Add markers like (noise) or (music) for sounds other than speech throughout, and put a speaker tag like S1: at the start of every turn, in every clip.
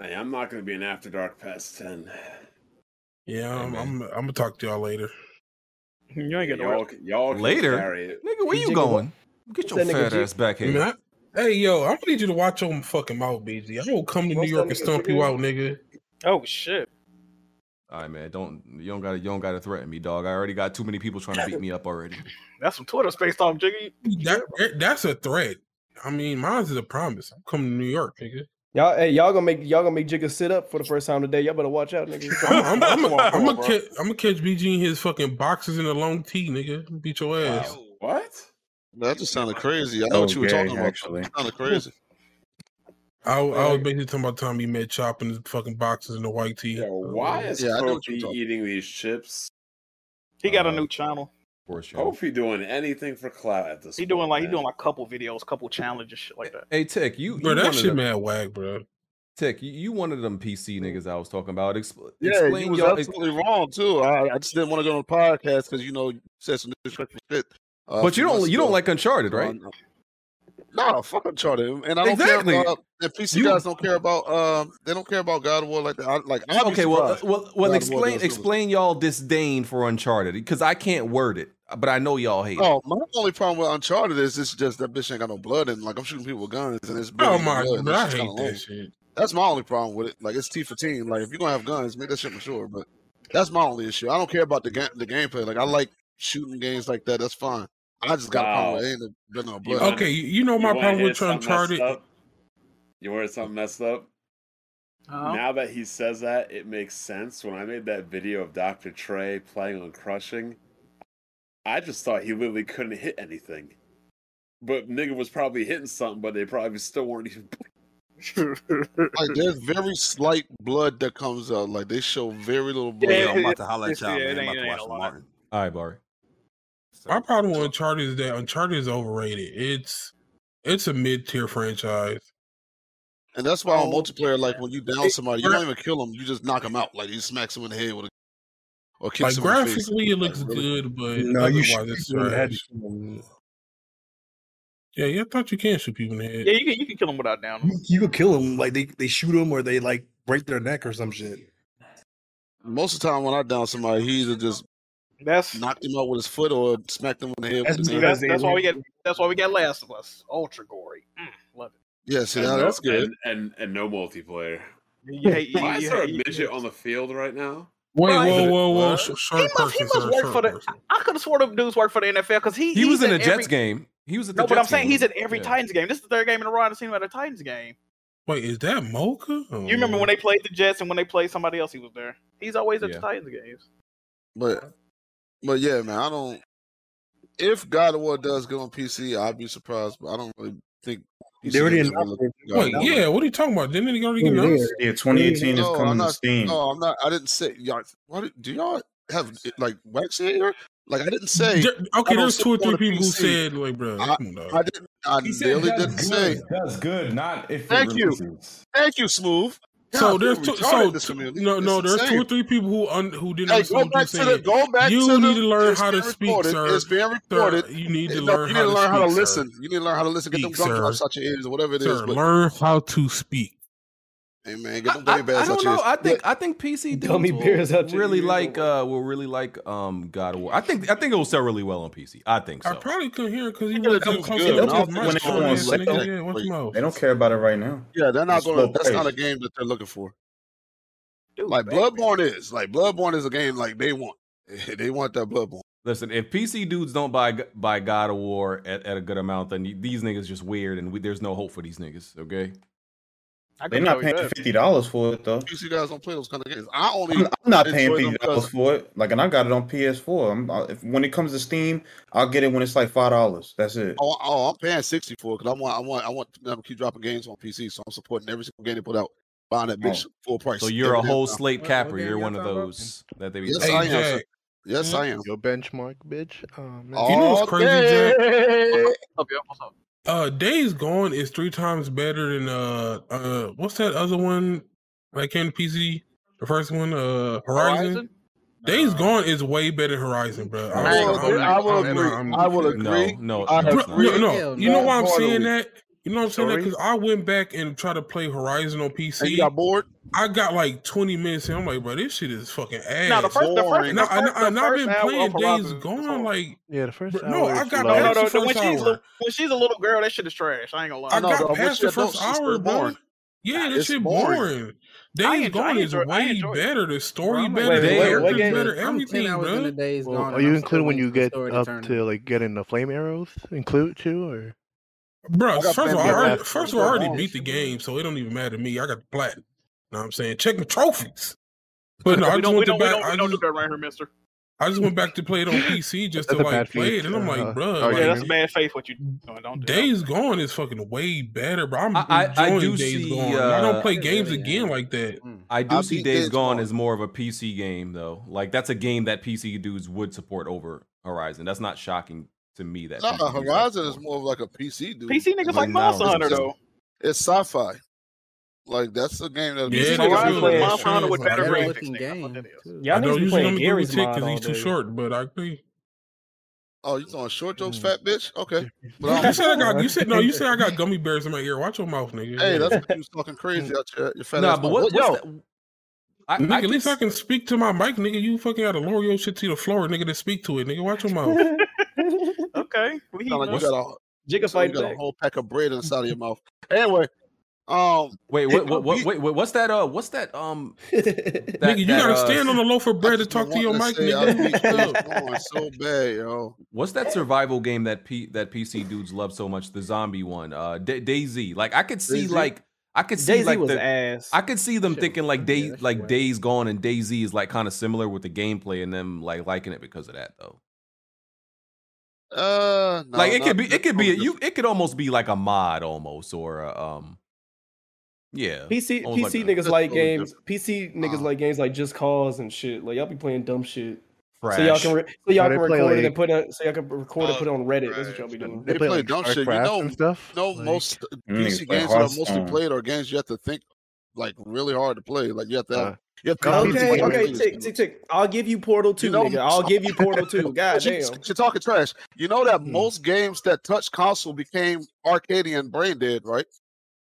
S1: Hey, I'm not going to be an after dark past ten.
S2: Yeah, I'm,
S3: Hey,
S2: I'm, I'm gonna talk to y'all later.
S4: You ain't gonna
S1: Y'all,
S4: work.
S1: can- y'all can
S3: Later?
S1: carry it.
S3: Nigga, where you
S4: Jigga
S3: going? Get your
S4: That nigga
S3: fat
S4: Jig-
S3: ass back
S2: I mean,
S3: here.
S2: I- hey, yo, I'm gonna need you to watch your fucking mouth, BG. I'm gonna come to
S1: What's
S2: New York
S1: that
S2: and
S1: nigga
S2: stomp you
S1: nigga?
S2: out, nigga.
S4: Oh shit!
S3: All right, man. Don't you don't gotta you don't gotta threaten me, dog. I already got too many people trying to beat me up already.
S4: That's some Twitter space talk, Jiggy.
S2: That, that- that's a threat. I mean, mine's is a promise. I'm coming to New York, nigga.
S5: Y'all, hey, y'all gonna make y'all gonna make Jigga sit up for the first time today. Y'all better watch out,
S6: (laughs)
S5: nigga.
S2: I'm, I'm, I'm,
S4: Come on, come
S2: I'm,
S4: on,
S2: gonna
S4: bro.
S2: catch, I'm gonna catch BG in his fucking boxes and a long tee, nigga. Beat your ass.
S1: What?
S6: That just sounded crazy. I know what you were
S7: Okay,
S6: talking about.
S7: actually.
S6: It sounded crazy.
S2: I, w- I was basically talking about the time he met Chop in his fucking boxes and the white tee.
S3: Oh,
S1: Yo, why is
S6: Yeah, I know
S1: Kofi
S6: what you're talking-
S1: eating these chips?
S4: He got
S3: Uh,
S4: a new channel.
S3: Of course, yo.
S1: Kofi doing anything for clout at this
S4: He doing
S1: point,
S4: like he
S1: man.
S4: doing like couple videos, couple challenges, shit like that.
S3: Hey Tech, you, you
S2: Bro,
S3: one
S2: that
S3: of
S2: shit
S3: them-
S2: mad wag, bro.
S3: Tech, you, you one of them PC niggas I was talking about. Expl-
S6: (laughs) Yeah,
S3: explain
S6: you was
S3: your ex-
S6: absolutely wrong too. I, I just didn't want to go on the podcast because you know you said some disrespectful shit. uh, a
S3: But you
S6: few months
S3: don't you don't
S6: ago.
S3: like Uncharted, right?
S6: Uh, No, fuck Uncharted, and I don't
S3: Exactly.
S6: care about the PC
S3: You-
S6: guys. Don't care about um, they don't care about God of War like that. I, like I'd be
S3: okay, well, uh,
S6: surprised.
S3: well, well,
S6: God of War
S3: explain
S6: does do it.
S3: explain y'all disdain for Uncharted because I can't word it, but I know y'all hate
S6: Oh, my only problem with Uncharted is it's just that bitch ain't got no blood in. it. Like I'm shooting people with guns and it's
S2: Oh
S6: bleeding
S2: my
S6: blood,
S2: god,
S6: and
S2: I
S6: it's kinda
S2: hate
S6: lame.
S2: that shit.
S6: That's my only problem with it. Like it's T for team. Like if you're gonna have guns, make that shit mature. But that's my only issue. I don't care about the game, the gameplay. Like I like shooting games like that. That's fine. I just got a problem
S1: Wow.
S6: with ain't no- been no
S1: You
S6: blood.
S1: wanna-
S2: Okay, you, you know
S1: You
S2: my
S1: wanna
S2: problem
S1: hear
S2: with
S1: something messed
S2: Uncharted.
S1: up? You want something messed up? Now that he says that, it makes sense. When I made that video of Dr. Trey playing on Crushing, I just thought he literally couldn't hit anything. But nigga was probably hitting something, but they probably still weren't even.
S6: (laughs) Like there's very slight blood that comes out. Like they show very little blood.
S4: Yeah,
S8: Yo, I'm about to holler at
S4: it's-
S8: y'all,
S4: yeah, it
S8: man. I'm
S4: ain't- it ain't
S8: about
S4: a
S8: to
S4: lot.
S8: watch Martin.
S3: it. All right, Barry.
S2: My problem with Uncharted is that Uncharted is overrated. It's it's a mid tier franchise.
S6: And that's why on
S4: Oh.
S6: multiplayer, like when you down somebody, you
S2: gra-
S6: don't even kill them. You just knock them out. Like you smack someone in the head with a or kick
S2: Like
S6: someone in the face.
S2: graphically, it looks
S6: Like, really?
S2: good, but
S7: No, you
S2: otherwise
S7: should.
S2: it's
S7: you had
S2: trash. Yeah, yeah, I thought you can shoot people in the head.
S4: Yeah, you can you can kill him without down.
S7: You, you could kill them. Like they, they shoot them or they like break their neck or some shit.
S6: Most of the time when I down somebody, he either just
S4: That's
S6: knocked him out with his foot or smacked him in the head.
S7: That's
S6: with his
S4: see,
S6: hand.
S4: that's, that's why we get that's why we got Last of Us, ultra gory. Mm, love it.
S6: Yeah, see,
S1: and
S6: now
S1: no-
S6: that's good.
S1: And, and and no multiplayer.
S4: You hate- you-
S1: Why is
S4: you
S1: there a
S4: hate-
S1: midget on the field right now?
S2: Wait,
S4: Right.
S2: whoa, whoa, whoa!
S6: What?
S2: sh-
S4: He
S2: Sharp
S4: must, he
S2: person,
S4: must
S2: sir.
S4: work for
S2: Sharp
S4: the.
S2: person.
S4: I could have sworn the dudes work for the NFL because he
S3: He was
S4: he's
S3: in a
S4: every-
S3: Jets game. He was at the
S4: No, but I'm
S3: Jets
S4: saying
S3: game.
S4: he's at every
S3: Yeah.
S4: Titans game. This is the third game in a row I've seen him at a Titans game.
S2: Wait, is that Mocha? Oh,
S4: You remember when they played the Jets and when they played somebody else, he was there. He's always at
S3: Yeah.
S4: the Titans games.
S6: But but yeah, man, I don't. If God of War does get on PC, I'd be surprised. But I don't really think
S7: They already
S6: games will
S7: announced
S6: look
S7: it.
S6: God of
S2: Wait,
S6: War.
S2: yeah, what are you talking about? Didn't it already get
S7: Yeah,
S2: announced?
S7: Yeah, 2018 is
S6: No,
S7: coming
S6: I'm
S7: to
S6: not-
S7: Steam.
S6: No, I'm not. I didn't say y'all. Why do, do y'all have like wax here? Like I didn't say.
S2: There- okay,
S6: don't
S2: there's
S6: sit
S2: two or
S6: on
S2: three
S6: a
S2: people who
S6: PC.
S2: said like, bro,
S6: I-
S2: come on, dog.
S6: I didn't. I
S7: He said
S6: really
S7: that's
S6: didn't
S7: good.
S6: say.
S7: That's good, not if.
S6: Thank
S7: it
S6: you.
S7: releases.
S6: Thank you, Smooth.
S2: so
S6: God,
S2: there's
S6: we're
S2: two,
S6: retarded,
S2: so
S6: this
S2: two-
S6: community.
S2: no,
S6: It's
S2: no, there's two or
S6: insane.
S2: three people who un, who didn't
S6: Hey, go
S2: understand what you
S6: back to the.
S2: said.
S6: Go back
S2: You
S6: to the.
S2: need to learn
S6: it's
S2: how to
S6: being
S2: speak,
S6: recorded.
S2: sir.
S6: It's being
S2: Sir,
S6: recorded.
S2: you need to
S6: No,
S2: learn
S6: you need
S2: how
S6: to
S2: to
S6: learn how to
S2: speak, sir.
S6: listen. You need to learn how to listen. Get them
S2: Speak,
S6: gummy
S2: sir.
S6: drops out your ears, or whatever it is.
S2: Sir,
S6: but-
S2: learn how to speak.
S6: Hey man, get
S3: I,
S6: them
S3: I,
S6: gummy
S3: I
S6: bears out
S3: don't
S6: your
S3: know.
S6: ears.
S3: I
S6: (laughs)
S3: think I think PC dudes
S5: Gummy
S3: will
S5: bears out your
S3: really
S5: ears.
S3: like uh will really like um God of War. I think I think it'll sell really well on PC. I think
S2: I
S3: so.
S2: probably couldn't hear because he
S6: Think it'll
S2: was too
S6: come
S2: close
S6: good,
S2: to
S7: but I
S2: the
S7: don't
S2: mic.
S7: think when it
S2: strong
S7: comes
S2: ass
S7: like
S2: nigga.
S7: that,
S2: Yeah, what's
S6: like,
S2: your mouth?
S7: They don't care about it right now.
S6: Yeah, they're not
S7: It's
S6: going. to
S7: slow
S6: That's not a
S7: paced.
S6: game that they're looking for.
S4: Dude,
S6: Like
S4: Batman.
S6: Bloodborne is. Like Bloodborne is a game like they want. (laughs) They want that Bloodborne.
S3: Listen, if PC dudes don't buy G- buy God of War at, at a good amount, then you- these niggas just weird, and we, there's no hope for these niggas. Okay,
S4: I
S7: They're
S4: can
S7: not
S4: tell you
S7: paying
S4: that.
S7: fifty dollars for it though.
S6: PC guys don't play those kind of games. I only.
S7: I'm, I'm not paying
S6: Enjoy
S7: fifty
S6: them
S7: dollars
S6: custom.
S7: for it. Like, and I got it on PS4. I'm, I, if, when it comes to Steam, I'll get it when it's like five dollars. That's it.
S6: Oh, oh, I'm paying sixty for because I want. I want. I want them to keep dropping games on PC, so I'm supporting every single game they put out. Buying that bitch full price.
S3: so you're a
S6: every damn
S3: whole
S6: time.
S3: slate
S9: What- what
S3: capper.
S9: game
S3: You're
S9: y'all
S3: one of
S9: talking about?
S3: those that they be.
S6: Yes,
S3: selling.
S6: I
S2: Hey,
S6: am.
S2: Jack.
S6: Yes, I am.
S9: Your benchmark, bitch. Oh, man.
S2: You know what's crazy, Jack? Oh,
S6: day.
S4: What's up, yo? What's up?
S2: Uh, Days Gone is three times better than uh uh what's that other one that came to PC? The first one, uh, Horizon. Days Gone is way better than Horizon, bro.
S7: I
S6: I will agree. I will
S2: I'm-
S6: agree. I will
S3: No,
S6: agree.
S3: no,
S6: I
S3: no, it's
S6: agree.
S3: not.
S2: No, no,
S9: Hell
S2: you know
S9: no.
S2: why I'm
S6: Hell
S2: saying
S6: no.
S2: that? You know what I'm saying?
S7: Story?
S2: Because I went back and tried to play Horizon on
S6: And
S2: PC.
S6: you got bored?
S2: I got like 20 minutes and I'm like, bro, this shit is fucking ass.
S4: No, the first, the first,
S6: boring.
S2: and I,
S4: the
S2: and
S4: first,
S2: I, and
S4: the
S2: I've
S4: first
S2: been
S4: hour
S2: playing
S4: of
S2: Days
S4: Horizon is
S2: Gone.
S4: horrible.
S2: Like,
S7: Yeah, the first
S2: Bro, no,
S7: hour
S2: I
S7: is
S2: got
S7: low.
S4: no,
S2: past
S4: no,
S2: the
S4: no. When
S2: first
S4: she's
S2: hour.
S4: little, when she's a little girl, that shit is trash. I ain't gonna
S2: I
S4: lie.
S6: know,
S2: got
S6: bro, but
S2: past
S6: shit,
S2: the first
S6: those shits
S2: hour,
S6: was
S2: bro.
S6: boring.
S2: Yeah, this
S6: It's
S2: shit
S6: boring.
S2: boring.
S4: I
S2: Days
S4: enjoy- I
S2: Gone is
S4: enjoy- I
S2: way
S4: enjoy it.
S2: better. The story
S10: I'm
S2: better.
S10: like,
S2: the
S11: Wait, wait,
S2: characters
S11: what game-
S2: better.
S10: I'm 10
S2: Everything,
S10: hours in
S2: bro.
S10: the days
S7: Well,
S10: gone.
S7: are
S10: and
S7: you
S10: I'm
S7: including
S10: still
S7: when you
S10: waiting for the
S7: get
S10: story
S7: up
S10: turn
S7: to like getting the flame arrows? Include too, or
S2: Bro,
S6: I got
S2: first of all, I
S6: Bambi
S2: already,
S6: left.
S2: first of all, I already
S6: Bambi.
S2: beat the game, so it don't even matter to me. I got the plat. Know what I'm saying? Check my trophies. But no, I
S4: we
S2: just
S4: don't, we
S2: went
S4: don't, we
S2: back.
S4: don't,
S2: I
S4: we don't do
S2: just,
S4: that right here, Mister.
S2: I just went back to play it on PC just to
S7: That's a
S2: like
S7: bad
S2: play it,
S7: feat,
S2: and I'm
S7: uh,
S2: like, bro,
S7: Oh,
S2: like,
S4: yeah,
S7: yeah.
S4: that's bad faith. What you doing? Don't do that.
S2: Days Gone is fucking way better, bro. I'm
S3: I- I- I
S2: enjoying
S3: do
S2: Days
S3: see,
S2: Gone. I
S3: uh,
S2: don't play
S10: It
S2: games
S10: really
S2: again
S10: is.
S2: like that.
S3: I do
S6: I
S3: see
S6: beat
S3: Days
S6: Days
S3: Gone
S6: Gone.
S3: as more of a PC game though. Like that's a game that PC dudes would support over Horizon. That's not shocking to me. That
S6: Nah,
S3: PC dudes
S6: Horizon
S3: would
S6: is
S3: support.
S6: more of like a PC dude.
S4: PC niggas
S3: Like,
S4: like
S3: no,
S4: Monster
S3: it's
S4: Hunter
S3: just-
S4: though.
S6: It's sci-fi. Like that's a game that
S2: Yeah,
S4: It's
S2: niggas
S4: Horizon
S2: feel
S4: with
S2: that
S4: Monster
S2: shit,
S4: Hunter with
S2: bro.
S4: better
S2: Better
S4: graphics.
S10: looking
S4: nigga. That's what
S10: game,
S4: that is.
S10: too.
S11: Y'all
S2: I
S11: niggas
S2: know
S11: be
S2: usually
S11: playing
S2: don't give a
S11: Gary's
S2: tick
S11: mod
S2: because
S11: all
S2: he's too
S11: day.
S2: short, but I
S3: (laughs)
S2: agree.
S6: Oh, you throwing short jokes, fat bitch? Okay. But I
S2: You
S6: don't-
S2: said I got you said no, you said I
S3: (laughs)
S2: got gummy bears in my ear. Watch your mouth, nigga.
S6: hey,
S2: (laughs)
S6: that's what you was talking crazy out your, your fat
S3: Mm. Nah,
S6: ass
S3: but
S6: mouth.
S3: what?
S6: yo,
S3: What's that? I,
S2: Nigga,
S3: I
S2: at
S3: can
S2: least I
S3: s-
S2: can speak to my mic, nigga. You fucking gotta lower your shit to the floor, nigga, to speak to it, nigga.
S3: (laughs)
S2: Watch your mouth.
S4: Okay, we
S6: sound like you got a
S11: Jigga
S6: so you
S11: fight
S6: got a
S11: back.
S6: whole pack of bread inside of your mouth. Anyway, um,
S3: Wait,
S6: It Uh,
S3: what, what,
S6: would
S3: what,
S6: be-
S3: wait, wait, what's that? Uh, what's
S11: (laughs)
S3: that? Um, that,
S2: nigga, you
S3: that,
S2: gotta
S3: uh,
S2: stand on a loaf of bread to
S6: just
S2: talk to your
S6: wanted
S2: mic,
S6: to say I beat
S2: nigga. What's up?
S6: Days Gone so bad, yo.
S3: What's that survival game that P, that PC dudes love so much? The zombie one, uh, Da Daisy. Like I could see,
S6: DayZ?
S3: like I could see,
S11: Daisy
S3: like
S11: was
S3: the,
S11: ass.
S3: I could see them
S10: Shit
S3: thinking
S10: was
S3: like
S10: fun,
S3: day,
S10: yeah, that shit
S3: like
S10: whack.
S3: Days Gone and Daisy is like kind of similar with the gameplay and them like liking it because of that though.
S6: Uh, no,
S3: like it
S6: not-
S3: could be, it could be,
S6: not-
S3: you, it could almost be like a mod almost or a, um, yeah.
S11: PC
S3: Almost like
S11: PC
S3: that.
S11: niggas like
S6: Totally
S11: games. PC niggas
S6: Uh.
S11: like games like Just Cause and shit. Like y'all be playing dumb shit.
S3: Crash.
S11: So y'all can re- so y'all
S7: they
S11: can
S7: play,
S11: record it and
S7: like-
S11: put it. So y'all can record it and put it on Reddit. That's what y'all be doing.
S7: They,
S6: They
S7: play,
S6: play
S7: like,
S6: dumb shit, you
S7: StarCraft
S6: know-
S7: and stuff.
S6: No,
S7: Like,
S6: most
S12: Them mm, niggas
S6: PC
S12: play
S6: games that are mostly
S12: Hearthstone.
S6: played are games you have to think like really hard to play. Like you have to, have,
S7: Uh,
S6: you have to
S7: God,
S6: have
S7: PC
S11: Okay,
S7: games
S11: okay,
S7: are
S11: tick, tick, tick. I'll give you Portal Two,
S6: You know-
S11: nigga. I'll give you Portal
S6: (laughs)
S11: Two. God
S6: She,
S11: damn.
S6: she talking trash. You know that
S11: Hmm.
S6: most games that touch console became arcadian and brain dead, right?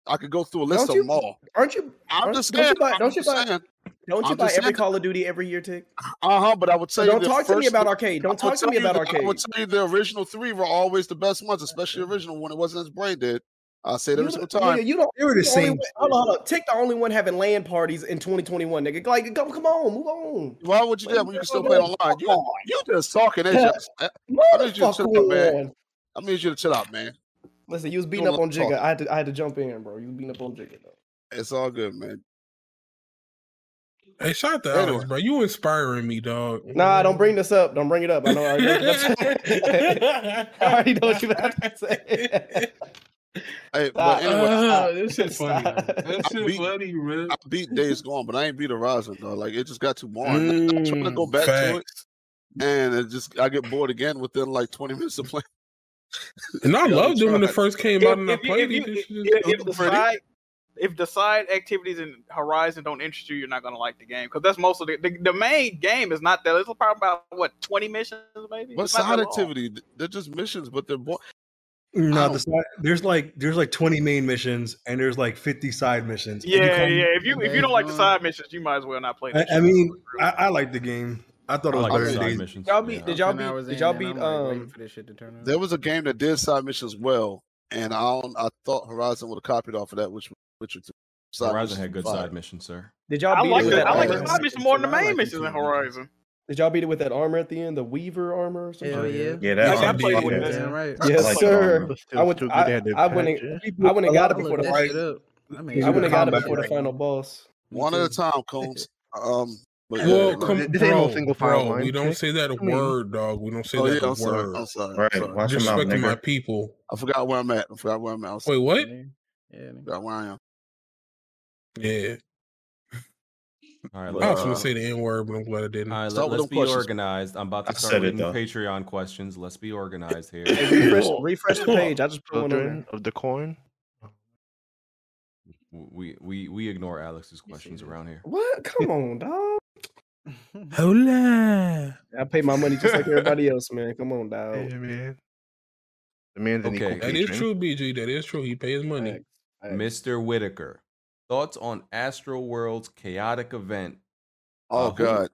S6: I could go through a list
S11: Don't you-
S6: of them all.
S11: Aren't you?
S6: I'm
S11: aren't-
S6: just
S11: don't you
S6: saying.
S11: buy-
S6: I'm
S11: don't you
S6: just
S11: buy-
S6: saying.
S11: Don't you
S6: I'm
S11: buy
S6: just
S11: every
S6: saying-
S11: Call of Duty every year, tick?
S6: Uh huh. But I would
S11: So
S6: say
S11: don't
S6: the
S11: talk to me
S6: first-
S11: about arcade.
S6: I
S11: Don't
S6: would
S11: talk to
S6: tell
S11: me about
S6: you the- I
S11: arcade.
S6: would tell you the original three were always the best ones, especially the original when it wasn't as brain dead. I say it every
S11: You-
S6: single
S11: nigga,
S6: time.
S11: you don't.
S12: They were the
S11: you the only
S12: same.
S11: one- hold on, hold on. Tick the only one having land parties in 2021, nigga. Like, come, come on, move on.
S6: Why would you do that when you can still play online? You
S11: on.
S6: you just talking at us. I need you to
S11: Motherfucker,
S6: chill out, man.
S11: man.
S6: I need you to chill out, man.
S11: Listen, you was (laughs) beating
S6: don't
S11: up
S6: wanna
S11: on Jigga.
S6: talk.
S11: I had to, I had to jump in, bro. You was beating up on Jigga. Though.
S6: It's all good, man.
S2: (laughs) Hey, shout out to Alex,
S6: Anyway.
S2: bro. You inspiring me, dog.
S11: Nah, don't bring this up. Don't bring it up. I know. I already know what you're about to say. (laughs) I already know what you're about to say.
S6: Hey,
S11: Stop.
S6: but anyway,
S11: Stop.
S2: (laughs) This shit's funny.
S11: Stop.
S2: man. That
S11: uh,
S6: I
S2: shit
S6: beat-
S2: funny,
S3: (laughs)
S2: man.
S6: I beat Days Gone, but I ain't beat Horizon though. Like it just got too boring. I'm trying to
S2: Mm,
S6: go back to it,
S2: facts.
S6: and it just I get bored again within like 20 minutes of (laughs) playing.
S2: And I
S6: Yeah,
S2: loved it when it
S6: try.
S2: first came out and I
S4: If, if, you, if,
S2: played
S4: you,
S2: it. This
S4: if,
S2: shit is-
S4: if, the
S6: Freddy?
S4: side, if the side activities in Horizon don't interest you, you're not gonna like the game because that's most of the, the the main game is not that. It's probably about what 20 missions maybe.
S6: But
S4: It's not
S6: side
S4: that long.
S6: activity, th- they're just missions, but they're boring.
S10: No,
S6: Oh.
S10: the side, there's like there's like 20 main missions and there's like 50 side missions. And you
S4: Yeah,
S10: call me-
S4: yeah. If you if you don't like the side missions, you might as well not play. that
S10: I, I
S4: shit.
S10: mean, I, I like the game. I thought it
S3: I
S10: was
S3: like
S10: better
S3: the
S10: than
S3: side
S10: Daisy.
S3: missions.
S11: Y'all beat-
S3: Yeah.
S11: did y'all
S10: 10
S11: beat-
S10: hours
S11: did
S10: in,
S11: y'all
S10: and I'm,
S11: beat,
S10: like, waiting
S11: um,
S10: for this shit to turn
S6: There
S10: on.
S6: was a game that did side missions well, and I don't, I thought Horizon would have copied off of that, which which was side
S3: Horizon
S6: missions
S3: had
S6: were
S3: good
S6: fire.
S3: side missions, sir.
S11: Did
S4: I
S11: y'all beat
S4: like
S11: it with
S6: Yeah,
S4: the
S11: that
S4: I like
S11: armor?
S6: yeah.
S4: the side mission more than the
S10: I
S4: main
S10: like
S4: missions in
S10: it too.
S4: Horizon.
S11: Did y'all beat it with that armor at the end, the Weaver armor? Or something?
S10: Hell
S11: like
S10: yeah.
S11: that?
S12: Yeah,
S2: Yes,
S12: that
S2: I
S12: one
S2: played
S12: did,
S2: with
S12: yeah.
S2: that.
S10: Damn right.
S11: Yes,
S12: I like
S11: sir.
S7: but still,
S11: I would.
S7: too good. They
S11: I,
S7: had their
S11: I wouldn't.
S7: patches.
S11: I wouldn't got it
S10: Look
S11: before the.
S10: that
S11: fi-
S10: shit up. I, mean,
S11: I wouldn't got it
S10: combat
S11: before the
S10: right
S11: final boss.
S6: One at a time, Combs. Um, but yeah,
S2: Well,
S6: like-
S2: come,
S7: This ain't no
S2: bro,
S7: single file
S2: bro,
S7: line,
S2: we don't
S7: Jake.
S2: say that a
S7: I mean-
S2: word, dog. We don't say
S6: oh
S2: that
S6: yeah,
S2: a
S6: I'm sorry. I'm
S2: word.
S6: sorry. I'm
S12: Right,
S6: sorry.
S12: watch him out,
S2: Disrespecting my
S12: nigga.
S2: people.
S6: I forgot where I'm at. I forgot where I'm at. I'm sorry.
S2: Wait, what?
S10: Yeah, nigga.
S6: forgot where I am.
S2: Yeah,
S3: All right,
S6: But,
S2: I was
S3: let's,
S2: gonna
S6: uh,
S2: say the N word, but I'm glad I didn't.
S3: all right,
S6: Mm, start with
S3: let, let's
S6: them
S3: be
S6: questions.
S3: organized. I'm about
S12: I
S3: to start
S12: said it,
S3: reading
S12: though.
S3: Patreon questions. Let's be organized here.
S11: Hey, (laughs) refresh, refresh the page. I just
S2: (laughs)
S11: put one on there.
S7: Children of the corn.
S3: we we we ignore Alex's questions around here.
S11: What? (laughs)
S3: (laughs)
S11: Come on, dog.
S2: Hola.
S11: (laughs)
S3: (laughs)
S11: I pay my money just like everybody else, man. Come on, dog.
S7: Yeah, man.
S13: The man's an
S3: Okay.
S13: equal.
S2: That
S13: patron.
S2: is true, BG. That is true. He pays money.
S11: Facts. Facts.
S3: Mr. Whitaker, thoughts on Astro World's chaotic event?
S6: Oh
S3: Uh, who-
S6: God.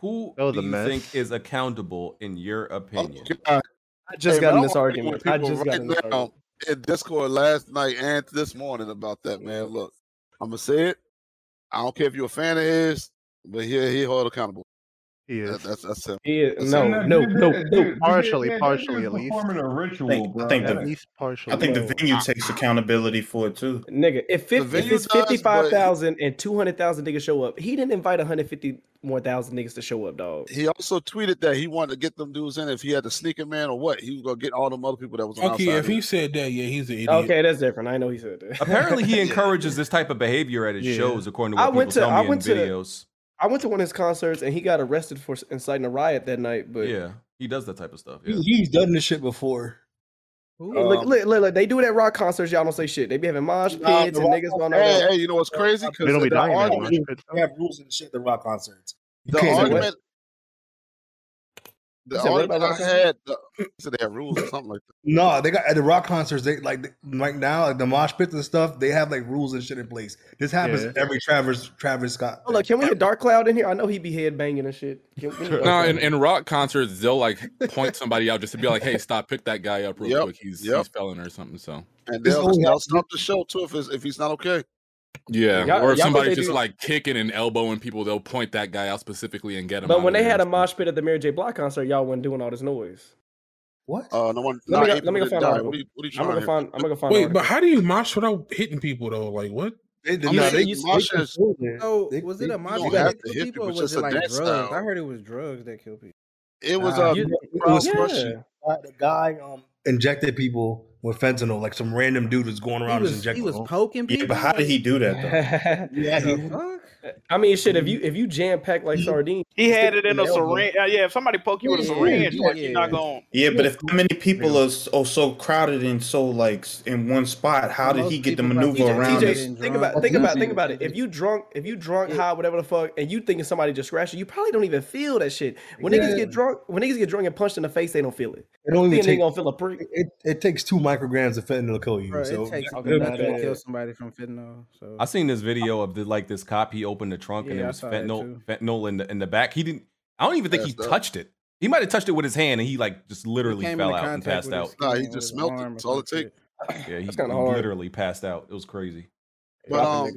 S3: Who
S13: That was
S3: do
S13: a
S3: you
S13: mess.
S3: think is accountable in your
S6: Oh
S3: opinion?
S6: God.
S11: I just
S6: Hey,
S11: got in
S6: man, I
S11: this
S6: wanna
S11: argument.
S6: point
S11: I
S6: people
S11: just got in this
S6: right now
S11: argument.
S6: in Discord last night and this morning about that man. Look, I'm gonna say it. I don't care if you're a fan of his, but he he hold accountable.
S13: He
S6: That-
S13: is.
S6: that's that's him.
S11: Yeah, no, no, no, no.
S13: Partially, partially, at least.
S4: Performing a
S7: I
S4: ritual,
S7: think,
S4: bro.
S7: I think
S13: At
S7: the
S13: least partially.
S7: I think the venue takes accountability for it too.
S11: Nigga, if, 50, if
S6: venue
S11: it's
S6: does, but-
S11: 55,000 and 200,000 niggas show up, he didn't invite 150 more thousand niggas to show up, dog.
S6: He also tweeted that he wanted to get them dudes in if he had the sneaker man or what. He was gonna get all them other people that was on
S2: Okay,
S6: outside.
S2: if he said that, yeah,
S11: (laughs)
S2: he's an idiot.
S11: Okay, that's different. I know he said that.
S3: Apparently,
S6: (laughs)
S3: he encourages this type of behavior at his
S13: Yeah.
S3: shows, according to what
S11: I
S3: people
S11: went to-
S3: tell me
S11: I
S3: in
S11: went to-
S3: videos.
S11: (laughs) I went to one of his concerts and he got arrested for inciting a riot that night. But
S3: yeah, he does that type of stuff. Yeah.
S4: He- He's done this shit before.
S11: Hey, look,
S6: Um,
S11: look, look, look, they do it at rock concerts. Y'all don't say shit. They be having mosh pits
S4: Nah,
S11: and
S4: the rock-
S11: niggas want all
S6: hey,
S11: that.
S6: hey, you know what's crazy?
S13: They don't be
S6: the
S13: dying that
S6: argument-
S13: much. but-
S4: They have rules and shit at rock concerts. You
S6: the
S4: can't do
S6: argument,
S11: You
S6: the
S11: said what
S6: argument
S11: about
S6: I
S11: Rockets?
S6: had, the, so they had rules or something like that.
S4: No, they got at the rock concerts. They like right now, like the mosh pits and stuff. They have like rules and shit in place. This happens
S13: Yeah.
S4: every Travis Travis Scott.
S11: Oh, look, can we get Dark Cloud in here? I know he be head banging and shit. Can,
S12: (laughs)
S11: we need
S12: No,
S11: Dark
S12: in,
S11: Cloud.
S12: in rock concerts, they'll like point somebody out just to be like, "Hey, stop! Pick that guy up real
S6: Yep,
S12: quick. He's
S6: yep.
S12: he's felon or something." So
S6: And
S4: This
S6: they'll,
S4: only
S6: they'll
S4: happened-
S6: stop the show too if it's, if he's not okay.
S12: yeah,
S11: Y'all-
S12: or if
S11: y'all
S12: somebody's
S11: think they
S12: just
S11: do-
S12: like kicking and elbowing people, they'll point that guy
S11: (laughs)
S12: out specifically and get him.
S11: but when they had a mosh pit at the Mary J. Block concert, y'all wasn't doing all this noise.
S4: What?
S6: Uh, no one.
S11: Let me
S2: (laughs)
S6: nah,
S11: go-
S6: eight
S11: let me go
S6: people
S11: find
S6: didn't
S11: out.
S6: die. What are you, what are you
S11: I'm
S6: trying
S11: gonna
S6: to
S11: find. I'm gonna find.
S2: Wait,
S11: an
S2: but
S11: article.
S2: how do you mosh without hitting people though? Like what?
S4: They did
S6: I'm
S4: not.
S6: saying
S4: They,
S6: you-
S4: they
S6: mosh is-
S4: controlled it.
S10: So
S4: They-
S10: was
S4: they-
S10: it a
S4: you
S10: mosh
S6: don't
S10: pit
S6: have
S10: that
S6: to
S10: killed
S6: hit
S10: people, or
S6: people,
S10: was
S6: just
S10: it
S6: a
S10: like
S6: dance
S10: drugs?
S6: style.
S10: I heard it was drugs that killed people.
S6: It was
S4: Nah,
S6: uh,
S4: you-
S6: Big
S4: it was
S6: Brown
S4: Rush.
S11: Yeah.
S4: uh, the guy um injected people with fentanyl. Like some random dude was going
S10: He
S4: around
S10: was,
S4: just injecting.
S10: he was
S4: people.
S10: poking people.
S7: Yeah, but how did he do that though?
S4: yeah, he,
S10: The fuck?
S11: I mean, shit. If you if you jam pack like sardines,
S14: He had it in a
S11: Yeah, but-
S14: syringe. Uh, yeah, if somebody poke you with a
S10: Yeah,
S14: syringe, like
S10: yeah.
S14: you're not going.
S7: Yeah, but if that many people are so, so crowded and so like s- in one spot, how did
S10: Most
S7: he get the
S10: people like-
S7: maneuver
S10: TJ,
S7: around
S10: TJ,
S7: it?
S11: TJ,
S10: it.
S11: think about think about think about it. If you drunk, if you drunk high, whatever the fuck, and you thinking somebody just scratched you, you probably don't even feel that shit. When niggas
S4: Exactly.
S11: get drunk, when niggas get drunk and punched in the face, they don't feel it.
S4: it don't
S11: Then
S4: even
S11: they
S4: take.
S11: gonna feel a prick.
S4: It, it takes two micrograms of fentanyl to kill you.
S10: Bro,
S4: so
S10: it takes
S4: that-
S10: a
S11: Okay, that-
S10: lot to kill somebody from fentanyl. So
S3: I seen this video of the like this cop. He opened the trunk and
S10: Yeah,
S3: it
S10: I
S3: was
S10: saw that
S3: fentanyl,
S10: too.
S3: fentanyl in the in the back. He didn't. I don't even think he
S6: Passed out.
S3: touched it. He might have touched it with his hand, and he like just
S10: He
S3: literally
S10: came
S3: fell
S10: into
S3: out and
S10: contact
S3: passed
S10: with his
S3: out.
S6: Nah, he
S10: skin or
S6: just
S10: his (laughs)
S6: smelt it.
S10: arm or
S6: That's all it
S10: some
S6: take.
S10: shit.
S3: Yeah, he,
S11: That's kinda
S3: he
S11: hard.
S3: literally passed out. It was crazy.
S6: But, um,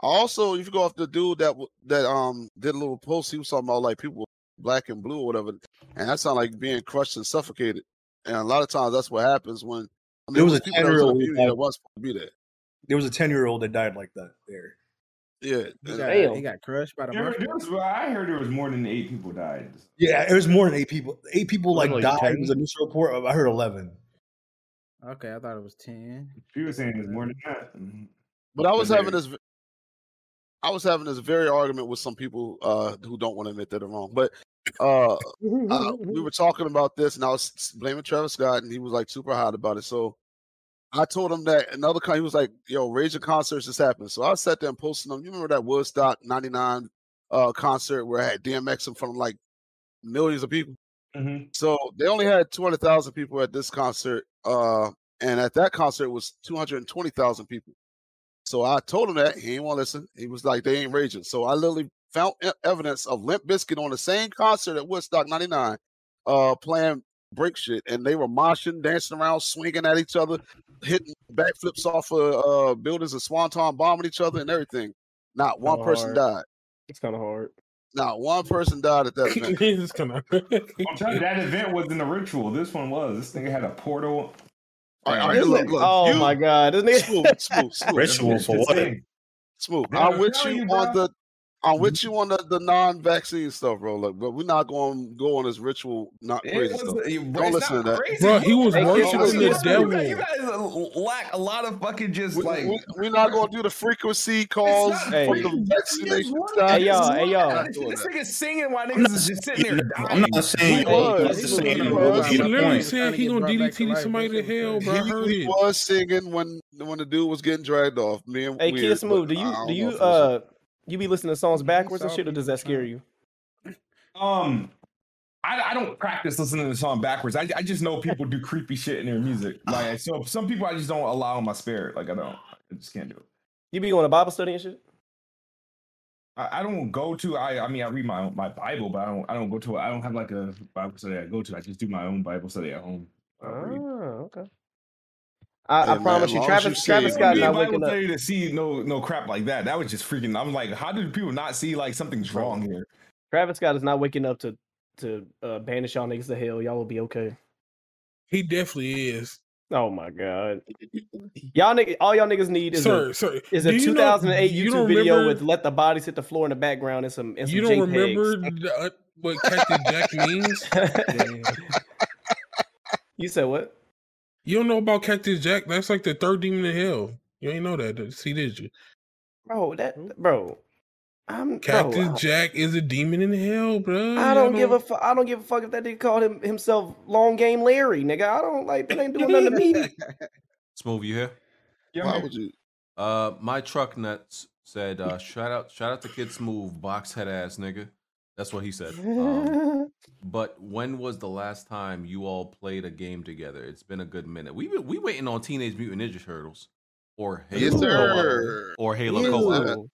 S6: Also, if you go off the dude that w- that um did a little post, he was talking about like people black and blue or whatever, and that sound like being crushed and suffocated. And a lot of times that's what happens when I mean,
S4: There was
S6: when
S4: a
S6: people that was
S4: 10-year-old
S6: in the community
S4: that-
S6: that was supposed to be there.
S4: there was a ten year old that died like that. There,
S6: Yeah,
S10: He
S6: and-
S10: got,
S11: Damn.
S10: he got crushed by the
S4: There-
S10: mosh
S4: there
S10: pit.
S4: was- I
S10: I
S4: heard
S10: heard
S4: there
S10: it
S4: was
S10: was
S4: more
S10: more
S4: than
S10: than
S4: eight
S10: eight
S4: people
S10: people died.
S4: yeah, it was more than eight people. Eight people like
S13: Literally
S4: died.
S13: 10?
S4: It was an initial report. I heard eleven.
S10: Okay, I thought it was ten.
S4: She
S10: was saying it's more than
S4: that.
S6: But I was
S4: But
S6: having
S4: there-
S6: this. v- I was having this very argument with some people uh, who don't want to admit that they're wrong. But uh, uh, we were talking about this, and I was s- blaming Travis Scott, and he was like super hot about it. So I told him that another con. He was like, "Yo, Raging concerts just happened." So I sat there and posted them. You remember that Woodstock '99 uh, concert where I had DMX in front of like millions of people?
S11: Mm-hmm.
S6: So they only had 200,000 people at this concert. Uh, and at that concert it was 220,000 people. So I told him that he ain't want to listen. He was like, they ain't raging. So I literally found e- evidence of Limp Bizkit on the same concert at Woodstock 99, uh, playing break shit. And they were moshing, dancing around, swinging at each other, hitting backflips off of uh, buildings and swanton bombing each other and everything. Not one
S11: Kinda
S6: person
S11: hard.
S6: died.
S11: It's kind of hard.
S6: Not one person died at
S11: (coughs)
S6: that event.
S2: Jesus, come on.
S4: I'm telling you, that event wasn't a ritual. This one was. This nigga had a portal.
S6: All right, all right,
S11: This
S6: look,
S11: nigga-
S6: look,
S11: oh
S6: you-
S11: my god, this nigga.
S6: smooth, smooth, smooth.
S7: Ritual for what?
S6: Smooth.
S4: Bro,
S6: I'm
S4: I'm
S6: with
S4: telling
S6: you
S4: you,
S6: on
S4: bro.
S6: the.
S2: Mm-hmm.
S6: I'm with you on the, the non-vaccine stuff, bro. Look, but we're not going to go on this ritual, not crazy stuff. Don't listen to that.
S2: Bro, he was
S11: Hey, yo,
S2: worshiping the
S11: listen,
S2: devil.
S4: You guys lack a lot of fucking just
S6: We,
S4: like.
S6: are not going to do the frequency calls
S4: not
S6: for the
S4: frequency.
S6: vaccination
S4: It's
S6: side.
S11: Hey y'all, hey
S6: We're
S11: y'all.
S6: not doing
S4: This
S6: that.
S4: nigga's singing while niggas is just sitting there
S7: I'm
S4: dying.
S7: not saying
S6: He was.
S7: I'm not saying
S6: He
S7: it
S6: was.
S7: would
S2: He
S7: be the
S2: literally
S7: point.
S2: said he
S10: Trying to
S2: gonna
S10: get brought
S2: DDT
S10: back to life.
S2: somebody to
S10: That's what
S2: hell,
S10: I'm
S2: bro. I heard
S6: He
S2: it.
S6: was singing when when the dude was getting dragged off. Me and
S11: Hey,
S6: Weird,
S11: Kiss
S6: but
S11: Move, do
S6: I
S11: you
S6: don't
S11: do
S6: know
S11: you
S6: if it was-
S11: uh you be listening to songs
S10: We
S11: backwards and
S10: saw
S11: shit, or does
S10: people
S11: that scare
S10: trying-
S11: you?
S4: Um,
S15: I, I don't practice listening to the song backwards. I, I just know people do creepy shit in their music. Like so, some people I just don't allow in my spirit. Like I don't, I just can't do it.
S11: You be going to Bible study and shit.
S15: I, I don't go to. I I mean, I read my own, my Bible, but I don't I don't go to. I don't have like a Bible study I go to. I just do my own Bible study at home.
S11: Oh, okay. I, I promise you, Travis, Travis Scott
S15: Scott
S11: not
S15: Bible
S11: waking up.
S15: study to see no no crap like that. That was just freaking. I'm like, how did people not see like something's wrong here?
S11: Travis Scott is not waking up to to uh, banish y'all niggas to hell. Y'all will be okay.
S2: He definitely is.
S11: Oh my god, y'all niggas, all y'all niggas need is
S2: Sir,
S11: a,
S2: sir,
S11: is a
S2: do you know-
S11: 2008
S2: you
S11: YouTube
S2: don't
S11: video
S2: remember-
S11: with "Let the Bodies Hit the Floor" in the background and some and some
S2: You don't
S11: JPEGs.
S2: remember the, uh, what Captain Jack means?
S11: (laughs) You said what?
S2: You don't know about Cactus Jack? That's like the third demon in hell. You ain't know that. See, did you?
S11: bro. That bro, I'm
S2: Cactus
S11: bro, I-
S2: Jack is a demon in hell, bro.
S11: I don't give a fu- I don't give a fuck if that nigga called him himself Long Game Larry, nigga. I don't like
S2: (laughs)
S11: that ain't doing nothing to me.
S3: Smooth, you here?
S6: Why would you?
S3: Uh, my truck nuts
S11: (laughs)
S3: said, uh, "Shout out, shout out to Kid Smooth, box head ass nigga." That's what he
S11: (laughs)
S3: said.
S16: (laughs)
S3: Um, but when was the last time you all played a game together? It's been a good minute. We been- we waiting on Teenage Mutant Ninja Turtles or Halo
S6: Yes,
S3: Co-op,
S6: sir.
S3: or Halo
S6: Yes,
S3: Co-op.
S6: sir.
S16: When-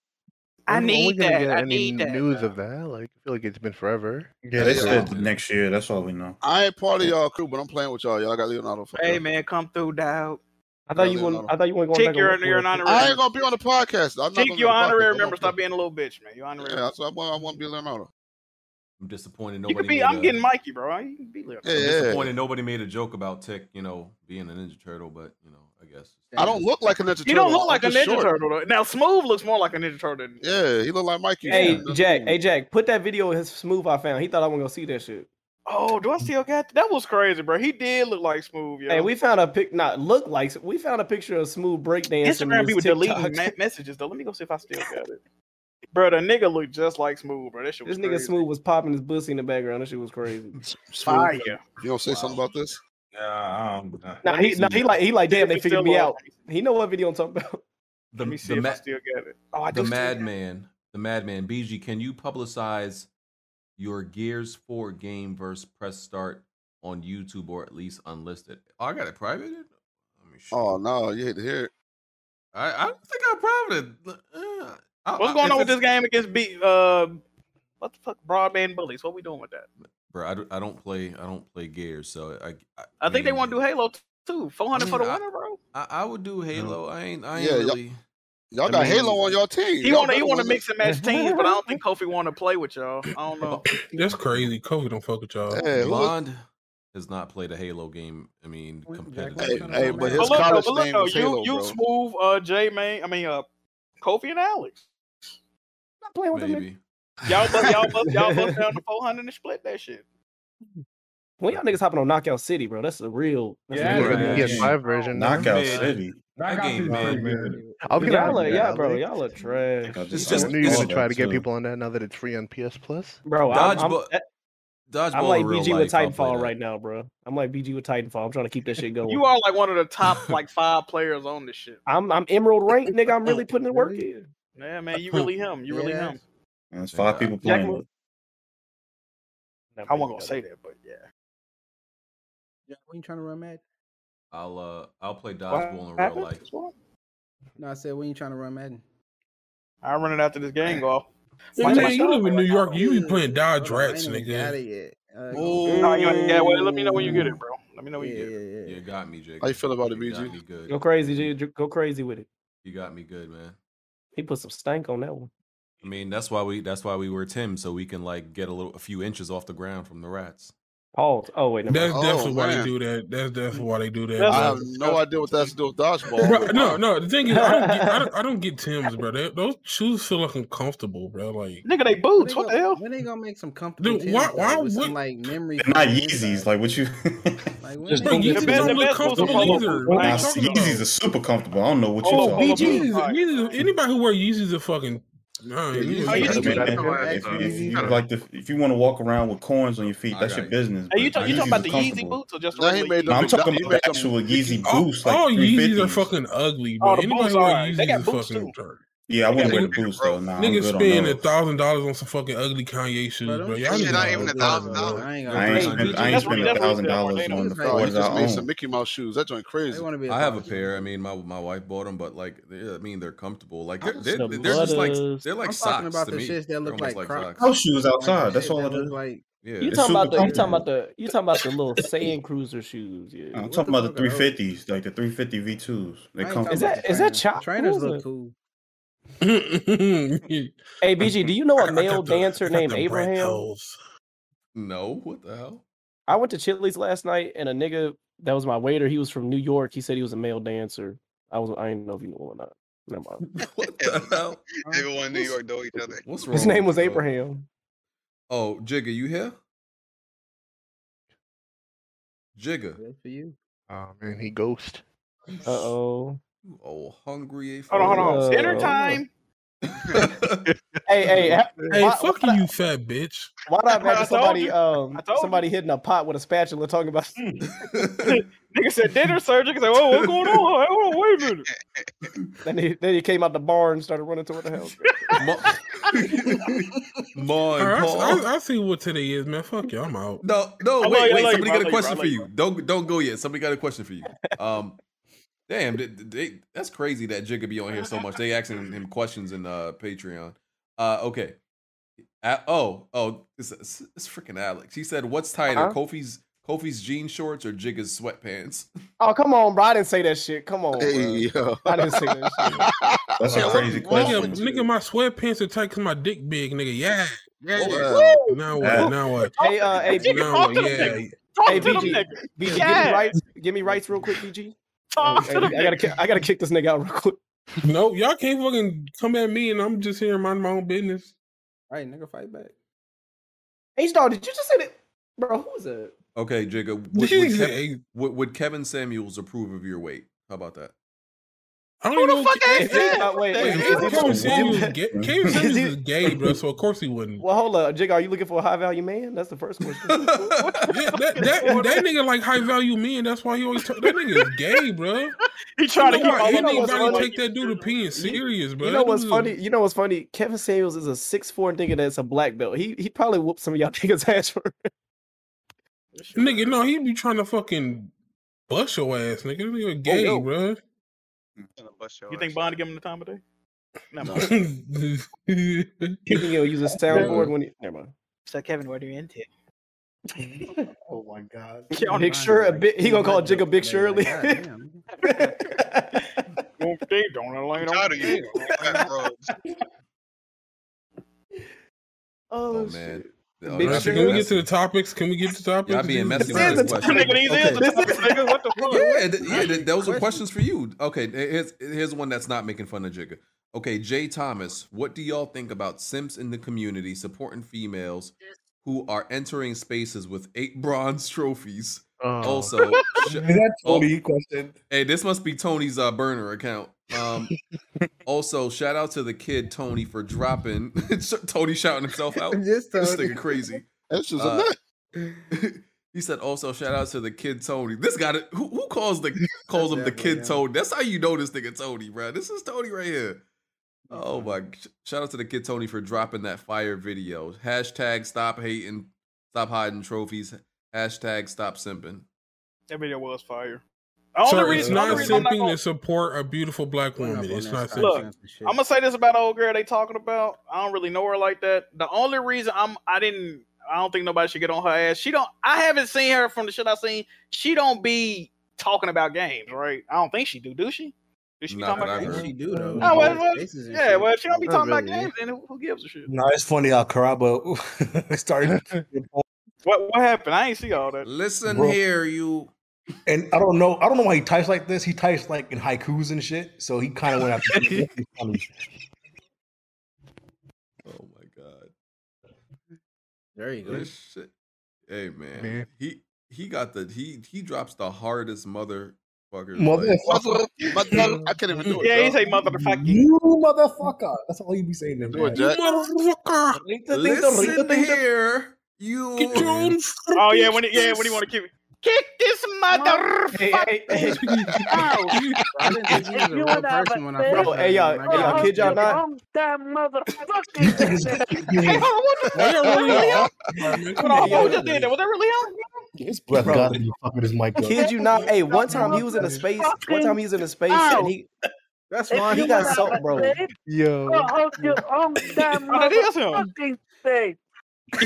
S6: I
S16: when we
S6: need
S16: gonna
S6: that,
S16: get
S6: I
S16: any
S6: need that,
S16: news of that. Like, I feel like it's been forever.
S7: Yeah, they said next year. That's all we
S11: uh,
S7: know.
S6: I ain't part of y'all crew, but I'm playing with y'all. Y'all got Leonardo. For
S4: Hey man, come through, dog.
S11: I thought you were. I thought you were going.
S4: Chick,
S11: back and
S4: you're
S11: look
S4: an- you're
S11: for
S4: an
S11: it.
S4: honorary
S6: I ain't gonna be on the podcast. I'm not gonna
S4: Chick,
S6: be
S4: your
S6: on the podcast.
S4: honorary
S6: I'm
S4: member,
S6: on-
S4: stop being a little bitch, man. Your honorary.
S6: Yeah, that's why I want, I want to be Leonardo.
S3: I'm disappointed
S4: you
S3: nobody.
S4: could be.
S3: made
S4: I'm
S3: a-
S4: getting Mikey, bro. You can be
S3: I'm
S4: Leonardo.
S3: disappointed nobody made a joke about Tick, you know, being a Ninja Turtle, but you know, I guess
S6: I don't look like a Ninja Turtle.
S4: You don't look like
S6: I'm
S4: a
S6: just
S4: Ninja
S6: short.
S4: Turtle. Though. Now, Smooth looks more like a Ninja Turtle than
S6: Yeah, he look like Mikey.
S11: Hey Jack, hey Jack, put that video of his smooth I found. He thought I wasn't gonna see that shit.
S4: Oh, do I still got that? was crazy, bro. He did look like Smooth, yo.
S11: Hey, we found a pic. Not look like we found a picture of smooth breakdancing.
S4: Instagram be
S11: with
S4: deleting
S11: (laughs)
S4: me- messages though. Let me go see if I still got it. Bro, the nigga looked just like Smooth, bro. That shit was
S11: This nigga
S4: crazy.
S11: smooth was popping his pussy in the background. That shit was crazy.
S4: Fire.
S6: You gonna say something about this?
S15: Yeah,
S11: Nah, he, nah, he like he like damn. They
S4: It's
S11: figured
S4: still
S11: me
S4: on.
S11: out. He know what video I'm talking about.
S3: the,
S4: Let me
S3: the
S4: see if I
S3: ma-
S4: still got it. Oh, I do.
S3: the
S4: still got it.
S3: madman, the madman. BG, can you publicize your Gears 4 game versus press start on YouTube or at least unlisted? Oh, I got it privated.
S6: Oh no, you hate to hear it.
S3: I, I don't think I privated. Uh, I-
S4: What's
S3: I-
S4: going
S3: if
S4: on with this
S3: it's-
S4: game against B? Uh, what the fuck, broadband bullies? What we doing with that?
S3: Bro, I don't, I don't play. I don't play Gears, so I. I,
S4: I think they
S3: mean,
S4: want to do Halo t- too. Four hundred for the
S3: mean, I-
S4: winner, bro.
S3: I, I would do Halo. I ain't. I ain't
S6: Yeah, y'all-
S3: really.
S6: Y'all
S3: I
S6: got
S3: mean-
S6: Halo on your team.
S4: He
S6: Y'all
S4: want to he
S6: better
S4: want to
S6: win
S4: mix
S6: it.
S4: and match teams, but I don't
S11: (laughs)
S4: think Kofi want to play with y'all. I don't know.
S3: (coughs)
S2: That's crazy. Kobe don't fuck with y'all.
S6: Hey, who was-
S3: Bond has not played a Halo game. I mean, competitively.
S6: Hey, hey, but his
S4: look, though,
S6: college
S4: but look,
S6: name
S4: though,
S6: was
S4: you,
S6: Halo,
S4: you
S6: bro.
S4: smooth, uh, J Main. I mean, uh, Kofi and Alex.
S11: Not playing
S3: with Maybe.
S4: Y'all bust, y'all bust, y'all
S3: (laughs)
S4: bust down to four hundred and split that shit.
S11: When y'all niggas hopping on Knockout City, bro, that's a real. That's
S4: Yeah,
S11: a real
S4: that's
S11: game.
S16: the PS5 version.
S7: Knockout
S16: Man.
S7: City.
S16: That
S3: game,
S16: man. I'll be
S11: Y'all
S16: honest
S11: are,
S16: with
S11: y'all, bro,
S16: Alex.
S11: y'all are trash.
S3: It's
S16: I
S3: just-
S16: knew you were
S3: it's-
S16: gonna try to get
S3: Yeah.
S16: people on that now that it's free on PS Plus.
S11: Bro, I'm, I'm,
S3: Dodgeball- Dodgeball
S11: I'm like
S3: in real
S11: BG with
S3: life, I'll play
S11: Titanfall
S3: that.
S11: right now, bro. I'm like BG with Titanfall. I'm trying to keep that (laughs) shit going.
S4: You are like one of the
S3: (laughs)
S4: top like five players on this shit.
S11: I'm I'm Emerald rank, nigga. I'm really putting the (laughs) work in.
S4: Yeah, man, you really him. You really
S11: Yeah.
S3: (laughs)
S4: him.
S7: And it's five people
S11: Jack
S7: playing.
S11: Mo-
S7: it.
S4: I wasn't gonna say that, but yeah.
S10: Yeah, we ain't trying to run mad.
S3: I'll uh I'll play dodgeball in real
S4: happened?
S3: life.
S10: No, I said we ain't trying to run Madden.
S4: I run it after this game go.
S2: Yeah, man, you live in New York. You be playing Dodge Rats, nigga.
S4: No, you ain't- yeah, well, let me know when you get it, bro. Let me know when you get it.
S3: You got me, Jake.
S6: How you feel about it,
S3: You got me
S6: BG?
S3: good.
S11: Go crazy, G. J- Go crazy with it.
S3: You got me good, man.
S11: He put some stank on that one.
S3: I mean, that's why we that's why we were Tim, so we can like get a little a few inches off the ground from the rats.
S11: Pause. Oh wait, never
S2: That's
S11: mind.
S2: definitely why they
S6: man.
S2: do that. That's definitely why they do that.
S6: I have
S2: bro.
S6: no idea what that's to do with dodgeball.
S2: Bro,
S6: but-
S2: no, no. The thing is, I don't get, (laughs) I don't, I don't get Tim's, bro. They, those shoes feel like uncomfortable, bro. Like,
S4: Nigga, they boots. What the hell?
S10: When they gonna make some comfortable
S2: Dude, why-
S10: Tim's,
S2: why
S10: though, with
S2: would-
S10: some, like memory?
S7: They're not
S10: foam?
S7: Yeezys. Like what you? (laughs)
S10: Like, when
S7: Just
S10: they
S7: don't
S10: gonna
S7: get
S10: make
S7: Tim's
S10: some
S7: on the
S10: comfortable
S2: comfortable
S10: Tim's?
S2: either.
S7: Nah,
S2: What are you talking about?
S7: Yeezys are super comfortable. I don't know what you
S2: Oh,
S7: talking
S2: Yeezys,
S7: about.
S2: Yeezys. Anybody who wear Yeezys are fucking. Nah, Oh, you-
S7: I mean, if, if you- if you like the, if you want to walk around with corns on your feet, that's your business.
S4: Hey, you,
S7: but
S4: talk, you talking
S7: Yeezys
S4: about
S7: are
S4: the Yeezy
S7: comfortable.
S4: boots or just
S6: Nah, he
S4: regular
S6: made
S4: Yeezys?
S7: No, I'm
S6: He
S7: talking
S6: made
S7: about the
S6: them-
S7: actual Yeezys
S2: All,
S7: boots, like
S2: all Yeezys
S7: 350s.
S2: are fucking ugly,
S4: Oh,
S2: bro.
S4: the
S2: Anybody
S4: boots
S2: who wear
S4: are-
S2: Yeezys
S4: they got
S2: is
S4: boots,
S2: fucking. retarded.
S7: Yeah, I wouldn't wear the boots though. Nah, I'm
S2: Niggas
S7: good on
S2: spend a
S7: those.
S2: thousand dollars on some fucking ugly Kanye shoes,
S7: But
S2: bro.
S7: them
S2: Y'all
S7: shit
S2: niggas
S7: not
S2: are
S7: even a
S2: retarded,
S7: thousand
S2: bro.
S7: dollars. I ain't gonna- I ain't spend- I ain't spend a thousand dollars on the
S6: Oh,
S7: four
S6: he
S7: that
S6: just
S7: I
S6: made
S7: own.
S6: some Mickey Mouse shoes. That joint crazy.
S3: I (laughs) have a pair. I mean, my my wife bought them, but like, they, I mean, they're comfortable. Like, they're,
S10: I'm
S3: they're,
S10: some
S3: they're just like
S10: butters.
S3: they're like
S10: I'm
S3: socks
S10: talking about
S3: to
S10: the
S3: me.
S10: shits that
S3: They're
S10: look
S3: almost
S10: like Croc-
S3: socks.
S10: House shoes outside, that's all it
S11: that
S10: is.
S11: look Like,
S3: Yeah,
S11: you
S3: it's
S11: talking about
S3: super
S11: the you talking
S3: comfortable.
S11: about the you talking about the little sand cruiser shoes? Yeah,
S7: I'm
S11: What
S7: talking about the
S11: fuck are those?
S7: 350s, like the 350 V2s. They
S11: I ain't
S7: come.
S11: talking Is about that- the is that trainers. chop- (laughs) Trainers what is look it?
S10: cool.
S11: Hey BG, do you know
S7: I
S11: a
S7: got
S11: male
S7: the-
S11: dancer
S7: I got
S11: named
S7: the Brett
S11: Abraham?
S2: hoes.
S3: No, what the hell?
S11: I went to Chili's last night, and a nigga that was my waiter, he was from New York. He said he was a male dancer. I was I didn't know if you knew or not. Never
S4: (laughs)
S11: mind.
S3: What the hell?
S17: (laughs)
S3: (laughs)
S17: Everyone in New York know each other. (laughs)
S3: What's wrong?
S11: His name
S3: with
S11: was
S3: y'all?
S11: Abraham.
S3: Oh, Jigga, you here? Jigga.
S10: Good for you.
S18: Oh man, he ghost.
S3: Uh (laughs)
S11: oh.
S3: Oh, hungry.
S4: Hold on, hold on.
S3: AF.
S4: Dinner time.
S3: (laughs)
S11: Hey, hey,
S4: (laughs)
S11: ha-
S2: Hey,
S11: why,
S2: fuck you, fat bitch.
S11: why do I
S4: I
S11: imagine
S4: told
S11: somebody
S4: you.
S11: um
S4: I told you. Hmm.
S11: somebody hitting a pot with a spatula talking about (laughs)
S4: Nigga said dinner surgery. He's like, oh, what's going on? Hey, hold on, wait a minute.
S11: then he then he came out the barn and started running toward the house.
S3: Ma
S2: All
S3: and
S2: right, I,
S3: Paul.
S2: I, I see what today is, man. Fuck you, I'm out.
S3: No, no, wait, wait. Somebody got a question for you. Don't don't go yet. Somebody got a question for you. Um, damn, they, they, that's crazy that Jigga be on here so much. They asking him questions in uh Patreon. Uh, okay. Uh, oh, oh, it's, it's, it's freaking Alex. He said, "What's tighter,
S11: Uh-huh.
S3: Kofi's Kofi's jean shorts or Jigga's sweatpants?"
S11: Oh come on, bro! I didn't say that shit. Come on,
S6: Hey,
S11: bro.
S6: yo.
S11: I didn't say
S2: (laughs)
S11: that shit.
S7: That's a crazy
S2: Nigga,
S7: question.
S2: nigga, my sweatpants are tight because my dick big, nigga. Yeah.
S7: Oh,
S2: Yeah.
S11: Woo!
S2: uh, Now
S7: Yeah.
S2: what? Now what?
S11: Hey, uh, hey,
S2: Now what?
S11: BG.
S2: Yeah.
S4: Talk
S11: Hey,
S4: to them
S11: BG.
S4: niggas.
S11: BG, give me
S4: Yes.
S11: rights. Give me rights real quick, BG.
S4: Talk
S11: Hey,
S4: to them
S11: I gotta, ki- I gotta kick this nigga out real
S2: (laughs)
S11: quick.
S2: No, y'all can't fucking come at me and I'm just here minding my own business.
S10: Right, nigga, fight back.
S11: H dog, did you just say that, bro? Who was that?
S3: Okay, Jigga. Would, would, Kevin, would, would Kevin Samuels approve of your weight? How about that?
S2: I don't even know.
S11: fuck
S2: Ke-
S11: asked that? Uh, wait, wait,
S2: Hey,
S11: is he-
S2: Kevin Samuels,
S11: Is
S2: gay, Kevin Samuels is gay, bro. So of course he wouldn't.
S11: Well, hold up, Jig. Are you looking for a high value man? That's the first question.
S2: That, that, that nigga like high value men. That's why he always talk, that nigga is gay, bro.
S4: He trying
S11: to keep all- you know what's
S2: anybody
S11: funny?
S2: take that dude opinion serious, (laughs) bro.
S11: you know
S2: That
S11: what's
S2: dude's a-
S11: funny? You know what's funny? Kevin Samuels is a six four nigga that's a black belt. He he probably whooped some of y'all (laughs) niggas ass for.
S2: Nigga, no, he be trying to fucking bust your ass, nigga. That nigga gay,
S4: yo.
S2: bro.
S4: You think Bond give him the time of day? Never mind. (laughs)
S2: Kevin,
S11: (laughs) you use a soundboard when you. Never mind.
S4: So Kevin, what are you into?
S12: Oh my god.
S11: Big sure, a bit. He gonna call Jig a big Shirley.
S4: Don't stay, don't allow don't stay.
S11: (laughs)
S4: (laughs)
S11: Oh,
S3: man.
S2: All
S3: Oh,
S2: right,
S3: y'all
S2: so
S3: being
S2: can we get
S3: messy.
S2: to the topics? Can we get to the topics?
S3: Y'all being messy
S2: Jesus
S3: with this
S2: Christ.
S3: question. Okay.
S4: nigga,
S3: (laughs)
S4: what the fuck?
S3: Yeah, th- yeah, th- those are questions for you. Okay, th- here's here's one that's not making fun of Jigga. Okay, Jay Thomas, what do y'all think about simps in the community supporting females who are entering spaces with eight bronze trophies?
S12: (laughs)
S3: Also, sh-
S12: Oh. Is that
S3: al-
S12: Tony question?
S3: hey, this must be Tony's uh, burner account.
S12: (laughs)
S3: Um, also, shout out to the kid Tony for dropping (laughs) Tony shouting himself out.
S10: Yes,
S3: this
S10: Tony.
S3: nigga crazy.
S6: That's just
S3: a nut. He said also shout out to the kid Tony. This guy that- who, who calls the calls him the kid Tony. That's how you know this nigga Tony, bro. This is Tony right here. Oh my! sh- Shout out to the kid Tony for dropping that fire video. Hashtag stop hating, stop hiding trophies. Hashtag stop simping.
S4: (laughs) That video was fire. The only
S2: Sir, it's
S4: reason,
S2: not
S4: only reason I'm not
S2: simping
S4: gonna,
S2: to support a beautiful black woman. It's not
S4: look,
S2: simping.
S4: I'm gonna say this about old girl they talking about. I don't really know her like that. The only reason I'm I didn't I don't think nobody should get on her ass. She don't I haven't seen her from the shit I seen. She don't be talking about games, right? I don't think she do, do she? Do she be
S3: Not
S4: talking about
S3: that I
S4: games?
S3: heard.
S10: She do though.
S4: Oh, well,
S10: Those
S4: well,
S10: faces and
S4: yeah,
S10: shit.
S4: well, if she don't be
S10: Not
S4: talking about
S10: really.
S4: games, then who who gives a shit?
S12: No, it's funny how Carabo started.
S4: What what happened? I ain't see all that.
S3: Listen
S12: Bro.
S3: here, you.
S12: And I don't know. I don't know why he types like this. He types like in haikus and shit. So he kind of went
S11: (laughs)
S12: after. It's funny.
S3: Oh my god.
S10: There you go.
S3: This shit. Hey man.
S10: Man.
S3: he he got the he he drops the hardest motherfucker.
S12: Motherfucker.
S6: Mother, mother, I can't even do it.
S4: Yeah, he
S6: dog.
S4: say motherfucking.
S12: You motherfucker. That's all you be saying to
S6: Do it,
S12: him.
S6: Jack.
S2: Motherfucker.
S12: Ring the ding dong, ring the
S3: Listen
S12: ding dong.
S3: here, you.
S4: Oh yeah, when he, yeah, when he want to keep Kick this mother.
S11: Oh.
S10: You
S19: real
S10: and I
S19: person when I first
S10: upstairs. Bro,
S19: met
S10: hey,
S19: you,
S10: y'all-
S19: like,
S10: hey, y'all,
S19: I
S10: kid y'all
S19: was
S10: not?
S19: wrong, That
S4: (laughs)
S19: motherfucking.
S11: His
S5: breath
S11: Bro.
S5: gotta be fucking his mic up.
S11: Kid you not? Hey, one time he was in a space. One time he was in a space and he.
S19: That's
S11: If
S19: fine.
S11: you
S19: He
S11: got
S19: went
S11: salt,
S19: out
S11: bro.
S19: upstairs,
S9: Yo.
S19: Go hold your own damn
S4: Oh, that is him.
S19: motherfucking thing.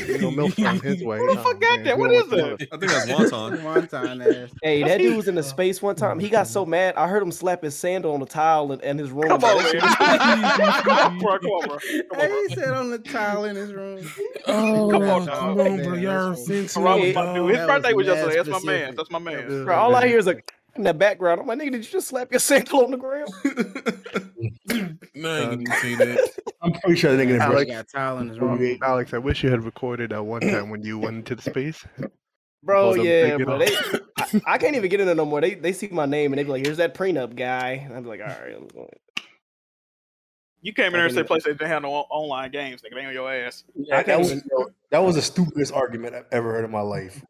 S9: You know, milk from his way.
S19: Who the fuck got that? What is
S9: that?
S19: it?
S11: I think that's wonton.
S10: Wonton ass.
S11: Hey, that dude was in the space one time. He got so mad, I heard him slap his sandal on the tile in, in his room.
S4: Come on,
S10: (laughs)
S4: man. come on, (laughs) bro. Come on, bro.
S10: Hey, he sat on the tile in his room.
S2: Oh,
S4: (laughs) Come on,
S2: come
S4: dog.
S2: on, bro. Y'all are offensive.
S4: Bro, dude, his
S10: That
S4: birthday
S10: was
S4: was yesterday.
S10: mad
S4: That's my man.
S10: specific.
S4: That's my man.
S11: Bro, all I hear is a in the background. I'm like, nigga, did you just slap your (laughs) sandal on the ground?
S2: No, you didn't say that.
S7: (laughs)
S9: I'm pretty sure
S10: that nigga didn't Alex break-
S9: Alex,
S10: got tile in his room.
S9: Alex, I wish you had recorded at one time when you went into the space.
S11: Bro,
S9: Hold up,
S11: yeah,
S9: take it
S11: bro.
S9: off.
S11: They, I,
S20: (laughs)
S11: I can't even get in there no more. They they see my name and they be like, "Here's that prenup guy." And I'm like, "All right, I'm going."
S4: You came in there and said
S11: Fucking-
S4: PlayStation didn't have no on- online games. Nigga, they on your ass.
S20: That, that was, that was the stupidest argument I've ever heard in my life.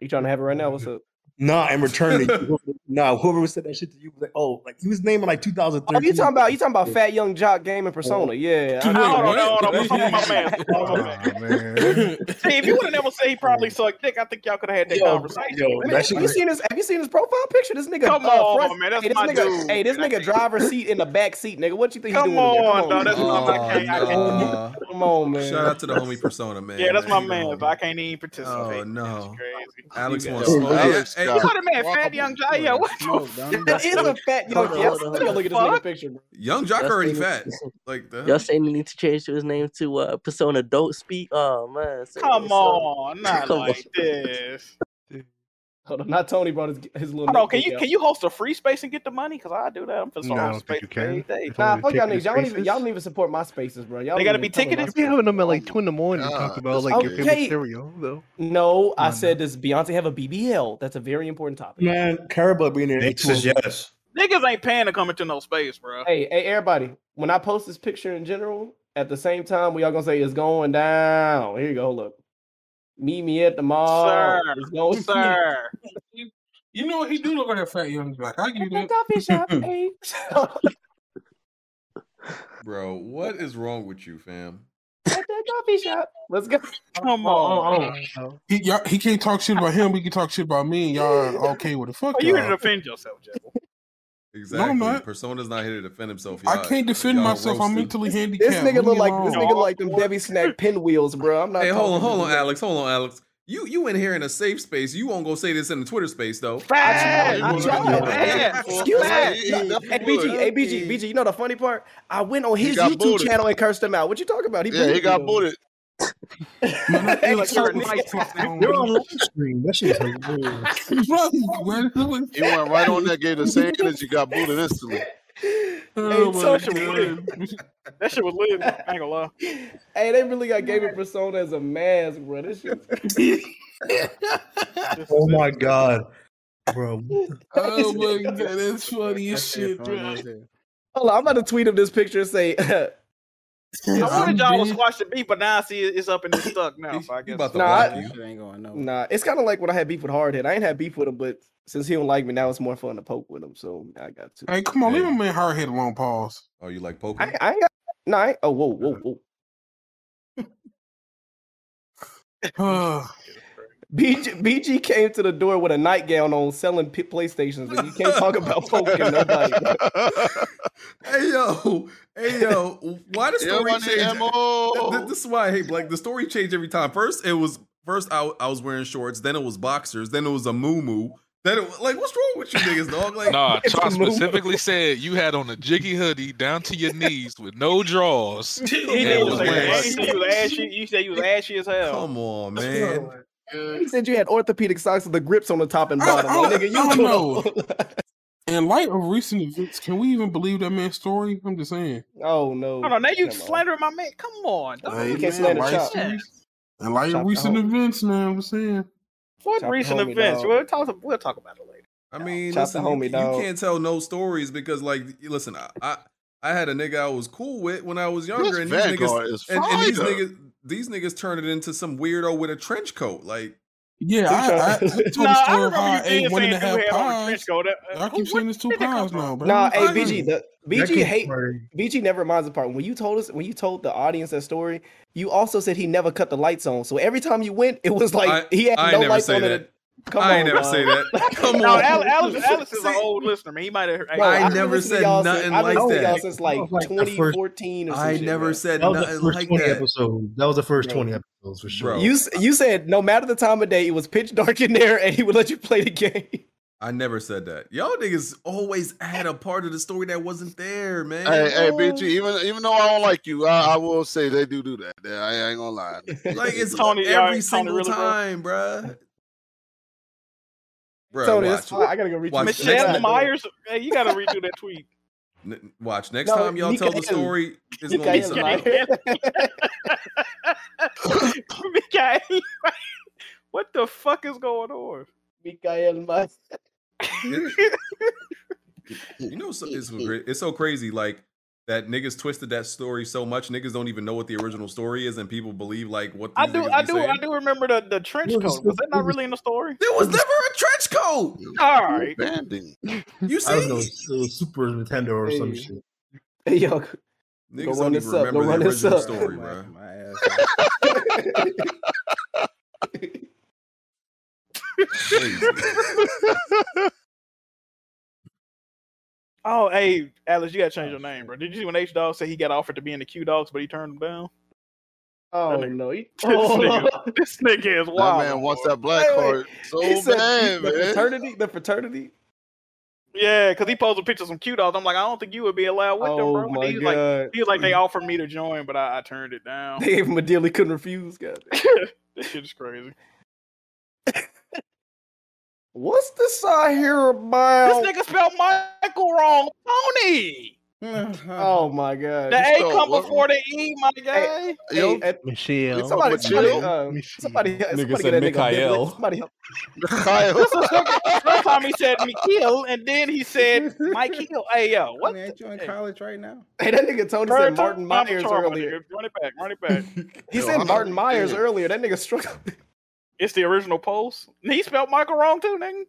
S11: You trying to have it right now? What's up?
S20: Nah, in return to you. (laughs) Nah, whoever said that shit to you was like, oh, like he was naming like 2013.
S11: Oh, you talking about you talking about fat young jock gaming
S4: Oh.
S11: persona? Yeah. I
S20: Wait,
S11: know.
S20: what?
S4: Hold on, hold
S9: (laughs)
S4: on, my man. Hold on, my
S9: Oh,
S4: man. See, if you would have never said he probably sucked dick, I think y'all could have had that conversation.
S11: Man, have you seen his? Have you seen his profile picture? This nigga.
S4: Come
S11: uh,
S4: on,
S11: front-
S4: man, that's
S11: hey, this
S4: my
S11: nigga,
S4: dude.
S11: Hey, this nigga driver seat in the back seat, nigga. What you think?
S4: Come
S11: he doing in there?
S4: on, dog. That's
S11: man.
S4: my man. I can't-
S20: Oh,
S4: I can't-
S11: Come on, man.
S3: Shout out to the homie persona, man.
S4: Yeah, that's my
S3: You
S4: man.
S3: know.
S4: But I can't even participate.
S3: Oh no,
S4: crazy.
S3: Alex
S4: You
S3: wants
S4: got-
S3: smoke.
S4: Hey,
S3: Alex,
S4: hey,
S3: got-
S4: what a man, fat young guy. Yeah, what (laughs) the
S11: That is a fat young
S4: Hold on,
S11: yeah,
S4: hold on,
S11: take a Look at this nigga
S4: Fuck.
S11: picture, bro.
S3: Young Jock
S16: That's
S3: already
S16: the-
S3: fat. (laughs) Like the
S16: Y'all saying he need to change to his name to uh, Persona Dope Speak? Oh man, say
S4: Come
S9: (laughs)
S16: what's up.
S4: on, not
S16: Come on.
S4: like this.
S11: Hold on, not Tony brought his, his little.
S4: Hold on,
S11: nigga
S4: can
S11: dick
S4: you
S11: out.
S4: can you host a free space and get the money? Cause I do that. I'm for
S9: No, I
S4: sorry.
S9: don't think you can. It's
S11: Nah,
S9: only
S11: fuck y'all
S9: ticketed
S11: niggas. Y'all don't even
S9: spaces.
S11: y'all don't even support my spaces, bro. Y'all
S4: They
S11: don't
S4: gotta
S11: even
S4: be
S11: fuck with my
S9: You be having them at like two in the morning and talk about like your favorite
S11: Okay.
S9: cereal, though.
S11: No, I said does Beyonce have a BBL? That's a very important topic.
S20: Man, Caraba being there.
S11: Nick says
S20: yes.
S4: Niggas ain't paying to come into no space, bro.
S11: Hey, hey, everybody! When I post this picture in general, at the same time, we all gonna say it's going down. Here you go. Look, meet me at the mall.
S2: Sir,
S11: it's going
S4: sir.
S2: You know what? He do look like a fat young black. I give you that.
S11: coffee shop. hey.
S4: eh?
S2: (laughs)
S3: bro, what is wrong with you, fam?
S11: At that coffee shop. Let's go.
S4: Come
S10: Oh,
S2: on. He, y'all, he can't talk shit about him. We can talk shit about me, and y'all are okay with the fuck.
S4: Oh, you
S2: y'all.
S4: didn't offend yourself, Jeff.
S3: Exactly.
S2: not.
S3: Persona's not here to defend himself.
S2: I
S3: Y'all-
S2: can't defend
S3: y'all
S2: myself. I'm
S3: roasted.
S2: mentally handicapped.
S11: This nigga
S2: Leave
S11: look
S2: me
S11: like this
S2: alone.
S11: nigga like them Debbie Snack pinwheels, bro. I'm not.
S3: Hey, hold
S11: talking
S3: on,
S11: to
S3: hold
S11: you.
S3: on, Alex. Hold on, Alex. You you in here in a safe space. You won't go say this in the Twitter space though.
S11: I
S3: You
S11: tried. I
S3: won't-
S11: tried.
S3: Yeah.
S11: Excuse me.
S3: Yeah.
S11: No, Hey, BG, hey, BG, BG, you know the funny part? I went on his
S6: got
S11: YouTube
S6: booted.
S11: channel and cursed him out. What you talking about?
S6: Yeah, he
S11: booted
S6: got
S11: me.
S6: booted.
S11: (laughs) Hey,
S20: You're
S11: certain-
S20: on live stream. That shit is hilarious.
S6: He went right on that, gave the same energy, got booted instantly.
S11: Hey,
S4: that
S11: Tony.
S4: shit was lit. Oh, (laughs) That shit was lit. I ain't gonna lie.
S11: Hey, they really got gaming persona as a mask, bro. This shit.
S20: oh my god, bro.
S2: (laughs) Oh my god, that's funny as shit, bro.
S11: Hold on, I'm about to tweet him this picture and say, (laughs)
S4: I wanted
S11: I'm
S4: y'all to
S11: dead.
S4: watch the beat, but now I see it- it's up and it's stuck now. So I guess
S11: about to Nah, block I- you.
S10: ain't going nowhere.
S11: "Nah." It's kind of like when I had beef with Hardhead. I ain't had beef with him, but since he don't like me, now it's more fun to poke with him. So I got to.
S2: Hey, come on, leave him in her head alone. Pause.
S3: Oh, you like poker?
S11: I, I ain't got. No, I ain't, oh whoa, whoa, whoa. (sighs) BG, BG came to the door with a nightgown on, selling P- PlayStations, and you can't talk about poking nobody.
S3: (laughs) Hey yo, hey yo, why the
S11: Yeah,
S3: story
S11: my nigga
S3: change?
S6: Mo.
S3: Th- th- This is why I hate like the story changed every time. First it was first I, I was wearing shorts, then it was boxers, then it was a muumuu. Then it was like what's wrong with you niggas, dog? Like
S12: Nah,
S3: (laughs) it's
S12: Tron
S3: a muumuu.
S12: Uh, specifically said you had on a jiggy hoodie down to your knees with
S6: (laughs)
S12: no drawers.
S4: He
S12: and
S4: did
S12: was
S4: say
S12: wearing-
S4: that. He said you was ashy. You said you was ashy as hell.
S3: Come on, man.
S11: He said you had orthopedic socks with the grips on the top and
S2: I-
S11: bottom.
S2: I-
S11: Like, nigga,
S2: I
S11: you
S2: don't
S11: know.
S2: In light of recent events, can we even believe that man's story? I'm just saying.
S11: Oh no!
S4: Hold on, now you slandering my man. Come on, dog.
S2: Hey,
S11: You
S2: man,
S11: can't slander
S2: life
S11: Chop.
S2: serious. In light
S11: Chop
S2: of
S11: the
S2: recent events, man, I'm saying.
S4: What
S11: Chop the
S4: recent
S11: homie,
S4: events?
S11: dog.
S4: We'll talk. We'll talk about it later.
S3: I mean,
S11: Chop
S3: listen,
S11: the
S3: you-
S11: homie,
S3: you,
S11: dog.
S3: can't tell no stories because, like, listen, I, I I had a nigga I was cool with when I was younger, and these
S6: Vanguard
S3: niggas,
S6: is
S3: and, and these
S6: fire.
S3: niggas, these niggas turned it into some weirdo with a trench coat. Like,
S2: Yeah, I, I, I told
S4: Nah, I
S2: the story of
S4: remember
S2: how
S4: you
S2: I ate
S4: did
S2: one and a
S4: saying
S2: half
S4: you had on a
S2: pounds.
S4: trench coat.
S2: I keep saying it's two pounds now, bro.
S11: Nah, hey
S2: I-
S11: BG, the
S2: That
S11: BG
S2: kid's
S11: hate BG never minds the part. When you told us, when you told the audience that story, you also said he never cut the lights on. So every time you went, it was like
S3: I-
S11: he had
S3: I ain't
S11: no
S3: never
S11: lights
S3: say
S11: on. in
S3: that.
S11: it. Come
S3: I
S11: on,
S3: ain't never
S11: dog.
S3: say that.
S4: (laughs)
S11: (laughs)
S3: Come
S4: No,
S3: on.
S4: Al-
S3: (laughs)
S4: Alice, Alice is an old listener, man. He might have.
S11: Bro,
S3: I
S11: I've been
S3: never
S11: listening to
S3: said
S11: y'all since-
S3: nothing
S11: I've been
S3: like
S11: listening to
S3: that.
S11: Y'all since like,
S3: That was like the first-
S11: 2014 or some
S3: I
S11: shit,
S3: never
S11: bro.
S3: said
S11: That was the
S3: nothing
S11: first
S3: like
S11: 20
S3: that.
S20: episode. That was the first
S11: Bro.
S20: twenty episodes for sure.
S3: Bro.
S11: You s- you said no matter the time of day, it was pitch dark in there, and he would let you play the game.
S3: I never said that. Y'all niggas always had a part of the story
S4: (laughs)
S3: that wasn't there, man.
S6: Hey, hey, BG. Even even though I don't like you, I, I will say they do do that. They- I ain't gonna lie.
S3: Like it's
S6: Tony, y'all- Tony,
S3: every single
S6: really, bro?
S3: time, bruh. Bruh,
S11: Tony,
S3: watch.
S11: it's fine. I gotta go read
S3: Watch.
S11: this.
S3: Next
S4: Michelle
S3: time-
S4: Myers. Hey, you gotta redo that tweet.
S3: N- watch. Next
S4: No,
S3: time y'all tell the
S4: Mikael.
S3: story, it's gonna be something.
S4: (laughs) Mikael, what the fuck is going on?
S11: Mikael Mas.
S3: You know, so,
S4: (laughs)
S3: it's, so great- it's so crazy. Like that niggas twisted that story so much, niggas don't even know what the original story is, and people believe like what
S4: I
S3: these
S4: do,
S3: niggas
S4: I
S3: be
S4: do,
S3: saying.
S4: I do remember the, the trench
S3: It was
S4: coat. Was
S3: just-
S4: that
S3: it
S4: not
S3: was-
S4: really in the story?
S3: There was never a trench coat.
S4: (laughs) All right,
S11: (laughs)
S6: Banding.
S3: You
S20: I don't know, it was Super Nintendo or some
S11: Hey.
S20: shit.
S11: Hey, yo, go
S3: Niggas
S11: run
S3: don't
S11: this
S3: even
S11: up. Go
S3: remember
S11: run
S3: the
S11: this
S3: original
S11: up. (laughs)
S3: story, bruh.
S4: Oh, hey, Alex, you gotta change
S11: Oh,
S4: your name, bro. Did you see when H Dog said he got offered to be in the Q Dogs, but he turned him down? (laughs)
S11: Oh no, (laughs) he,
S4: This nigga, this nigga is wild.
S6: man wants that black
S4: Wait, wait.
S6: card so
S11: he said
S6: bad,
S11: the
S6: man.
S11: fraternity, the fraternity.
S4: Yeah, because he posted pictures of some Q Dogs. I'm like, I don't think you would be allowed with
S11: Oh,
S4: them, bro.
S11: my
S4: And He was
S11: God.
S4: like, he was like, they offered me to join, but I, I turned it down.
S11: (laughs) They gave him a deal he couldn't refuse. God.
S4: this shit is crazy.
S11: What's this I hear
S4: This
S11: about?
S4: nigga spelled Michael wrong. Tony.
S11: oh my god.
S4: The A come before the E, my guy.
S11: Hey, hey, at-
S9: Michelle.
S11: somebody, somebody,
S9: Michelle.
S11: uh, somebody,
S9: Nigga
S11: somebody
S9: said
S11: get that nigga. a
S9: Mikhail.
S11: biblet. Somebody help.
S4: This is- First time he said Mikhail, and then he said Mikhail. Hey, yo, (laughs) what?
S10: Man, you in college right now?
S11: Hey, that nigga Tony
S4: Turn- turn
S11: said Martin
S4: Mama
S11: Myers
S4: Charmer,
S11: earlier.
S4: nigga. Run it back, run it
S3: (laughs)
S4: back.
S11: (laughs) He
S4: Yo,
S11: said
S4: I'm
S11: Martin
S4: not-
S11: Myers
S4: dude.
S11: earlier. That nigga struggled.
S4: It's the original post. And He spelled Michael wrong too, nigga.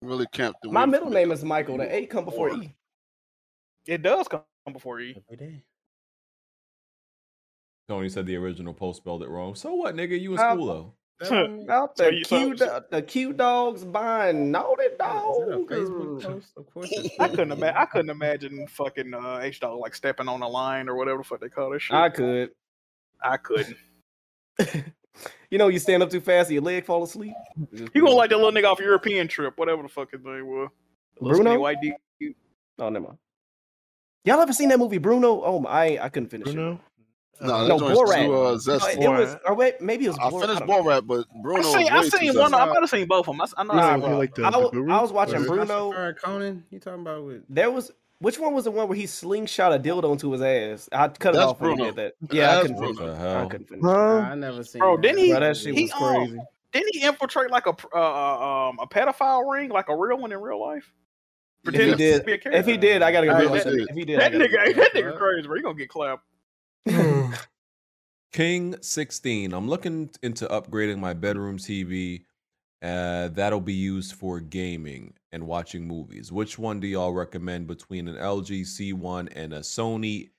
S6: Really can't do
S11: My middle name is Michael. The A come before E.
S4: It does come before E.
S3: Tony said the original post spelled it wrong. So what, nigga? You in
S11: Uh,
S3: school though?
S4: (laughs)
S11: Not
S4: So
S11: the
S4: you- so-
S11: Q, do- the Q dogs buying naughty dog.
S4: I couldn't imagine. I couldn't imagine fucking uh, H Dog like stepping on a line or whatever the fuck they call that shit.
S11: I could.
S4: I couldn't.
S11: You know, you stand up too fast, and your leg fall asleep.
S4: You gonna like that little nigga off European trip, whatever the fuck his name was. The little skinny
S11: Bruno?
S4: white dude.
S11: Oh, never mind. Y'all ever seen that movie Bruno? Oh my, I, I couldn't finish it.
S6: No, that
S11: no,
S6: joint's too,
S11: Borat.
S6: uh,
S11: No,
S6: zesty.
S11: it was, or wait, maybe it was.
S6: I
S11: Borat,
S6: finished
S11: don't know.
S6: Borat, but Bruno.
S4: I seen, I
S6: was way
S4: seen
S6: too
S4: one. I
S6: zesty.
S4: might have seen both of them. I s- I, know
S11: Nah,
S4: I
S11: bro.
S4: seen one.
S11: I, was, I was watching Bruno. Conan,
S10: You talking about with?
S11: There was which one was the one where he slingshot a dildo into his ass? I cut it
S10: That's
S11: off when he
S10: Bruno.
S11: did that. Yeah, I
S10: That's
S11: couldn't finish.
S10: Bruno.
S11: it.
S10: The
S11: I
S10: hell?
S11: couldn't finish.
S10: Huh? I never seen.
S4: Bro,
S10: that.
S4: didn't he?
S10: Bro, that shit
S4: he,
S10: was
S4: um,
S10: crazy.
S4: didn't he infiltrate like a pr- uh, uh, um a pedophile ring, like a real one in real life?
S11: If he
S4: Pretending to
S11: did,
S4: be a character.
S11: if he did, I gotta go
S4: Hey,
S11: rewatch that. If he did, I
S4: that
S11: gotta
S4: nigga,
S11: go-
S4: that nigga crazy, bro. You gonna get clapped.
S3: King 16. I'm looking into upgrading my bedroom TV. Uh, that'll be used for gaming and watching movies. Which one do y'all recommend between an LG C1 and a Sony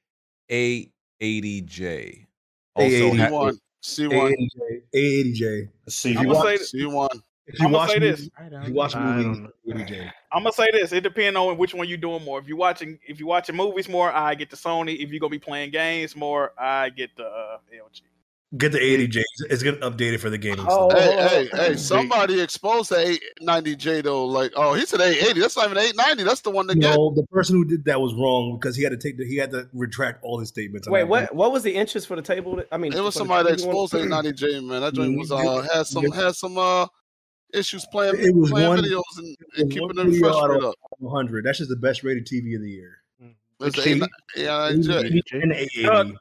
S3: A80J? Also,
S6: A81.
S3: ha-
S6: C1.
S20: A80J.
S7: See,
S4: I'ma say th-
S6: C1.
S20: If you
S4: I'ma
S20: watch
S4: say
S20: movies,
S4: this.
S20: if you watch
S4: I
S20: movies,
S4: don't
S20: A80J.
S4: I'm gonna say this. It depends on which one you're doing more. If you're watching, if you're watching movies more, I get the Sony. If you're gonna be playing games more, I get the uh, LG.
S20: Get the 80J. It's getting updated for the gaming.
S11: Oh,
S20: stuff.
S6: Hey, hey, hey! Somebody exposed the 890J though. Like, oh, he said 880. That's not even 890. That's the one that get.
S20: No, the person who did that was wrong because he had to take the, he had to retract all his statements.
S11: Wait, what? What was the inches for the table? that- I mean,
S6: It was
S11: for the
S6: somebody
S20: (clears throat)
S6: that
S11: TV one?
S6: exposed 890J, man. That
S20: Mm-hmm.
S6: joint was uh had some
S20: Yep.
S6: had some uh issues playing
S20: It was
S6: playing
S20: one.
S6: videos and,
S20: it
S6: and
S20: was
S6: keeping
S20: one
S6: the
S20: video
S6: refresh
S20: out
S6: rate
S20: of
S6: up.
S20: 100. That's just the best rated TV of the year.
S6: It's
S20: It should
S6: the 890J.
S20: be- it should be in the 80.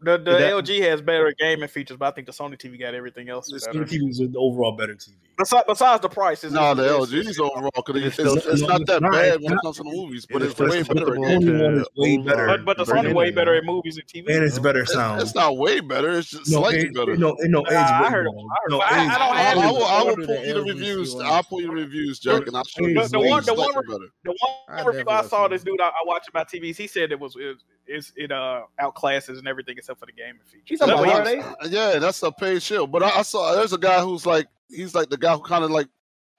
S4: The, the
S20: Did that-
S4: LG has better gaming features, but I think the Sony TV got everything else
S20: The
S4: better.
S20: Sony TV is an overall better TV.
S4: Besides, besides the prices.
S6: No, the LG's overall, 'cause it's, it's, it's not that bad when it comes to the movies, but it's way better. at
S20: Sony
S6: games.
S20: one is way better.
S4: But, but the
S20: version.
S4: Sony way better at movies and TV.
S20: And it's
S4: though.
S20: better
S6: It's,
S20: sound.
S6: it's not way better. It's just
S20: No,
S6: slightly
S20: it-
S6: better.
S20: no, it- no, it's
S4: I
S20: way
S4: heard-
S20: better.
S4: I heard-
S20: No,
S4: but I-
S20: it's-
S4: I don't have
S6: I
S4: it.
S6: will, I will
S4: Order the
S6: pull you the
S4: LG
S6: reviews.
S4: one.
S6: I'll pull you the reviews, Jack, and I'll show you.
S4: The, the one,
S6: It's
S4: the one,
S6: slightly better.
S4: the
S6: I
S4: one review
S6: definitely
S4: I
S6: watch
S4: saw this dude I, I watched about TVs. He said it was it, it's- it uh outclasses and everything except for the gaming features.
S6: That's
S4: That's what
S6: what
S4: he
S6: I'm- yeah, that's a paid shield. But I, I saw there's a guy who's like he's like the guy who kind of like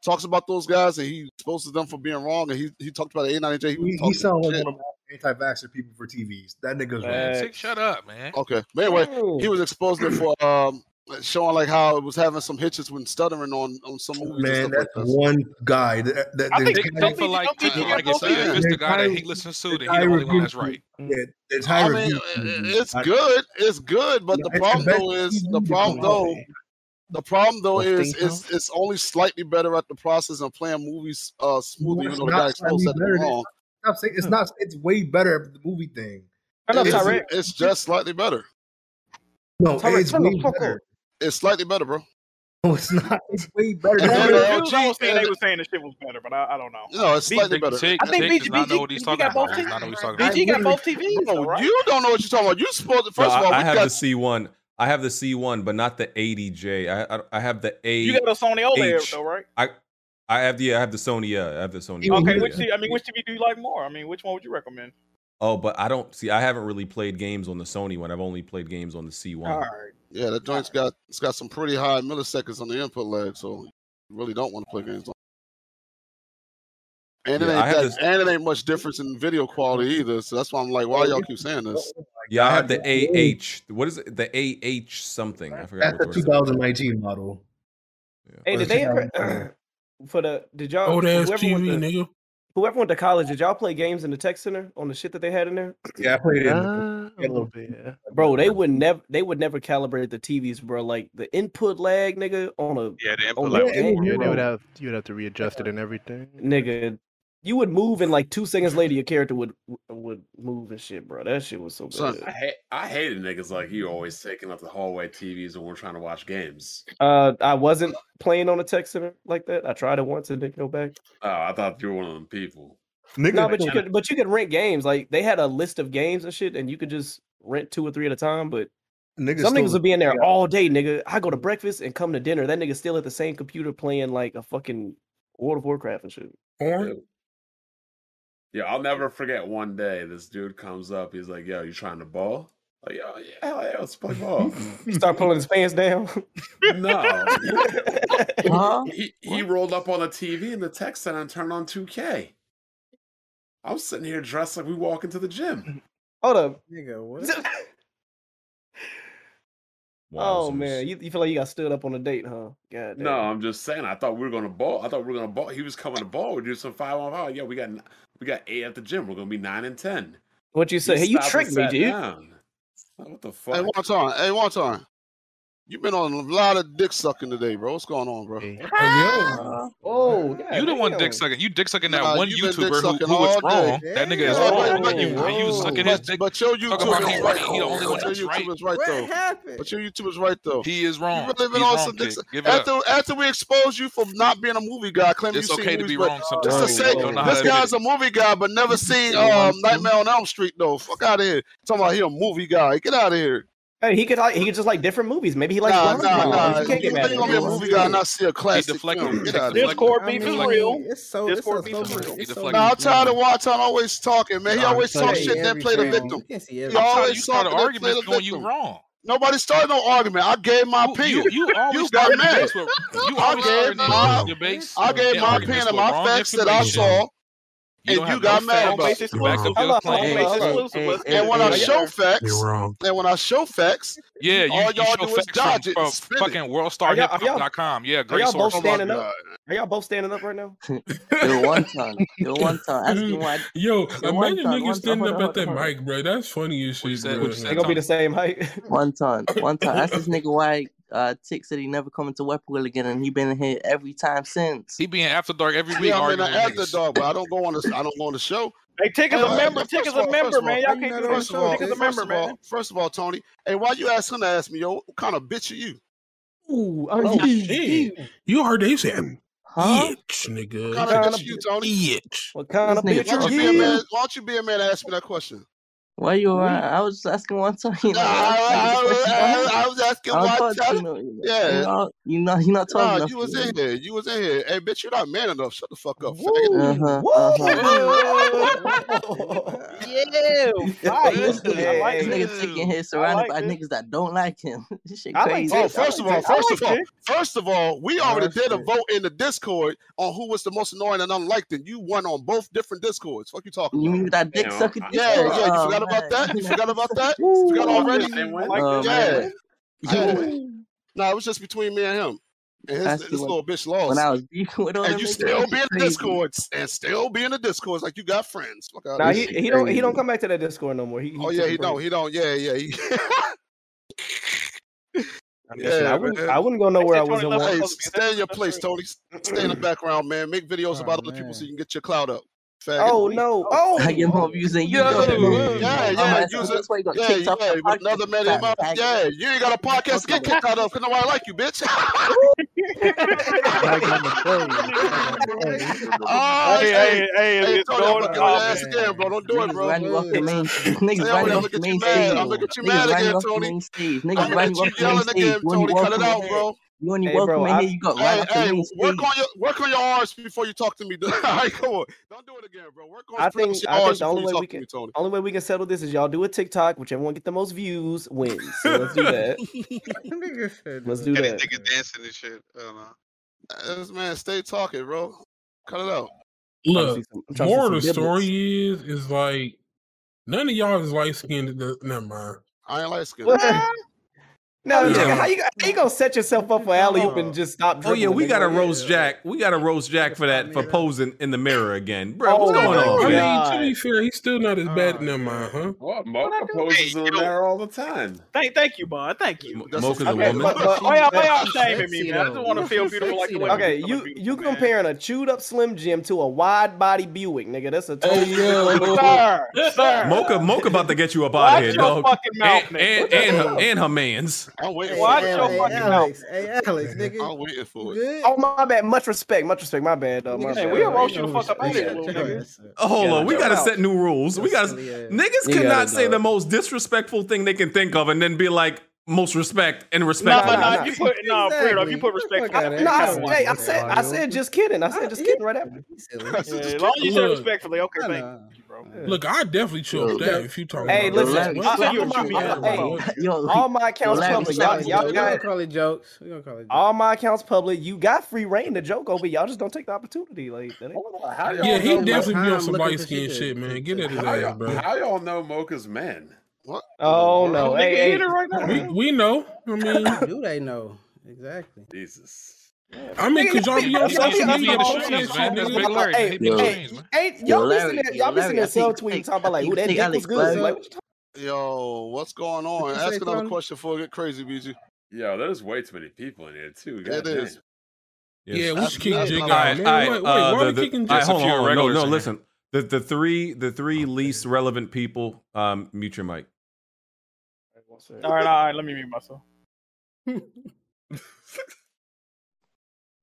S6: talks about those guys and he exposes them for being wrong and he he talked about the A90J. He, was
S20: He, he
S6: talking
S20: sounds like
S6: shit.
S20: one of the anti-vaxxer people for TVs. That nigga's
S6: Man,
S20: right.
S6: sick
S12: Shut up, man.
S6: Okay. But anyway, he was exposing it for um showing like how it was having some hitches when stuttering on on some movies
S20: Man,
S6: and stuff
S20: that's
S6: like that.
S20: one guy. That, that,
S6: I
S20: that-
S6: think-
S20: that-
S6: don't be-
S12: for like,
S6: don't be
S12: uh, like
S6: generous,
S12: it's, uh,
S6: man.
S12: it's the guy that
S20: Entire-
S12: he listens to, then he
S20: entire
S12: the only one that's
S20: review-
S12: right.
S20: Yeah, the
S6: I
S20: entire
S6: mean,
S20: review-
S6: i- it's good. It's good, but
S20: No,
S6: the
S20: it's the
S6: problem
S20: best
S6: though is
S20: TV
S6: the
S20: to
S6: problem
S20: come out.
S6: though the problem though
S20: What's
S6: is
S20: thing
S6: it's it's only slightly better at the process and playing movies uh
S20: No,
S6: smoothly,
S20: it's
S6: even though the guy
S20: not slightly
S6: exposed that
S20: better.
S6: it
S20: than-
S6: wrong.
S20: Stop saying it's not. It's way better at the movie thing.
S6: It's,
S20: It's-
S6: it's just slightly better.
S20: No, it's way better.
S6: It's slightly better, bro.
S20: No, it's not. It's way better.
S6: And uh, then
S20: than
S6: the
S20: that.
S4: was. I was saying they
S6: LG
S4: were saying the shit was better, but I, I don't know.
S6: No, it's slightly better.
S4: I think BG, BG, BG got both
S12: not know what he's talking
S4: TVs. BG got both TVs. though, right?
S6: You don't know what you're talking about. You supposed to, first
S3: No,
S6: of all,
S3: I, I
S6: we
S3: have
S6: got
S3: the C1. I have the C1, but not the 80J. I I, I have the A.
S4: You got a Sony OLED
S3: H.
S4: though, right?
S3: I I have the I have the Sony. Yeah, I have the
S4: Okay,
S3: Sony. OLED,
S4: which
S3: yeah.
S4: TV, I mean, which TV do you like more? I mean, which one would you recommend?
S3: Oh, but I don't see. I haven't really played games on the Sony one. I've only played games on the C1.
S6: Yeah, that joint's got it's got some pretty high milliseconds on the input lag, so you really don't want to play games on. And it
S3: Yeah, I
S6: ain't
S3: have
S6: that,
S3: this-
S6: and it ain't much difference in video quality either. So that's why I'm
S4: Oh,
S6: like, why y'all keep saying this?
S3: yeah, I have the AH. What is it? The AH something. I forgot
S20: That's the
S3: what the rest of it.
S20: 2019 model.
S11: Hey,
S20: Or
S11: did
S20: the
S11: they
S20: 2020.
S11: ever (clears throat) for the did y'all
S2: Old ass
S11: whoever went to,
S2: TV, nigga.
S11: whoever went to college? Did y'all play games in the tech center on the shit that they had in there? (clears throat)
S20: Yeah, I played it. in-
S6: Uh,
S10: Ah,
S9: Oh.
S20: yeah, a little
S10: bit.
S11: Bro, they would never they would never calibrate the TVs, bro. Like the input lag, nigga, on a
S10: Yeah, the
S11: on
S10: input
S11: a
S10: lag was
S11: game,
S10: horrible.
S9: Yeah, they would
S11: bro.
S9: have you would have to readjust it and everything.
S11: nigga. You would move and like two seconds later, your character would would move and shit, bro. That shit was so bad.
S1: I hate I hated niggas like you always taking up the hallway TVs when we're trying to watch games.
S11: Uh, I wasn't playing on a tech center like that. I tried it once and didn't go back.
S1: Oh, I thought you were one of them people.
S11: No, but you could, but you could rent games. Like they had a list of games and shit, and you could just rent two or three at a time. But
S20: Niggas still-
S11: some
S20: Mm.
S11: niggas would be in there all day, nigga. I go to breakfast and come to dinner. That nigga still at the same computer playing like a fucking World of Warcraft and shit.
S1: Yeah, I'll never forget one day this dude comes up, he's like, Yo, you trying to ball? Like, yo, yeah, hell yeah, let's play ball.
S11: (laughs)
S2: (laughs)
S10: Oh.
S11: Start pulling his pants down. (laughs)
S1: no. He, he rolled up on the TV in the tech center and turned on 2K. I was sitting here dressed like we walk into the gym.
S11: Hold up. (laughs)
S10: Nigga, what?
S11: Oh
S1: Wowzers.
S11: man, you, you feel like you got stood up on a date, huh? God damn.
S1: No, I'm just saying. I thought we were gonna ball. I thought we were gonna ball. He was coming to ball. We do some five on five. Yeah, we got n- we got eight at the gym. We're gonna be nine and ten.
S11: What you say? Hey, you
S1: stopped and
S11: tricked me,
S1: sat
S11: dude.
S1: down. Like, What the fuck?
S6: Hey, one time. Hey, one time. You've been on a lot of dick sucking today, bro. What's going on, bro?
S11: Oh,
S12: you the one dick sucking. You dick sucking that
S6: Nah,
S12: one
S6: you been dick
S12: YouTuber who,
S6: sucking
S12: who was
S6: all day.
S12: wrong. That nigga is
S6: Yeah,
S12: wrong.
S6: but-
S12: and you, and you
S6: but-
S12: sucking his
S6: but-
S12: dick.
S6: But your
S12: talking about
S6: YouTube
S12: he
S6: is
S12: right.
S6: right.
S12: He the only one
S6: Oh, But
S12: that's
S6: your
S12: right.
S6: YouTube is right though. But your YouTube is right though.
S12: He is wrong.
S6: You really been
S12: He's
S6: on
S12: wrong,
S6: some dick
S12: Jake.
S6: suck-
S12: Give it up.
S6: after after we expose you for not being a movie guy, claiming
S12: It's
S6: you seen
S12: okay to
S6: movies,
S12: be
S6: but
S12: wrong
S6: just to
S12: sometimes.
S6: say
S12: We don't know how
S6: this
S12: to admit
S6: guy's a movie guy, but never seen um, Nightmare on Elm Street though. Fuck out of here. Talking about he a movie guy. Get out of here.
S11: Hey, he could like he could just like different movies. Maybe he likes
S6: Nah,
S11: rom
S6: nah,
S11: coms.
S6: nah.
S11: You
S6: You
S11: can't get
S6: think
S11: mad
S6: you're
S11: at
S6: gonna be a
S11: him.
S6: movie guy and not see a classic
S12: deflected.
S6: film?
S12: He
S6: Get out of here.
S12: deflected. Discord
S10: I
S12: beef
S10: mean, It's so
S6: Discord
S10: it's so, so real. It's so
S6: Nah, I'm tired of Watan always talking, man. He
S10: Yeah,
S6: always
S10: so
S6: talk
S10: you
S6: shit,
S10: see
S6: then
S10: every
S6: play the
S10: film.
S6: victim.
S10: You can't see
S6: He
S10: every film.
S6: always
S10: You
S6: talk
S10: started
S6: and then play
S10: arguments
S6: the
S10: when you
S6: victim.
S12: wrong.
S6: Nobody started no argument. I gave my opinion. You, got mad.
S12: you
S6: I
S12: always
S6: gave
S12: starting
S6: my,
S12: debates
S6: I gave
S12: and
S6: my
S12: arguments
S6: opinion and
S12: with
S6: my
S12: wrong
S6: facts that I
S12: information.
S6: saw,
S12: You don't
S6: and you
S12: have
S6: got
S12: no
S6: mad
S12: facts
S6: about it.
S12: to back up your claim.
S6: And when I show facts,
S2: You're wrong.
S6: and when I show facts,
S12: Yeah, you,
S6: all
S12: you
S6: y'all
S12: show
S6: do is
S12: facts from,
S6: dodge it
S12: from
S6: and spin it. Oh
S12: fucking worldstarhiphop.com. Yeah,
S11: Are
S12: great
S11: y'all both
S12: source. uh,
S11: standing up? Are y'all both standing up
S20: (laughs)
S11: right now?
S16: Yo,
S6: (laughs)
S16: one time. Yo, one time. Ask me why.
S2: (laughs) Yo,
S16: Yo, one
S2: imagine
S16: time,
S2: niggas
S16: one time.
S2: standing
S16: Hold on,
S2: up at
S16: hold on,
S2: that
S16: hold on.
S2: mic, bro. That's funny as shit, bro.
S11: They gonna be the same height. (laughs)
S16: One time, one time. Ask this nigga why uh, Tick said he never coming to Weapwell again, and he been in here every time since.
S12: He being after dark every
S6: Yeah, I'm in the after dog, but I don't go on the I don't go on the show.
S4: Hey, tick is
S6: Hey,
S4: a member.
S6: first
S4: Tick is
S6: of
S4: a
S6: all-
S4: member,
S6: first of
S4: man.
S6: all-
S4: Y'all can't do
S6: first
S4: this.
S6: of all-
S4: Tick is a
S6: first
S4: member,
S6: of all-
S4: man.
S6: First of all, Tony, hey, why you ask him to ask me, yo? What kind of bitch are you?
S11: Ooh,
S2: Oh, shit. You heard they said,
S6: Huh?
S2: itch, nigga.
S6: What kind of bitch you, Tony?
S2: Itch.
S11: What kind
S6: Why don't you be a man? Why don't you be a man and ask me that question?
S16: Why you around? I was just asking one time. (laughs) You know,
S6: I, I- I was asking
S16: I don't
S6: why.
S16: talk to
S6: Tell
S16: you, no- you
S6: yeah.
S16: know, you know, you not talking
S6: Nah,
S16: enough
S6: you was
S16: to me.
S6: in here. You was in here. Hey, bitch, you're not man enough. Shut the fuck up.
S16: Uh-huh,
S6: faggot. (laughs)
S4: Yeah,
S16: This
S4: right.
S16: nigga,
S4: I like
S16: this nigga
S4: this.
S16: Tick in here
S4: I
S16: surrounded
S4: like
S16: by
S4: this.
S16: niggas that don't like him. (laughs) this shit
S4: I like
S16: crazy.
S6: Oh, first of all, first of all, first of all, we
S16: Oh,
S6: already did a
S16: shit.
S6: vote in the Discord on who was the most annoying and unliked, and you won on both different Discords. Fuck you talking
S16: You
S6: about?
S16: mean that dick sucking Discord?
S6: Yeah, yeah. You
S16: Oh,
S6: forgot about that? You forgot about that? You forgot
S16: Ooh.
S6: already?
S16: Did they win? Oh,
S6: Yeah.
S16: man.
S6: Yeah. No, it was just between me and him. And his,
S16: That's
S6: this
S16: the one-
S6: little bitch lost.
S16: when I was beefing with all
S6: and
S16: them
S6: you
S16: niggas,
S6: still
S16: that
S6: be in
S16: shit
S6: the
S16: crazy.
S6: discords and still be in the discords like you got friends. Fuck out
S11: Nah,
S6: of
S11: he,
S6: here.
S11: he don't he don't come back to that Discord no more. He, he
S6: Oh
S11: took
S6: yeah,
S11: a
S6: he
S11: break.
S6: don't. He don't. Yeah, yeah. He, (laughs)
S11: I mean, shit, I wouldn't- I wouldn't go
S6: nowhere.
S11: nowhere I wasn't
S6: Hey,
S11: wanted.
S6: stay in your place, Tony. Stay in the background, man. Make
S4: Oh,
S6: videos about other people so you can get your clout up. Faggot.
S11: Oh no! Oh,
S16: I get more views than you.
S6: Yeah,
S16: do.
S6: yeah,
S16: I'm
S6: yeah.
S16: asking,
S6: Use
S16: that's why you
S6: it.
S16: got
S6: Yeah,
S16: kicked off
S6: yeah.
S16: the
S6: With another man in
S16: podcast,
S6: my
S16: faggot.
S6: yeah. You ain't got a podcast to get kicked out of because nobody like you, bitch. (laughs) oh,
S4: Hey, hey, hey, it's
S6: Tony, I'm
S4: going
S6: gonna
S4: on,
S6: get your ass
S4: man.
S6: again, bro. Don't do it,
S16: Niggas
S6: bro.
S16: ran you off the main. Niggas
S6: Tony,
S16: ran
S6: I'm
S16: you
S6: gonna
S16: off
S6: get
S16: the
S6: you
S16: main
S6: mad.
S16: stage.
S6: I'm gonna get you
S16: Niggas
S6: mad
S16: ran you
S6: again,
S16: off the
S6: Tony.
S16: main stage.
S6: I'm
S16: Niggas
S6: gonna
S16: ran
S6: get
S16: you off
S6: you
S16: the main
S6: yelling
S16: stage.
S6: again,
S16: You only
S6: Tony. Cut
S16: welcome
S6: it
S16: in
S6: out,
S16: here.
S6: bro.
S16: You only
S6: Hey,
S16: welcome
S6: bro,
S16: in here.
S6: I-
S16: You got ran
S6: Hey,
S16: off the
S6: hey,
S16: main
S6: work
S16: stage.
S6: on your work on your arms before you talk to me. (laughs) All right, come on. Don't do it again, bro. Work on
S11: I
S6: flex
S11: think
S6: your
S11: I think
S6: arms
S11: the
S6: before
S11: only
S6: you
S11: way we
S6: talk to
S11: can
S6: me, Tony.
S11: only way we can settle this is y'all do a TikTok, whichever one get the most views wins. So let's do
S6: (laughs)
S11: that. Let's do
S17: Yeah, this
S11: that.
S17: nigga dancing and shit. I don't know.
S6: This man, stay talking, bro. Cut it out.
S2: Look, more of the
S6: some
S2: story is, is like, none of y'all is light skinned. Never mind.
S6: I ain't light skinned.
S11: What? No,
S2: Yeah.
S11: nigga, how you how you gonna set yourself up for alley oop and just stop?
S3: Oh yeah,
S11: dribbling,
S3: we
S11: nigga?
S3: got a roast Jack. We got a roast Jack for that for posing in the mirror again, bro.
S2: Oh,
S3: What's going
S2: I
S3: on? Oh,
S2: mean,
S3: man?
S2: to be fair, he's still not as bad. Never mind, huh?
S4: Oh,
S1: What? Mocha poses in the mirror all the time.
S4: Thank, thank you, bud. Thank you.
S3: Mocha's a
S11: Okay,
S3: woman.
S11: but- but-
S4: Why y'all, why y'all
S11: but-
S4: shaming me, man? I just want to (laughs) feel beautiful like the way
S11: Okay, you you comparing a chewed up Slim Jim to a wide body Buick, nigga. That's a total.
S4: (laughs) Sir, sir.
S3: Mocha, Mocha about to get you up out
S4: Watch
S3: of here,
S4: your
S3: dog.
S4: fucking mouth,
S3: and, and, and, her, and her man's.
S6: I'm waiting
S4: Watch your fucking mouth.
S6: Hey, Alex, nigga. I'm waiting for it.
S11: Oh my bad. Much respect. Much respect. My bad. Uh, my
S4: Hey,
S11: bad.
S4: we'll roast you the fuck up out of here, little
S11: (laughs)
S4: nigga.
S3: Oh, hold
S11: Yeah,
S3: on, we
S11: chill
S3: gotta
S11: out.
S3: set new rules. We gotta niggas
S11: You
S3: could
S11: gotta
S3: not say
S11: dog.
S3: the most disrespectful thing they can think of and then be like most respect and respect.
S4: Nah, nah, if you put no, nah, Fredo, if you put respect,
S11: No, I, hey, I said I said just kidding. I said just kidding right after.
S4: Yeah, (laughs) as long as you say
S2: Look.
S4: respectfully, okay, thank you.
S2: Look, I definitely chew up that if you talking
S11: Hey,
S2: about
S11: listen,
S2: that.
S11: I-
S2: What
S11: I'm
S2: you
S11: about-
S2: chew
S11: I'm
S2: me out
S11: about-
S2: about?
S11: hey, (laughs) all my accounts
S2: relax,
S11: public. Y'all,
S2: relax.
S11: y'all
S2: We
S11: got
S2: gonna
S10: call it jokes. We gonna call it.
S11: all my accounts public. You got free reign to joke over. Y'all just don't take the opportunity. Like, that ain't-
S2: Yeah, he definitely be
S1: time
S2: on some
S1: looking
S2: light
S1: for
S2: skin
S1: shit.
S2: shit, man. Get at his
S1: How
S2: ass,
S1: y'all,
S2: bro.
S1: how y'all know Mocha's men?
S6: What?
S11: Oh no,
S1: Nigga
S11: hey, hey.
S1: hit it right now.
S2: We we know. I mean,
S10: do they know exactly?
S1: Jesus.
S2: I mean, could y'all be
S11: Y'all
S2: on
S11: be
S2: social
S11: under
S2: media to
S11: all
S2: shit,
S11: this
S2: man?
S11: shit.
S2: Niggas be
S11: Like,
S2: lying.
S11: hey,
S2: They be lying.
S11: hey, ain't-
S6: Yo,
S11: y'all be
S6: Larry,
S11: sitting there,
S6: yo,
S11: y'all be sitting
S6: Larry, I
S11: there
S6: think
S11: cell
S6: you
S11: tweeting
S6: take-
S11: talking
S6: I
S11: about like,
S6: think
S11: ooh,
S6: you
S11: that
S6: take
S11: dick
S6: Alex
S11: was good.
S6: Black.
S11: Like, what you
S6: Yo, what's going on?
S1: What'd you
S6: Ask
S1: say,
S6: another
S1: Tony?
S6: question before I get crazy, BG.
S1: Yo, there's way too many people in here too.
S6: It
S1: God damn.
S6: is.
S2: Yeah, we should kick
S6: That's
S2: Jig
S6: not
S2: out,
S6: right.
S2: man.
S3: All right,
S2: Wait, wait,
S3: uh,
S2: why
S3: the-
S2: we
S3: the-
S2: kicking
S3: all
S2: Jig?
S3: right, hold on, hold on. No,
S21: regulars
S3: no,
S21: in
S3: listen. The the three the
S2: Oh,
S3: three least relevant people. Um, mute your mic.
S4: All right, all right, let me mute myself.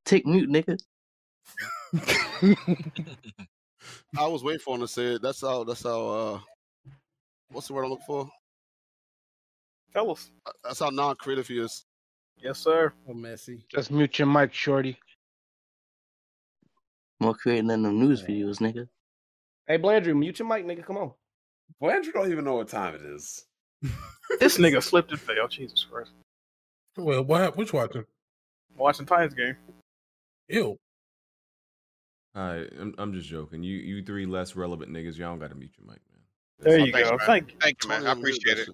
S16: Tick mute, nigga.
S6: I was waiting for him to say it. That's how. That's how. uh What's the word I'm looking for?
S4: Tell us.
S6: That's how non-creative he is.
S4: Yes, sir.
S10: Oh, messy.
S22: Just mute your mic, shorty.
S16: More creating than them news videos, nigga.
S11: Hey, Blandrew, mute your mic, nigga. Come on.
S1: Blandrew don't even know what time it is.
S4: This nigga slipped and fell. Jesus Christ.
S2: Well, what happened? Which watching?
S4: Watching Titans game.
S2: Ew.
S3: All right, I'm, I'm just joking. You you three less relevant niggas, y'all don't got to mute your mic, man.
S4: There you
S17: Thanks,
S4: go.
S17: man.
S4: Thank you.
S17: Thank you, man. I appreciate it.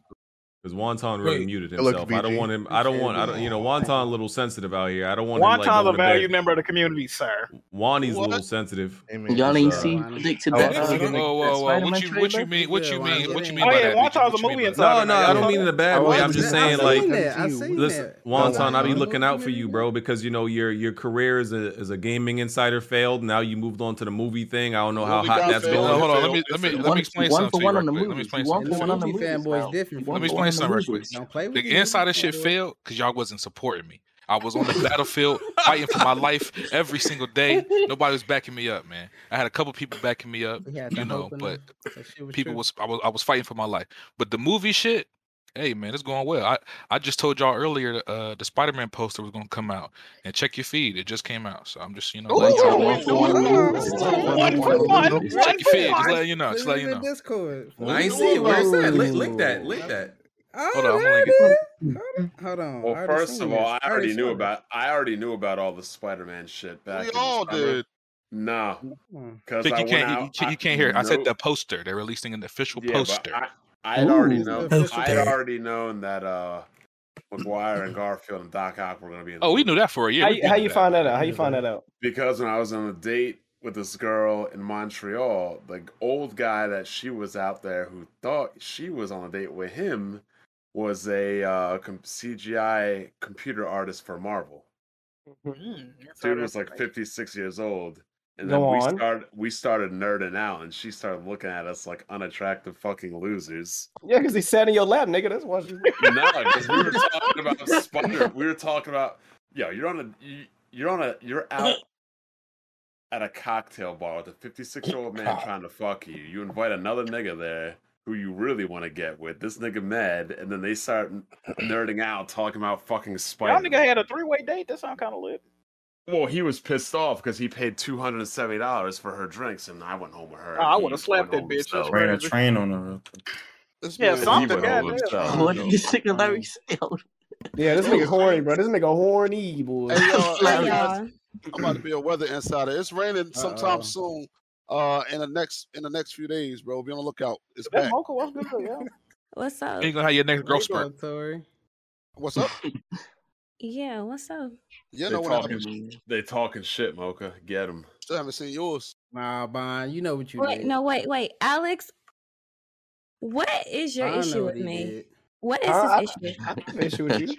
S3: Because Wonton really
S4: Wait.
S3: muted
S4: Hello,
S3: himself. I don't
S4: BG.
S3: want him. I don't want. I don't. You know, Wonton a little sensitive out here. I don't want him. Like,
S4: Wonton's
S3: going
S4: a
S3: to
S4: value
S3: bed.
S4: member of the community, sir.
S3: Wani's a little sensitive.
S16: Y'all ain't
S3: So-
S16: seen
S12: Oh,
S16: predicted
S4: Oh,
S16: that. uh,
S12: Whoa, whoa, whoa! What you what you mean? What you mean? What you mean by that? Oh,
S4: a movie
S3: No, no, I don't mean in a bad way. I'm just saying, like,
S16: I've seen
S3: listen, Wonton, I'll be looking out for you, bro, because you know your your career as a as a gaming insider failed. Now you moved on to the movie thing. I don't know how
S12: Movie
S3: hot
S12: got
S3: that's
S12: failed.
S3: going.
S12: Hold on, let me- let me- let me One- explain one for something to you one on real the quick. Let me movies. explain You want something. for one on the
S10: Movie
S12: movies,
S10: fanboys
S12: pal.
S10: different.
S12: Let
S10: from
S12: me
S10: the
S12: explain something real
S10: movies.
S12: quick.
S10: Don't play with
S12: The insider shit failed because y'all wasn't supporting me. I was on the battlefield fighting for my life every single day. Nobody was backing me up, man. I had a couple people backing me up,
S10: He had
S12: you
S10: the
S12: know,
S10: hope and
S12: but
S10: that shit was
S12: people
S10: true.
S12: was I was I was fighting for my life. But the movie shit, hey man, it's going well. I I just told y'all earlier uh the Spider-Man poster was gonna come out, and check your feed, it just came out. So I'm just you know letting y'all know.
S19: One for one.
S12: Just check your feed, just letting you know, just
S10: Put it
S12: letting you
S10: in
S12: know.
S10: the Discord.
S3: I ain't see it. Where's that? Link, link that. Link that.
S10: Oh,
S3: Hold on, I'm
S10: there
S3: gonna
S10: it
S3: get-
S10: is. Hold on. I
S1: Well,
S10: already
S1: first
S10: seen
S1: of all,
S10: this.
S1: I already
S10: saw
S1: knew
S10: this.
S1: about I already knew about all the Spider-Man shit back.
S10: We
S1: in the
S10: all
S1: summer.
S12: did.
S1: No, because
S12: Think
S1: I
S12: you
S1: went
S12: can't, you- you
S1: out.
S12: can't- you can't hear. it. I said
S1: nope.
S12: the poster. They're releasing an official
S1: Yeah,
S12: poster.
S1: but I had already
S12: Ooh.
S1: known.
S12: Official
S1: I had
S12: day.
S1: already known that uh, McGuire and Garfield and Doc Ock were going to be in. the
S12: Oh, we
S1: movie.
S12: knew that for a year.
S11: How
S12: We
S11: you-
S12: been
S11: how
S12: knew
S11: you
S12: that.
S11: find that out? How you find that out? (laughs)
S1: Because when I was on a date with this girl in Montreal, the old guy that she was out there who thought she was on a date with him was a uh, com- CGI computer artist for Marvel. Dude was like 56 years old. And then
S11: Go
S1: we
S11: on.
S1: started we started nerding out, and she started looking at us like unattractive fucking losers.
S11: Yeah, because he sat in your lap, nigga. That's why. she-
S1: no, because we were talking about Spider. We were talking about yo. You're on a you, you're on a you're out at a cocktail bar with a 56 year old man trying to fuck you. You invite another nigga there who you really want to get with. This nigga mad, and then they start nerding out talking about fucking
S4: Y'all
S1: Spider.
S4: nigga had a three way date. That sound kind of lit.
S1: Well, he was pissed off because he paid two hundred and seventy dollars for her drinks, and I went home with her. and
S4: Oh, I
S1: he
S4: would've slapped
S1: went
S4: that
S1: home
S4: bitch, that's
S1: himself.
S7: Ran a train on her.
S4: Yeah, something.
S1: went home
S4: goddamn.
S1: himself.
S16: What did this nigga Larry say?
S11: Yeah, this (laughs) nigga horny, bro. This nigga horny, boy.
S16: Hey,
S6: (laughs) yo, hey, guys. I'm about to be a weather insider. It's raining sometime
S11: Uh-oh.
S6: soon. Uh, in the next in the next few days, bro. Be on the lookout. It's
S4: That
S6: back.
S4: mocha was good for you.
S22: What's up?
S12: You gonna have your next growth spurt.
S6: What's up?
S22: Yeah, what's up?
S6: Yeah,
S1: they,
S6: no, when I,
S1: talking, they talking shit, Mocha. Get him.
S6: still haven't seen yours.
S10: Nah, Bond, you know what you
S22: Wait,
S10: did.
S22: no, wait, wait, Alex. What is your
S10: I know
S22: issue
S10: what
S22: with
S10: he
S22: me?
S10: did.
S22: What is
S10: I-
S22: his issue?
S11: issue with
S10: (laughs)
S11: you.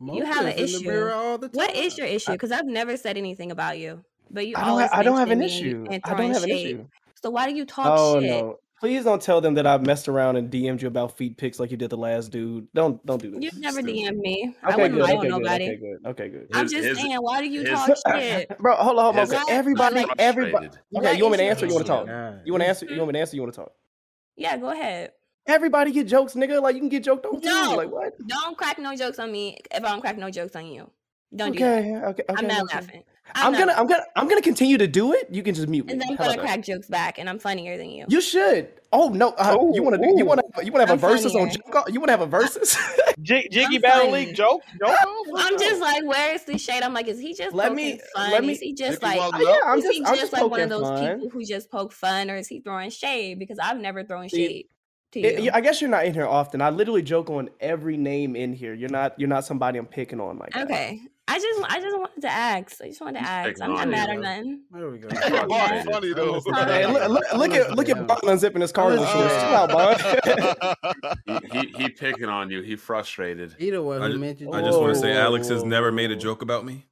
S22: You have an
S10: Mocha's in the
S22: issue.
S10: mirror all the
S22: What is your issue?
S10: I-
S22: Because I've never said anything about you, but you
S11: I don't.
S22: always
S11: Ha- I don't have an
S22: mention me
S11: issue.
S22: and
S11: I
S22: throwing
S11: don't have an
S22: shade.
S11: issue.
S22: So why do you talk
S11: Oh
S22: shit?
S11: no! Please don't tell them that I messed around and DM'd you about feet pics like you did the last dude. Don't don't do this.
S22: You've never
S11: Stupid.
S22: DM'd me. I
S11: Okay,
S22: wouldn't
S11: good.
S22: lie
S11: Okay,
S22: on
S11: good.
S22: nobody.
S11: Okay, good. Okay, good.
S22: I'm just saying, why do you
S11: his- (laughs)
S22: talk shit?
S11: Bro, hold on, hold on.
S22: Why-
S11: Okay, everybody,
S22: like,
S11: everybody.
S22: What
S11: Okay, you want me to
S22: is
S11: answer? or You
S22: your
S11: want to talk?
S22: issue?
S11: You want to answer? You want me to answer? You want to talk?
S22: Yeah, go ahead.
S11: Everybody get jokes, nigga. Like you can get joked on too.
S22: No,
S11: Like what?
S22: don't crack no jokes on me. If I don't crack no jokes on you, don't do that.
S11: Okay, okay,
S22: I'm
S11: okay,
S22: not
S11: okay.
S22: laughing.
S11: I'm,
S22: not
S11: gonna, I'm gonna, I'm gonna continue to do it. You can just mute me.
S22: And then I'm
S11: How about
S22: gonna
S11: that?
S22: crack jokes back, and I'm funnier than you.
S11: You should. Oh no, uh, you want to, you want to, you want to have
S22: I'm
S11: a versus on?
S22: funnier.
S11: Joke off? You want to have
S22: (laughs)
S11: a versus?
S4: Jig- Jiggy
S22: I'm
S4: Battle
S22: funny.
S4: League joke. joke off?
S22: (laughs)
S4: What's
S22: I'm
S4: up?
S22: just like, where is the shade? I'm like, is he just
S11: Let
S22: poking
S11: me-
S22: fun?
S11: let
S22: is
S11: me-
S22: he just
S11: If you
S22: like,
S11: want- Yeah, I'm
S22: is
S11: just-
S22: he
S11: I'm
S22: just,
S11: just
S22: like one of
S11: poking
S22: those
S11: fun.
S22: people who just poke fun, or is he throwing shade? Because I've never thrown
S11: See,
S22: shade to
S11: It-
S22: you.
S11: you- I guess you're not in here often. I literally joke on every name in here. You're not, you're not somebody I'm picking on, my guy.
S22: okay, I just, I just wanted to ask. I just wanted to ask. I'm not
S11: on
S22: mad
S11: you,
S22: or
S11: bro.
S22: nothing.
S10: There (laughs) we go.
S22: I'm
S4: (laughs)
S22: not mad.
S6: Oh, funny though.
S11: Hey, look, look, look at look at Bond unzipping his cargo
S10: Unless-
S11: shorts. Chill out, Bond.
S1: (laughs)
S3: (laughs)
S1: He, he he picking on you. He frustrated.
S10: He the one
S3: I
S10: who
S3: ju-
S10: mentioned
S3: I just want to say
S10: Whoa,
S3: Alex has never made a joke about me.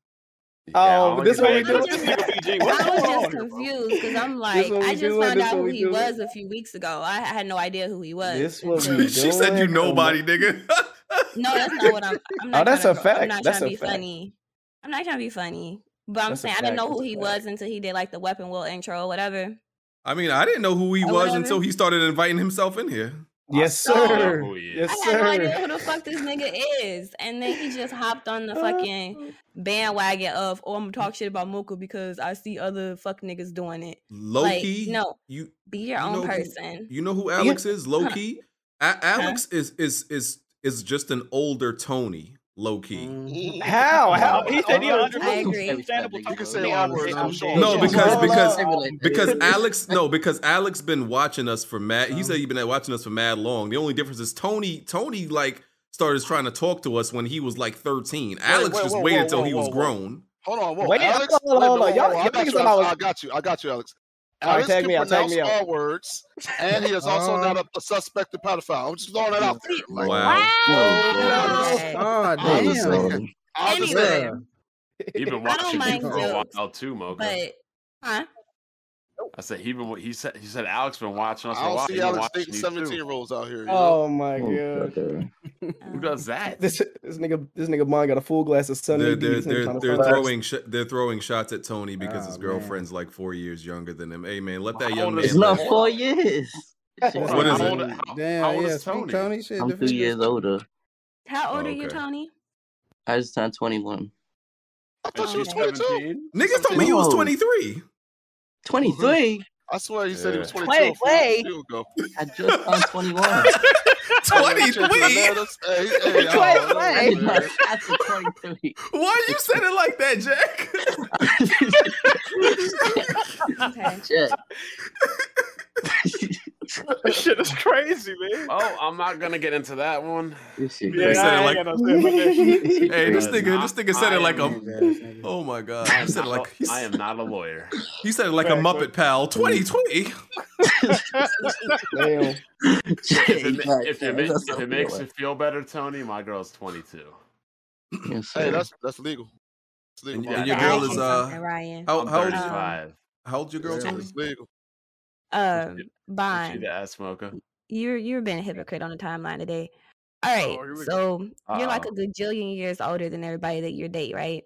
S11: Oh, but this what we do.
S3: (laughs)
S22: (laughs) I was just confused because I'm like,
S11: what
S22: I
S11: we
S22: just
S11: doing,
S22: found
S11: this
S22: out
S11: what
S22: who
S11: we
S22: he
S11: doing.
S22: was a few weeks ago. I I had no idea who he was. (laughs)
S11: This what
S22: until-
S11: we
S3: (laughs)
S22: She said you
S11: doing, Oh,
S22: nobody,
S11: come on.
S22: No, that's not what I'm. I'm
S11: Oh,
S22: not
S11: that's
S22: trying
S11: a
S22: to,
S11: fact.
S22: I'm not
S11: That's
S22: trying
S11: a
S22: to be
S11: fact.
S22: funny. I'm not trying to be funny. But I'm
S3: That's a
S22: saying I didn't know
S3: fact,
S22: who
S3: that's a
S22: he
S3: fact.
S22: was until he did like the Weapon Will intro or whatever.
S3: I mean, I didn't know who he
S22: Or
S3: was
S22: whatever.
S3: until he started inviting himself in here.
S11: Yes, sir.
S12: Oh,
S11: Yes,
S22: I had no idea who the fuck this nigga is, and then he just hopped on the fucking bandwagon of, "Oh, I'm gonna talk shit about Mocha because I see other fuck niggas doing it."
S3: Low
S22: Like,
S3: key,
S22: no,
S3: you
S22: be your
S3: you
S22: own
S3: know who-
S22: person.
S3: You know who
S22: Yeah.
S3: Alex is? Low
S22: Huh.
S3: key, A- Alex is is is is just an older Tony. low
S11: Mm-hmm.
S3: key.
S11: How? How?
S4: He said he
S11: I
S4: 100
S11: agree.
S4: Understandable. You can
S6: say all words, I'm sure.
S3: No, because because (laughs)
S6: (laughs)
S3: because Alex no because Alex been watching us for mad.
S6: Uh-huh.
S3: He said he been watching us for mad long. The only difference is Tony Tony like started trying to talk to us when he was like thirteen. Alex
S6: wait,
S3: just
S6: whoa,
S3: waited
S6: whoa,
S3: till he
S6: whoa,
S3: was
S6: whoa.
S3: grown.
S6: Hold on, whoa,
S11: Wait,
S6: Alex.
S11: hold on, hold on.
S6: wait,
S11: Y'all-
S6: whoa, whoa,
S11: y'all
S6: I, got
S11: niggas
S6: you,
S11: thought I was-
S6: I got you. I got you, Alex.
S11: All right,
S6: Alex
S11: tag
S6: can
S11: me out, tag
S6: pronounce
S11: me out. Uh,
S6: all words, and he is also not a, a suspected pedophile. I'm just throwing that out there. Like,
S3: Wow.
S10: Oh,
S6: I'm just
S10: damn.
S6: saying. I'm just
S22: Anyway.
S6: saying.
S1: He's been
S22: I don't
S1: watching you
S22: mind
S1: for a
S22: jokes,
S1: while too, Mocha.
S22: But huh?
S1: I said he been he said he said Alex been watching us
S6: I
S1: for a
S6: don't
S1: while.
S6: see
S1: He been
S6: Alex
S1: watching
S6: dating
S1: you,
S6: 17
S1: too.
S6: year olds out here.
S11: Oh my god.
S1: Who does that?
S11: This this nigga this nigga mine got a full glass of Sunday
S3: They're they're
S11: beats.
S3: they're,
S11: and
S3: they're
S11: tryna
S3: throwing sh- they're throwing shots at Tony because
S6: Ah,
S3: his
S11: Oh, man.
S3: girlfriend's like four years younger than him. Hey man, let that
S16: How
S3: young
S16: old
S3: man.
S16: is- It's not
S3: live.
S11: Oh,
S16: four years.
S4: (laughs)
S3: What is it?
S10: Damn,
S1: How old
S10: yeah,
S1: is
S10: speak
S1: Tony?
S10: Tony shit.
S16: I'm
S10: the
S16: two
S10: figures
S16: years
S10: too.
S16: older.
S22: How old
S3: Oh,
S22: are you,
S3: okay.
S22: Tony?
S16: I just turned 21.
S22: Oh,
S6: She was
S22: okay.
S6: 17.
S3: Niggas told me you was
S16: No.
S3: twenty three.
S16: 23?
S6: I swear he said he was
S1: Yeah.
S6: 22.
S11: Wait,
S6: a few-
S11: wait.
S6: a few ago.
S16: I just turned 21.
S3: (laughs)
S6: Hey, check your
S3: 23?
S6: letters. Hey, hey, I
S11: Wait,
S6: don't know,
S16: I did my
S6: man.
S16: shots at 23.
S3: Why you said it like that, Jack?
S22: Okay.
S16: Check.
S4: This shit is crazy, man.
S1: Oh, I'm not gonna get into that one.
S16: This shit
S4: Yeah,
S3: He said it
S4: I
S3: like-
S4: ain't got no shit about that.
S3: Hey,
S1: Because
S3: this nigga, this
S1: I-
S3: nigga said it
S1: I
S3: like
S1: am-
S3: a. Oh my god,
S1: I
S3: he
S1: am
S3: said it
S1: not
S3: like
S1: a- I am not a lawyer.
S3: he said it like a Muppet pal. Twenty twenty.
S11: Damn.
S16: Check.
S1: If it, ma-
S16: Like,
S1: if, it,
S16: man,
S1: ma-
S16: that's
S1: if
S16: not
S1: it makes
S16: real.
S1: you feel better, Tony, my girl's 22.
S16: Yes,
S6: Hey,
S16: sir.
S6: that's that's legal. It's legal.
S3: And,
S6: my
S3: and your
S1: Yeah,
S22: Can I
S3: girl
S22: say
S3: is
S22: something,
S3: uh,
S22: Ryan?
S3: how
S1: I'm
S3: how old is
S1: 35.
S3: how old your girl
S6: Yeah,
S3: Tony?
S6: it's legal.
S22: Um,
S1: Did you
S22: Bond,
S1: the ass smoker?
S22: you're you're being a hypocrite on the timeline today. All
S1: Oh,
S22: right,
S4: here we
S22: so you're like a
S1: Uh-oh.
S22: gajillion years older than everybody that you're date, right?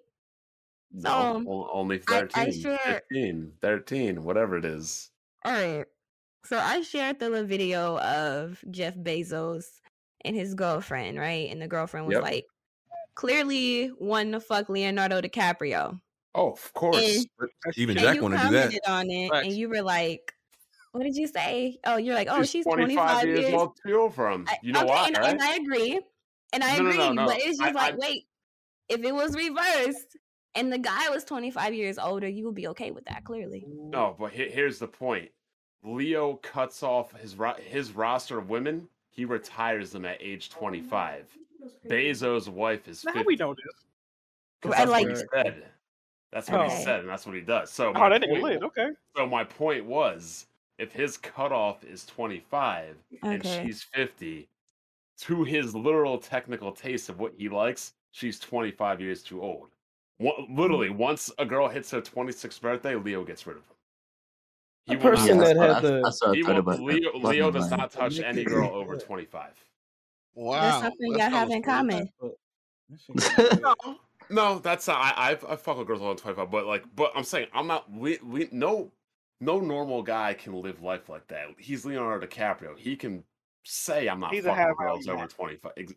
S1: No,
S22: So
S1: o- only
S22: Um, I,
S1: 13,
S22: I share
S1: 15, 13, whatever it is.
S22: All right. So I shared the little video of Jeff Bezos and his girlfriend, right? And the girlfriend was
S1: Yep.
S22: like, clearly wanting to fuck Leonardo DiCaprio.
S1: Oh, of
S22: (laughs)
S10: Eh.
S1: course.
S22: And,
S3: Even
S22: and
S3: Jack
S22: you
S3: want to do that.
S22: commented on it
S1: Facts.
S22: and you were like, what did you say? Oh, you're like, oh, she's, 25,
S1: years, old too from.
S22: I-
S1: You know
S22: okay,
S1: why,
S22: and,
S1: right?
S22: and I agree. And I
S1: No, no,
S22: agree.
S1: no, no.
S22: But it's
S1: I-
S22: just like,
S1: I-
S22: wait, if it was reversed and the guy was 25 years older, you would be okay with that, clearly.
S1: No, but he- here's the point. Leo cuts off his ro- his roster of women. He retires them at age
S22: Oh.
S1: 25. Bezos' wife is
S4: Now
S1: 50.
S4: How we know this?
S1: 'cause
S22: I
S1: that's
S22: like
S1: what he said. That's what
S22: Okay.
S1: he said, and that's what he does. So
S4: Oh,
S1: my
S4: that nigga
S1: point,
S4: lit. Okay.
S1: so my point was, if his cutoff is 25 and
S22: Okay.
S1: she's 50, to his literal technical taste of what he likes, she's 25 years too old. One, literally,
S22: Mm.
S1: once a girl hits her 26th birthday, Leo gets rid of him. He
S11: A
S1: will
S11: person
S1: not.
S16: Yeah, I
S11: that
S16: saw, I,
S11: had the
S16: I saw a
S1: He
S16: thread
S1: will.
S16: about that.
S1: Leo,
S16: Fuck
S1: Leo does
S16: my life.
S1: not touch any girl over 25.
S22: That's
S6: Wow,
S22: something
S6: that
S22: y'all have
S6: sounds
S22: in
S6: crazy.
S22: common.
S1: No, that's not, I, I I fuck with girls all the 25, but like, but I'm saying I'm not. We, we no no normal guy can live life like that. He's Leonardo DiCaprio. He can say I'm not
S4: He's a
S1: fucking
S4: high
S1: girls
S4: value man.
S1: over 25. Ex-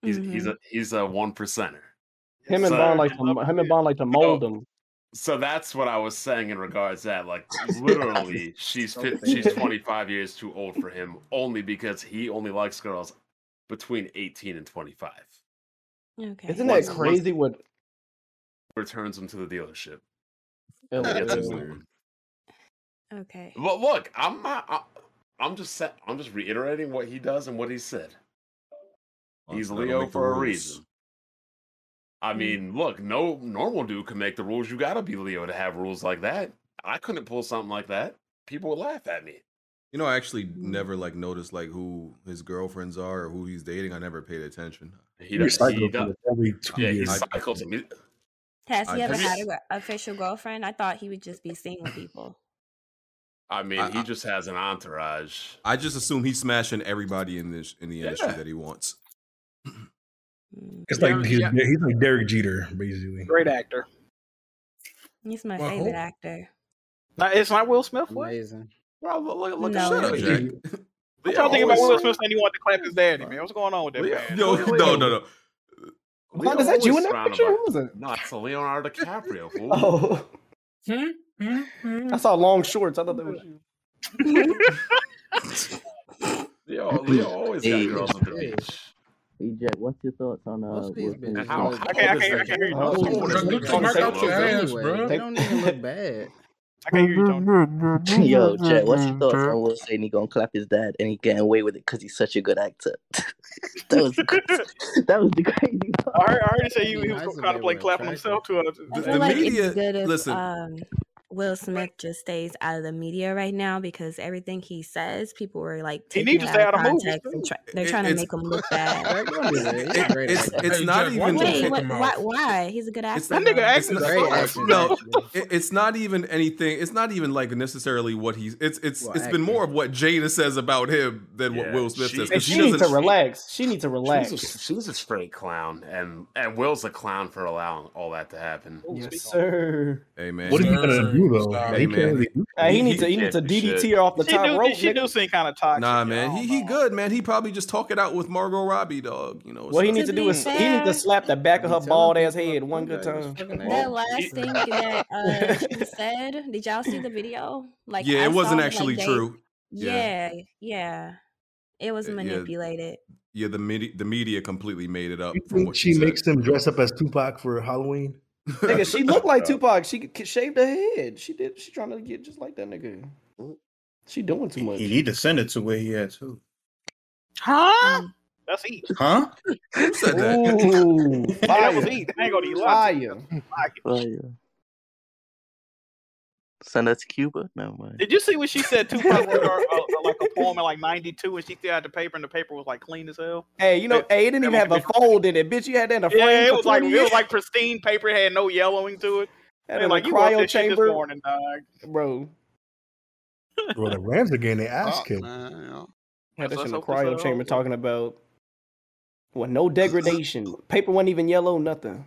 S1: He's he's
S22: Mhm.
S1: a he's a one percenter.
S11: Mm-hmm. Him and
S1: So-
S11: Bond like to him and Bond like to mold him.
S1: So that's what I was saying in regards to
S11: (laughs)
S1: that. Like literally, she's fif- she's 25 years too old for him, only because he only likes girls between 18 and 25.
S22: Okay.
S11: Isn't
S1: Once-
S11: that
S1: once-
S11: crazy? What
S1: Returns him to the dealership.
S11: Yeah,
S1: And gets his
S11: yeah.
S1: new one.
S22: Okay.
S1: But look, I'm not. I, I'm just sa- I'm just reiterating what he does and what he said. He's
S3: Gotta
S1: Leo
S3: make the
S1: for a
S3: rules.
S1: reason. I mean, look, no normal dude can make the rules. You gotta be Leo to have rules like that. I couldn't pull something like that. People would laugh at me.
S3: You know, I actually never like noticed like who his girlfriends are or who he's dating. I never paid attention.
S1: He does. He does.
S8: every two
S1: Yeah, he
S8: years.
S1: cycles him. He-
S22: Has he
S3: I
S22: ever
S3: just-
S22: had an official girlfriend? I thought he would just be seeing people.
S1: I mean,
S3: I-
S1: he
S3: I-
S1: just has an entourage.
S3: I just assume he's smashing everybody in this in the industry
S1: Yeah.
S3: that he wants.
S8: It's
S1: Yeah,
S8: like he's,
S1: yeah.
S8: he's like Derek Jeter, basically.
S4: Great actor.
S22: He's my
S8: Well,
S22: favorite
S8: who-
S22: actor.
S4: Now, it's not Will Smith. What?
S10: Amazing.
S1: Bro, look, look, look
S22: No.
S1: at
S3: Shut up,
S1: Leo.
S3: Jack.
S4: I'm
S3: (laughs)
S4: trying
S1: Leo
S4: to think about
S1: always-
S4: Will Smith and he wanted to clap his daddy, man. What's going on with that
S1: Leo-
S4: man?
S3: (laughs) Yo,
S1: Leo-
S3: no, no, no.
S1: Leo
S11: Bond, is that you
S1: always
S11: in that
S1: surrounded
S11: picture?
S1: by-
S11: Who was it?
S1: No, it's Leonardo
S3: (laughs)
S1: DiCaprio. fool.
S11: Oh, I saw long shorts. I thought that was you.
S1: Leo, Leo always got
S16: Hey.
S1: girls at the beach.
S17: EJ, E what's your thoughts on uh?
S10: Most of these
S17: Will Smith?
S10: bitches How- look- I can't- I can't- I can't hear Oh, you.
S17: How old is
S10: Look
S17: this
S10: at
S17: nigga?
S10: the mark out your
S17: Anyway,
S10: ass, bruh.
S17: they
S10: don't even
S17: (laughs)
S10: look bad.
S17: I can't hear you,
S12: (laughs)
S17: Tony. Yo, Chad, what's your thoughts on Will saying he gonna clap his dad and he getting away with it because he's such a good actor? (laughs) that was (laughs) the crazy, that was the crazy
S4: I heard, I heard he said he, he was gonna contemplate clapping himself to us.
S22: I feel like it's good if um, Will Smith just stays out of the media right now because everything he says, people were like
S4: He
S22: taking
S4: need
S22: it
S4: to
S22: out
S4: stay
S22: of
S4: out of movies,
S22: context. and
S4: too.
S22: try, they're
S4: It-
S22: trying to
S4: it's-
S22: make him look bad.
S10: It's-
S3: it's not even-
S22: Wait, what, why, why? He's a good
S1: (laughs)
S22: actor.
S4: That nigga acts
S3: It's not-
S4: great.
S3: no, it- it's not even anything. It's not even like necessarily what he's. It's it's
S11: Well,
S3: it's been more of what Jada says about him than what
S23: Yeah,
S3: Will Smith
S23: she-
S3: says. 'cause
S11: And she needs to
S3: doesn't-
S11: relax. She needs to relax.
S23: She's a, she's a straight clown, and and Will's a clown for allowing all that to happen.
S1: Oh,
S11: Yes, sir.
S3: Hey man,
S11: What
S3: he
S11: is he gonna do, though? Like, he can't really do Hey, Uh, he needs to- he
S3: yeah,
S11: needs to
S3: he
S11: DDT
S3: should.
S11: her off the She top do- rope,
S4: she nigga. do seem kind of toxic.
S3: (laughs) Nah, man, he he good, man. He probably just talk it out with Margot Robbie, dog. You know it's
S11: What he
S3: not-
S11: needs to do is he needs to slap the back of her bald ass head one good time.
S22: That last thing that uh, she said, did y'all see the video? Like,
S3: Yeah,
S22: I
S3: it wasn't
S22: saw, like,
S3: actually
S22: they-
S3: true.
S22: Yeah, yeah, it was
S3: Uh, yeah.
S22: manipulated.
S3: Yeah, the media the media completely made it up.
S16: You
S3: From
S16: think
S3: what
S16: she
S3: said.
S16: makes him dress up as Tupac for Halloween? (laughs)
S11: Nigga, she looked
S4: (laughs)
S11: like Tupac. She c- shaved her head. She did. She trying to get just like that nigga. She doing too much.
S7: He, he descended to where he at too.
S4: Huh?
S17: Um,
S4: That's he.
S7: Huh?
S3: Who said
S4: that?
S6: (laughs)
S11: Ooh,
S4: That
S11: fire.
S4: was he. That ain't gonna be lying.
S11: Fire.
S17: Oh, Send us to Cuba? No mind.
S4: Did you see what she said? Tupac wrote her, uh, uh, like a poem in like '92, and she still had the paper, and the paper was like clean as hell.
S11: Hey, you know, hey, it didn't even have a fold in it, bitch. You had that in a frame.
S4: Yeah, it
S11: for
S4: was like
S11: 20
S4: it was
S11: years.
S4: like pristine paper, had no yellowing to it.
S11: Had
S4: And
S11: in a
S4: like you cryo
S11: cryo
S4: this shit
S11: chamber.
S4: this morning, dog.
S11: (laughs) bro.
S16: Well, the Rams are getting their ass kicked.
S11: Had this
S4: let's
S11: in the
S4: hope this
S11: cryo
S4: all
S11: chamber talking about. Well, no degradation. Paper wasn't even yellow. Nothing.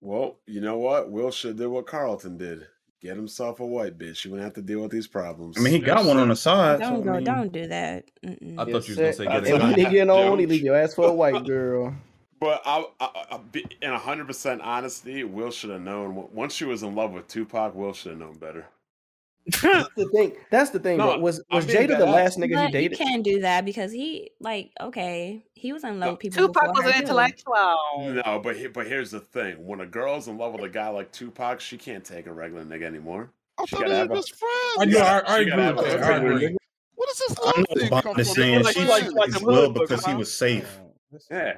S1: Well, you know what? Will should do what Carlton did. Get himself a white bitch. He wouldn't have to deal with these problems.
S7: I mean, he got one on the side.
S22: Don't
S1: Mm.
S22: go, don't do that. Mm-mm.
S3: I thought you was
S1: gonna
S11: Say,
S1: say get a
S11: if
S1: guy.
S11: you dig in on,
S1: Joe.
S11: he leave your ass for a white girl.
S1: But I, I, I be- in hundred percent honesty, Will should have known. w- Once she was in love with Tupac, Will should have known better. (laughs)
S11: That's the thing. That's the thing.
S1: No,
S11: bro. Was
S1: I
S11: was
S1: mean
S11: Jada
S1: that
S11: the
S1: ass-
S11: last nigga he
S22: But you
S11: dated?
S22: can't do that because he, like, okay, he was in love with people.
S4: Tupac
S22: before
S4: was
S22: her,
S4: an
S22: too.
S4: intellectual.
S6: Um,
S1: No, but he, but here's the thing: when a girl's in love with a guy like Tupac, she can't take a regular nigga anymore. She
S6: thought they were best
S2: I
S6: friends.
S2: know. I, I agree with
S1: gotta
S2: that.
S1: have
S2: I
S1: a regular
S2: agree.
S6: What is this
S7: I
S6: love
S7: know
S6: thing
S7: Bond
S6: come
S7: is
S6: from?
S7: saying
S6: Like,
S7: she
S6: like- like
S7: is
S6: them
S7: Will
S6: hood books,
S7: because he
S6: huh?
S7: was safe.
S1: Yeah.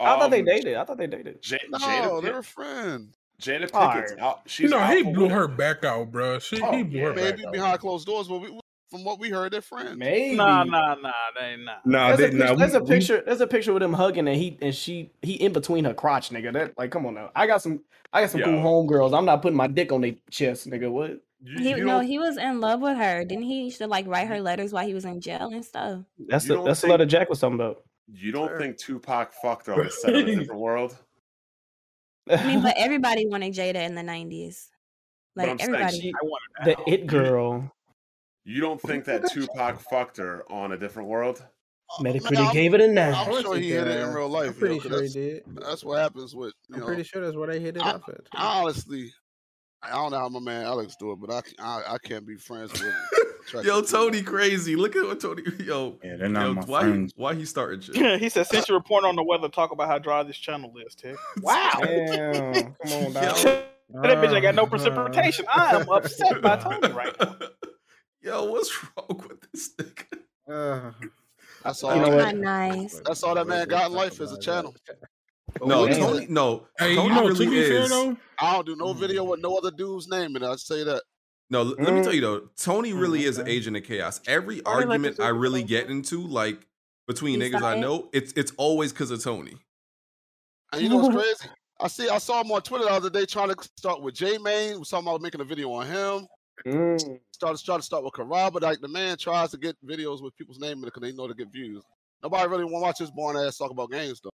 S11: I thought they
S1: Um,
S11: dated. I thought they dated.
S1: J-
S6: No,
S1: Jada,
S6: they
S1: Pick-
S6: were friends.
S1: Jada Pickett's
S11: Alright.
S1: out.
S2: You
S1: She's
S2: know,
S1: out
S2: he
S1: for
S2: blew
S1: what-
S2: her back out, bro. She he blew her back
S6: Maybe
S2: out.
S6: behind closed doors, but we, from what we heard, they're friends.
S11: Maybe.
S4: Nah, nah, nah, they nah.
S16: Nah,
S11: there's,
S16: they,
S11: a picture,
S16: nah, we-
S11: there's a
S16: we-
S11: picture. There's a picture with him hugging and he and she he in between her crotch, nigga. That like, come on now. I got some. I got some cool
S22: Yo.
S11: homegirls. I'm not putting my dick on their chest, nigga. What?
S22: He, no,
S16: (laughs)
S22: he was in love with her. Didn't he used to like write her letters while he was in jail and stuff?
S11: That's
S1: You
S11: the
S1: don't
S11: that's the
S1: think-
S11: letter Jack was talking about.
S1: You don't think Tupac fucked her on the set of
S2: (laughs)
S1: a different
S11: (laughs)
S1: world?
S22: I mean, but everybody wanted Jada in the nineties.
S1: But
S22: Like
S1: I'm saying
S22: everybody.
S1: she- I wanted
S11: The it girl.
S1: You don't think that
S6: (laughs)
S1: Tupac fucked her on a different world?
S11: Metacritic gave it a nine.
S6: I'm sure he hit it in real life.
S10: I'm pretty
S6: yo, 'cause
S10: sure he
S6: that's,
S10: did.
S6: That's what happens with. You
S10: I'm
S6: know,
S10: pretty sure that's where they hit it
S6: I-
S10: up at.
S6: I honestly, I don't know how my man Alex do it, but I I, I can't be friends with. Chuck
S3: Yo,
S6: E. Cheese.
S3: Tony crazy. Look at what Tony. Yo, yeah,
S4: (laughs)
S7: they're not my
S3: why
S7: friends.
S3: He, why he started shit?
S4: he said, since you report on the weather, talk about how dry this channel is,
S3: (laughs)
S4: Tick. Wow.
S11: Damn. Come on,
S4: (laughs)
S11: dog.
S4: That bitch ain't got no precipitation. I am upset by Tony right now.
S3: (laughs) Yo, what's wrong with this nigga?
S6: that's
S3: You
S6: all.
S3: know
S22: Not
S6: that-
S22: nice.
S6: That's all that man got in life is a channel.
S3: No,
S6: But
S3: Tony. No,
S2: Hey, you
S3: Tony
S2: know, to
S3: really
S2: be fair,
S3: is. Mm.
S2: though-
S6: I don't do no video with no other dude's name, and I say that.
S3: No, l- let me tell you though, Tony
S6: Mm,
S3: really
S11: Mm-hmm.
S3: is an agent of chaos. Every
S6: I like
S3: argument
S6: this
S3: I really get into, like between
S6: East
S3: niggas I
S6: Side?
S3: know, it's it's always because of Tony.
S6: And you know what's crazy? I see. I saw him on Twitter the other day trying to start with J Main. Was talking about making a video on him.
S17: Mm.
S6: Started trying to start with Karaba. Like the man tries to get videos with people's name in it because they know to get views. Nobody really want to watch his born ass talk about games though.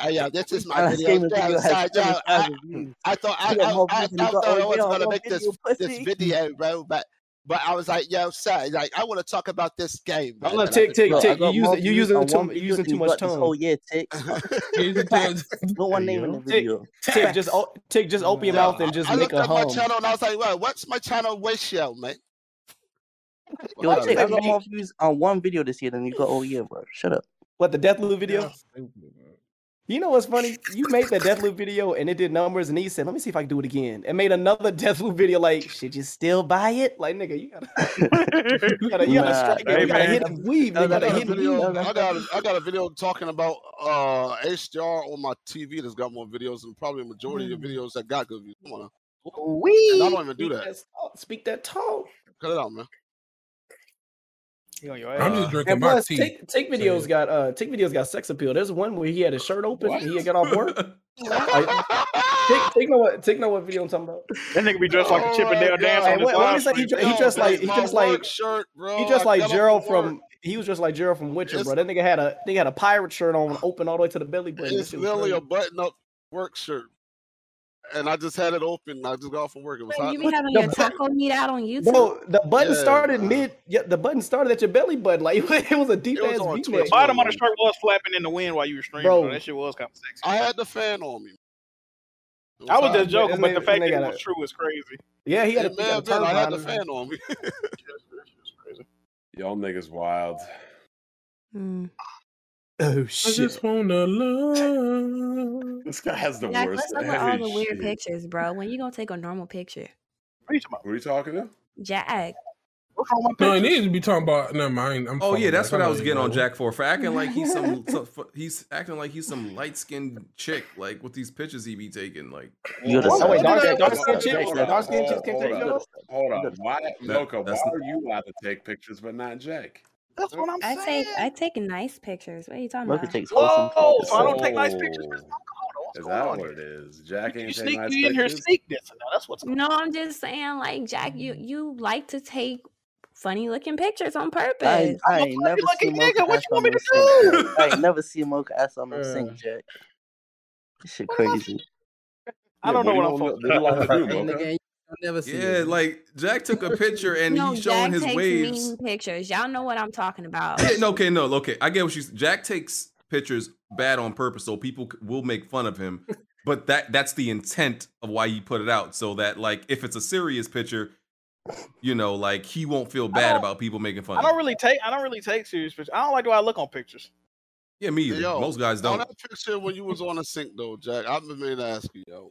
S6: Hey, yeah, this is
S17: (laughs)
S6: my
S17: Last
S6: video.
S17: game of
S6: Yeah,
S17: video has
S6: yeah, yeah, I,
S17: 7,000 views.
S6: I thought I,
S17: He got
S6: I,
S17: more
S6: I, I
S17: views than he
S6: thought
S17: got
S6: I
S17: on
S6: was
S17: your-
S6: gonna
S17: your
S6: make this
S17: video,
S6: this
S17: pussy. (laughs)
S6: video, bro, but but I was like, yo, sir, like I want to talk about this game.
S11: I'm
S6: man,
S11: gonna
S6: and I
S11: tick,
S6: could-
S11: tick,
S17: Look, I
S11: tick. You
S17: got
S11: using
S17: more
S11: you
S17: views
S11: using
S17: on
S11: too
S17: one
S11: you
S17: video
S11: using
S17: than
S11: too
S17: you
S11: much
S17: got this
S11: tongue.
S10: Oh,
S17: whole year,
S6: (laughs)
S17: Tick.
S22: (laughs)
S17: Facts. Put one name
S16: (laughs)
S17: in
S11: (laughs)
S17: the
S11: Tick,
S17: video.
S11: tick, just o- tick, just open your
S6: Yeah,
S11: mouth and just
S6: I
S11: make
S6: looked
S11: a
S6: at my
S11: hum.
S6: channel and I was like, well, what's my channel ratio,
S2: (laughs)
S6: mate?
S17: Yo,
S6: Well, I was
S17: Tick, I
S6: like, oh,
S17: got more views on one video this year than you got all year, bro. Shut up.
S11: What the Deathloop video? You know what's funny? You made the Deathloop video and it did numbers, and he said, "Let me see if I can do it again." And made another (laughs) Deathloop video. Like, should you still buy it? Like, nigga, you gotta, (laughs) you gotta, you gotta
S6: Nah,
S11: strike it.
S6: hey,
S11: You gotta
S6: man.
S11: hit him weave.
S6: I
S11: You
S6: got,
S11: gotta
S6: a
S11: hit him
S6: video,
S11: weave.
S6: I, got a, I got a video talking about uh, HDR on my TV that's got more videos than probably the majority
S11: Hmm.
S6: of the videos that got good views. Come on now. And I don't even do that.
S11: Speak that talk.
S6: Cut it out, man.
S11: He on your
S2: I'm just
S11: ass.
S2: drinking
S11: and
S2: my
S11: plus,
S2: tea.
S11: uh, Take, take videos got uh, take videos got sex appeal. There's one where he had his shirt open. and He had got off work. like, take, take know what take know what video I'm talking about.
S4: That nigga be dressed like a
S6: Oh
S4: Chippendale dancer.
S11: Hey,
S4: on
S11: what,
S4: this
S11: what
S4: live
S11: he say? He,
S4: stream.
S11: dre- he dressed like he
S6: my
S11: dressed like
S6: work shirt, bro.
S11: he dressed
S6: I
S11: like
S6: got off
S11: Gerald
S6: of work.
S11: from he was just like Gerald from Witcher, bro. That nigga had a nigga had a pirate shirt on, open all the way to the belly button. That
S6: It's
S11: shit was
S6: literally a
S11: crazy.
S6: button up work shirt. And I just had it open. I just got off from work. It was hot.
S22: You be having
S11: The
S22: your
S11: bu-
S22: taco meat out on YouTube.
S11: Bro, the button
S6: Yeah,
S11: started mid. Yeah, the button started at your belly button. Like (laughs) it was a deep ass V
S4: The
S11: neck.
S4: bottom of the shirt was flapping in the wind while you were streaming.
S11: Bro.
S4: Bro. That shit was kind of sexy.
S6: I had the fan on me.
S4: I was
S11: Sorry,
S4: just joking,
S11: but
S4: but
S11: this
S4: the
S11: nigga-
S4: fact that
S11: nigga
S4: it
S11: got
S4: was
S11: a-
S4: true is crazy.
S11: Yeah, he had
S6: It
S11: a,
S6: may
S11: he got
S6: have
S11: a
S6: been. I had the
S11: turbine.
S6: fan on me.
S1: Y'all niggas wild.
S22: Hmm.
S11: Oh
S2: I just wanna love.
S1: This guy has the
S22: Jack, let's
S1: worst.
S22: look at all the
S1: edge.
S22: weird pictures, bro. When you gonna take a normal picture?
S1: Who are you talking to?
S22: Jack.
S2: (laughs) No, it needs to be talking about. Never mind. I'm
S3: Oh yeah,
S2: falling
S3: that's
S2: back.
S3: what I
S2: know
S3: was
S2: you
S3: getting on
S2: know.
S3: Jack for for acting like
S11: (laughs)
S3: he's some, some he's acting like he's some light skinned chick like with these pictures he be taking like.
S10: You're the
S11: Oh, wait, dark-
S1: Hold
S11: dark
S1: up,
S11: skin chicks-
S1: hold up,
S11: dark skin
S1: hold
S11: chicks
S1: up,
S11: can
S1: hold
S11: take
S1: up,
S11: photos?
S1: Hold up. Why, Mocha? Why
S3: that's-
S1: are you allowed to take pictures but not Jake?
S4: That's what I'm
S22: I take I take nice pictures. What are you talking
S10: Mocha
S22: about?
S10: takes wholesome
S4: Whoa, so I don't take nice
S1: Oh,
S4: pictures.
S1: Is
S4: going
S1: that
S4: on
S1: what it is? Jack
S4: You
S1: ain't taking
S4: sneak
S1: nice
S4: me in here,
S1: pictures.
S4: sneak this. and that. That's what's
S22: No, I'm just saying, like Jack, you you like to take funny looking pictures on purpose.
S10: I ain't, I ain't never seen Mocha ass on no sink. Jack. I ain't never seen Mocha ass on no (laughs) sink, Jack. This shit crazy.
S4: I don't know what I'm
S1: supposed
S10: (laughs)
S1: to want to do,
S10: Ain't
S1: Mocha?
S10: again, I'll never see
S3: Yeah,
S10: it.
S3: like Jack took a picture and
S22: no,
S3: he's showing
S22: Jack
S3: his
S22: takes
S3: waves.
S22: mean pictures. Y'all know what I'm talking
S3: (laughs)
S22: about.
S3: Yeah, no, okay, no, okay. I get what you. Jack takes pictures bad on purpose, so people c- will make fun of him. But that that's the intent of why he put it out, so that like if it's a serious picture, you know, like he won't feel bad about people making fun
S4: I
S3: of him.
S4: don't really take. I don't really take serious pictures. I don't like the way I look on pictures.
S3: Yeah, me either.
S6: Yo,
S3: Most guys
S6: On
S3: don't.
S6: that picture when you was
S3: (laughs)
S6: on a sink though, Jack, I've been meaning to ask you, yo,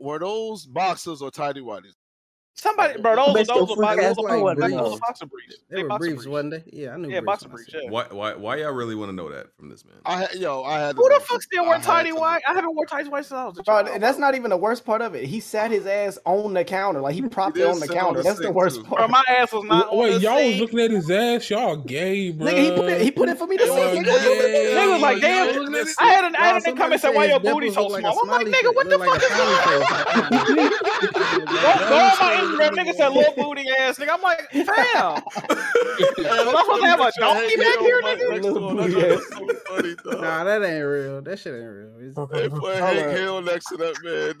S6: were those boxers or tidy whities?
S4: Somebody, bro, those are
S10: Bitch,
S4: those
S10: them
S4: are
S10: freak
S4: bo-
S10: ass
S4: those are
S10: white
S4: bo- those
S10: briefs.
S4: are boxer briefs.
S10: They were
S4: boxer
S10: briefs, wasn't they? Yeah, I knew.
S4: Yeah,
S10: briefs
S4: boxer
S10: when I
S4: briefs.
S10: seen
S4: Yeah.
S10: it.
S3: Why why why y'all really want to know that from this man?
S6: I had, yo, I had.
S4: Who the fuck still
S6: I
S4: wearing
S6: had
S4: tidy
S6: to-
S4: white? I haven't worn tidy white since I was a
S11: Bro,
S4: child.
S11: and that's not even the worst part of it. He sat his ass on the counter, like he propped
S6: He
S11: it
S6: did
S11: on the
S6: sit on
S11: counter.
S6: the
S11: That's the
S6: sink,
S11: worst
S6: too.
S11: part.
S4: Bro, my ass was not on
S2: Wait,
S4: the
S2: y'all was
S4: sink.
S2: looking at his ass. Y'all gay, bro.
S11: Nigga, he put it. He put it for me to see.
S2: Y'all
S11: Nigga,
S2: gay.
S4: Nigga was like, damn. I had an I had an comment and said, why your booty so small? I'm like, nigga, what the fuck is (laughs) Go go on my Instagram, nigga said little booty ass, nigga. I'm like, fam. Am I supposed to Uh, have a donkey back here, nigga?
S10: Nah, that ain't real. That shit ain't real. It's-
S6: They put Hank Hill next to that man.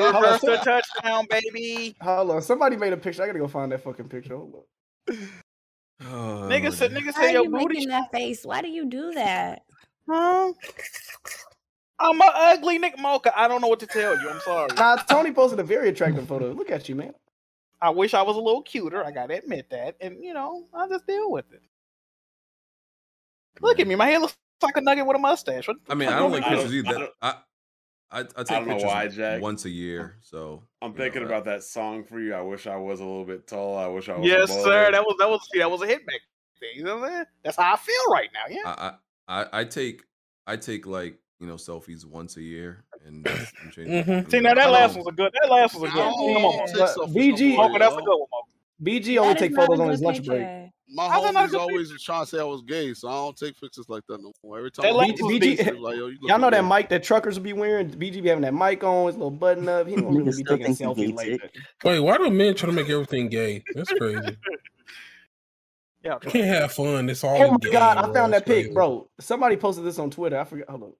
S4: They
S6: (laughs)
S4: reversed the touchdown, baby.
S11: Hold on, somebody made a picture. I gotta go find that fucking picture. Hold on.
S4: Nigga said, nigga
S22: Why
S4: said
S22: are
S4: your
S22: you
S4: booty.
S22: making that face? Why do you do that?
S4: Huh? I'm a ugly Nick Mocha. I don't know what to tell you. I'm sorry.
S11: Nah, Tony posted a very attractive photo. Look at you, man.
S4: I wish I was a little cuter. I gotta admit that, and you know, I just deal with it. Look at me. My hair looks like a nugget with a mustache. What the
S3: I mean,
S4: fuck
S3: I don't
S4: wrong
S3: like
S4: with
S3: pictures
S4: you?
S1: I
S3: either.
S1: don't-
S3: I I, I take
S1: don't know
S3: pictures
S1: why, Jack.
S3: once a year, so
S1: I'm
S3: you know,
S1: thinking
S3: that-
S1: about that song for you. I wish I was a little bit tall. I wish I was.
S4: Yes,
S1: bolder.
S4: sir. That was that was see, that was a hit back thing. You know what I'm saying? That's how I feel right now. Yeah.
S3: I, I I I take I take like you know selfies once a year and that's- I'm changing-
S4: Mhm.
S11: Mm-hmm.
S3: you
S4: See
S3: know,
S4: now that
S3: I
S4: last
S3: don't-
S4: one's a good. That last one's a good.
S6: I
S4: one. Come
S6: don't
S4: on,
S6: take selfies no
S11: BG
S6: more,
S4: Mocha, that's a
S6: yo.
S4: good one. Mocha.
S11: BG only
S22: That
S11: take
S22: is not
S11: photos
S22: a
S11: on his
S22: good
S11: lunch break.
S22: picture.
S6: My
S4: How's that not a
S6: homies
S4: good
S6: always trying to say I was gay, so I don't take pictures like that no more. Every time
S4: That
S6: I
S4: lady
S6: post a
S11: was
S6: picture,
S11: decent.
S6: they like, yo, you
S11: Y'all
S6: looking
S11: know that
S6: gay.
S11: mic that truckers be wearing. BG be having that mic on, his little button up.
S10: (laughs)
S11: He don't really
S10: Niggas
S11: be
S10: still
S11: taking
S10: think you gay,
S11: selfies like
S10: Jake.
S11: that.
S2: Wait, why do men try to make everything gay? That's
S3: (laughs)
S2: crazy.
S4: Yeah.
S2: You can't have fun. It's all.
S11: Oh my
S2: gay,
S11: god, I
S2: bro.
S11: found
S2: It's
S11: that pic,
S2: crazy.
S11: bro. Somebody posted this on Twitter. I forgot. Hold on.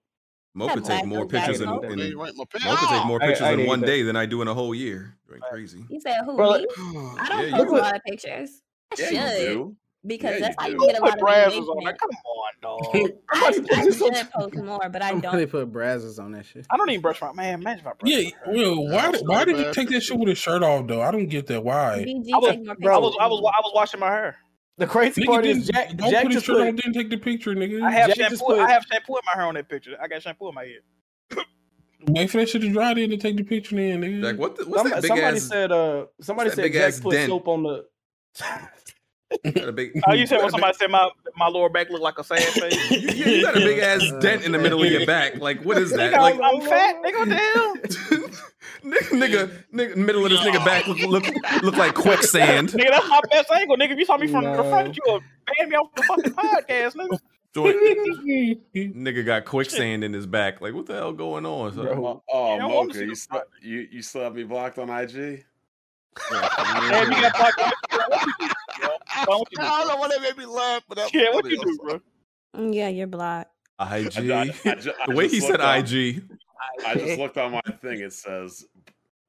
S3: Mocha
S22: That
S3: take
S22: black
S3: more
S22: on black
S3: pictures in,
S22: smoke.
S6: They
S3: in
S6: ain't right in my pants.
S3: Mocha
S1: Ah!
S3: take more
S11: I- I
S3: pictures in
S11: didn't
S3: one
S11: either.
S3: day than I do in a whole year. Going crazy.
S22: You said who
S11: Bro,
S3: (sighs)
S22: me? I
S3: Yeah,
S22: don't
S3: you
S22: post a
S11: do.
S22: lot of pictures. I
S1: Yeah,
S22: should
S1: you do.
S22: because
S1: Yeah,
S22: that's how
S1: you
S22: you
S1: do.
S22: get a
S4: Put
S22: lot of
S4: Brazzers on there.
S22: engagement.
S4: Come on,
S22: I,
S4: dog.
S11: Somebody
S22: I
S11: posted this on
S22: should post more, but I
S10: Somebody
S22: don't.
S10: put brazzers on that shit.
S4: I don't even brush my man. Imagine if I brush
S2: Yeah,
S4: my hair.
S2: well, why
S6: That's not
S2: why
S6: a
S2: did he
S6: bad
S2: take that shit with his shirt off though? I don't get that. Why?
S22: BG
S4: I was,
S22: take more
S4: I
S22: pictures.
S4: was, I was, I was washing my hair.
S11: The crazy
S2: Nigga
S11: part is
S2: didn't-
S11: Jack.
S2: don't
S11: Jack
S2: put his
S11: just
S2: shirt
S11: put,
S2: on, didn't take the picture, nigga.
S4: I have
S11: Jack just
S4: shampoo.
S11: put-
S4: I have shampoo in my hair on that picture. I got shampoo in my head.
S2: Wait for that shit to dry, then to take the picture. Then, nigga.
S24: Like, what? The,
S11: Some- somebody said. Uh, somebody
S24: that
S11: said
S24: big
S11: Jack
S24: ass
S11: put
S24: dent?
S11: soap on
S24: (laughs)
S4: (laughs)
S11: the.
S24: Got a big-
S4: Oh, you said when
S24: got a
S4: somebody said my my lower back looked like
S24: (laughs)
S4: a sad face.
S24: big- you got a big ass
S7: (laughs)
S24: dent in the middle of your back. Like, what
S4: (laughs)
S24: is that? Like, (laughs)
S4: I'm fat. Nigga, what the hell?
S24: nigga, nigga, middle of this
S3: (laughs)
S24: nigga back look look, look like
S22: (laughs)
S24: quicksand.
S4: nigga, that's my best angle. Nigga, if you saw me from the front, you would ban me off the fucking podcast,
S7: (laughs)
S4: nigga.
S7: Oh
S24: Joint- nigga got quicksand in his back. Like, what the hell going on? son?
S1: Oh, oh
S4: Yeah, I wanna see
S1: Mocha, you still, you, you still have me blocked on IG? (laughs)
S4: Damn, you got blocked.
S6: (laughs)
S4: Don't you do,
S6: I don't know why that made me laugh, but that
S4: Yeah, what you do, bro?
S22: Yeah, you're blocked.
S24: IG.
S1: I
S3: (laughs)
S1: ju- I
S24: the way
S1: just
S24: he said
S1: looked up.
S24: IG.
S1: I just looked on my thing. It says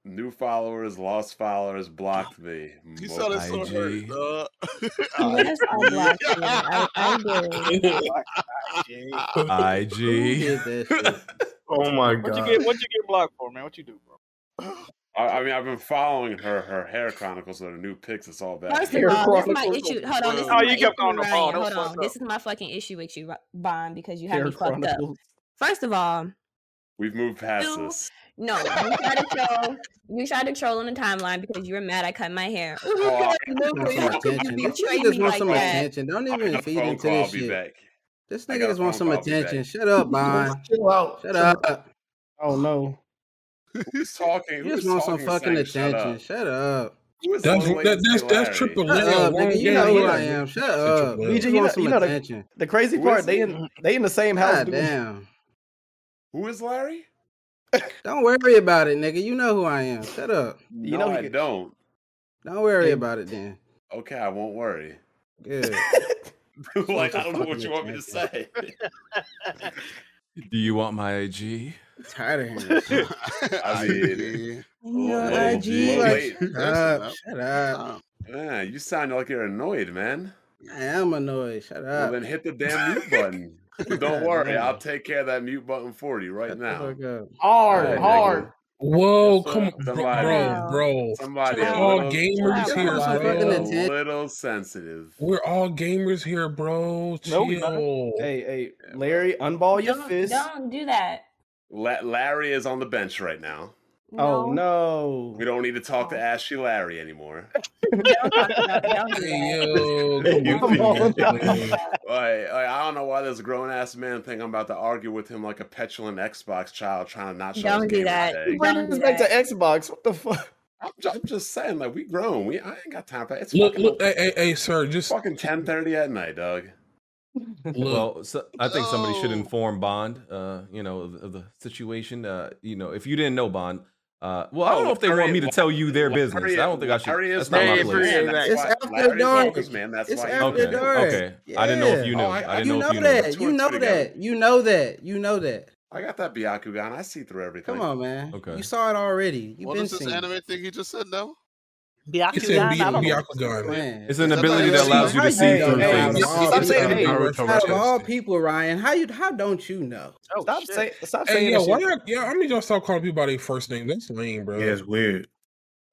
S1: new followers, lost followers, blocked me.
S6: You sounded so hurt. (laughs) dog.
S22: Yes,
S6: (laughs)
S22: I blocked you. I, I did. (laughs)
S24: IG.
S3: (laughs)
S7: Oh my
S4: What you
S7: god.
S4: get? What you get blocked for, man? What you do, bro?
S1: I, I mean, I've been following her her hair chronicles and her new pics. It's all bad.
S22: First of all, this is my issue. Hold on, this is
S4: Oh,
S22: my
S4: you
S22: issue,
S4: kept on the
S22: Ryan.
S4: ball. That
S22: Hold
S4: was
S22: on,
S4: fucked
S22: this
S4: up.
S22: is my fucking issue with you, Ro- Bond, because you had
S1: Hair
S22: me fucked up.
S1: chronicles.
S22: First of all,
S1: We've moved past
S22: You-
S1: this.
S6: (laughs)
S22: no, you tried to troll. You tried to troll on the timeline because you were mad I cut my
S6: (laughs)
S22: hair.
S1: Oh, I-
S22: You
S1: I got a phone
S22: betrayed
S1: call.
S22: me
S10: Niggas want
S22: like
S10: some
S22: that.
S10: attention. Don't
S1: I
S10: even
S1: got a
S10: feed
S1: phone
S10: into
S1: call.
S10: this
S1: I'll be
S10: shit.
S1: back.
S10: This
S1: I
S10: nigga
S1: got a
S10: just wants
S1: phone
S10: some
S1: call, I'll be back.
S10: attention. Shut up, Bond.
S5: Chill out.
S10: Shut up.
S5: Oh no.
S1: (laughs) Who's talking?
S10: You just
S1: Who's
S10: want some
S1: talking?
S10: fucking
S1: saying, "Shut
S10: attention.
S1: up"?
S10: Shut up.
S1: Who is
S2: That's
S1: Lil Wayne
S2: that,
S1: and
S2: that's
S1: Say
S2: that's
S1: Larry?
S2: triple
S10: Shut
S2: L.
S10: up,
S2: Wrong
S10: nigga. You
S2: game.
S10: know who
S2: Wrong
S10: I am. Shut
S2: Such a
S10: up.
S2: blood.
S10: You
S2: BG,
S10: just
S2: you
S10: want
S2: know-
S10: some
S2: you know the-
S10: attention.
S11: The crazy
S10: Who
S11: part,
S10: is
S11: they
S10: he?
S11: in they in the same house.
S10: God
S11: doing-
S10: damn.
S1: Who is Larry?
S10: (laughs) Don't worry about it, nigga. You know who I am. Shut up.
S1: You no, I don't.
S10: Don't worry
S1: Hey.
S10: about it then.
S1: Okay, I won't worry.
S10: Good.
S1: (laughs) like I don't know what you want me to say.
S24: Do you want my IG?
S10: Tired of hearing (laughs) shit.
S1: (laughs) I
S22: (laughs)
S1: mean,
S10: Your
S1: Whoa,
S10: IG.
S1: whoa,
S10: Like,
S1: wait.
S10: shut up. Shut up.
S1: yeah, you sound like you're annoyed, man.
S10: I am annoyed. Shut
S1: Well,
S10: up.
S1: then hit
S10: (laughs)
S1: the damn mute button. But don't
S10: God
S1: worry,
S10: damn.
S1: I'll take care of that mute button for you right now.
S10: Hard,
S1: All right,
S10: hard.
S1: nigga.
S2: Whoa, come on, bro,
S1: Somebody,
S2: bro, bro.
S1: somebody,
S2: We're
S1: a
S2: all
S1: little,
S2: gamers
S10: Chill
S2: here,
S10: out,
S2: bro.
S10: somebody.
S1: a little sensitive.
S2: We're all gamers here, bro.
S11: No,
S2: Chill.
S11: we not. Hey, hey, Larry, unball your fist.
S22: Don't do that.
S1: La- Larry is on the bench right now.
S11: Oh no.
S1: We don't need to talk to Ashy
S22: (laughs)
S1: Larry anymore.
S2: Hey, yo,
S1: Come
S2: on,
S1: I, I, I don't know (laughs) why this grown ass man think I'm about to argue with him like a petulant Xbox child trying to not show his
S22: Don't do
S1: gamer
S22: that.
S1: tag.
S22: Don't
S11: Bring
S22: do
S11: this back to
S22: that.
S11: Xbox. What the fuck?
S1: I'm, ju- I'm just saying, like we grown. We I ain't got time for that. It's
S2: Look,
S1: fucking
S2: look, hey, hey, hey, sir, just
S1: fucking ten thirty at night, Doug.
S24: (laughs)
S2: look.
S24: Well, so I think somebody should inform Bond, uh, you know, of, of the situation. Uh, you know, if you didn't know Bond, uh, well, I don't
S1: Oh,
S24: know if they want me to
S1: Larry-
S24: tell you their
S1: Larry-
S24: business. I don't think I should.
S1: Larry
S24: That's
S1: is
S24: not my
S1: Larry,
S24: place.
S1: man, that's
S10: It's
S1: why-
S10: after
S1: Larry's
S10: dark.
S1: Walker's man. That's
S10: It's
S1: why you
S10: after
S1: don't know.
S10: dark.
S24: Okay. I didn't know if
S10: Yeah.
S24: you knew.
S1: Oh,
S24: I,
S1: I-
S10: You
S24: didn't know
S10: know
S24: if you knew.
S10: that. You
S1: We're
S10: know
S1: together.
S10: that. You know that. You know that.
S1: I got that Byakugan. I see through everything.
S10: Come on, man.
S24: Okay.
S10: You saw it already. You've
S6: What
S10: been
S6: is this
S10: seeing. it.
S6: anime thing you just said now?
S2: He said
S4: Byakugan, I don't know.
S2: Byakugan.
S10: Man.
S24: It's an
S6: Is that
S24: ability
S6: like
S24: that
S6: a
S24: allows you to
S10: secret?
S24: see
S10: Hey,
S24: through
S10: hey,
S24: things.
S10: stop- stop saying,
S2: hey,
S10: Out of all people, Ryan, how you how don't you know?
S6: Oh,
S11: Stop saying stop
S2: Hey,
S11: saying
S2: yo,
S11: that
S2: why
S11: shit.
S2: y'all, yeah, I need y'all to stop calling people by their first name. That's lame, bro.
S7: Yeah, it's weird.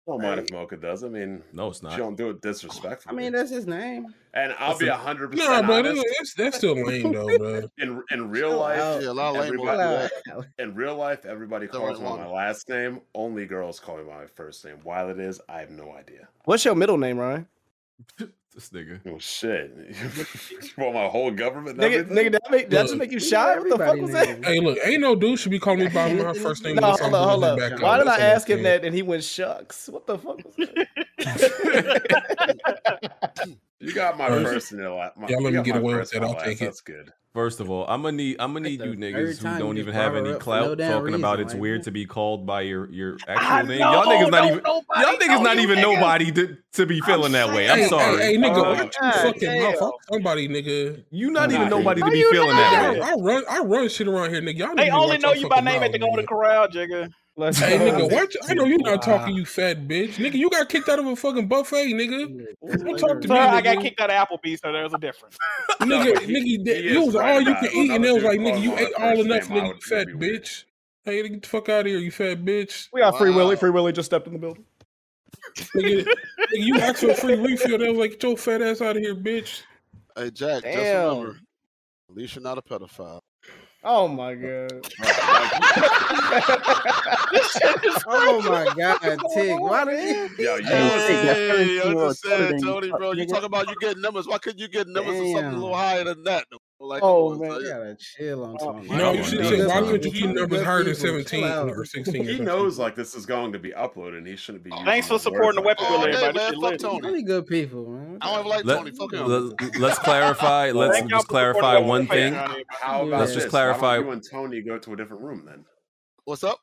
S1: I don't mind if Mocha does. I mean,
S24: No, it's
S1: she
S24: not.
S1: don't do it
S10: I
S1: disrespectfully.
S10: mean, that's his name.
S1: and I'll be hundred
S2: Nah,
S1: percent
S2: bro,
S1: honest.
S2: that- that's that's still lame though, bro.
S1: (laughs) In in real life,
S6: Yeah, a lot of lame boys do
S1: everybody,
S6: that.
S1: (laughs) in real life, everybody
S6: Don't
S1: calls me
S6: want
S1: my
S6: it.
S1: last name. Only girls call me my first name. Why it is, I have no idea.
S11: What's your middle name,
S10: (laughs)
S11: Ryan?
S24: This nigga.
S1: Oh shit! (laughs) you want my whole government? and
S11: Nigga,
S1: everything?
S11: nigga, that make that just make you shy? What the fuck was that?
S2: Hey, look, ain't no dude should be calling
S24: (laughs)
S2: me by my first name.
S11: No,
S2: unless I'm
S11: hold up, hold
S2: holding
S11: up.
S2: back
S11: Why
S2: on.
S11: did I
S2: That's all I'm
S11: ask him
S2: saying.
S11: that and he went shucks? What the fuck was that?
S1: You got my
S2: Alright.
S1: first and la- my,
S2: Y'all let
S1: you got
S2: me get
S1: my
S2: away with
S1: first
S2: that,
S1: and my
S2: I'll
S1: last.
S2: take it.
S1: That's good.
S24: First of all, I'm gonna need I'm gonna need you
S10: third
S24: niggas
S10: time
S24: who
S10: you
S24: don't
S10: just
S24: even
S10: brought
S24: have
S10: her
S24: any
S10: up for no
S24: clout
S10: damn
S24: talking about
S10: reason,
S24: it's
S10: like-
S24: weird to be called by your
S1: (laughs)
S24: your
S4: I
S24: actual name. Y'all
S4: know,
S24: niggas not
S4: don't
S24: even
S4: nobody
S24: y'all niggas
S4: know
S24: not
S4: you
S24: even
S4: niggas.
S24: nobody to to be feeling that way. I'm
S2: Hey,
S24: sorry.
S2: Hey, hey, nigga,
S1: Oh,
S2: watch your
S1: God
S2: fucking mouth.
S4: damn.
S2: Fuck somebody, nigga.
S24: You not
S1: Nah,
S24: even
S1: dude.
S24: nobody to
S4: How
S24: be
S4: you
S24: feeling
S2: I,
S24: that way.
S4: not?
S2: I run, I run shit around here, nigga. Y'all need
S4: They
S2: to
S4: only
S2: watch
S4: know
S2: your
S4: you by
S2: fucking
S4: name at
S2: mouth,
S4: the Golden
S2: nigga.
S4: Corral, Jigga.
S11: Let's
S2: Hey,
S11: go.
S2: nigga, watch. I know you're not talking, you fat bitch, nigga. You got kicked out of a fucking buffet, nigga. Don't talk to
S4: Sir,
S2: me,
S4: I got
S2: nigga.
S4: kicked out of Applebee's, so there's a difference.
S2: (laughs) Nigga,
S1: but he-
S2: nigga, that,
S1: he
S2: you
S1: is
S2: was
S1: right
S2: all you
S1: about
S2: can
S1: it.
S2: eat, and
S1: Another
S2: it was
S1: dude
S2: like, nigga,
S1: called
S2: you
S1: my
S2: ate all
S1: first
S2: enough,
S1: name, I
S2: nigga. You
S1: would feel
S2: fat
S1: be weird.
S2: bitch. Hey, nigga, get the fuck out of here, you fat bitch.
S11: We got free
S6: Wow.
S11: Willie. Free Willie just stepped in the building.
S2: Nigga, nigga, you asked for a free refill. They was like, get your fat ass out of here, bitch.
S6: Hey Jack, just
S11: Damn.
S6: remember, at least you're not a pedophile.
S11: Oh my
S6: (laughs)
S11: god.
S10: oh my god, Tick. Why did (laughs)
S6: Yeah, you
S10: Hey,
S6: I'm just saying,
S10: Tony,
S6: Tony, bro. You talking about you getting numbers? Why couldn't you get numbers or something a little higher than that? Like,
S10: Oh man, you gotta chill on Tony.
S2: No,
S11: Oh,
S2: you should say, why could you get numbers higher than 17
S10: out.
S2: or 16?
S1: He knows like this is going to be uploaded, and he shouldn't be.
S4: Thanks for supporting the weapon wheel, everybody. This shit lit.
S10: Really good people, man.
S6: I don't even like Tony. Fuck him.
S24: let's
S6: (laughs)
S24: clarify. Let's
S1: Thank y'all
S24: just
S1: for supporting
S24: clarify
S1: the
S24: one thing.
S1: weapon wheel. How about
S24: Let's just
S1: this? Why don't
S24: clarify.
S1: You and Tony go to a different room then.
S6: What's up?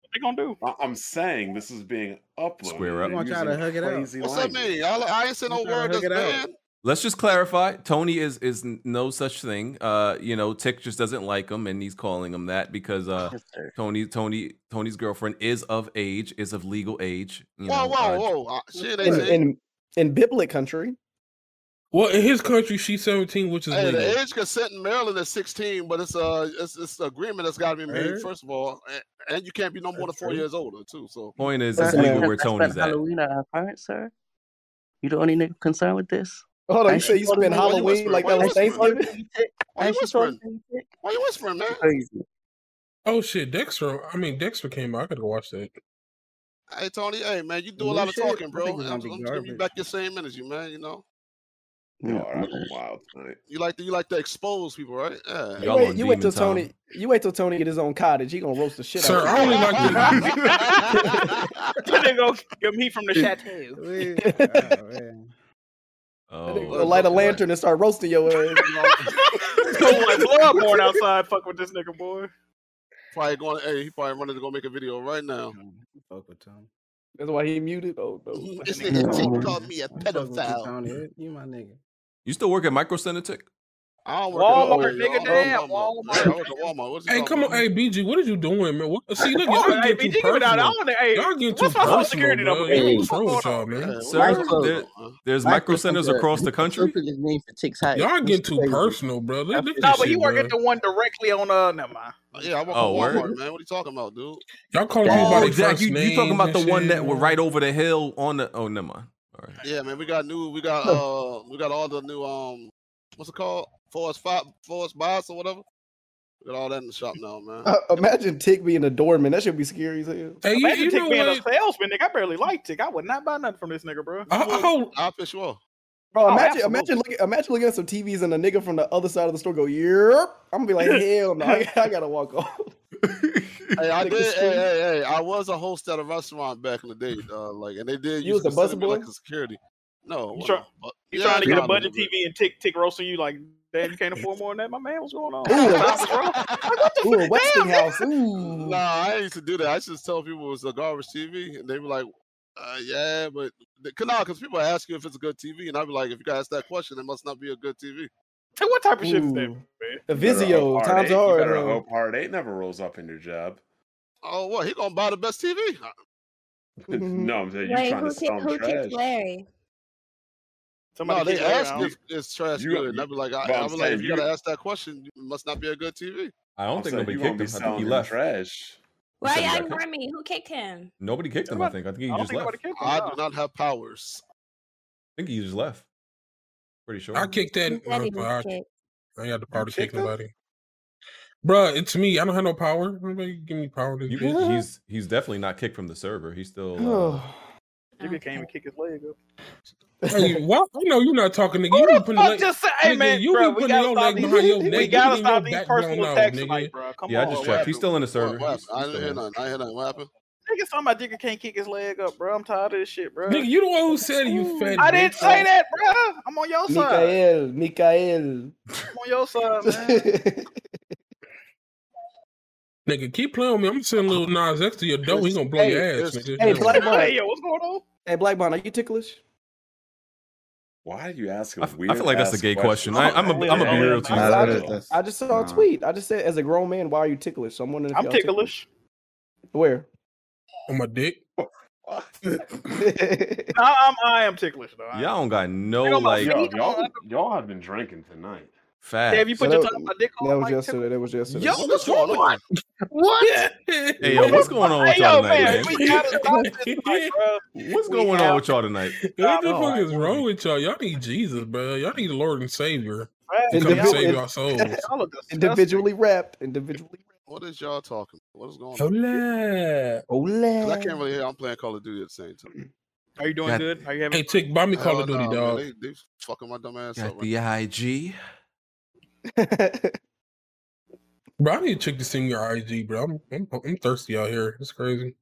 S4: What they gonna do?
S1: I'm saying this is being uploaded.
S24: Square up.
S1: and
S24: Want y'all to
S1: using
S24: hug it out.
S1: crazy
S6: What's
S1: language.
S6: that mean? I, I ain't said no word that's bad.
S24: Let's just clarify. Tony is is n- no such thing. Uh, you know, Tick just doesn't like him, and he's calling him that because uh, Tony, Tony, Tony's girlfriend is of age, is of legal age. You
S6: Whoa,
S24: know, uh,
S6: whoa, whoa! Uh, Shit, they
S11: in,
S6: say.
S11: in in biblic country.
S2: Well, in his country, she's 17, which is
S6: Hey,
S2: legal.
S6: the age consent in Maryland is 16, but it's uh, it's, it's an agreement that's got to be made
S24: Right.
S6: first of all, and, and you can't be no more than four years older too. So
S24: Point is,
S16: Listen,
S24: it's legal
S16: man,
S24: where
S16: I
S24: Tony's
S16: spent
S24: at.
S16: Halloween at our parents, sir. You the only nigga concerned with this?
S11: Hold on, you
S16: Ain't
S11: say you
S16: told
S11: spent
S16: me- Why you
S11: Halloween
S16: whispering?
S11: like
S16: Why
S11: that
S16: you
S11: was
S16: whispering?
S11: Thanksgiving?
S16: Why you whispering?
S6: Why you whispering, man?
S16: Crazy.
S2: Oh shit, Dexter. I mean, Dexter came out. I gotta watch that.
S6: Hey Tony, hey man, you do a
S2: New
S6: lot of
S2: shit?
S6: talking,
S2: I
S6: bro.
S2: think
S6: I'm,
S2: it's
S6: I'm
S2: gonna
S6: just
S2: be
S6: giving you back
S2: garbage.
S6: your same energy, man. You know,
S1: Yeah, all right, wild tonight.
S6: you like to you like to expose people, right? Yeah.
S11: You wait, you wait till Tony. You wait till Tony get his own cottage. He gonna roast the shit
S2: Sir,
S11: out
S2: I
S11: of
S2: only
S11: (laughs)
S2: like
S11: you.
S4: they go give me from the (laughs) chateau.
S2: Oh,
S11: Gonna light a lantern and start roasting your ass.
S4: So like
S6: (laughs)
S4: Bloodborne outside, fuck with this nigga boy.
S6: Probably going. Hey, he probably running to go make a video right now.
S10: Fuck with Tony.
S11: That's why he muted. Oh no.
S6: This
S10: nigga Yeah. Tony
S6: called me a
S10: Tony, you my nigga.
S24: You still work at Microcentric? Tick?
S6: I don't
S4: Walmart,
S3: Oh,
S6: work at
S4: nigga,
S6: Walmart.
S4: damn,
S6: Walmart. Yeah, I work at Walmart. What you
S2: Hey,
S6: talking
S2: come on, hey BG, what are you doing, man? What, see, look,
S4: Oh,
S2: y'all
S4: hey,
S2: getting too
S4: BG, give it out. I
S2: personal.
S4: wanna- hey,
S2: y'all getting
S4: what's
S2: too
S4: my social
S2: personal,
S4: security
S2: bro.
S4: number,
S2: Y'all
S16: man?
S2: what's wrong with y'all, man?
S24: Sir, there, there's micro centers across the country.
S16: Name for Tick's height.
S2: Y'all
S16: This
S2: getting
S16: is
S2: too
S16: crazy.
S2: personal, bro. Look, look at
S4: No,
S2: this
S4: but
S2: shit,
S4: you work
S2: bro.
S4: at the one directly on uh, never mind.
S6: about? Yeah, I work
S24: Oh,
S6: at
S24: word.
S6: Walmart, man. What are you talking about, dude?
S2: Y'all calling
S6: Damn.
S2: people by
S24: Oh,
S2: their
S24: Jack,
S2: first
S24: you, you
S2: names
S24: talking about the
S2: and
S24: one
S2: shit,
S24: that were
S2: man.
S24: right over the hill on the? Oh, never mind.
S6: Yeah, man. We got new. We got uh. We got all the new um. What's it called? Forest five, Forest Bias or whatever. We got all that in the shop now, man.
S11: (laughs) Uh, imagine Tick being a doorman. That should be scary as hell.
S2: Hey,
S4: Imagine Tick being a salesman, nigga. I barely like Tick. I would not buy nothing from this nigga, bro.
S6: I'll piss you off.
S11: Bro,
S4: Oh,
S11: imagine,
S4: absolutely.
S11: imagine, looking, imagine looking at some TVs and a nigga from the other side of the store go, "Yep." I'm gonna be like, "Hell no, I, I gotta walk off."
S6: hey, I
S11: Nigga
S6: did. Hey,
S11: scream.
S6: hey, hey, I was a host at a restaurant back in the day. Uh, like, and they did.
S11: You
S6: used
S11: was
S6: to
S11: a
S6: send me,
S11: busboy?
S6: Like a security. No,
S4: You,
S6: what-
S4: try,
S6: Oh, but-
S4: you
S6: yeah,
S4: trying to get a
S6: nah,
S4: budget TV and Tick Tick roasting you like, damn, you can't afford more than that, my man. What's
S6: (laughs)
S4: going on?
S11: Ooh, a
S4: Time
S11: West-
S4: is wrong.
S11: Ooh, a Westinghouse. (laughs) Ooh.
S6: Nah, I used to do that. I used to tell people it was "Oh, a garbage TV, and they were like, uh, "Yeah, but because because people ask you if it's a good TV, and I'd be like, if you guys ask that question, it must not be a good TV."
S4: Hey, what type of shit is that,
S11: Ooh.
S4: man?
S11: The
S1: You better hope
S11: Vizio.
S1: Hard
S11: Times
S1: Eight- you
S11: are hard.
S1: better
S11: huh?
S1: hope Hard Eight never rolls up in your job. (laughs)
S6: Oh, what? He gonna buy the best TV? Uh, Mm-hmm.
S1: no, I'm saying you
S22: Wait,
S1: trying
S22: who
S1: to sell
S22: kicked who
S1: them trash.
S22: kicked Larry?
S4: Somebody
S6: No, they
S4: kicked Larry
S6: asked
S4: out.
S6: if it's trash
S1: You-
S6: good, and I'd be like, I,
S1: but I'm
S6: I be like,
S1: saying
S6: if you
S1: you-
S6: gotta ask that question, it must not be a good TV.
S24: I don't
S1: I'm
S24: think
S1: saying
S24: nobody
S1: you
S24: kicked
S1: won't be
S24: him. I think
S1: selling
S24: he
S1: them
S24: left.
S1: trash.
S22: Why
S24: said he
S22: y'all
S24: got kicked?
S22: ignore me? Who kicked him?
S24: Nobody kicked him. I think. I think he just left. I
S6: I do not have powers.
S24: think he just left. Pretty sure.
S2: I kicked that.
S22: That he
S2: uh, I,
S22: was kicked.
S2: I got the power to kick nobody. Bruh, it's me. I don't have no power. Nobody give me power. To
S24: You,
S2: do
S24: he- he's he's definitely not kicked from the server. He's still. Uh,
S4: Nigga can't even kick his leg up.
S2: (sighs) Hey, why? I know you're not talking, nigga.
S4: Who
S2: You be
S4: the
S2: putting
S4: fuck
S2: leg-
S4: just say, hey
S2: nigga,
S4: man,
S2: you
S4: bro,
S2: be
S4: we
S2: putting
S4: gotta
S2: your
S4: stop
S2: leg
S4: these,
S2: behind your
S4: (laughs)
S2: neck.
S4: we gotta
S2: You getting
S4: stop
S2: your
S4: these
S2: back blown
S4: personal
S2: out,
S4: attacks
S2: nigga.
S4: tonight, bro. Come
S24: yeah, I
S4: on.
S24: just
S4: What
S24: checked. He's
S4: happened?
S24: still in the server.
S6: What
S24: He's-
S6: happened? I
S24: he's
S6: didn't
S24: still
S6: hear
S24: in.
S6: nothing. I didn't hear nothing. What happened?
S4: Nigga, somebody nigga can't kick his leg up, bro. I'm tired of this shit, bro.
S2: Nigga, you the one who said it, you fat.
S4: I didn't
S2: bitch.
S4: say that, bro. I'm on your side.
S11: Mikael, Mikael.
S4: I'm on your side, man.
S2: Nigga, keep playing with me. I'm gonna send little Nas X to your door. He gonna blow your ass, nigga.
S11: Hey, Black Bond.
S4: Hey, yo, what's going on?
S11: Hey, Black Bond, are you ticklish?
S1: Why are you asking?
S24: I,
S1: weird
S24: feel like that's a
S1: ass
S24: gay question.
S1: questions
S24: I, I'm
S1: like
S24: a,
S1: that?
S24: I'm gonna be real to you.
S11: I, I ju-
S24: That's-
S11: I just saw a tweet. I just said, as a grown man, why are you ticklish? So I'm wondering if
S4: I'm
S11: y'all
S4: ticklish.
S11: Where?
S2: On my dick.
S4: Nah, I'm I am ticklish though. I-
S24: Y'all don't got no
S4: Nigga, my
S24: like
S4: feet
S1: Y'all, y'all have been drinking tonight.
S3: Fat.
S4: Have you put
S11: So
S4: your
S11: that-
S4: tongue in my dick?
S11: That was yesterday. That was yesterday.
S4: Yo, what's wrong with you? What?
S3: Hey, yo,
S4: (laughs)
S3: what's going on with
S4: Hey,
S3: y'all
S4: yo,
S3: tonight,
S4: man,
S6: (laughs)
S3: man?
S4: we gotta stop this, like, bro.
S3: What's going on with
S11: (laughs)
S3: y'all tonight?
S2: What the fuck is wrong with y'all? Y'all need Jesus, bro. Y'all need the Lord and Savior. To come
S11: Individual- (laughs)
S2: save
S4: (laughs)
S2: y'all souls.
S11: individually wrapped. Individually.
S6: What is y'all talking? What is going on?
S2: Hola.
S6: 'Cause I
S11: Hola.
S6: can't really hear. I'm playing Call of Duty at the same time.
S4: (clears throat) Are you doing
S3: Got-
S4: good? Are you having
S2: Hey, Tick, buy me Call of
S6: Hell no,
S2: Duty,
S6: man,
S2: dog.
S6: They, they fucking my dumb ass up.
S3: Got
S6: Right?
S3: the IG.
S2: (laughs) Bro, I need to check to see your IG, bro. I'm, I'm, I'm thirsty out here. It's crazy.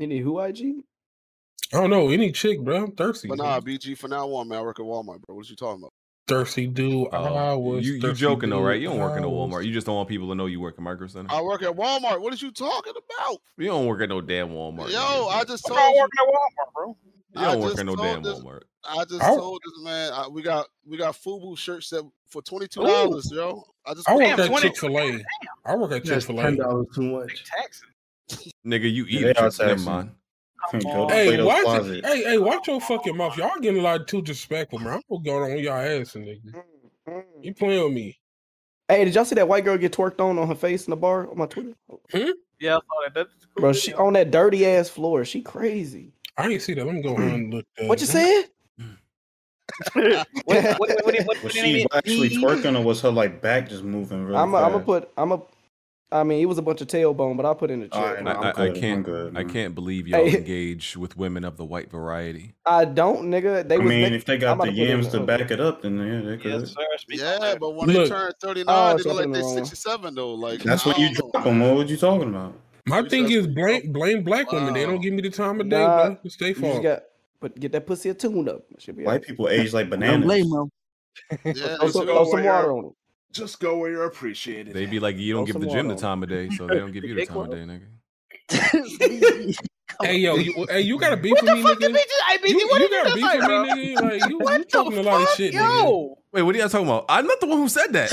S11: Any who IG?
S2: I don't know any chick, bro. I'm thirsty.
S6: But
S2: bro.
S6: nah, BG for now on, man. I work at Walmart, bro. What you talking about?
S2: thirsty dude. I was.
S3: Oh, you you
S2: thirsty
S3: joking though, right?
S2: dude.
S3: You don't work in
S2: I
S3: no
S2: was-
S3: Walmart. You just don't want people to know you work at Micro Center.
S6: I work at Walmart. What is you talking about?
S3: You don't work at no damn Walmart.
S6: Yo,
S3: nigga.
S6: I just told
S4: I
S6: you.
S4: work at Walmart, bro.
S3: you
S6: I
S3: don't work
S6: just
S3: at no
S6: told
S3: damn
S6: this-
S3: Walmart.
S6: I just
S2: I-
S6: told this man I, we got we got FUBU shirts that for twenty two dollars, yo. I just
S2: I
S6: put
S2: work
S6: it
S2: at
S6: on-
S2: Chick Fil A. I work at Chick
S20: That's
S2: Fil
S20: ten
S2: A.
S20: dollars too much.
S4: Taxes.
S3: Nigga, you eat
S7: they
S3: it.
S7: are
S3: Never
S7: taxing.
S3: mind.
S7: (laughs) Go to
S2: Hey,
S7: Plato's
S2: watch
S7: closet.
S2: it. Hey, hey, watch your fucking mouth. Y'all getting a lot too disrespectful, man. I'm going on with y'all ass, nigga. You playing with me?
S11: Hey, did y'all see that white girl get twerked on on her face in the bar on my Twitter?
S2: Hmm?
S4: Yeah, I saw that. That's cool.
S11: Bro, she on that dirty ass floor. She crazy.
S2: I ain't see that. Let me go and look. uh,
S11: What you saying?
S4: (laughs) what, what, what, what, what,
S7: Was
S4: do you
S7: she
S4: mean?
S7: actually twerking, or was her like back just moving really
S11: I'm
S7: fast?
S11: gonna put. I'm a. I mean, it was a bunch of tailbone, but I will put in the
S7: All
S11: chat.
S7: right,
S3: I,
S7: I'm
S3: I- I
S7: good, I'm
S3: can't.
S7: good,
S3: I
S7: man.
S3: can't believe y'all
S11: Hey.
S3: engage with women of the white variety.
S11: I don't, nigga. They
S7: I
S11: was
S7: mean,
S11: they-
S7: if they
S11: I'm
S7: got
S11: about
S7: the
S11: put in
S7: yams to
S11: the-
S7: back it up, then yeah, they could.
S6: Yeah, but when
S2: Look.
S6: they turn thirty
S11: Oh,
S6: nine, they
S11: so I
S6: look
S11: put in the
S6: like they
S11: wrong one.
S6: sixty seven though. Like
S7: That's
S6: I
S7: when you
S6: don't know.
S7: drop them. What were you talking about?
S2: My thing is blame blame black women. They don't give me the time of day,
S11: Nah,
S2: bro. It's their
S11: You just
S2: fault.
S11: got, but get that pussy a tune up. It Should be
S7: White people age like
S16: Don't
S7: bananas.
S16: blame them.
S6: Yeah,
S11: Throw
S6: they
S11: some,
S6: go
S11: throw
S6: where
S11: some
S6: you're-
S11: water on it.
S6: Just go where you're appreciated.
S3: They be like, you don't
S11: Throw
S3: give
S11: some
S3: the
S11: water
S3: gym the
S11: on it.
S3: time of day, so they don't give you the
S4: Dick
S3: time of
S4: well.
S3: day, nigga.
S2: Hey yo, you, hey, you gotta beef
S4: What
S2: with
S4: the
S2: me,
S4: fuck,
S2: nigga.
S4: BG? Hey, BG,
S2: You,
S4: what did
S2: you
S4: you
S2: gotta
S4: just
S2: beef
S4: say,
S2: with me,
S4: bro?
S2: nigga. Like
S3: (laughs)
S2: you,
S4: What
S2: you talking a lot of shit, nigga.
S4: Yo,
S3: Wait, what are y'all talking about? I'm not the one who
S11: (laughs)
S3: said that.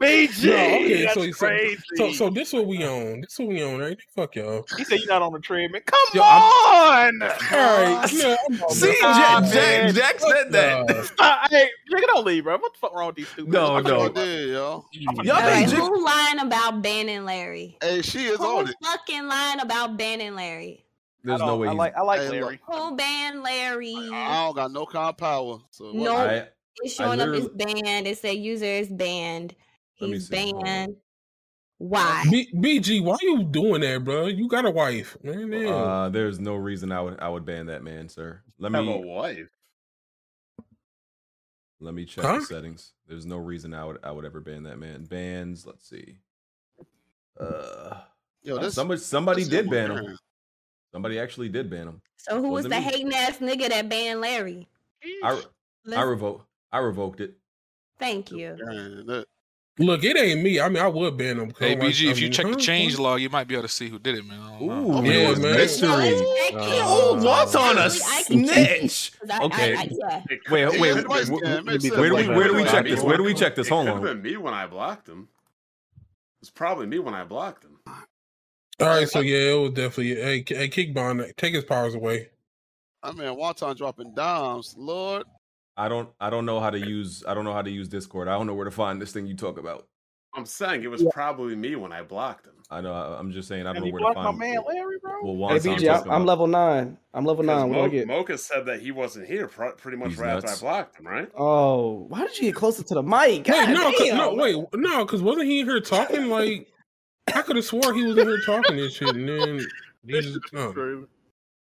S4: BG,
S2: No, okay,
S4: that's
S2: so, so
S4: crazy.
S2: so so this what we on. This what we on, right? Fuck y'all.
S4: he said you're not on the treadmill. Come
S2: (laughs)
S3: Yo,
S4: on. (laughs)
S2: Alright, yeah, I'm on
S3: See,
S2: that.
S3: Jack,
S4: man.
S3: Jack, Jack said that.
S2: Nah.
S4: Stop. Hey, nigga, don't leave, bro. What the fuck wrong with these stupid?
S3: No,
S4: I'm
S3: no.
S6: I did, yo.
S3: Y'all
S22: All right,
S3: ain't just,
S22: who lying about banning Larry?
S6: Hey, she is on
S22: Who's
S6: it.
S22: fucking lying about banning Larry?
S3: there's no way.
S4: I
S3: he's-
S4: like, I like
S6: Hey, look.
S4: Larry.
S22: Who banned Larry?
S6: I don't got no kind of power. So
S22: No.
S6: what-
S3: I,
S22: It's
S3: I
S22: showing up as
S3: literally-
S22: banned. It say user is banned.
S3: Let me
S22: He's
S3: see. Hold on.
S22: banned. Why?
S2: B- BG, why you doing that, bro? You got a wife, man. damn.
S3: Uh, there's no reason I would I would ban that man, sir. Let
S1: Have a
S3: me
S1: wife.
S3: let me check
S2: Huh?
S3: the settings. There's no reason I would I would ever ban that man. Bans. Let's see. Uh,
S6: yo,
S3: uh,
S6: this
S3: somebody somebody
S6: this
S3: did
S6: is
S3: ban him.
S6: weird.
S3: Somebody actually did ban him.
S22: So who was
S3: Wasn't
S22: the
S3: me.
S22: hating ass nigga that banned Larry?
S3: I re- I
S22: Let's-
S3: revoke I revoked it.
S22: thank you.
S6: Man, that-
S2: Look, it ain't me. I mean, I would ban him. 'cause
S12: Hey,
S2: I'm like-
S12: BG,
S2: I
S12: if you
S2: mean,
S12: check the
S2: huh?
S10: Mm-hmm.
S12: change log, you might be able to see who did it, man. I don't know.
S3: Ooh,
S2: Yeah,
S3: it was
S2: man.
S3: mystery.
S22: Oh,
S3: Oh, Walt's on a
S22: I can check it,
S3: snitch.
S22: 'cause I- I-
S3: Okay.
S22: I- yeah.
S3: Wait,
S6: It
S3: wait, wait,
S6: is
S3: wait,
S6: Vice Cam, it
S7: would be
S6: makes
S7: the
S6: sense.
S3: where do we
S7: Like,
S3: where do we
S7: like,
S3: check
S7: like,
S3: this? Where do we check this?
S1: It could
S3: Hold
S1: have
S3: on.
S1: been me when I blocked him. It's probably me when I blocked him.
S2: All right, so yeah, it was definitely. Hey, K- hey Kickbon, take his powers away.
S6: I mean, Wonton dropping dimes, Lord.
S3: I don't I don't know how to use I don't know how to use Discord. I don't know where to find this thing you talk about.
S1: I'm saying it was probably me when I blocked him.
S3: I know I, am just saying I
S4: And
S3: don't know
S4: you
S3: where to
S4: blocked my
S3: find.
S4: man Larry, bro.
S3: Well,
S11: Hey,
S3: Juan
S11: BG, I, I'm
S3: about.
S11: level nine. I'm level
S1: Because
S11: nine. What do I
S1: Mo-
S11: get?
S1: Mocha said that he wasn't here pr- pretty much
S3: He's
S1: right
S3: nuts.
S1: after I blocked him, right?
S11: Oh, why did you get closer to the mic? God
S2: wait, no, 'cause-
S11: damn.
S2: no, wait, no, because wasn't he in here talking? Like, I could have swore he was in here talking and shit, and then he just no.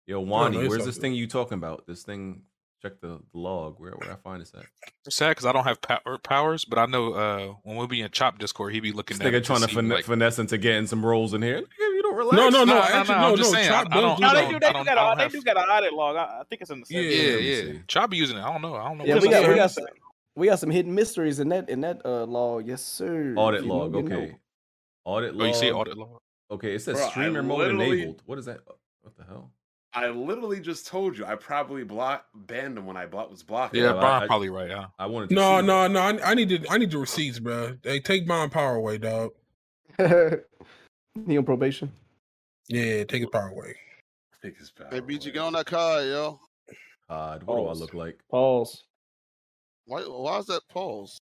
S3: Yo,
S2: no,
S3: Wani,
S2: it's
S3: where's
S2: all
S3: this
S2: good.
S3: thing you talking about? This thing, check the, the log. Where where I find this at?
S12: It's sad because I don't have power, powers, but I know uh, when we'll be in Chop Discord, he be looking
S3: This
S12: at
S3: nigga
S12: it
S3: trying to
S12: see,
S3: fin-
S12: like,
S3: finesse into getting some rolls in here. Nigga, You don't relax.
S2: No, no,
S12: Nah,
S2: no,
S12: nah,
S2: actually,
S12: nah, I'm
S2: no,
S12: just
S2: no.
S12: saying,
S2: Chop
S12: I- I
S2: does
S12: don't-
S2: do
S4: No,
S2: that.
S4: they do. They
S12: I
S4: do
S12: don't-
S4: got.
S12: I
S4: A,
S12: don't
S4: they
S12: have-
S4: do got an audit log. I, I think it's in the same.
S2: Yeah,
S12: yeah,
S3: let me
S12: yeah.
S3: see.
S12: Chop be using it. I don't know. I don't know.
S11: Yeah,
S12: what
S11: we
S12: it's
S11: got we
S12: saying.
S11: got some we got some hidden mysteries in that in that uh law. Yes, sir.
S3: Audit
S11: If you know,
S3: log.
S11: you know.
S3: Okay. Audit
S12: Oh,
S3: log.
S12: you see audit log.
S3: Okay, it says
S1: Bro, I
S3: streamer mode
S1: literally-
S3: enabled. What is that? What the hell?
S1: I literally just told you I probably blocked banned him when I block was blocking.
S12: Yeah,
S3: I-
S12: Brian
S3: I-
S12: probably right. Yeah.
S3: I wanted to.
S2: No,
S3: see
S2: no, no. I, I need to. I need the receipts, bro. Hey, take my power away, dog.
S11: (laughs) he on probation.
S2: Yeah, take his power
S11: (clears throat)
S2: away.
S1: I think it's bad.
S6: Hey, BG, get on that car, yo.
S3: God, what do I
S11: Pause.
S3: look like?
S11: Pause.
S6: Why? Why is that pause?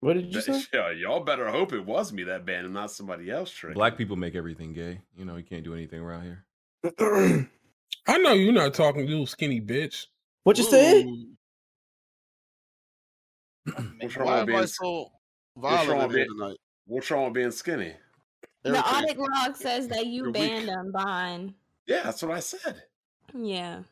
S11: What did you say?
S1: Yeah, y'all better hope it was me that banned and not somebody else. Trick.
S3: Black people make everything gay. You know, you can't do anything around here.
S2: I know you're not talking, you skinny bitch.
S11: What you said?
S1: What's wrong with
S6: Why am I
S1: being
S6: so
S1: What's
S6: violent
S1: wrong
S6: in
S1: with
S6: here
S1: being-
S6: tonight?
S1: What's wrong with being skinny?
S22: The audit log says that you
S1: You're weak.
S22: banned them, Bond.
S1: Yeah, that's what I said.
S22: Yeah.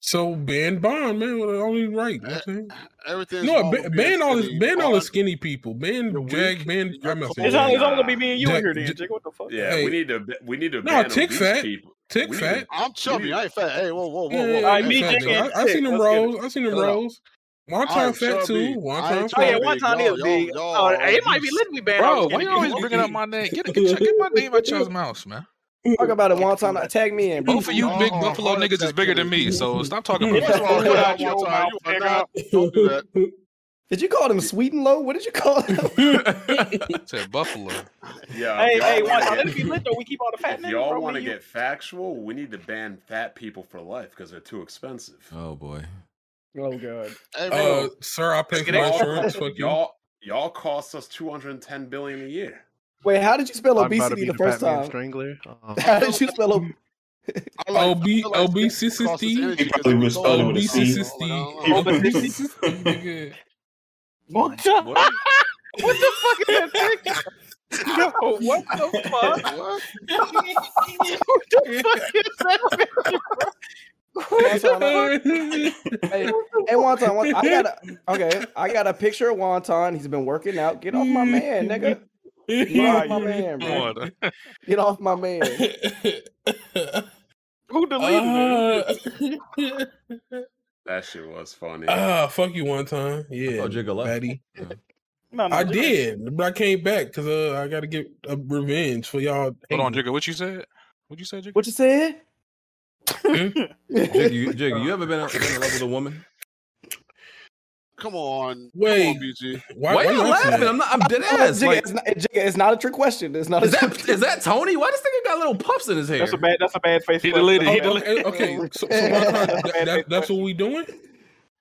S2: So ban Bond, man, with the only right. you know what I'm saying?
S6: Everything.
S2: No, ban, ban all this, ban all the skinny people, ban Jag, ban. I'm not saying
S4: It's only, it's only
S2: Jag.
S4: gonna be me and you in
S2: Jack-
S4: here then,
S2: J-
S4: Jake. What the fuck?
S1: Yeah,
S2: Hey.
S1: we need to ba- we need to
S2: No,
S1: ban
S2: tick
S1: obese
S2: fat.
S1: people.
S2: Tick
S1: We need
S6: (laughs)
S2: fat.
S1: to-
S6: I'm chubby. I ain't fat. Hey, whoa, whoa, whoa,
S2: Yeah,
S6: whoa.
S2: yeah,
S6: whoa.
S2: I'm fat,
S6: Hey,
S2: nigga. I, I seen them rolls. I seen them
S6: Hold on.
S2: rolls. One
S6: I
S2: time
S6: am
S2: fat
S6: chubby.
S2: too. One
S6: I
S2: time
S6: am
S2: fat.
S4: Oh yeah, one time
S6: Y'all-
S4: is big.
S6: y'all-
S4: Oh,
S6: y'all
S4: it might be
S6: obese.
S4: literally bad.
S12: Bro, why you always bringing up my name? Get,
S11: (laughs)
S12: get, get my name out y'all's mouth, man.
S11: Talk about it one time. Tag me in. bro.
S12: Both of you big
S4: Oh,
S12: Buffalo niggas is bigger than me, so stop talking about
S6: First of all,
S12: it.
S6: put out your mouth, nigga. Don't do that.
S11: Did you call them sweet and low? What did you call them?
S12: Said Buffalo.
S1: Yeah.
S4: Hey,
S1: y'all
S4: hey,
S1: wanna
S4: one time.
S1: get-
S4: Let it be lit though. We keep all the fat
S1: if
S4: niggas.
S1: y'all
S4: bro,
S1: want to
S4: me and you.
S1: get factual, we need to ban fat people for life because they're too expensive.
S3: Oh boy.
S11: oh god.
S6: Hey,
S2: Uh,
S6: bro.
S2: sir, I pay for my insurance.
S1: Y'all,
S3: (laughs)
S2: Fuck you.
S1: y'all, y'all cost us two hundred and ten billion a year.
S11: (laughs) Wait, how did you spell
S9: I'm about to
S11: obesity
S9: be
S11: the
S9: the
S11: first
S9: Batman
S11: time? (laughs)
S9: Strangler. Um,
S11: How did you
S4: (laughs)
S11: spell ob-
S6: I like,
S2: OB,
S6: I like
S2: OBCCC,
S6: energy
S7: He probably
S6: because
S7: misspelled it with a C.
S2: Oh,
S7: (laughs)
S2: nigga.
S4: What (laughs) the, what? the fuck is that (laughs) thing? No, what the (laughs) fuck?
S6: What?
S4: what the fuck is (laughs) that?
S11: One time, I- hey, hey, Wonton, one- I got
S3: (laughs)
S11: a okay. I got a picture of Wonton. He's been working out. Get off my man, nigga.
S2: (laughs)
S11: Get off my man, bro. Get off my man.
S4: Who deleted it?
S1: That shit was funny.
S2: (laughs) Ah, fuck you one time. Yeah.
S3: Oh, Jigga left.
S2: Patty.
S4: No, no,
S2: I
S4: Jake.
S2: did, but I came back because uh, I got to get uh, revenge for y'all.
S12: Hold on,
S2: hating.
S12: Jigga. What you said? What you said, Jigga?
S11: What you said?
S3: Jigga, (laughs) you, Jigga, you ever been, been in love with a woman?
S6: Come on.
S2: Wait.
S6: Come on, BG.
S2: Why, why you laughing? at
S3: I'm not. I'm (laughs) dead ass.
S11: Jigga,
S3: Like,
S11: it's, not, eh, Jigga, it's not a trick question. It's not a
S3: is
S11: trick.
S3: that is that Tony? Why this nigga got little puffs in his hair?
S4: That's a bad. That's a bad face.
S12: He
S4: question.
S12: deleted. He
S2: Okay,
S12: deleted.
S2: okay, Oh, okay,
S4: (laughs)
S2: so, so why not? That- that- that's what we doing.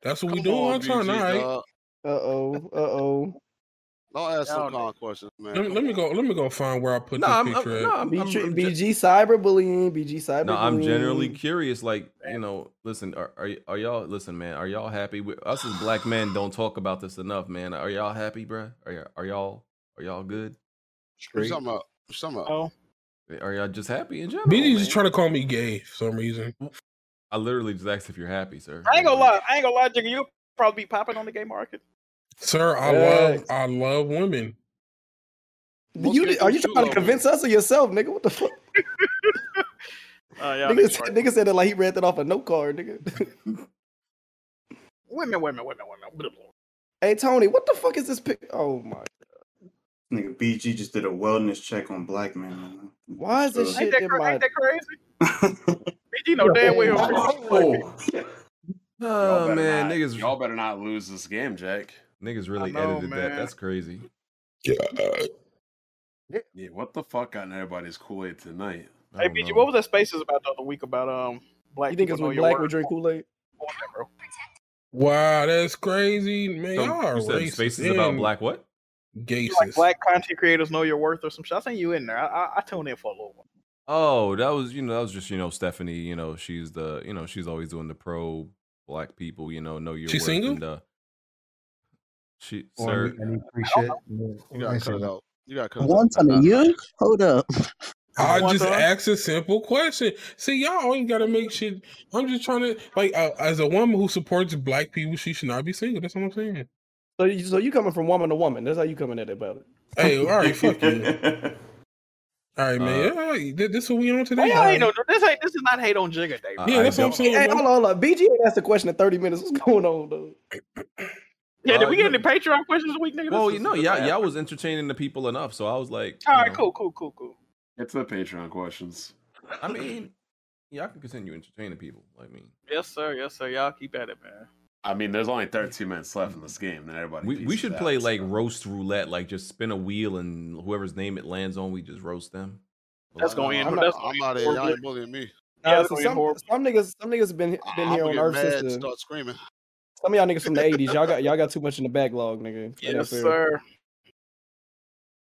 S2: That's what we
S6: Come
S2: doing
S6: on,
S2: one time. All
S6: BG,
S2: right,
S6: dog.
S11: Uh oh. Uh oh.
S6: Don't ask
S4: Y'all
S6: some kind of question, man.
S2: (laughs) let me, let me go. Let me go find where I put
S3: no,
S2: this
S3: I'm, I'm,
S2: picture.
S3: no,
S2: at.
S3: I'm, I'm,
S11: BG,
S3: I'm ge-
S11: BG cyberbullying. BG cyberbullying.
S3: no, I'm generally curious. Like, you know, listen, are, are y- are y'all listen, man? Are y'all happy? With, us as black men don't talk about this enough, man. Are y'all happy, bruh? Are y- are y'all are y'all good?
S6: You talking about? You talking about?
S4: Oh,
S3: Are y'all just happy in general?
S2: BG just
S3: man?
S2: trying to call me gay for some reason.
S3: I literally just asked if you're happy, sir.
S4: I ain't gonna lie. I ain't gonna lie, Jigga. You'll probably be popping on the gay market.
S2: Sir, I love
S11: Facts.
S2: I love women.
S6: Most
S11: You
S6: gay
S11: did- are you
S6: dudes do
S11: trying
S6: love
S11: to convince us or yourself, nigga? What the fuck?
S4: Uh, y'all
S11: Nigga
S4: niggas
S11: said,
S4: right.
S11: nigga said it like he read that off a note card, nigga.
S4: (laughs) women, women, women, women.
S11: hey Tony, what the fuck is this pic? Oh my!
S7: Nigga, BG just did a wellness check on black men. man.
S11: Why is this
S7: Sure.
S4: Ain't
S11: shit
S4: that,
S11: in
S4: cra-
S11: my?
S4: ain't that crazy? (laughs) BG no damn well.
S7: Oh,
S1: Y'all
S3: Oh
S1: better
S3: man,
S1: not-
S3: niggas
S1: y'all better not lose this game, Jack.
S3: niggas really
S4: know,
S3: edited that.
S4: man.
S3: That's crazy.
S1: Yeah, what the fuck got in everybody's Kool Aid tonight?
S3: I
S4: Hey
S3: don't
S4: BG,
S3: know.
S4: what was that spaces about the other week about um black
S11: You think
S4: people
S11: it's
S4: know
S11: when
S4: your
S11: black
S4: word?
S11: would drink Kool Aid?
S4: Bro.
S2: Wow, that's crazy, man.
S3: So,
S2: y'all are
S3: you said
S2: racist
S3: spaces about
S2: and
S3: black what?
S4: You like
S2: gaysis.
S4: black content creators know your worth or some shit. I think you in there. I, I, I tune in for a little while.
S3: Oh, that was you know that was just you know Stephanie. You know she's the you know she's always doing the pro black people. You know know your
S2: She's
S3: worth
S2: single?
S3: and uh, she
S8: Oh, I
S3: sir.
S8: need, I need free shit.
S6: You gotta cut it out. You gotta cut it
S16: One
S6: out.
S16: time a year? Hold up.
S2: I
S4: One
S2: just
S4: time.
S2: asked a simple question. See, y'all always gotta make shit. I'm just trying to like, uh, as a woman who supports black people, she should not be single. That's what I'm saying.
S11: So you, so you coming from woman to woman? That's how you coming at it, brother.
S2: Hey, all right, (laughs) fuck
S3: (laughs)
S2: you. All right,
S3: Uh,
S2: man. Yeah, all right, th- this what we on
S4: Why
S2: today.
S4: y'all ain't
S2: bro.
S4: no this ain't this is not hate on Jigga Day. bro.
S3: I-
S2: yeah,
S3: I
S2: that's what I'm
S3: don't-
S2: saying.
S11: Hey,
S2: bro.
S11: hold on, hold on. BG ain't asked a question in thirty minutes. What's going on, though?
S4: (laughs) yeah, did
S3: Uh,
S4: we get
S3: no-
S4: any Patreon questions this week, nigga?
S3: Well,
S4: This is-
S3: you know,
S4: this is
S3: yeah,
S4: bad.
S3: y'all was entertaining the people enough, so I was like,
S4: All
S3: you
S4: right,
S3: know,
S4: cool, cool, cool, cool.
S1: Get to the Patreon questions.
S3: I mean, y'all can continue entertaining people. I mean,
S4: Yes, sir, yes, sir. Y'all keep at it, man.
S1: I mean, there's only 13 minutes left in this game, and everybody.
S3: we, we
S1: pieces
S3: should
S1: out,
S3: play
S1: so-
S3: like roast roulette, like just spin a wheel and whoever's name it lands on, we just roast them.
S4: That's gonna end.
S6: I'm,
S4: that's
S6: not,
S4: gonna
S6: I'm
S4: end
S6: out of here. Y'all
S4: horribly.
S6: ain't bullying me.
S4: Yeah,
S11: Nah,
S4: it's
S11: see,
S4: gonna end
S11: some,
S4: horrible.
S11: some niggas, some niggas been
S6: I-
S11: been
S6: I'm
S11: here
S6: gonna
S11: on
S6: get
S11: Earth
S6: mad and
S11: since the
S6: start screaming.
S11: Some of y'all niggas from the '80s, y'all got y'all got too much in the backlog, nigga. That ain't
S4: Yes,
S11: fair.
S4: sir.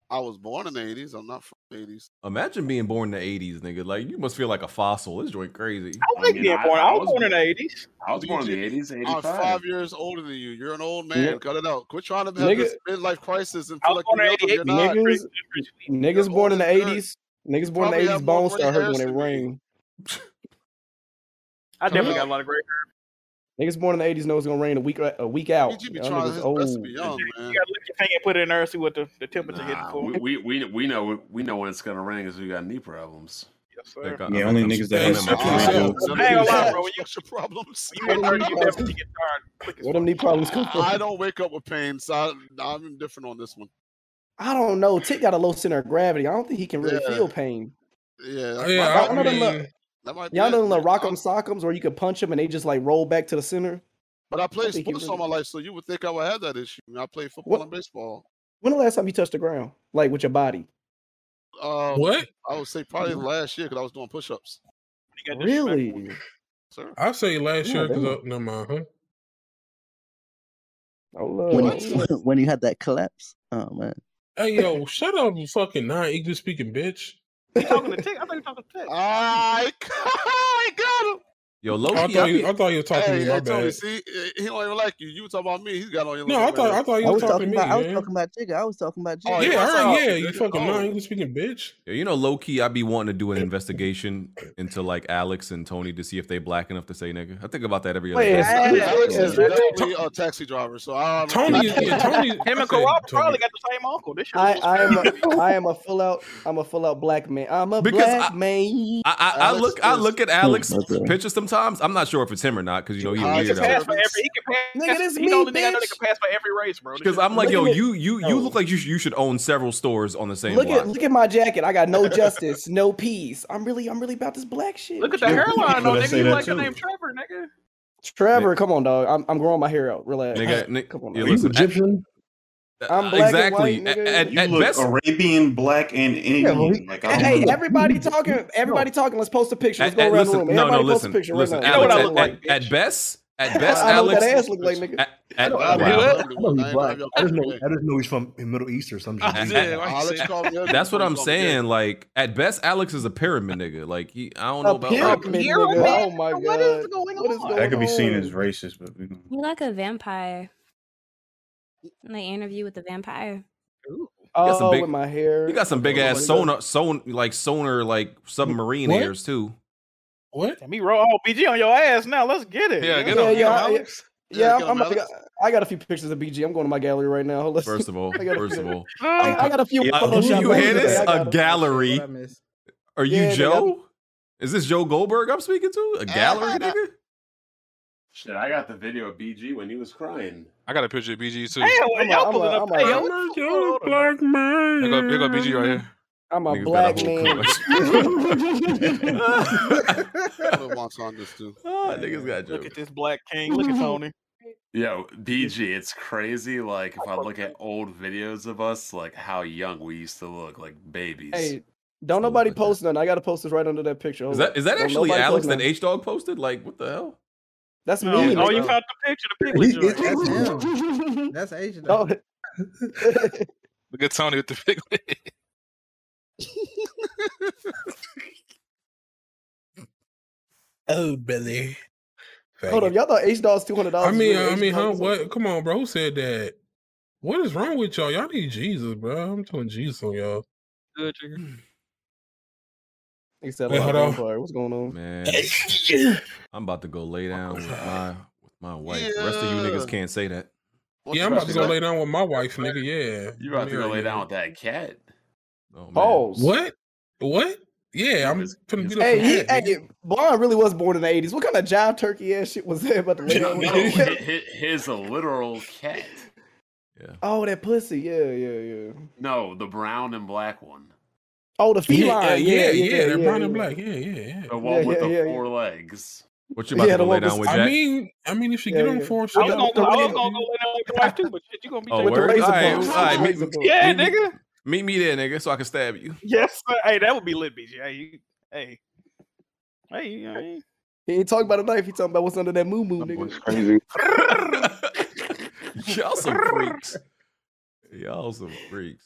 S6: I was born in the 80s. I'm not from the 80s.
S3: Imagine being born in the '80s, nigga. Like you must feel like a fossil. This joint crazy.
S4: I like being born. I, was born in the eighties.
S1: I was born in the '80s,
S6: I'm
S1: '85.
S6: five years older than you. You're an old man.
S11: Yeah.
S6: Cut it out. Quit trying to have
S11: Nigga-
S6: this midlife crisis and feel like you're younger. You're not.
S11: niggas, niggas born in the '80s, niggas born in
S6: probably
S11: the
S6: have
S11: '80s,
S6: more
S11: bones
S6: gray
S11: start hurting
S6: hairs
S11: when it rains.
S4: I definitely got a lot of great.
S11: Niggas born in the '80s know it's gonna rain a week a week out.
S6: You be
S11: Y'all
S6: trying
S11: niggas
S6: his best to
S11: old.
S6: be young, man.
S4: You gotta lift your thing and put it in there, see what the, the temperature hitting
S1: Nah,
S4: for.
S1: we, we we we know we know when it's gonna rain because we got knee problems.
S4: Yes, sir.
S7: Yeah, only niggas that have
S4: I ain't gonna lie,
S6: Yeah,
S4: bro. When you
S6: structure problems.
S4: when you're 30, you definitely get tired.
S11: Where them knee problems come from?
S6: I don't wake up with pain, so I, I'm different on this one.
S11: I don't know. Tick got a low center of gravity. I don't think he can really
S6: Yeah.
S11: feel pain.
S1: Oh,
S6: Yeah, that
S11: Yeah,
S6: might-
S11: I
S6: that
S11: mean-
S6: might be it. That might be
S11: Y'all
S6: it.
S11: know the little rock'em sock'ems where you can punch them and they just like roll back to the center.
S6: But I played
S11: think he
S6: sports all my life, so you would think I would have that issue. I played football
S11: What-
S6: and baseball.
S11: When the last time you touched the ground, like with your body?
S6: Um,
S2: What?
S6: I would say probably last year because I was doing push-ups.
S11: Really?
S6: Sir?
S2: I say last
S6: Yeah,
S2: year because
S6: damn.
S2: uh, no mind, huh?
S11: Oh,
S16: When
S2: (laughs)
S16: you, when you had that collapse, oh man.
S2: Hey yo, shut up, you fucking non-English speaking bitch.
S6: I, (laughs) I got him.
S3: Yo,
S2: I
S3: low
S2: thought,
S3: key, I
S2: you,
S3: be-
S2: I thought you were talking
S6: Hey,
S2: to me. My
S6: hey Tony,
S2: bad.
S6: see, eh, he don't even like you. You talking about me? He's got on your.
S2: No, I thought I thought you
S16: I
S2: were
S16: was
S2: talking
S16: talking
S2: to me,
S16: about I was
S2: man.
S16: talking about Jigga. I was talking about Jigga.
S6: Oh,
S2: yeah, I heard, yeah, you
S6: nigga.
S2: fucking
S6: Oh.
S2: non-English speaking bitch.
S3: Yo, you know, low key, I'd be wanting to do an investigation into like Alex and Tony to see if they black enough to say nigga. I think about that every other
S6: Wait,
S3: day.
S6: is- Alex is definitely a taxi driver, so I don't know.
S3: Tony
S6: (laughs)
S3: is- yeah, Tony-
S4: Him and Corral probably got the same uncle. This shit
S11: I,
S4: was-
S11: I am
S4: (laughs)
S11: a, I am a full out I'm a full out black man. I'm a black man.
S3: I, I look, I look at Alex picture sometimes. I'm not sure if it's him or not because you know he's
S4: Nah, he
S3: weird.
S4: can pass for every. He can pass.
S11: Nigga, this
S4: he's
S11: me,
S4: the only nigga I know
S11: bitch.
S4: that can pass for every race, bro. This
S3: Because
S4: shit-
S3: I'm like, yo,
S11: Look at
S3: you, you, you look like you, sh- you should own several stores on the same
S11: Look
S3: block.
S11: at look at my jacket. I got no justice, no peace. I'm really I'm really about this black shit.
S4: Look at the hairline, though, nigga. You like your name Trevor, nigga.
S11: Trevor, come on, dog. I'm, I'm growing my hair out. Relax.
S3: Nigga, ni-
S11: come on.
S3: yeah,
S11: dog.
S3: listen, at-
S11: I'm black and
S3: exactly.
S11: white, nigga.
S3: At,
S7: You
S3: at
S7: look
S3: best,
S7: Arabian, black, and Indian. like, I don't
S11: Hey,
S7: know.
S11: everybody talking. Everybody talking. Let's post a picture. Let's
S3: at,
S11: go
S3: at-
S11: around
S3: listen,
S11: the room.
S3: no, no,
S11: Everybody post
S3: listen,
S11: a picture
S3: listen.
S11: right now.
S3: Alex,
S11: I
S3: at,
S11: know what I look
S3: at, at best, at best,
S11: I know what
S3: Alex,
S11: that ass look like, nigga.
S3: at, at,
S20: I
S3: wow.
S20: know he's black. I just know, I just know he's from Middle East or something.
S3: That's what I'm saying. Like at best, Alex is a pyramid nigga. Like he, I don't know about
S11: pyramid nigga. Oh my god. What is
S22: going
S11: on?
S7: That could be seen as racist, but we
S22: You like a vampire. Like interview with the vampire.
S3: got some
S11: Oh,
S3: big-
S11: with my hair.
S3: You got some big ass sonar, son, like sonar, like submarine
S11: What?
S3: ears too.
S2: What?
S4: Me roll all BG oh, on your ass now. Let's get it.
S3: Yeah, get
S11: Yeah,
S3: him.
S11: yeah, I, yeah,
S4: Alex.
S11: yeah,
S4: get
S11: I'm,
S4: him,
S11: I'm, I got a few pictures of BG. I'm going to my gallery right now. Hold on.
S3: First of all,
S11: I got a
S3: first
S11: few-
S3: of all,
S11: I, I got
S3: (laughs)
S11: a few.
S3: Yeah,
S11: Photoshop
S3: you hear
S11: photos
S3: this?
S11: today. I got
S3: A
S11: 'em.
S3: gallery? Are you
S11: Yeah, they got
S3: Joe? Is this Joe Goldberg I'm speaking to? A gallery nigga?
S1: Shit, I got the video of BG when he was
S3: (laughs)
S1: crying.
S12: I got a picture of BG too.
S4: Hey, what y'all
S11: I'm a-
S4: pulling up?
S11: I'm a-
S4: Hey, yo,
S11: I'm
S4: what the fuck?
S2: black man.
S12: Here go, here go BG right here.
S11: I'm a
S12: Niggas got a
S11: black
S12: whole
S11: man.
S12: collection.
S11: (laughs)
S6: on this
S3: (laughs)
S6: too.
S3: Ah, niggas got
S4: Look at this black king. Look at Tony.
S1: Yo, BG, it's crazy. Like if I look at old videos of us, like how young we used to look, like babies.
S11: Hey, don't nobody post nothing. I got to post this right under that picture. Hold
S3: Is that
S11: on.
S3: is that
S11: Don't
S3: actually
S11: nobody post
S3: Alex that
S11: nothing.
S3: H Dog posted? Like what the hell?
S11: That's
S4: No,
S11: me.
S4: oh, you
S11: nigga.
S4: found the picture, the piglet joint.
S10: That's him. That's Asian.
S11: No.
S12: (laughs) Look at Tony with the big.
S2: Oh, Billy.
S11: Hold on, y'all thought H Dog's two hundred
S2: I
S11: dollars.
S2: mean, I mean, huh? What? Come on, bro. Who said that? What is wrong with y'all? Y'all need Jesus, bro. I'm telling Jesus on y'all.
S4: Good trigger.
S11: He said
S2: Wait,
S11: like
S2: hold on.
S11: vampire. What's going on?
S2: (laughs)
S3: Man, I'm about to go lay down with my with my wife. The rest of you niggas can't say that.
S2: yeah, I'm about to go lay down with my wife, nigga. Yeah,
S1: You about to go
S2: Yeah,
S1: lay
S2: yeah.
S1: down with that cat?
S11: Oh, Pause.
S2: What? What? Yeah, I'm finna get up.
S11: Hey,
S2: Hey,
S11: he, hey, Blonde really was born in the '80s. What kind of jive turkey ass shit was that about the
S1: (laughs) No, no,
S11: lady? (laughs)
S1: hi- hi- his a literal cat.
S11: Oh, that pussy. Yeah, yeah, yeah.
S1: No, the brown and black one.
S11: Oh, the feline. Yeah, yeah, yeah.
S2: they're
S11: yeah,
S2: brown and
S11: yeah.
S2: black. Yeah, yeah, yeah.
S1: The one
S11: Yeah,
S1: with
S11: yeah,
S1: the
S11: yeah, yeah.
S1: four legs.
S3: What
S11: you about Yeah, to go the lay one down with- with,
S2: I
S11: Jack?
S2: mean, I mean, if you
S11: Yeah,
S2: get on
S11: yeah.
S2: four, she
S4: I was
S2: got
S4: gonna,
S2: the
S4: I was
S2: leg.
S4: gonna go lay down with your wife too, but shit, you gonna be
S3: Oh,
S4: taking
S3: word? All right,
S4: bumps.
S3: all
S4: (laughs)
S3: right, meet,
S4: Razor bumps.
S3: meet-
S4: Yeah,
S3: meet-
S4: nigga.
S3: Meet me there, nigga, so I can stab you.
S4: Yes, sir. Hey, that would be lit, BG. Hey, you, hey, hey, you know what I mean?
S11: He ain't talking about a knife. He talking about what's under that moo moo, nigga. (laughs)
S12: Crazy.
S3: Y'all some freaks. Y'all some freaks.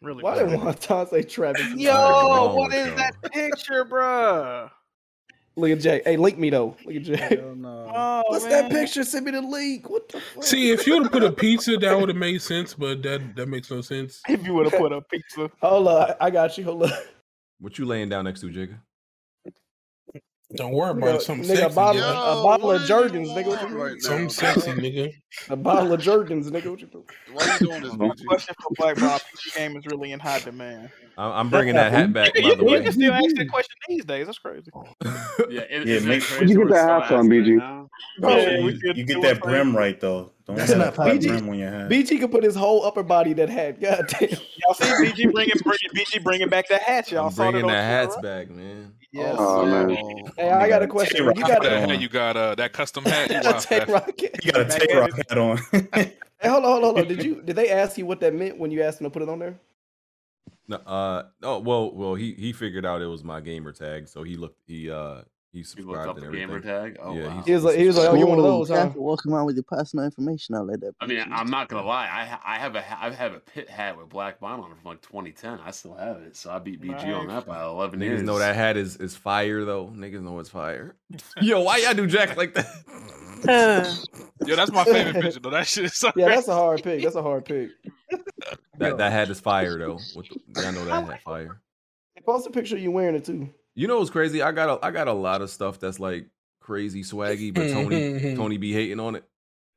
S4: Really?
S11: Why did Wonton say Travis?
S4: Yo, what is that picture, bruh?
S11: Look at Jay. Hey, link me though. Look at Jay.
S4: Oh,
S11: (laughs) What's
S4: man.
S11: that picture? Send me the link. What the fuck?
S2: See, if you would have put a pizza,
S11: (laughs)
S2: that would have made sense, but that that makes no sense.
S4: If you would have put a pizza.
S11: Hold on, I got you. Hold on.
S3: What you laying down next to, Jigga?
S2: Don't worry about it.
S11: Nigga,
S2: Something
S11: nigga, a
S2: sexy.
S11: bottle,
S2: nigga.
S11: of, a bottle of Jergens, nigga. What you doing?
S2: Something sexy, nigga.
S11: (laughs) A bottle of Jergens, nigga. What you doing?
S6: Why are you doing this?
S4: The question for Black Bob this game is really in high demand.
S3: (laughs) I'm, I'm bringing that
S11: (laughs)
S3: hat back. By
S4: you
S3: the way, Oh.
S4: can still ask (laughs) that question these days. That's crazy. (laughs)
S1: Yeah, it,
S7: Yeah,
S1: isn't
S7: make
S1: that
S7: sure
S1: crazy
S7: you get
S1: we're
S7: that halftime,
S1: still asking
S7: BG.
S1: it now?
S11: Yeah,
S7: you,
S11: we
S4: should do
S7: you get
S4: a
S7: that
S4: fight.
S7: brim right though. Don't
S11: That's
S7: have
S11: not
S7: a flat
S11: PG.
S7: brim on your head.
S11: BG could put his whole upper body in that hat. (laughs) God damn.
S4: Y'all see BG bringing, bringing BG bringing back the hat. Y'all
S3: I'm
S4: saw that
S3: bringing
S4: on
S3: that hats
S4: Twitter, right?
S3: back, man.
S4: Yes.
S12: Oh, man.
S4: (laughs)
S11: Hey, I got a
S7: Tay
S11: question.
S7: Rock
S11: You got
S7: hat
S11: a
S7: on.
S12: And you got uh,
S7: (laughs)
S12: that custom hat. You wild,
S11: Tay
S12: man.
S11: Rock. Hey,
S7: You got a Tay Rock hat on.
S11: hold on, hold on, hold on. Did
S10: (laughs)
S11: you did they ask you what that meant when you asked them to put it on there?
S3: No, uh, oh well, well he he figured out it was my gamer tag, so he looked he uh he subscribed
S1: up
S3: and
S1: the
S3: everything.
S1: gamer tag? Oh,
S3: yeah,
S1: wow.
S11: He was like, he was like, oh, you one of
S10: Ooh,
S11: those, huh?
S10: Jack walking around with your personal information out like that.
S1: I mean, I'm not gonna lie. I ha- I have a ha- I have a pit hat with black bottom on it from like 2010. I still have it, so I beat BG on
S4: Nice.
S1: that by 11
S3: Niggas
S1: years.
S2: (laughs)
S3: know that hat is is fire though. Niggas know it's fire. Yo, why y'all do Jack like that?
S12: Yo, that's my favorite
S3: (laughs)
S12: picture. Though that shit is so
S11: Yeah,
S12: crazy.
S11: that's a hard pick. That's a hard pick.
S3: That that hat is fire though. What the, y'all know that hat fire.
S11: Post a picture of you wearing it too.
S3: You know what's crazy? I got a I got a lot of stuff that's like crazy swaggy, but
S2: (laughs)
S3: Tony Tony be hating on it.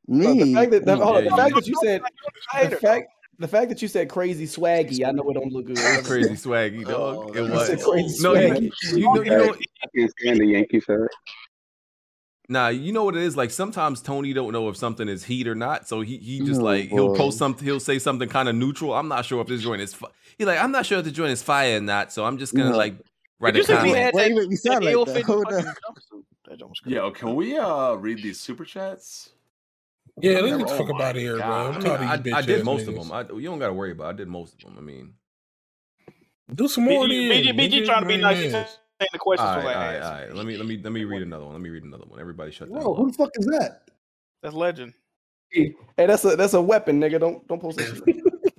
S11: But the fact that the, hold on, the
S3: Yeah,
S11: fact
S3: you-
S11: that you said the fact the fact that you said crazy swaggy, I know it don't look good.
S3: It's crazy swaggy dog. it
S11: You said
S3: was
S11: Oh, crazy
S3: no,
S11: swaggy.
S3: you, you know, you know,
S12: I can't stand the Yankees. Sir.
S3: Nah, you know what it is. Like sometimes Tony don't know if something is heat or not, so he he just
S10: No,
S3: like he'll
S10: boy.
S3: post something. He'll say something kind of neutral. I'm not sure if this joint is. Fi-. He like I'm not sure if the joint is fire or not, so I'm just gonna
S10: No.
S3: like write
S4: Did you
S3: a
S4: say we
S3: comment.
S4: had
S10: Why
S4: that,
S10: you make me
S4: that
S10: sound like
S4: ill
S10: that?
S4: fitting
S10: Hold
S4: fucking
S10: up.
S4: jumpsuit? That jump was crazy.
S1: Yo, can we uh read these super chats?
S2: Yeah, let's
S1: Never-
S2: get the
S1: oh
S2: fuck up
S1: my
S2: out of here, bro.
S1: God.
S2: I'm
S3: I mean,
S2: tired
S3: I,
S2: of these bitch
S3: I did
S2: ass
S3: most of
S2: niggas.
S3: them. I, you don't gotta worry about. it. I did most of them. I mean,
S2: Do some more
S4: BG,
S2: then,
S4: BG, BG
S2: nigga.
S4: trying to be
S2: Man,
S4: nice. He's
S2: man.
S4: saying the questions
S3: all
S4: for
S3: right, all
S4: like,
S3: right, all right. Let me let me let me read another one. Let me read another one. Everybody, shut the
S25: Whoa,
S3: hell
S25: who
S3: up.
S25: the fuck is that?
S4: That's legend.
S11: Hey, that's a that's a weapon, nigga. Don't don't post that shit.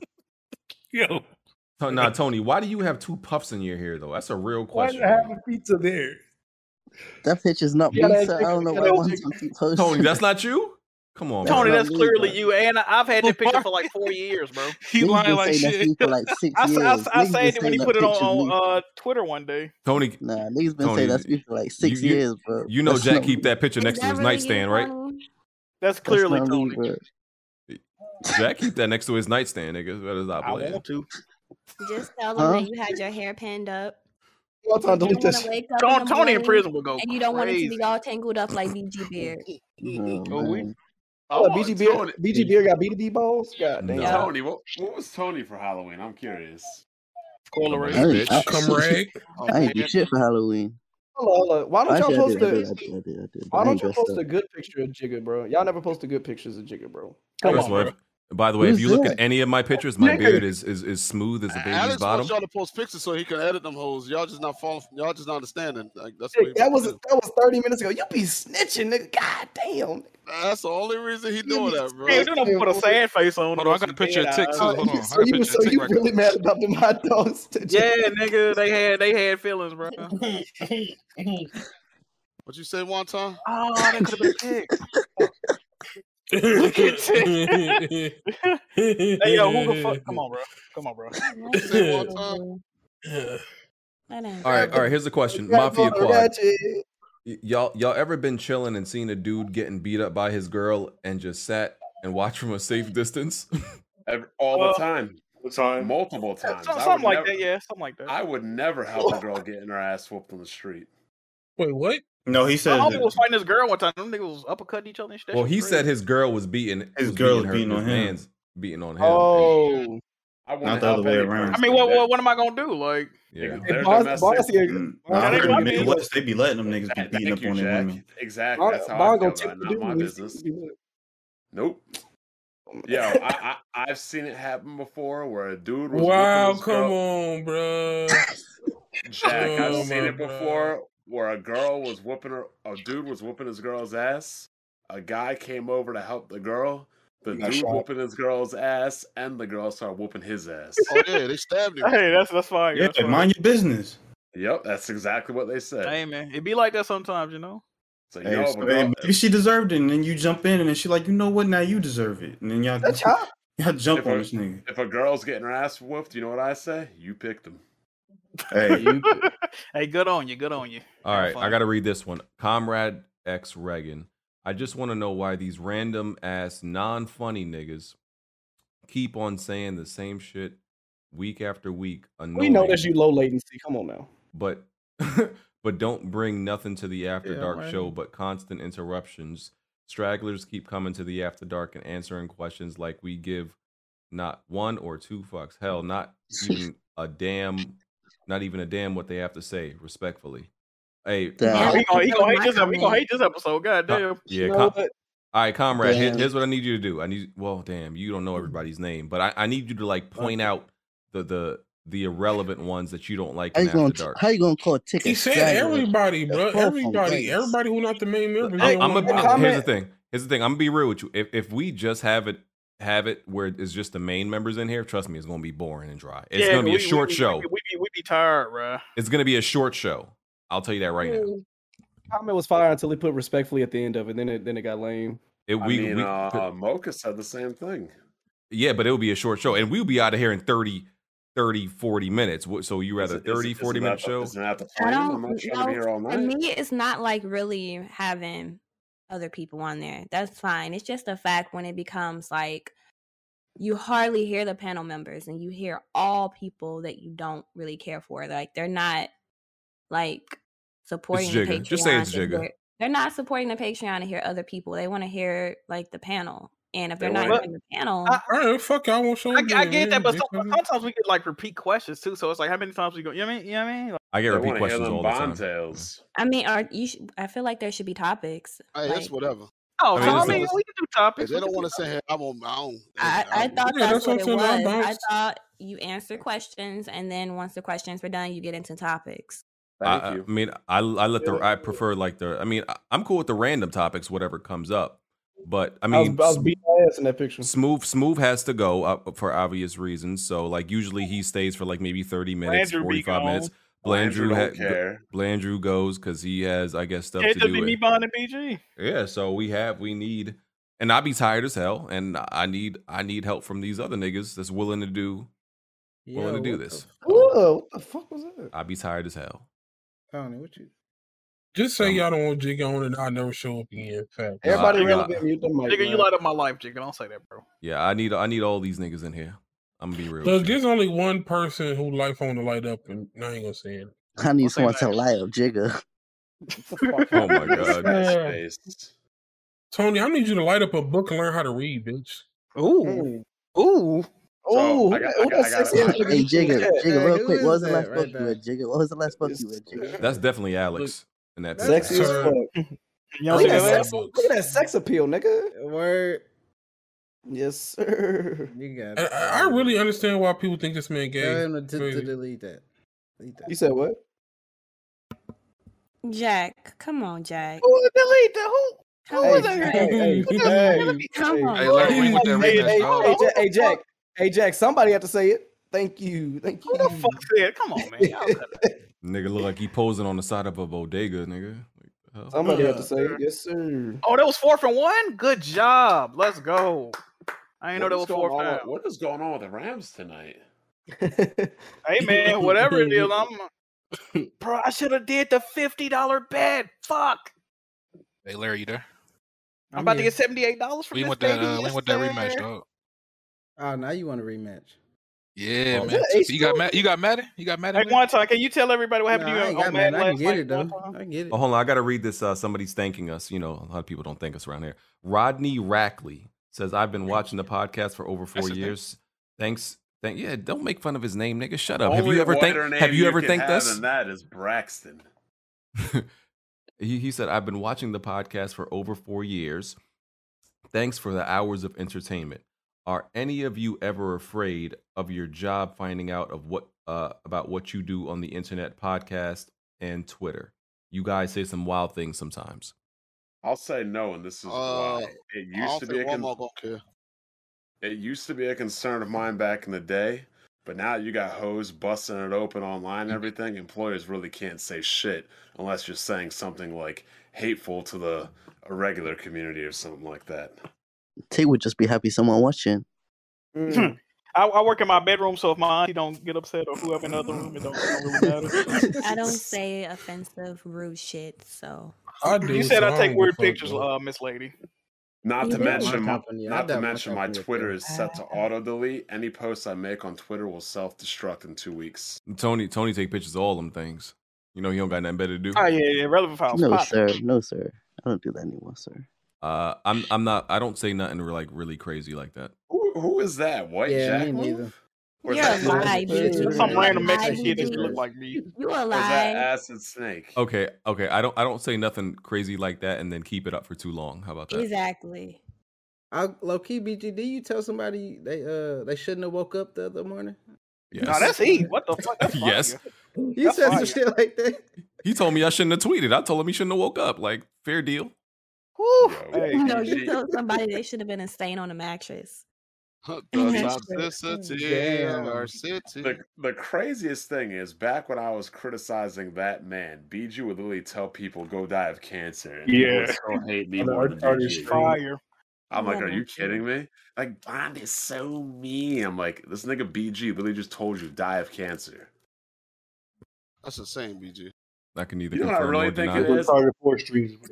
S25: Yo,
S3: To- Nah, Tony, why do you have two puffs in your hair though? That's a real
S25: why do
S3: question.
S25: I have a pizza there?
S10: That picture's not
S11: You gotta
S10: me, sir.
S11: ask-
S10: I don't know
S11: you
S10: why
S11: gotta
S10: one
S11: ask-
S10: time keep posting.
S3: Tony, that's not you. Come on,
S4: Tony,
S3: bro.
S10: not
S4: that's
S10: me,
S4: clearly
S10: bro.
S4: you. And I've had that picture for like four years, bro.
S12: (laughs) He
S10: Niggas
S12: lying
S10: been
S12: like
S10: saying that's
S12: shit.
S10: me for like six
S4: I,
S10: years.
S4: sa- I, sa- I
S10: Niggas been
S4: saved it when
S10: saying
S4: he
S10: that
S4: put it on,
S10: picture's me.
S4: on uh, Twitter one day.
S3: Tony,
S10: Nah, niggas been
S3: Tony,
S10: saying that's me for like six
S3: you- you-
S10: years, bro.
S3: You know
S10: That's
S3: Jack
S10: not
S3: keep
S10: me.
S3: that picture next
S22: Is
S3: to
S22: that
S3: his
S22: really you,
S3: nightstand, right?
S22: Tony?
S4: That's
S10: That's
S4: clearly
S10: not me,
S4: Tony.
S10: bro.
S3: Jack keep that next to his nightstand, nigga. Better stop
S4: I
S3: playing.
S4: want to.
S22: Just tell them
S10: Huh?
S22: that you had your hair pinned up.
S11: Y'all trying to
S22: You
S11: delete
S22: don't
S11: that
S22: want
S11: shit.
S22: to wake up in
S4: Tony,
S22: the
S4: Tony in
S22: morning
S4: prison would go
S22: and you don't want it to
S4: crazy.
S22: be all tangled up like BG Beard.
S10: Oh,
S4: Oh, we
S10: man.
S1: I
S11: Oh,
S1: want
S11: BG
S1: Tony.
S11: Beer, BG Beer got BDB balls. God damn.
S3: No.
S22: Yep.
S1: Tony, what what was Tony for Halloween? I'm curious.
S4: Coil
S3: Come on,
S10: I
S4: raised.
S10: didn't, I,
S11: (laughs)
S3: bitch.
S2: Come rag.
S1: Oh
S10: I
S1: man,
S10: ain't do shit for Halloween.
S11: Hold on, hold on. Uh, Why don't y'all
S10: Actually, I
S11: post
S10: did, I did,
S11: the
S10: I did, I did, I did, but
S11: Why
S10: I ain't
S11: don't you
S10: dressed
S11: post
S10: up.
S11: a good picture of Jigga, bro? Y'all never post a good pictures of Jigga, bro. Come
S3: First
S11: on,
S3: of
S11: bro.
S3: all, if- by the way, if
S10: Who's
S3: you look at
S10: that?
S3: any of my pictures, my
S11: Nigga.
S3: beard is is, is smooth as a baby's
S6: Alex wants
S3: bottom.
S6: y'all to post pictures so he can edit them hoes. Y'all just not falling. Y'all just not understanding. Like that's what he
S11: Jig, that was
S6: do.
S11: that was thirty minutes ago. You be snitching, nigga. God damn.
S6: That's the only reason he doing that, bro.
S4: Yeah, then I put a sad face on.
S12: Hold
S4: him
S12: on, I
S4: with
S12: got a
S4: some
S12: picture of
S4: dead uh,
S12: Tick
S4: eyes.
S12: too. Hold on, I
S11: so
S12: got a
S11: you
S12: picture
S11: so
S12: of Tick
S11: you
S12: right
S11: really mad about them hot dogs?
S4: (laughs)
S3: (laughs)
S4: Yeah, nigga, they had they had feelings,
S6: (laughs)
S4: bro.
S6: What you say one time?
S4: Oh, that could have been tick.
S2: Look
S4: at Hey, yo, who the
S3: (laughs)
S4: fuck? Come on, bro. Come on,
S22: (laughs)
S4: bro.
S22: That's
S6: Say
S22: not
S6: one time.
S22: cool. That ain't
S3: All right, all right. Here's the question, Mafia Quad. Y- y'all y'all ever been chilling and seen a dude getting beat up by his girl and just sat and watched from a safe distance? (laughs)
S1: Every, all
S4: Well,
S1: the time,
S12: time.
S1: Uh, multiple times.
S4: Some-
S1: I
S4: something
S1: would
S4: like
S1: never-
S4: that, yeah, something like that.
S1: I would never help a girl getting her ass whooped on the street.
S2: Wait, what?
S7: No, he
S4: My
S7: said
S4: homie
S7: that
S4: was fighting this girl one time. Them niggas was uppercutting each other and shit. That
S3: well,
S4: shit
S3: he
S4: was
S3: said
S4: crazy.
S3: his girl was beating
S7: His
S3: was
S7: girl
S3: beating
S7: was
S3: her.
S7: beating
S3: his
S7: on him.
S3: man's beating on him. and-
S11: Oh,
S1: I want
S7: Not
S1: to
S7: the other
S1: help
S7: way
S1: any (laughs)
S7: around.
S1: person.
S4: I mean, what,
S1: that-
S4: what what am I gonna do? Like,
S3: yeah.
S1: They're
S11: Bonds,
S1: domestic.
S11: Bonds here.
S7: Mm,
S4: that
S7: Nah,
S4: ain't
S7: over
S4: my
S7: in the
S4: business.
S7: Midwest, they be letting them niggas be
S1: That-
S7: beating
S1: thank
S7: up
S1: you,
S7: on their
S1: Jack.
S7: women.
S1: Exactly.
S11: Bond
S1: That's how I
S11: Bond
S1: feel
S11: gonna
S1: about
S11: tip
S1: it.
S11: the
S1: Not
S11: dude
S1: my
S11: when he see
S1: business.
S11: you be
S1: Nope. Yo, I, I I've seen it happen before where a dude was whooping
S2: Wow,
S1: his
S2: come
S1: girl.
S2: on, bro.
S1: Jack,
S2: Oh,
S1: I've seen
S2: my
S1: it before where a girl was whooping her, a dude was whooping his girl's ass. A guy came over to help the girl. The
S26: He got
S1: dude
S26: shot.
S1: whooping his girl's ass, and the girl started whooping his ass.
S26: Oh yeah, they stabbed him.
S4: Hey, that's that's fine.
S7: Yeah,
S4: that's fine.
S7: mind your business.
S1: Yep, that's exactly what they said.
S4: Hey man, it be like that sometimes, you know.
S1: So
S7: Hey, oh, so then maybe she deserved it, and then you jump in, and then she like, you know what? Now you deserve it, and then y'all, (laughs) y'all jump
S1: If
S7: on
S1: a-
S7: this nigga.
S1: If a girl's getting her ass whooped, you know what I say? You picked them.
S7: Hey,
S3: (laughs)
S7: you,
S4: (laughs) Hey, good on you. Good on you.
S3: (laughs) All right, I
S4: fun.
S3: got to read this one. Comrade X Reagan. I just want to know why these random ass non funny niggas keep on saying the same shit week after week. Annoying,
S11: We notice you low latency. Come on now.
S3: but (laughs) but don't bring nothing to the after
S11: Yeah,
S3: dark
S11: right.
S3: show but constant interruptions. Stragglers keep coming to the after dark and answering questions like we give not one or two fucks. Hell, not
S12: (laughs)
S3: even a damn not even a damn what they have to say, respectfully. Hey,
S4: Yeah,
S3: com-
S4: we gonna, he gonna hate this. We gonna hate this episode. God
S3: (laughs) com-
S4: damn.
S3: yeah, com- all right, comrade. here-
S4: Damn.
S3: Here's what I need you to do. I need well, damn, you don't know everybody's name, but I, I need you to like point out the the the irrelevant ones that you don't like
S12: How
S3: in
S12: you
S3: after
S12: gonna
S3: dark.
S12: how you gonna call a ticket?
S2: He said
S3: straggler.
S2: everybody, bro.
S12: That's
S2: Everybody,
S12: awful.
S2: everybody who not the main members.
S3: I'm,
S2: they
S3: I'm
S2: want
S3: a-
S2: to-
S3: here's the thing. Here's the thing. I'm gonna be real with you. If if we just have it have it where it's just the main members in here, trust me, it's gonna be boring and dry. It's
S4: Yeah,
S3: gonna be
S4: we-
S3: a short
S4: we,
S3: show.
S4: We, we, be, we be tired, bruh.
S3: it's gonna be a short show. I'll tell you that right now.
S11: Comment was fire until he put respectfully at the end of it. Then it then it got lame.
S3: It,
S1: I
S3: we,
S1: mean,
S3: we
S1: uh,
S3: could-
S1: Mocha said the same thing.
S3: yeah, but it'll be a short show, and we'll be out of here in 30, 30 40 minutes. Wh- So you rather
S1: Is it- is
S3: 30,
S1: it-
S3: 40
S1: isn't
S3: minute
S1: that the-
S3: show?
S1: Isn't that the
S22: I
S1: plan? I'm
S22: don't
S1: not trying to be here all
S22: know. To
S1: night.
S22: me, it's not like really having other people on there. That's fine. It's just the fact when it becomes like you hardly hear the panel members and you hear all people that you don't really care for. Like they're not like supporting the
S3: Jigga.
S22: Patreon.
S3: Just say it's
S22: to
S3: Jigga.
S22: hear- They're not supporting the Patreon to hear other people. They want to hear like the panel. And if
S2: They
S22: they're not
S2: wanna-
S22: hearing the panel,
S2: All right, fuck, y'all won't show
S4: I,
S2: up.
S4: I
S2: then,
S4: get that,
S2: man,
S4: but
S2: bitch.
S4: some- sometimes we get like repeat questions too. So it's like, how many times we go? You know what I mean? You know what I mean? Like,
S3: I get
S1: They
S3: repeat
S1: wanna hear
S3: questions
S1: them
S3: all the time.
S1: bond tales.
S22: I mean, are you? Sh- I feel like there should be topics.
S6: (laughs) Hey,
S22: like,
S6: it's whatever.
S4: Oh,
S3: I
S4: so
S3: mean,
S4: I
S3: it's-
S4: mean, we can do topics.
S6: They
S4: we
S6: don't
S4: can
S6: want
S4: do
S6: to sit here. I'm on my own.
S22: I, I thought
S6: Yeah,
S22: that's,
S6: that's
S22: what it
S6: what
S22: was.
S6: I'm saying, I
S22: I
S6: bounced.
S22: thought you answer questions, and then once the questions were done, you get into topics.
S1: Thank
S3: I,
S1: you.
S3: I mean, I I let the
S1: Yeah.
S3: I prefer like the I mean I, I'm cool with the random topics, whatever comes up. But I
S11: I was,
S3: mean,
S11: I was
S3: Sm-
S11: beating my ass in that picture.
S3: smooth smooth has to go uh, for obvious reasons. So like usually he stays for like maybe 30 minutes,
S4: Blandrew be
S3: 45 minutes.
S1: gone. Blandrew
S3: Blandrew
S1: don't
S3: ha- g-
S1: care.
S3: Blandrew goes because he has I guess stuff
S4: Yeah,
S3: to
S4: it just
S3: do.
S4: be
S3: with-
S4: me bonding BG.
S3: yeah, so we have we need, and I be tired as hell, and I need I need help from these other niggas that's willing to do willing
S7: Yo,
S3: to do
S7: what the
S3: this.
S11: Whoa, what the fuck was that?
S3: I be tired as hell.
S7: Tony, what you?
S2: Just say y'all don't want Jiggy on and I'll never show up again. Fact.
S3: Everybody Nah, relevant,
S2: relevant.
S3: nah.
S11: mute the mic.
S4: Nigga, you light up my life, Jigga. Don't say that, bro.
S3: Yeah, I need I need all these niggas in here. I'm gonna be real.
S2: Look, there's only one person who life on the light up, and I ain't gonna say it.
S12: I need
S2: Don't say
S12: someone to
S2: that.
S12: lie of Jigga.
S3: Oh my god.
S2: Tony, I need you to light up a book and learn how to read, bitch.
S11: Ooh.
S4: Ooh.
S1: So, I got- I got- I got- I got-
S12: Hey Jigga, Jigga,
S11: Hey,
S12: real
S11: who
S12: quick,
S11: is
S12: what was the
S11: that
S12: last
S11: right
S12: book you read? Jigga, what was the last (laughs) book you read? Jigga?
S3: That's definitely Alex in that picture.
S11: Sexy as fuck.
S4: Y'all
S11: Look
S4: see
S11: at, that
S4: that?
S11: sex, look at that sex appeal, nigga. Word. Yes, sir.
S7: You got
S2: And I, I really understand why people think this man gay.
S7: Tell him to d-
S2: Crazy.
S7: to delete that. Delete that.
S11: You said what?
S22: Jack, come on, Jack.
S4: Who delete that? Who? Who
S22: Hey,
S4: was that?
S22: hey,
S11: hey,
S4: Who the-
S11: hey,
S4: let me-
S22: Come on.
S11: Hey, Larry,
S4: who-
S11: with that
S4: hey,
S11: remix,
S4: hey,
S11: dog.
S4: hey, Jack-
S11: Hey, Jack. Hey, Jack. Somebody had to say it. Thank you. Thank you. Who the fuck
S4: said? Come on, man. Y'all
S16: (laughs)
S4: got that.
S3: Nigga look like he posing on the side of a bodega, nigga. Like, the hell?
S11: Somebody had to say it. Yes, sir.
S4: Oh, that was four from one. Good job. Let's go. I ain't know
S1: What
S4: that
S1: is
S4: was
S1: going
S4: four from
S1: on
S4: one.
S1: with- What is going on with the Rams tonight?
S4: Hey man, whatever it is, I'm.
S1: (laughs)
S4: Bro, I should have did the fifty dollar bet. Fuck.
S10: Hey Larry, you there?
S4: I'm about to get seventy eight dollars from
S10: We
S4: this
S10: want that.
S4: baby.
S10: Uh, we want that rematch,
S4: yesterday.
S10: dog.
S7: Oh, now you want a rematch?
S10: Yeah,
S7: Oh, is
S10: man.
S7: that Ace
S10: You got mad. You got mad. You got mad.
S4: Hey, one time, can you tell everybody what happened
S7: Nah, I
S4: to you
S7: ain't
S4: on,
S7: got
S4: on
S7: mad.
S4: Mad
S7: I can
S4: last
S7: get it
S11: Uh-huh.
S4: night?
S7: though.
S4: One time?
S7: I get it.
S3: Oh, hold on, I gotta read this. Uh, somebody's thanking us. You know, a lot of people don't thank us around here. Rodney Rackley says, "I've been watching the podcast for over four That's his name. years. Thanks, thank yeah. Don't make fun of his name, nigga. Shut up. (laughs) have
S1: Only
S3: you ever thanked?
S1: whiter name
S3: Have you ever
S1: could
S3: thanked
S1: have,
S3: us?
S1: And that is Braxton.
S3: He, he said, I've been watching the podcast for over four years. Thanks for the hours of entertainment. Are any of you ever afraid of your job finding out of what uh, about what you do on the internet podcast and Twitter? You guys say some wild things sometimes.
S1: I'll say no, and this is why it used to be a con- it used to be a concern of mine back in the day, but now you got hoes busting it open online and everything. Employers really can't say shit unless you're saying something like hateful to the irregular community or something like that.
S16: Tay would just be happy someone watching.
S4: I, (laughs) I work in my bedroom, so if my auntie don't get upset or whoever in the other room, it don't, it don't really matter.
S22: (laughs) I
S4: (laughs)
S22: don't say offensive, rude shit. So
S2: I do,
S4: You said
S2: so
S4: I take
S2: don't
S4: weird
S2: give a fuck,
S4: pictures,
S2: bro.
S4: uh, Miss Lady.
S1: Not
S4: You
S1: to
S4: do.
S1: mention,
S4: My
S1: my,
S4: company, I
S1: not to
S4: doubt my
S1: mention, my
S4: company would
S1: Twitter is set
S10: (laughs)
S1: to auto delete. Any posts I make on Twitter will self destruct in two weeks.
S3: Tony, Tony, take pictures of all them things. You know he don't got nothing better to do.
S4: Oh yeah, yeah, relevant files.
S16: No,
S4: pop.
S16: sir. No, sir. I don't do that anymore, sir.
S3: Uh, I'm, I'm not. I don't say nothing re- like really crazy like that.
S1: Who, who is that? White
S10: Yeah,
S1: Jack?
S10: me neither.
S1: Or is
S22: You're
S1: that-
S22: alive,
S1: Or
S22: dude.
S1: is
S4: Some
S1: that
S4: random
S22: Alive,
S4: Mexican kid that
S22: dude.
S4: look like me.
S22: You alive.
S1: Acid Snake?
S3: Okay, okay. I don't I don't say nothing crazy like that and then keep it up for too long. How about that?
S22: Exactly.
S10: I, low key, BGD, you tell somebody they uh they shouldn't have woke up the other morning.
S3: Yes.
S4: Nah, that's E. What the fuck? That's
S3: (laughs) yes.
S10: (laughs) You said some shit like that.
S3: He told me I shouldn't have tweeted. I told him he shouldn't have woke up. Like fair deal.
S4: (laughs)
S22: no, you told somebody they should have been a stain on a mattress. (laughs)
S1: The, the craziest thing is back when I was criticizing that man, BG would literally tell people go die of cancer. And people would
S4: Yeah.
S1: still hate me
S4: On the
S1: more than
S4: Arcade
S1: BG.
S4: stream. Fire.
S1: I'm like, are
S4: Yeah.
S1: you kidding me? Like, Bond is so mean. I'm like, this nigga BG literally just told you die of cancer.
S6: That's insane, BG.
S3: I can either
S1: You know what I
S3: confirm
S1: really
S3: or
S1: think
S3: deny.
S1: it is?
S8: Four streams.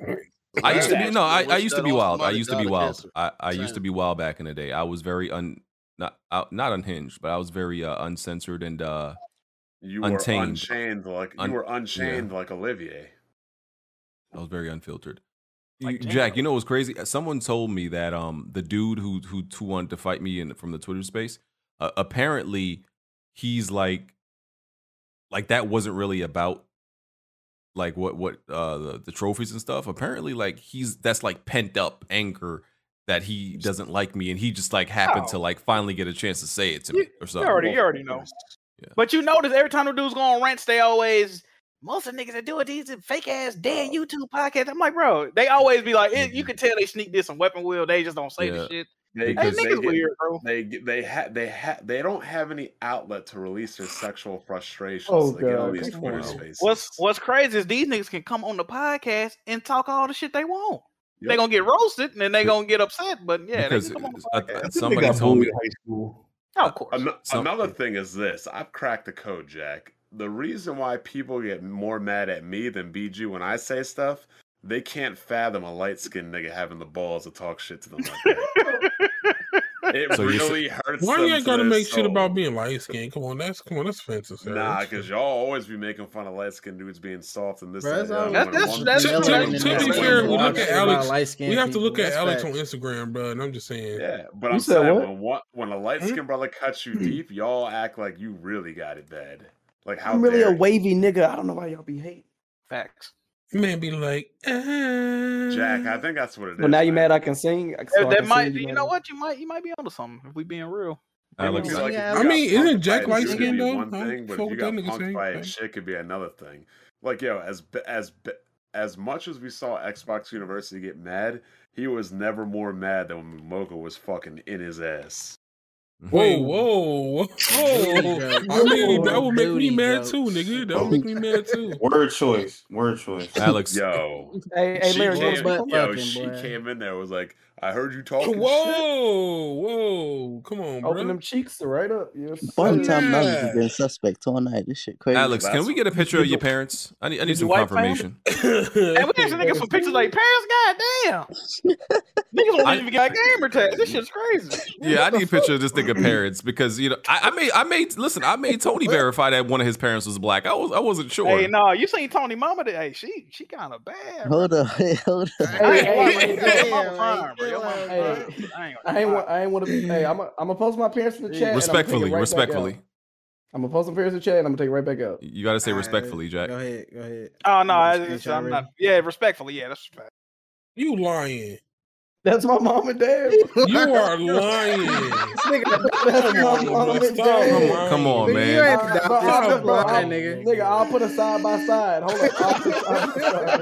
S3: I used to be
S1: Yeah.
S3: no, I, I
S1: Wish
S3: used
S1: that
S3: to be
S1: all
S3: wild. I
S1: somebody
S3: used to
S1: died
S3: be
S1: of
S3: wild.
S1: cancer.
S3: I, I used to
S1: Same.
S3: be wild back in the day. I was very un not out, not unhinged, but I was very uh, uncensored and uh
S1: You were
S3: untamed.
S1: unchained like
S3: Un-
S1: you were
S3: yeah.
S1: unchained like Olivier.
S3: I was very unfiltered. You- Jack, you know what's crazy? Uh, Someone told me that um the dude who who, who wanted to fight me in from the Twitter space, uh, apparently he's like like that wasn't really about like what what uh the, the trophies and stuff. Apparently like he's that's like pent up anger that he doesn't like me and he just like happened to
S4: Oh.
S3: like finally get a chance to say it to me or
S4: You
S3: something.
S4: already, you already know. But you notice every time the dudes go on rants, they always most of the niggas that do it these are fake ass dead YouTube podcasts. I'm like, bro, they always be like, it, you can tell they sneak this on weapon wheel. They just don't say the shit.
S1: They,
S4: hey,
S1: because they,
S4: niggas
S1: get-
S4: weird, bro.
S1: they get- they ha- they ha- they don't have any outlet to release their sexual frustrations.
S4: Oh,
S1: they get all
S4: God,
S1: these
S4: come
S1: Twitter
S4: on.
S1: spaces.
S4: What's What's crazy is these niggas can come on the podcast and talk all the shit they want. They
S1: Yep.
S4: gonna get roasted and then they gonna get upset. But yeah,
S3: because
S4: they can come on the
S3: uh,
S4: podcast.
S3: somebody told me
S4: Oh, of course.
S1: Ano- another thing is this: I've cracked the code, Jack. The reason why people get more mad at me than BG when I say stuff, they can't fathom a light skinned nigga having the balls to talk shit
S2: (laughs)
S1: to them like that. it
S3: So you're sa-
S1: really hurts.
S2: Why
S1: them
S2: y'all
S1: to
S2: gotta
S1: their
S2: make shit
S1: soul.
S2: about being light skinned? Come on, that's come on, that's offensive. Sir.
S1: Nah,
S2: That's-
S1: because y'all always be making fun of light skinned dudes being soft and this. that,
S2: Bruh, that's
S1: and the
S2: all-
S1: other.
S2: That's-
S1: When one-
S2: that's- that's-
S1: when-
S2: that's-
S1: when-
S2: to be
S1: when-
S2: fair,
S1: when
S2: we
S1: one
S2: look at
S1: shit-
S2: Alex.
S10: light-skinned
S2: We have to
S10: people.
S2: look at
S10: That's
S2: Alex
S10: facts.
S2: on Instagram, bro. And I'm just saying.
S1: Yeah, but
S2: You
S1: I'm
S2: said
S1: saying
S2: what?
S1: when one, when
S2: Hmm?
S1: a light skinned brother cuts you deep, y'all act like you really got it bad. Like how
S11: I'm really
S1: dare
S11: a
S1: you?
S11: wavy nigga. I don't know why y'all be hating.
S4: Facts.
S2: Man, be like,
S1: Jack, I think that's what it is.
S11: Well, now you mad
S1: man.
S11: I can sing. I-
S4: That,
S11: so I
S4: that
S11: can
S4: might,
S11: sing,
S4: you
S11: mad
S4: know
S11: at-
S4: what? You might, you might be onto something. If we being real,
S3: I
S1: It
S3: look
S1: would be
S3: at-
S1: like if you
S2: I
S1: got
S2: mean, isn't
S1: punked by
S2: Jack
S1: a
S2: light
S1: dude, it'd
S2: skinned,
S1: be
S2: though?
S1: One
S2: I don't
S1: thing, but
S2: fuck
S1: if you
S2: with
S1: got
S2: that nigga
S1: punked
S2: saying,
S1: by a
S4: (laughs)
S2: but-
S1: chick, it'd be another thing. Like yo, as b- as b- as much as we saw Xbox University get mad, he was never more mad than when Mocha was fucking in his ass.
S2: Whoa, whoa, whoa! I mean, that would make me mad too, nigga. That would make me mad too.
S7: (laughs) Word choice. Word choice.
S3: Alex.
S1: (laughs) Yo.
S11: Hey, hey,
S1: she
S11: Larry, go to
S1: came,
S11: butt
S1: yo,
S11: fucking,
S1: she
S11: boy.
S1: came in there was like, I heard you talking shit.
S2: Whoa, whoa! Come on, bro.
S11: Open them cheeks right up. Yes.
S16: One
S11: sir.
S16: time Malik has been suspect all night. This shit crazy.
S3: Alex, can we get a picture of your parents? I need I need
S16: Did
S3: some
S16: your wife find
S3: confirmation.
S4: Hey, we asking niggas for pictures like parents. Goddamn, niggas don't
S3: I-
S4: even
S1: (laughs)
S4: got gamer tags. This shit's crazy.
S3: Yeah, I need a picture of this nigga parents because you know I, I made I made listen I made Tony verify that one of his parents was black. I was I wasn't sure.
S4: Hey, no, you seen Tony Mama? That, hey, she she kind of bad.
S16: Hold up, (laughs) hold up.
S4: I ain't gonna lie,
S11: Hey, hey,
S4: bro. Your
S11: hey,
S4: mama (laughs)
S11: hey,
S4: fine, bro. Your mama
S11: hey.
S4: fine, bro. I ain't
S11: I ain't want. I ain't want to be. Hey, I'm. i I'm gonna post my parents in the chat.
S3: respectfully,
S11: and I'm gonna take it right back out.
S3: respectfully,
S11: I'm gonna post my parents in the chat and I'm gonna take it right back
S3: (laughs)
S11: out.
S3: you got to say respectfully, Jack.
S10: Go ahead, go ahead.
S4: Oh no, I,
S10: Screenshot
S4: I'm not.
S10: ready?
S4: Yeah, respectfully, yeah, that's fact.
S2: You lying.
S11: That's my mom and dad. (laughs)
S2: You are lying.
S11: That's my mom and dad.
S3: on, come on,
S11: Nigga, you
S3: man.
S11: ain't the doctor. I'll put- I'll- Nigga, I'll put a side by side. Hold on. I'll put- I'll put a
S3: (laughs)
S11: side-
S4: I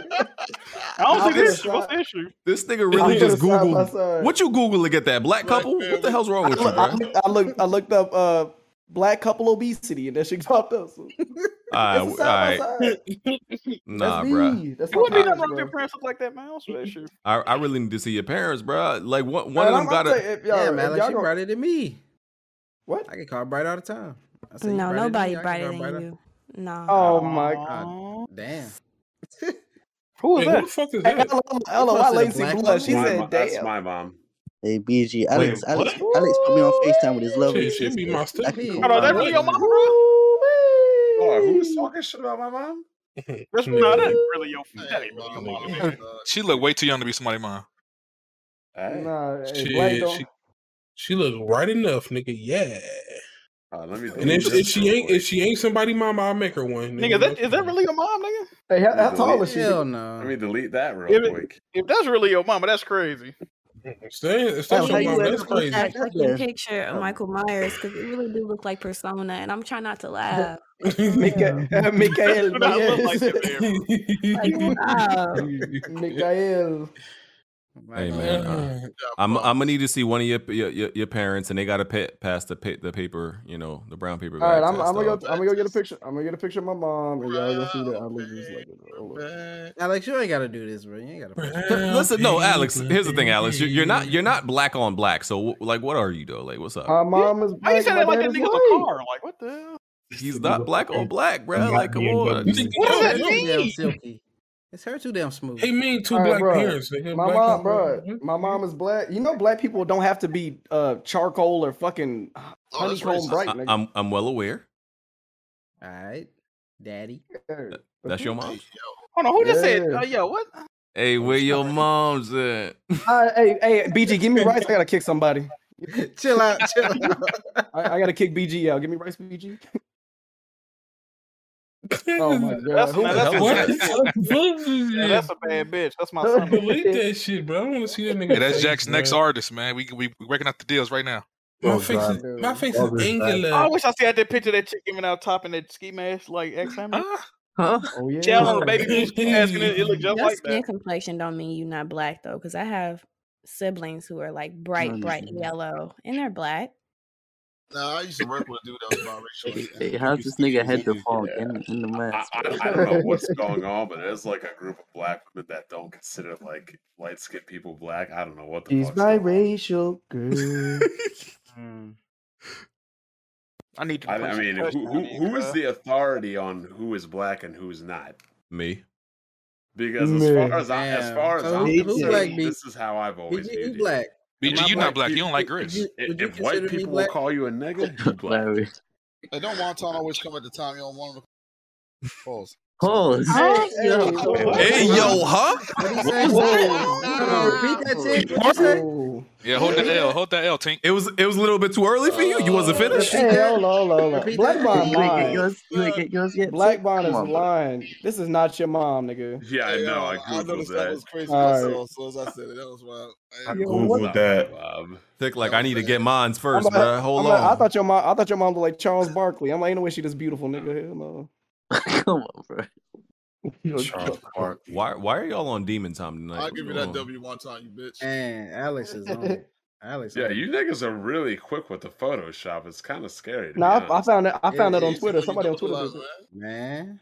S4: don't see
S11: I'll
S4: this.
S11: put a
S4: What's
S11: side-
S4: the issue?
S3: This nigga
S11: I'll
S3: really
S11: put
S3: just
S11: a side by
S3: Googled.
S11: side.
S3: What you Google to get that black couple? What the hell's wrong with you,
S11: I
S3: bro?
S11: looked, I looked, I looked up uh, black couple obesity, and that shit popped up. So.
S3: All
S11: It's a
S3: right,
S11: side
S3: all
S11: by
S3: right.
S11: side.
S3: (laughs) Nah,
S11: That's me.
S3: bruh.
S11: That's
S4: It wouldn't be nothing wrong
S11: my parents,
S4: with
S11: bro.
S4: their parents look like that, man. What's (laughs) the issue?
S3: I, I really need to see your parents, bruh. Like one, one
S11: Man,
S3: of
S11: I'm
S3: them got
S11: gonna
S3: to.
S11: tell you, if y'all-
S10: Yeah,
S11: if
S10: man, like
S11: y'all
S10: she
S11: gonna-
S10: brighter than me.
S11: What?
S10: I get called bright all the time. I say you
S22: No,
S10: brighter than
S22: nobody
S10: me, I get
S22: brighter
S10: called
S22: than you. No.
S11: Oh my
S10: God, damn. (laughs)
S11: Who is
S2: Wait, who
S11: that?
S2: the fuck is
S11: Hey,
S2: that?
S11: hello, hello,
S10: posted a
S11: lazy
S10: black
S11: blood. She
S10: mom?
S11: said,
S1: mo- that's
S11: "Damn."
S1: my mom.
S16: Hey, BG, Alex,
S2: Wait,
S16: Alex, Alex put me on FaceTime with his lovely
S2: Shit, she be
S16: sister.
S2: my
S16: That could
S2: stepmom.
S16: go
S4: Hold on,
S16: my
S4: that really
S16: way.
S4: your mama, bro?
S1: Oh, who's talking shit about my mom?
S4: That's, no, that ain't really your. That ain't really your mama.
S12: Nigga, She look way too young to be somebody mom.
S1: Hey.
S11: Nah, hey, black
S2: Shit,
S11: don't.
S2: she, she look right enough, nigga. Yeah.
S1: Uh, let me.
S2: And
S1: delete
S2: if, if
S1: this
S2: she
S1: real
S2: ain't
S1: quick.
S2: if she ain't somebody mom, I'll make her one.
S4: Nigga, that, is that really your mom, nigga?
S11: Hey, how,
S1: Let
S11: how
S1: me
S11: tall
S1: delete-
S11: is she?
S10: Hell no.
S1: Let me delete that real
S4: If, it,
S1: quick.
S4: if that's really your mama, that's
S11: (laughs)
S4: crazy.
S2: If that-
S16: That
S2: if that's
S16: was
S2: your
S16: how you
S2: mom,
S16: were
S2: that's
S16: able to
S2: crazy.
S16: attack
S22: That
S16: that
S22: fucking
S16: guy.
S22: picture of Michael Myers because it really do look like Persona, and I'm trying not
S4: (laughs)
S22: to laugh.
S11: Mica- Michael.
S4: Do not look like that, man.
S11: Myers. (laughs)
S22: Like, stop.
S11: Michael.
S3: Hey man, uh, I'm I'm gonna need to see one of your your, your, your parents, and they gotta pa- pass the pa- the paper, you know, the brown paper.
S11: All right,
S3: bag
S11: I'm,
S3: test,
S11: I'm gonna go.
S3: dog.
S11: I'm gonna go get a picture. I'm gonna get a picture of my mom, and y'all gonna see that I look just like it. Hold on.
S10: Alex, you ain't gotta do this, bro. You ain't gotta. push
S3: (laughs)
S10: it.
S3: Listen, no, Alex. Here's the thing, Alex. You're, you're not you're not black on black. So like, what are you though? Like, what's up?
S11: My mom is
S4: Why you
S11: black.
S4: saying
S11: My
S4: that like that
S11: dad is
S4: nigga's a
S11: white.
S4: car? Like, what the hell?
S3: He's not black on black, bro. Like, come on.
S2: You think-
S10: It's
S4: What does
S2: no,
S4: that
S10: her
S2: no.
S10: too damn
S4: mean?
S10: silky. It's her too damn smooth.
S2: They mean two
S11: All right,
S2: black
S11: bro.
S2: parents. Nigga.
S11: My
S2: black
S11: mom,
S2: on
S11: bro.
S2: black. What?
S11: My mom is black. You know, black people don't have to be uh charcoal or fucking honeycomb
S6: racist.
S11: bright.
S3: I,
S11: Nigga.
S3: I'm I'm well aware.
S10: All right, daddy.
S11: Yeah.
S3: That's your mom.
S4: Hold on, who just said?
S11: Yeah.
S4: Uh, yo, what?
S3: Hey, where your mom's at?
S11: All right, Uh, hey, hey, BG, give me rice. I gotta kick somebody.
S10: (laughs) chill out, chill out.
S11: I, I gotta kick BG out. Give me rice,
S2: (laughs)
S11: BG. Oh my god.
S4: That's,
S11: Who
S4: now,
S11: the
S4: (laughs) that's,
S11: hell
S4: a,
S11: is
S2: What
S11: that?
S2: the (laughs) fuck is
S4: (laughs) yeah,
S2: this?
S4: that's a bad bitch. That's my
S11: That's
S4: son.
S2: Delete that shit, bro. I want to see that nigga.
S4: (laughs)
S12: Yeah, that's
S2: face,
S12: Jack's
S2: bro.
S12: next artist, man. We we we working out the deals right now.
S2: My
S27: Oh,
S2: face is
S11: God.
S2: my face
S27: Love
S2: is
S27: is back.
S4: I
S2: angular.
S4: wish I see had that picture of that chick giving out top in that ski mask like X Hammer.
S2: Ah.
S16: Huh?
S11: Oh
S4: She out on
S11: yeah.
S4: the baby boots asking it. It looked just
S22: Your
S4: like
S22: skin
S4: that.
S22: complexion don't mean you not black though, because I have siblings who are like bright, bright yellow, and they're black.
S6: Nah, I used to work with a dude that
S1: (laughs)
S6: was biracial.
S16: Hey,
S6: He-
S16: hey,
S6: he
S16: how's
S6: used
S16: this
S6: to-
S16: nigga head
S6: he-
S16: the fog
S1: yeah.
S16: in, in the
S1: I,
S16: mask,
S1: I, (laughs)
S16: bro?
S1: I don't know what's going on, but there's like a group of black women that don't consider like light skinned people black. I don't know what the
S11: She's
S1: fuck's going on.
S11: biracial girl.
S10: Hmm.
S4: I need to
S1: I,
S4: put
S1: I
S4: some
S1: mean,
S4: pressure
S1: who,
S4: on
S1: who
S4: you,
S1: who is
S4: cuz.
S1: the authority on who is black and who's not?
S3: Me.
S1: Because as far
S11: Man.
S1: as I, as
S10: Damn.
S1: far as
S10: So
S1: I'm
S10: who- who black
S1: concerned,
S10: be-
S1: this is how I've always
S10: BG, you
S1: viewed you.
S10: black. Am
S12: BG,
S10: I
S12: you not
S10: black?
S12: black.
S1: You,
S12: You don't like
S1: you,
S12: Grizz.
S10: Would
S1: i-
S10: you
S1: if white
S10: consider me
S1: people will
S10: black?
S1: call you a
S16: (laughs)
S1: nigga, you black.
S16: Larry.
S6: Hey, don't Wonton always come at the time you don't want him to pause.
S16: Pause.
S10: Hey, yo,
S11: Hey,
S10: what?
S11: whoa,
S3: Hey yo, huh?
S10: What do you say? Hold on, repeat that shit. What you say?
S11: whoa.
S12: Yeah, hold that L. Hold that L, Tink.
S3: It was it was a little bit too early for you. You wasn't
S11: Oh,
S3: finished.
S10: Repeat
S11: Hey,
S10: that.
S11: hold on, hold on, hold on.
S10: Repeat
S11: Black
S10: that.
S11: Bond
S16: You ain't get
S11: lying.
S16: yours. You ain't get yours yet.
S11: Black
S16: too?
S11: Bond
S16: Come
S11: is
S16: on, bro.
S11: lying. This is not your mom, nigga.
S1: Yeah, I
S6: Hey,
S1: know.
S6: uh,
S1: I
S6: I
S1: googled
S6: noticed that
S1: that.
S6: was crazy
S11: All
S6: myself.
S11: right.
S6: So as I said it, that was wild.
S28: I
S6: Hey,
S11: Yo, what?
S28: googled
S1: Stop
S28: that.
S1: it, Bob.
S3: Thick
S6: that
S3: like
S6: was
S3: I need to
S6: bad.
S3: get mines
S11: I'm
S3: first,
S11: like,
S3: bruh. Hold
S11: I'm like, I
S3: on.
S11: thought your mom, I thought your mom looked like Charles Barkley. I'm like, ain't no way she this beautiful, nigga. Hell
S3: (laughs)
S11: no.
S16: Come on, bro.
S11: Yo,
S1: Charles Barkley.
S3: Why why are y'all on demon time tonight?
S6: I'll
S3: What's
S6: give you
S3: going
S6: that
S3: on?
S6: W one time, you bitch.
S10: And Alex is on it. Alex.
S1: Yeah,
S10: on it.
S1: you niggas are really quick with the Photoshop. It's kind of scary. To
S11: Nah,
S1: be
S11: I, I
S1: honest.
S11: found that. I found
S10: It
S11: that on
S6: Easy when
S11: Twitter.
S6: you
S11: Somebody
S6: do
S11: on
S6: it
S11: Twitter
S6: like
S11: did
S6: that.
S11: that.
S10: Man.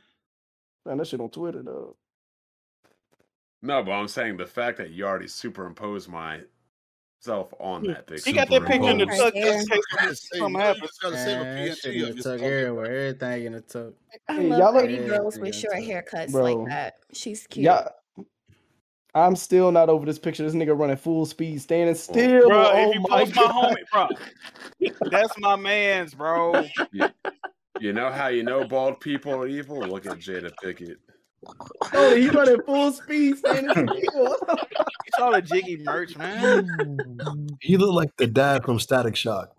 S11: Found that shit on Twitter though.
S1: No, but I'm saying the fact that you already superimposed myself on that big
S4: She got that picture in the
S3: Superimpose.
S4: tuck
S22: Right
S4: just in case
S6: Gotta
S10: (laughs)
S6: save-
S4: something
S6: now you
S4: happens.
S6: just gotta save a
S10: Man, that shit
S6: PNG
S10: in
S6: of
S10: the tuck
S6: yourself. and
S10: everywhere. Everything in the tuck.
S22: I
S11: Hey,
S22: love
S11: y'all look,
S22: pretty girls
S10: Everything
S22: with
S10: in the
S22: short
S10: tuck.
S22: haircuts like
S11: bro.
S22: that. She's cute.
S11: Y'all, I'm still not over this picture. This nigga running full speed, standing
S4: Bro,
S11: still. bro.
S4: if
S11: Oh
S4: you
S11: my
S4: post my
S11: god.
S4: homie, bro, that's my man's, bro.
S1: You, you know how you know bald people are evil? Look at Jada Pickett.
S11: (laughs) Oh, he running full
S16: (laughs)
S11: speed, standing still.
S4: It's all the jiggy merch, (laughs) man.
S27: He looked like the dad from Static Shock.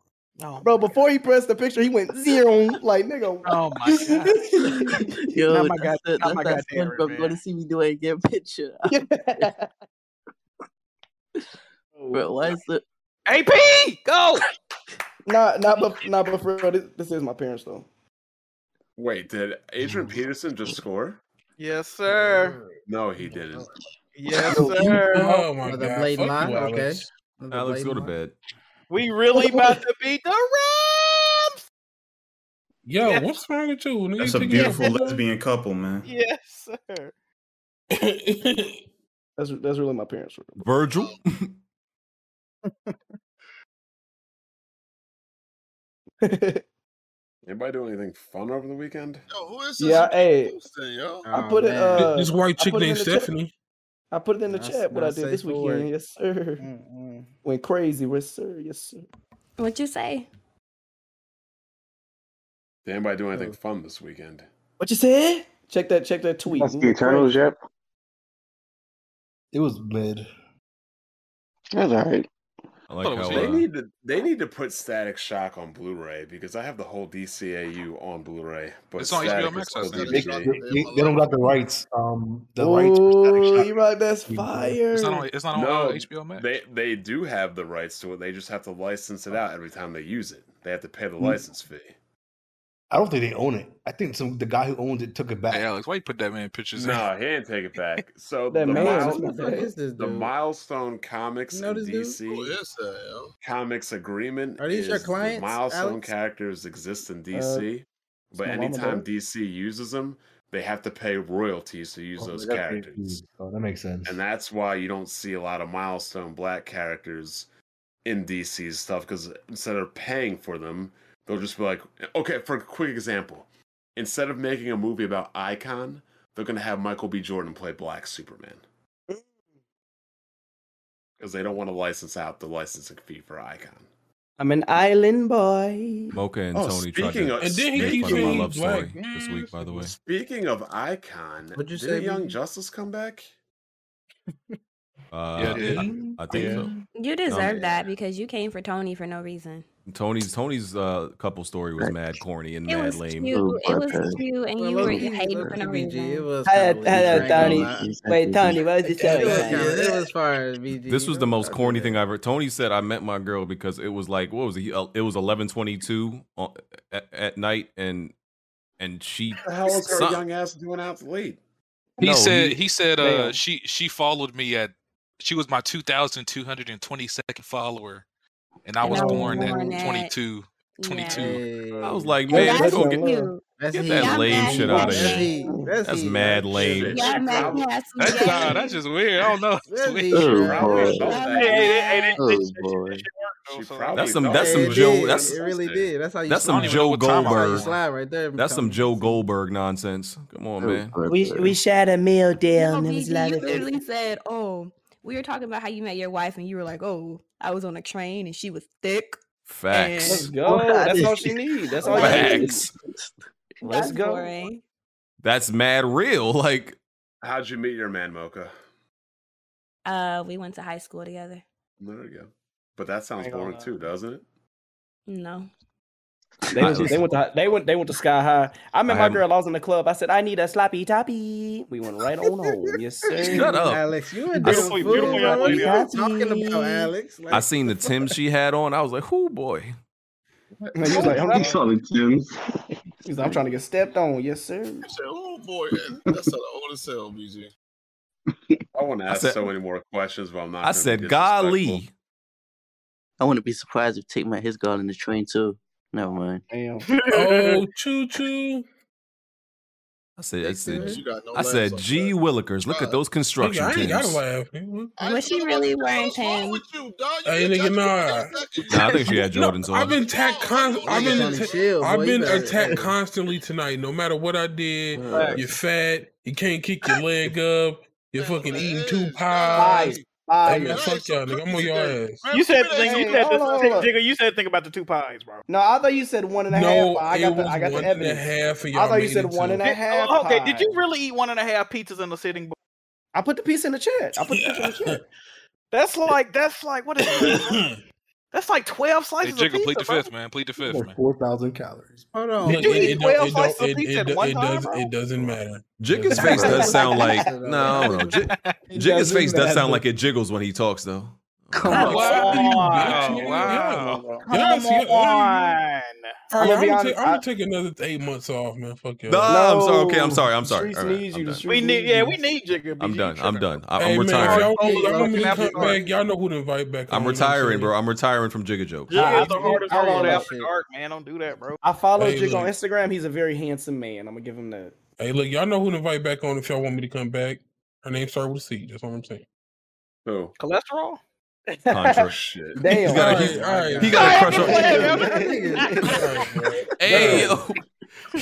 S4: Oh,
S11: Bro, before he pressed the picture, he went zero. Like nigga, what?
S4: oh
S11: (laughs)
S4: my god.
S16: Yo,
S4: Not my god.
S16: that's that,
S4: Not
S16: that's
S4: my
S16: that
S4: goddamn
S29: (laughs)
S16: SpongeBob
S4: man.
S6: (laughs)
S16: going to see me do it again picture.
S6: Oh,
S29: Bro, why is the
S4: AP go?
S11: Nah, nah, but nah, but for real, this, this is my parents though.
S1: Wait, did Adrian
S10: Mm-hmm.
S1: Peterson just score?
S4: Yes, sir.
S1: No, he didn't.
S4: Yes, sir.
S2: Oh my
S10: Another
S2: god.
S10: blade
S2: fuck
S10: mine?
S2: you, Alex.
S10: Okay.
S3: Alex, go to bed.
S4: We really about to beat the Rams.
S2: Yo, what's wrong with you? Nigga,
S7: That's a
S2: Take your
S7: beautiful
S2: headphones off.
S7: lesbian couple, man.
S4: Yes, sir.
S11: That's that's really my parents.
S3: Virgil.
S1: Anybody do anything fun over the weekend?
S6: Yo, who is this?
S11: Yeah, hey,
S6: Houston, yo?
S11: I put it.
S1: man.
S11: Uh,
S2: Oh, This white
S11: I
S2: chick
S11: put it
S2: named
S11: in the chat.
S2: Stephanie.
S11: I put it in the
S10: Not-
S11: chat what I
S10: not
S11: did this
S10: safe for
S11: weekend.
S10: work.
S11: Yes, sir. Went crazy. Yes, sir. Yes, sir.
S22: What'd you say?
S1: Did anybody do anything fun this weekend?
S11: What you said? Check that. Check that tweet.
S1: That's the Eternals,
S11: yep.
S17: It was mid.
S29: That's all right.
S3: I
S1: like how, uh, they need to they need to put Static Shock on Blu-ray because I have the whole DCAU on Blu-ray. But
S12: It's on HBO
S1: Static is
S12: Max,
S1: still
S12: I think.
S17: They,
S1: DVD.
S17: they- they don't got the rights. Um, the rights.
S11: Oh, you right? That's fire.
S12: It's not on- it's not on, uh, HBO Max.
S1: They they do have the rights to it. They just have to license it out every time they use it. They have to pay the license fee.
S17: I don't think they own it. I think some the guy who owns it took it back.
S12: Hey, Alex, why you put that man pictures in? (laughs)
S1: No, he didn't take it back. So
S17: That
S1: the,
S17: man,
S1: mile-
S17: who the fuck
S10: is this
S1: the
S10: dude?
S1: milestone comics
S10: You know
S1: in
S10: this dude?
S1: DC
S6: Who is that, yo?
S1: comics agreement.
S10: Are these
S1: is
S10: your
S1: the
S10: clients,
S1: milestone
S10: Alex? Uh,
S1: characters exist in DC, but
S17: my mama,
S1: anytime
S17: dog.
S1: DC uses them, they have to pay royalties to
S10: Oh
S1: use those
S17: That's
S1: characters.
S17: crazy. Oh, that makes sense.
S1: And that's why you don't see a lot of milestone black characters in DC's stuff because instead of paying for them, they'll just be like, okay, for a quick example, instead of making a movie about Icon, they're going to have Michael B. Jordan play Black Superman. Because they don't want to license out the licensing fee for Icon.
S11: I'm an island boy.
S3: Mocha and
S1: Oh,
S3: Tony tried
S1: speaking
S3: to
S1: of-
S3: make
S1: And then he
S3: fun of
S1: keeps
S3: my
S1: saying
S3: love story
S1: black
S3: this
S1: man.
S3: week, by the way.
S1: Speaking of Icon,
S10: What'd you
S1: did
S10: say,
S1: Young
S10: Biggie?
S1: Justice come back?
S3: Uh,
S12: Yeah,
S3: I
S12: yeah.
S3: think- I think so.
S22: You deserve that because you came for Tony for no reason.
S3: Tony's Tony's uh, couple story was mad corny and
S22: It
S3: mad
S22: was
S3: lame.
S22: cute. it was cute, and you were
S10: low-key-
S22: hating for
S10: low-key
S22: no
S10: BG, it
S22: reason.
S10: was
S11: Hi, hi,
S10: kinda weak, I ain't
S11: Tony.
S10: gonna lie.
S11: Wait, Tony, what was you
S10: It
S11: telling
S10: was
S11: me?
S10: kinda- it was fire, BG.
S3: This was the
S10: Don't
S3: most
S10: do
S3: corny
S10: that.
S3: thing I ever. Tony said I met my girl because it was like what was it? He- uh, It was eleven twenty two at, at night, and and she.
S1: The hell is her
S3: some-
S1: young ass doing out late?
S12: He
S3: No,
S12: said
S3: he-
S12: he, said uh
S3: Damn.
S12: she she followed me at she was my 2222nd follower and I
S22: And
S12: was
S22: I was
S12: born,
S22: born
S12: at
S22: at-
S12: 22 22
S10: Hey.
S3: I was like,
S10: That's-
S3: man,
S10: that's
S3: go
S10: not
S3: get,
S10: love. That's
S3: get
S10: heat.
S3: that
S10: Y'all
S3: lame
S10: mad
S3: shit out of
S10: heat. That's
S3: here.
S10: heat. That's
S3: That's
S10: heat
S3: mad
S10: right
S3: lame.
S1: She
S22: Y'all made
S1: probably,
S22: me have some
S12: (laughs) That's nah, that's
S22: games.
S12: just weird. I don't know. It's
S10: That's
S12: weird.
S10: heat
S1: she
S29: Oh,
S1: probably
S29: boy.
S1: felt
S22: Y'all
S1: that
S22: made
S1: heat.
S22: me
S29: Oh boy.
S1: She
S12: so-
S1: probably
S3: That's some-
S1: felt
S10: Yeah,
S3: that's
S1: that
S30: some
S10: it
S1: heat.
S30: Joe-
S10: did.
S3: that's-
S10: it really did. That's how you
S3: That's
S12: I don't
S10: slide.
S3: some
S12: even know
S3: Joe
S12: what time
S10: That's how you
S3: Goldberg.
S10: slide right there.
S3: That's some
S10: Tony.
S3: Joe Goldberg nonsense. Come on, man.
S11: We we shot a meal
S22: No,
S11: deal and it was a
S22: BG,
S11: lot
S22: you
S11: of
S22: literally said, "Oh, we were talking about how you met your wife, and you were like, oh, I was on a train, and she was thick.'"
S11: Let's (laughs)
S3: Facts.
S11: go. That's all she
S17: Right.
S11: needs. That's
S10: Oh,
S11: all you need.
S3: Facts.
S22: (laughs)
S11: Let's
S22: That's
S11: go.
S22: boring.
S3: That's mad real. (laughs) Like
S1: How'd you meet your man, Mocha?
S22: Uh, we went to high school together.
S1: There you go. But that sounds
S4: Ain't gonna
S1: boring
S4: lie.
S1: too, doesn't it?
S22: No,
S11: They went, they went to they went they went to Sky High. I met
S3: I
S11: my
S3: am-
S11: girl. I was in the club. I said, "I need a sloppy toppy." We went right on home. Yes, sir.
S3: Shut up.
S10: Alex, you a
S3: I
S10: damn
S3: don't-
S10: fool,
S4: you don't
S10: bro. What are you
S11: Got
S10: talking about,
S11: me.
S10: Alex? Like,
S3: I seen the Tim she had on. I was like, "Whoo boy."
S11: And he was like, I'm,
S29: He's on Tim's.
S11: he was like, "I'm trying to get stepped on." Yes, sir.
S6: You said, oh boy, that's how the oldest hell, BG.
S1: I want to
S3: I
S1: ask
S3: said-
S1: so many more questions, but I'm not.
S3: I
S1: gonna be
S3: said,
S1: disrespectful.
S3: "Golly."
S29: I wouldn't be surprised if Take My His God on the train too. Never mind.
S11: Damn.
S2: Oh, choo choo.
S3: I said, I said,
S6: You got no
S3: I said,
S6: legs
S3: "Gee Willikers, look at those construction
S2: I ain't gotta
S3: teams."
S2: laugh. nigga.
S6: I
S22: was
S6: ain't
S22: she
S6: talking
S22: really
S6: about
S22: wearing
S6: you. What's wrong
S22: Tim?
S6: with you, dog? You
S2: Hey,
S6: been
S2: nigga,
S6: judging me
S2: nah.
S6: for 10 seconds.
S3: Nah, I think she had Jordans
S2: I've
S3: on.
S2: been attacked. Con- I've been.
S10: Tony,
S2: atta-
S10: chill, boy.
S2: I've
S10: You
S2: been
S10: better-
S2: attacked constantly tonight. No matter what I did,
S10: Facts.
S2: you're fat. You can't kick your leg up. You're fucking eating two pies.
S11: Pies.
S2: Hey
S11: Pies.
S2: man, fuck y'all, nigga. I'm on your ass.
S4: You said
S6: Hey,
S4: think, you
S11: hey,
S4: said
S11: hold on, hold
S4: this,
S11: on.
S4: Jigga, you said think about the two pies, bro.
S11: No, I thought you said one and a half.
S2: No,
S11: but I
S2: it
S11: got the
S2: was
S11: I got
S2: one
S11: the
S2: and a
S11: evidence.
S2: half, and
S11: I
S2: y'all
S11: thought you
S2: made
S11: said
S2: it
S11: one
S2: two.
S11: and a
S4: Did-
S11: half.
S4: oh, okay, did you
S11: pie.
S4: really eat one and a half pizzas in a sitting? bo-
S11: I put the piece in the chat. I put the piece in the
S2: (laughs)
S11: chat.
S4: That's like that's like what is that?
S2: (coughs)
S4: that's like twelve
S12: Hey,
S4: slices of
S12: Jigga,
S4: pizza,
S12: plead the
S4: bro.
S12: fifth, man. Plead the fifth, man.
S17: Four thousand calories.
S10: Hold on.
S2: Look,
S4: Did you
S2: it-
S4: eat
S2: it don't-
S4: 12
S2: it don't-
S4: slices of
S2: it-
S4: pizza
S2: it
S4: at
S2: do-
S4: one
S2: it
S4: time,
S2: does-
S4: bro?
S2: It doesn't matter.
S3: Jigga's face does sound like no, I don't know.
S11: It
S3: Jig-
S11: doesn't
S3: Jigga's
S10: (laughs)
S3: Jigga's
S11: matter.
S3: face does sound like it jiggles when he talks though.
S16: Come on.
S2: Wow.
S16: wow.
S2: Yes,
S4: Come
S2: yeah,
S4: on.
S2: All
S4: I'm
S2: right,
S4: gonna
S2: I'm,
S4: be
S2: gonna
S4: honest,
S2: take, I'm gonna
S4: I-
S2: take another eight months off, man. Fuck you.
S24: No, I'm sorry. Okay, I'm sorry. I'm sorry. All right, I'm done.
S4: We need, yeah, we need Jigga.
S24: I'm done. I'm done. I-
S2: Hey,
S24: I'm
S2: man, if
S24: retiring.
S2: Y'all,
S10: Oh,
S2: want- y'all want me to come back? Y'all know who to invite back.
S24: I'm
S2: on, you know what
S24: retiring, bro. I'm retiring from Jigga Joke.
S4: Jigga is (laughs) the hardest
S11: I
S4: role
S11: love
S4: after
S11: shit.
S4: dark, man. Don't do that, bro.
S11: I follow
S2: Hey,
S11: Jig on
S2: look.
S11: Instagram. He's a very handsome man. I'm gonna give him that.
S2: Hey, look, y'all know who to invite back on if y'all want me to come back. Her name starts with a C. That's what I'm saying.
S1: Oh,
S4: Cholesterol? (laughs)
S24: Contra.
S11: (laughs)
S2: Shit.
S11: Damn.
S24: He's got a- he's- he got a crush on-
S11: (laughs)
S2: (laughs)
S24: Hey, yo. (laughs)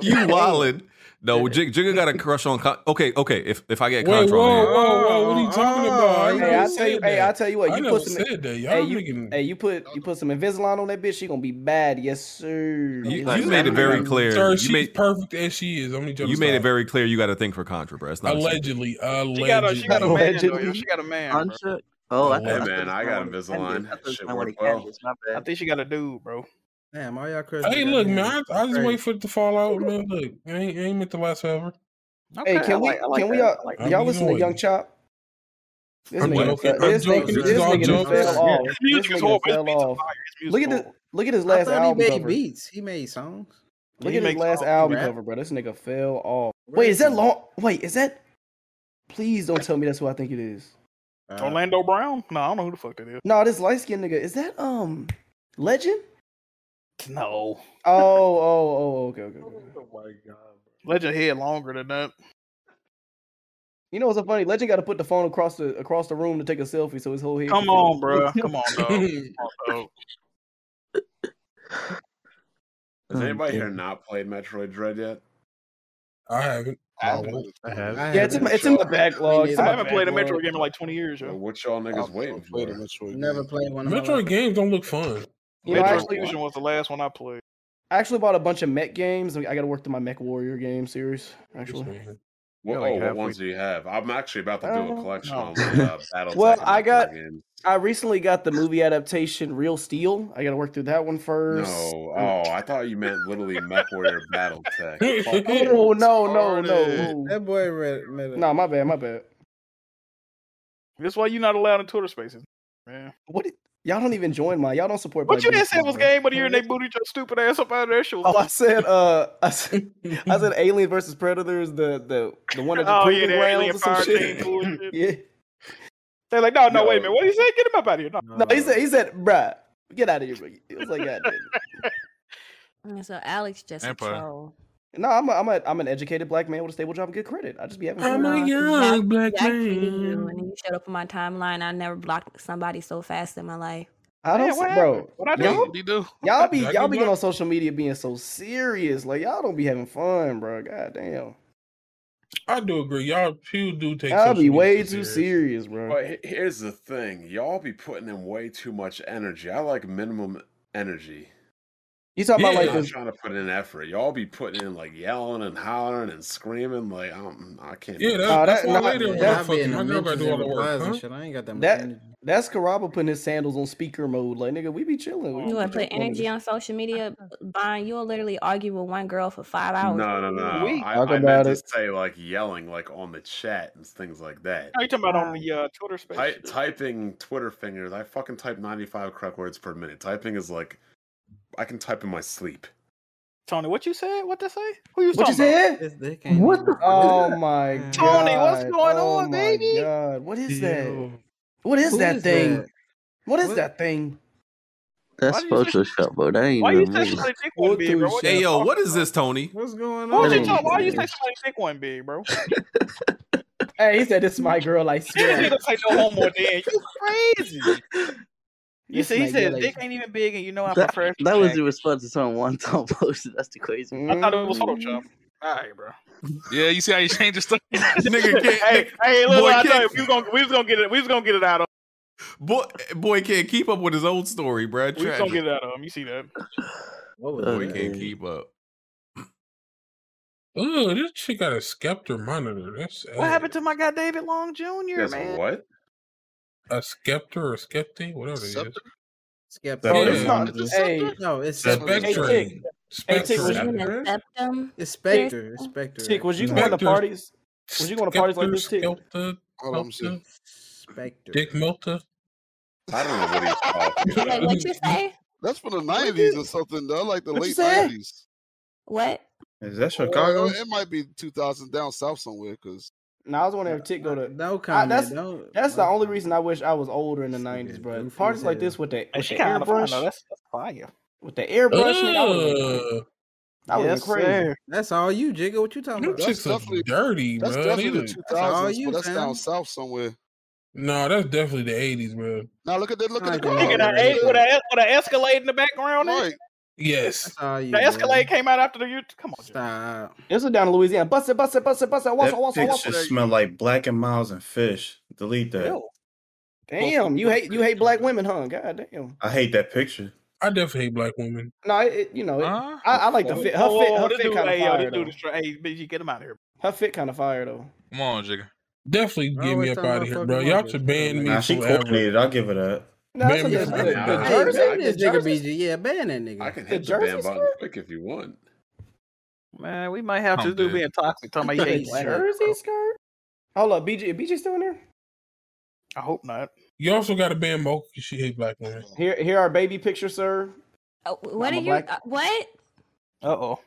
S24: you wildin'. No, Jig, Jigga got a crush on. Con- okay, okay. If if I get
S2: Wait,
S24: Contra,
S2: whoa,
S24: on
S2: whoa,
S24: here-
S2: whoa, what are you
S4: Uh,
S2: talking about? I ain't
S11: Hey,
S2: never
S11: I tell you,
S2: said
S11: hey,
S2: that.
S11: I tell you what,
S2: I
S11: you
S2: never
S11: put some,
S2: said that. Y'all
S11: hey, you, hey, you put you put some Invisalign on that bitch, she gonna be bad, yes sir.
S24: You-
S11: Yes,
S24: you made it very
S11: sir.
S24: clear.
S2: Sir,
S24: You
S2: she's
S24: made-
S2: perfect as she is. I'm
S24: you made it very clear you got a thing for Contra, bro. It's not a secret.
S2: allegedly. Allegedly.
S4: She got a, she got a man, though. yo. She got a man. bro.
S31: Contra?
S1: Oh,
S31: Oh,
S1: I
S31: I
S1: thought- Hey, I thought man, it was I got one with Invisalign. Candace. I thought it was Shit one with worked well. Candace,
S4: I think she got a dude, bro.
S10: Damn, all y'all crazy.
S2: Hey, look, man. I, I just wait for it to fall out, man. Look, it ain't, it ain't meant to last forever.
S11: Hey, can we can we all,
S2: that.
S11: y'all
S2: I'm
S11: listen to
S2: annoyed.
S11: Young Chop? This
S2: I'm
S11: nigga,
S2: joking.
S11: fell-
S2: I'm
S11: this nigga,
S2: joking. This is
S11: this
S2: all
S11: nigga done
S2: jokes.
S11: fell
S2: Yeah.
S11: off. This
S2: Music's
S11: nigga
S2: horrible.
S11: done fell off. Look at this, look at his
S10: I
S11: last
S10: thought he
S11: album
S10: made
S11: cover.
S10: beats. He made songs.
S11: Look
S10: He
S11: at his
S10: makes
S11: last
S10: all
S11: album
S10: rap.
S11: cover, bro. This nigga fell off.
S10: Where
S11: Oh, Wait,
S10: is
S11: is that
S10: he?
S11: long? Wait, is that? Please don't tell me that's who I think it is.
S4: Orlando Brown? Uh, No, I don't know who the fuck that is.
S11: No, this light skinned nigga. Is that um Legend?
S4: No.
S11: Oh, oh, oh, okay, okay. okay.
S4: Oh my god. Legend head longer than that.
S11: You know what's so funny? Legend got to put the phone across the across the room to take a selfie, so his whole head.
S4: Come
S11: can fit.
S4: on,
S11: (laughs)
S4: bro. Come on, dog. Come on, dog.
S1: Has
S11: Oh,
S1: anybody here
S11: damn.
S1: not played Metroid Dread yet?
S2: I haven't. I haven't.
S1: I have.
S11: Yeah, it's in my, it's in my backlog. It's in
S4: I
S11: my
S4: haven't played a
S11: backlog.
S4: Metro game in like 20 years, yo.
S1: What y'all niggas waiting for?
S10: (laughs) Never played one. of my
S2: Metroid games don't look fun.
S11: You know, I
S4: Metro
S11: actually,
S4: Fusion was the last one I played.
S11: I actually bought a bunch of mech games. I got to work through my Mech Warrior game series. Actually,
S1: What,
S11: like
S1: oh, what
S11: halfway-
S1: ones do you have? I'm actually about to do a
S11: Uh,
S1: collection
S11: no.
S1: on the uh, Battletech.
S11: Well,
S1: and
S11: I
S1: Metroid
S11: got-
S1: games.
S11: I recently got the movie adaptation Real Steel. I got to work through that one first. Mm.
S1: No,
S4: (laughs)
S1: oh, I thought you meant literally Mech Warrior Battletech.
S11: (laughs)
S1: Fuck you.
S11: Oh no, no,
S1: Started.
S11: no.
S10: That boy read. read
S11: Nah, my bad, my bad.
S4: That's why you're not allowed in Twitter spaces, man.
S11: What? Did, y'all don't even join mine. Y'all don't support.
S4: What
S11: Black
S4: you didn't
S11: Business
S4: say was
S11: Network.
S4: game of the year and they booted your stupid ass up out of that shit.
S11: Oh, I said, uh,
S4: (laughs)
S11: I said, I said, Alien versus Predators, the the the one of the
S4: Oh, yeah,
S11: proving
S4: the Alien
S11: grounds or some
S4: Fire
S11: shit.
S4: Team bullshit.
S11: (laughs) yeah.
S4: They're like, no, no, wait a minute. What did he say? Get him up out of here. No.
S11: No, he said, he said, bruh, get out of here, bro. It was like, God damn it.
S22: And Mm, So Alex just a
S12: Empire.
S22: troll.
S11: No, I'm a, I'm a, I'm an educated black man with a stable job and good credit. I just be having fun.
S2: I'm a
S22: No,
S2: young
S22: Zach-
S2: black
S22: Zach hated you,
S2: man.
S22: and then you showed up on my timeline. I never blocked somebody so fast in my life.
S11: I don't,
S22: Man, what
S11: s- bro.
S22: happened? What I
S11: y'all,
S22: did? What'd he do?
S11: y'all be,
S22: Jack
S11: y'all
S22: and
S11: be getting on
S22: Black?
S11: social media being so serious. Like y'all don't be having fun, bro. God damn.
S2: I do agree. Y'all people do take.
S11: Y'all be
S2: social media
S11: way too serious,
S1: But
S11: bro.
S1: he- here's the thing, y'all be putting in way too much energy. I like minimum energy.
S11: You talking about like
S1: I'm not
S11: this?
S1: trying to put in effort. Y'all be putting in like yelling and hollering and screaming. Like I'm, I can't. do
S2: Yeah,
S1: that.
S2: that's, that's why
S11: that-
S2: later
S11: nah,
S2: on
S11: that-
S2: I fucking my girl gotta do all the work. Huh?
S10: I ain't got that much
S11: That that's Caraba putting his sandals on speaker mode. Like nigga, we be chilling. Oh We
S22: You want to
S11: don't
S22: Uh-huh. put
S11: protect one
S22: energy
S11: another.
S22: on social media, Brian? You'll literally argue with one girl for five hours.
S1: No, no, no.
S22: Weak.
S1: I,
S11: Talk
S1: I
S11: about
S1: meant
S11: it.
S1: to say like yelling, like on the chat and things like that.
S4: Are you talking about
S11: um,
S4: on the uh, Twitter space?
S1: Ty- typing Twitter fingers. I fucking type 95 correct words per minute. Typing is like, I can type in my sleep.
S4: Tony, what you said? What they say? Who you
S11: What
S4: talking
S11: you
S4: about?
S11: said? What? The, oh my god,
S4: Tony, what's going
S11: oh
S4: on,
S11: my
S4: baby?
S11: God. What is that? What is that
S10: is
S11: thing?
S10: that?
S11: What is that thing?
S16: That's
S4: Why do you say-
S16: Photoshop, bro. That ain't
S4: Why you
S16: even
S4: say
S16: me.
S4: somebody dick one big, bro? What
S24: Hey,
S4: you
S24: yo,
S4: talking
S24: what is
S4: about?
S24: this, Tony?
S10: What's going
S4: What
S16: on?
S4: you talk? Why you say
S16: Yeah.
S4: somebody dick one big,
S11: (laughs)
S4: bro?
S11: Hey, he said this is my girl. I
S4: You
S11: swear.
S4: ain't gonna say no homo then. You crazy. You
S11: This
S4: see, he
S11: might be
S4: said
S11: like-
S4: dick ain't even big, and you know I
S16: That,
S4: prefer. it
S16: that was
S4: black.
S16: the response to someone one time (laughs) posted. That's the crazy.
S11: Mm.
S4: I thought it was Photoshop. All right, bro.
S12: Yeah, you see how you change the stuff?
S24: Nigga can't-
S4: hey, hey, look,
S24: Boy,
S4: I
S24: can't-
S4: tell you, we was gonna, we was gonna get it, we was gonna get it out of,
S24: Boy, boy can't keep up with his own story, bro.
S4: we was gonna
S24: Tragic.
S4: get it out of him. You see that?
S10: What was
S24: Boy
S10: that?
S24: can't keep up.
S2: Oh, this shit got a scepter monitor. That's
S4: What
S2: sad.
S4: happened to my guy David Long Jr.
S1: That's
S4: man?
S1: what?
S2: a scepter or skeptic, whatever it is.
S10: Skeptic.
S2: Oh, it's not-
S11: Hey,
S10: No, it's
S2: Spectrum.
S11: hey, Tick. Hey, Tick, was you,
S2: Spectrum.
S22: Septum.
S10: It's Spectre. It's Spectre.
S11: Tick, was you going to
S2: Spectre.
S11: parties? Was you going to parties like this, Tick?
S2: Skepta,
S6: Hold on, let me see.
S2: skepta.
S10: Spectre.
S2: Dick Milta.
S1: I don't know what he's talking
S10: (laughs)
S1: about.
S22: Wait,
S3: (laughs)
S22: what you say?
S6: That's from the nineties or something. Though, like the
S22: What'd you
S6: late
S22: say?
S6: nineties.
S22: What?
S7: Is that
S6: Chicago.
S7: Chicago?
S6: it might be two thousand down south somewhere. Cause
S11: Now I was wondering if Tick go to.
S10: No
S11: I,
S10: comment,
S11: that's
S10: no-
S11: that's the only reason I wish I was older in the nineties, bro. Parties like this with the, with the
S4: she kind of fine though.
S11: airbrush,
S4: That's, that's fire.
S11: with the airbrush, nigga, I would've been- I would have
S4: Yes,
S11: been crazy.
S4: sir.
S10: That's all you, Jigga. What you talking
S2: Them
S10: about?
S2: chicks are dirty,
S6: that's
S2: bro.
S6: definitely the two
S10: That's all
S6: thousands.
S10: you,
S6: But that's
S10: fam.
S6: down south somewhere.
S2: No, that's definitely the eighties, bro.
S6: Now look at that. Look at the
S2: Like,
S6: car.
S2: nigga,
S4: With a, with, a, with a Escalade in the background, eh?
S2: Yes.
S4: the Escalade came out after the. you- Come on,
S10: stop.
S11: This was down in Louisiana. Bust it, bust it, bust it, bust it. What's
S7: That
S11: it, what's it,
S7: dick
S11: what's
S7: should
S11: it?
S7: smell like black and miles and fish. Delete that.
S11: Ew. Damn, you hate you hate black women, huh? God damn.
S7: I hate that picture.
S2: I definitely hate black women.
S11: No, it, it- you know, it, I, I like the fit. Her
S4: Whoa,
S11: fit,
S4: whoa,
S11: her
S4: this
S11: fit
S4: dude-
S11: kind of
S4: hey, yo,
S11: fire
S4: this dude
S11: though.
S4: is tra- Hey, BG, get him out of here.
S11: Her fit kind of fire though.
S12: Come on, Jigga.
S2: Definitely
S11: Bro,
S2: get
S11: we're
S2: me up
S11: talking
S2: out of
S11: about
S2: here,
S11: fucking
S2: bro. Y'all
S11: Marcus.
S2: (laughs) should ban me
S7: Nah, she
S2: forever.
S7: coordinated. I'll give her that.
S11: No, that's
S2: ban me
S11: what
S2: forever.
S11: it is.
S1: Nah.
S10: The
S1: Hey,
S10: Jersey,
S1: I
S10: this
S1: can-
S10: Jigga BG. Yeah, ban that nigga.
S1: I can
S10: The
S1: hit the, ban
S10: Jersey
S1: button
S10: skirt?
S1: quick if you want.
S4: Man, we might have
S1: I'm
S4: to do
S1: dead.
S4: being toxic. Talking about you
S11: The
S4: hate black women.
S11: Jersey skirt. Hold up, BG. BG still in there?
S4: I hope not.
S2: You also got to ban Mocha. 'cause She hate black women.
S11: Here, here are baby pictures, sir.
S22: Uh, What are
S11: I'm a
S22: you?
S11: black-
S22: uh, What?
S4: Uh oh.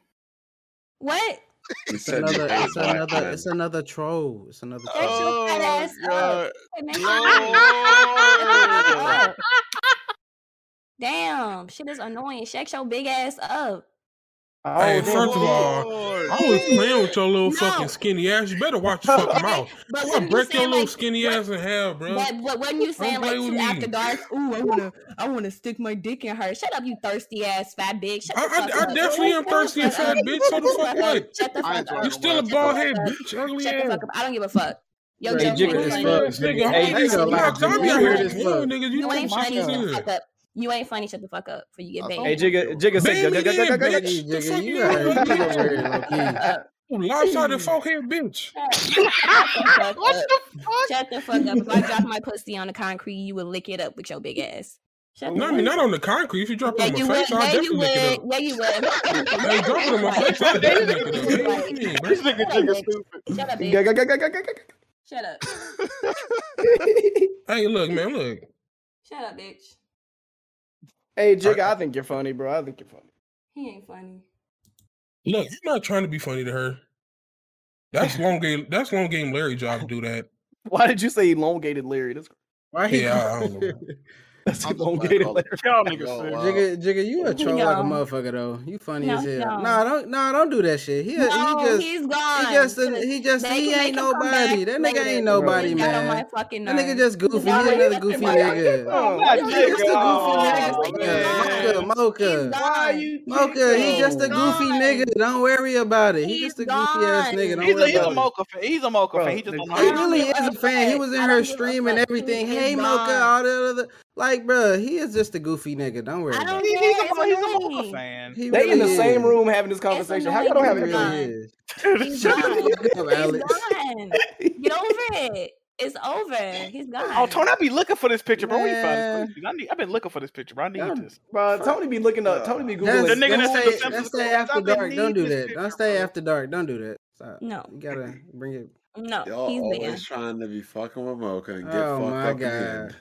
S22: What?
S1: He
S10: It's
S1: said you
S10: another,
S1: hate
S10: it's
S1: black
S10: another,
S1: men.
S10: it's another troll. It's another.
S22: Shut
S10: troll.
S1: Oh,
S22: your fat ass up. It makes you mad. (laughs) Damn, shit is annoying. Shake your big ass up. Oh,
S2: hey, first of all, I was playing with your little fucking skinny ass. You better watch your fucking mouth.
S22: But
S2: I'm
S22: when
S2: gonna
S22: you
S2: break your
S22: saying,
S2: little
S22: like,
S2: skinny ass in hell, bro.
S22: But but wasn't you saying like
S2: play with
S22: two
S2: me.
S22: after dark? Ooh, I wanna I wanna stick my dick in her. Shut up, you thirsty ass fat bitch. Shut the
S2: I,
S22: fuck
S2: I,
S22: up.
S2: I definitely
S22: Shut
S2: am
S22: the
S2: thirsty and
S22: fuck
S2: fat
S22: up.
S2: bitch. So the fuck what?
S22: Shut the fuck up.
S2: You still a
S22: Shut the fuck
S2: bald head
S22: up.
S2: bitch, ugly
S22: Shut the
S2: ass.
S22: fuck up. I don't give a fuck. Yo,
S10: Hey,
S22: Joe,
S10: Jigga
S22: you
S10: is
S22: ain't
S10: fuck,
S22: funny.
S10: nigga. Nigga, Hey,
S2: these
S10: nigga, like,
S2: knocks, I be
S10: you
S2: out
S10: weird
S2: here
S10: as
S2: playing,
S10: fuck.
S2: niggas. You
S22: You
S2: too
S22: ain't funny. Shut the
S2: much.
S22: fuck up. You ain't funny. Shut the fuck up. For you get banned. (laughs)
S11: Hey, Jigga. Jigga
S2: Ban
S11: said, "Go,
S2: me
S11: go, go, go,
S2: then,
S11: go, go, go."
S2: bitch. The
S10: Jigga,
S2: fuck
S10: you
S2: you
S10: out here, you
S2: want me to
S10: nigga
S2: do?
S10: weird, low
S2: (laughs)
S10: key.
S22: (laughs)
S2: You Lopsided fuckhead bitch.
S22: Shut the fuck up. Shut the fuck up. If I dropped my pussy on the concrete, you would lick it up with your big ass. Shut
S2: No,
S22: the
S2: I
S22: fuck
S2: mean
S22: up.
S2: not on the concrete. If you drop it
S22: Yeah,
S2: on
S22: you
S2: my
S22: would.
S2: face, I'll
S22: Yeah, you
S2: definitely
S22: would.
S2: lick it up.
S22: Yeah, you
S10: (laughs)
S22: would.
S2: Hey, drop
S22: (laughs)
S2: it on my face, I'll definitely lick it up. Nigga, what you mean, bro?
S4: This nigga Jigga stupid.
S22: Shut up,
S11: Go,
S22: bitch.
S11: go, go, go, go, go, go.
S22: Shut up.
S2: Hey, look, man, look.
S22: Shut up, bitch.
S11: Hey, Jigga, I think you're funny, bro. I think you're funny.
S22: He ain't funny.
S2: (laughs) Look, I'm not trying to be funny to her. That's long game. That's long game. Larry job to do that.
S11: Why did you say elongated Larry? That's
S10: Why he?
S2: Yeah, I, I don't know.
S10: (laughs)
S11: that's elongated Larry.
S4: Y'all niggas.
S6: Oh, wow.
S10: Jigga, Jigga, you a troll like a
S22: No.
S10: motherfucker though. You funny
S22: No,
S10: as hell.
S22: no.
S10: Nah, don't, nah, don't do that shit. He,
S22: no,
S10: he just,
S22: he's gone.
S10: he just, a- he just,
S22: Make-
S10: he
S22: make
S10: ain't
S22: him come back
S10: nobody. That nigga
S22: later.
S10: ain't nobody,
S22: He got on my
S10: man.
S22: fucking
S10: That nigga
S22: nerve.
S10: just goofy. He another goofy nigga.
S4: I'm not
S22: You
S4: Jigga.
S10: Just a goofy
S4: Oh,
S10: nigga.
S4: man.
S10: Mocha, Mocha.
S22: He's
S4: Why
S22: gone.
S4: you
S10: Mocha, he
S22: He's
S10: just a goofy
S22: gone.
S10: nigga. Don't worry about it. He
S22: He's
S10: just a goofy ass
S22: gone.
S10: nigga. Don't
S4: He's a,
S10: worry
S4: he's a
S10: about it.
S4: mocha fan. He's a mocha fan. He just don't know.
S10: He
S4: how to-
S22: (laughs)
S10: really
S22: give
S10: is
S22: a
S10: a fan. He
S22: fuck.
S10: was in
S22: I
S10: her
S22: don't give a
S10: stream and
S22: fuck.
S10: everything.
S22: He
S10: Hey,
S22: is
S10: Mocha,
S22: gone.
S10: all that other. Like, bruh, he is just a goofy nigga. Don't worry
S22: I
S10: about
S22: don't
S10: it.
S4: He's, he's,
S22: care.
S4: a, he's a
S22: It's
S4: mocha
S22: annoying.
S4: fan.
S10: He
S11: They in the
S10: really
S11: same
S10: is.
S11: room having this conversation. How y'all don't have
S10: He
S11: a
S10: really
S11: conversation?
S22: annoying.
S10: is.
S22: He's gone.
S10: Look up,
S22: He's
S10: Alex.
S22: gone. Get over it. It's over.
S10: (laughs)
S22: He's gone.
S4: Oh, Tony, I be looking for this picture, bro. Where you
S10: Man.
S4: find this picture? I need. I've been looking for this picture, bro. I need this.
S11: Bro, Tony be looking up. Tony be
S10: That's-
S11: googling.
S4: The nigga
S10: don't
S4: that said the
S10: stay,
S4: Simpsons
S10: don't stay
S4: closed,
S10: after
S4: I've been
S10: dark. Don't
S4: needing
S10: do
S4: this
S10: that. Don't
S4: picture,
S10: stay
S4: bro.
S10: after dark. Don't do that. Stop.
S22: No, (laughs)
S10: You gotta bring it.
S22: no,
S1: Y'all
S22: Uh, he's
S1: always
S22: there.
S1: trying to be fucking with Mocha and get
S10: Oh
S1: fucked
S10: my
S1: up in the
S10: god.
S1: end.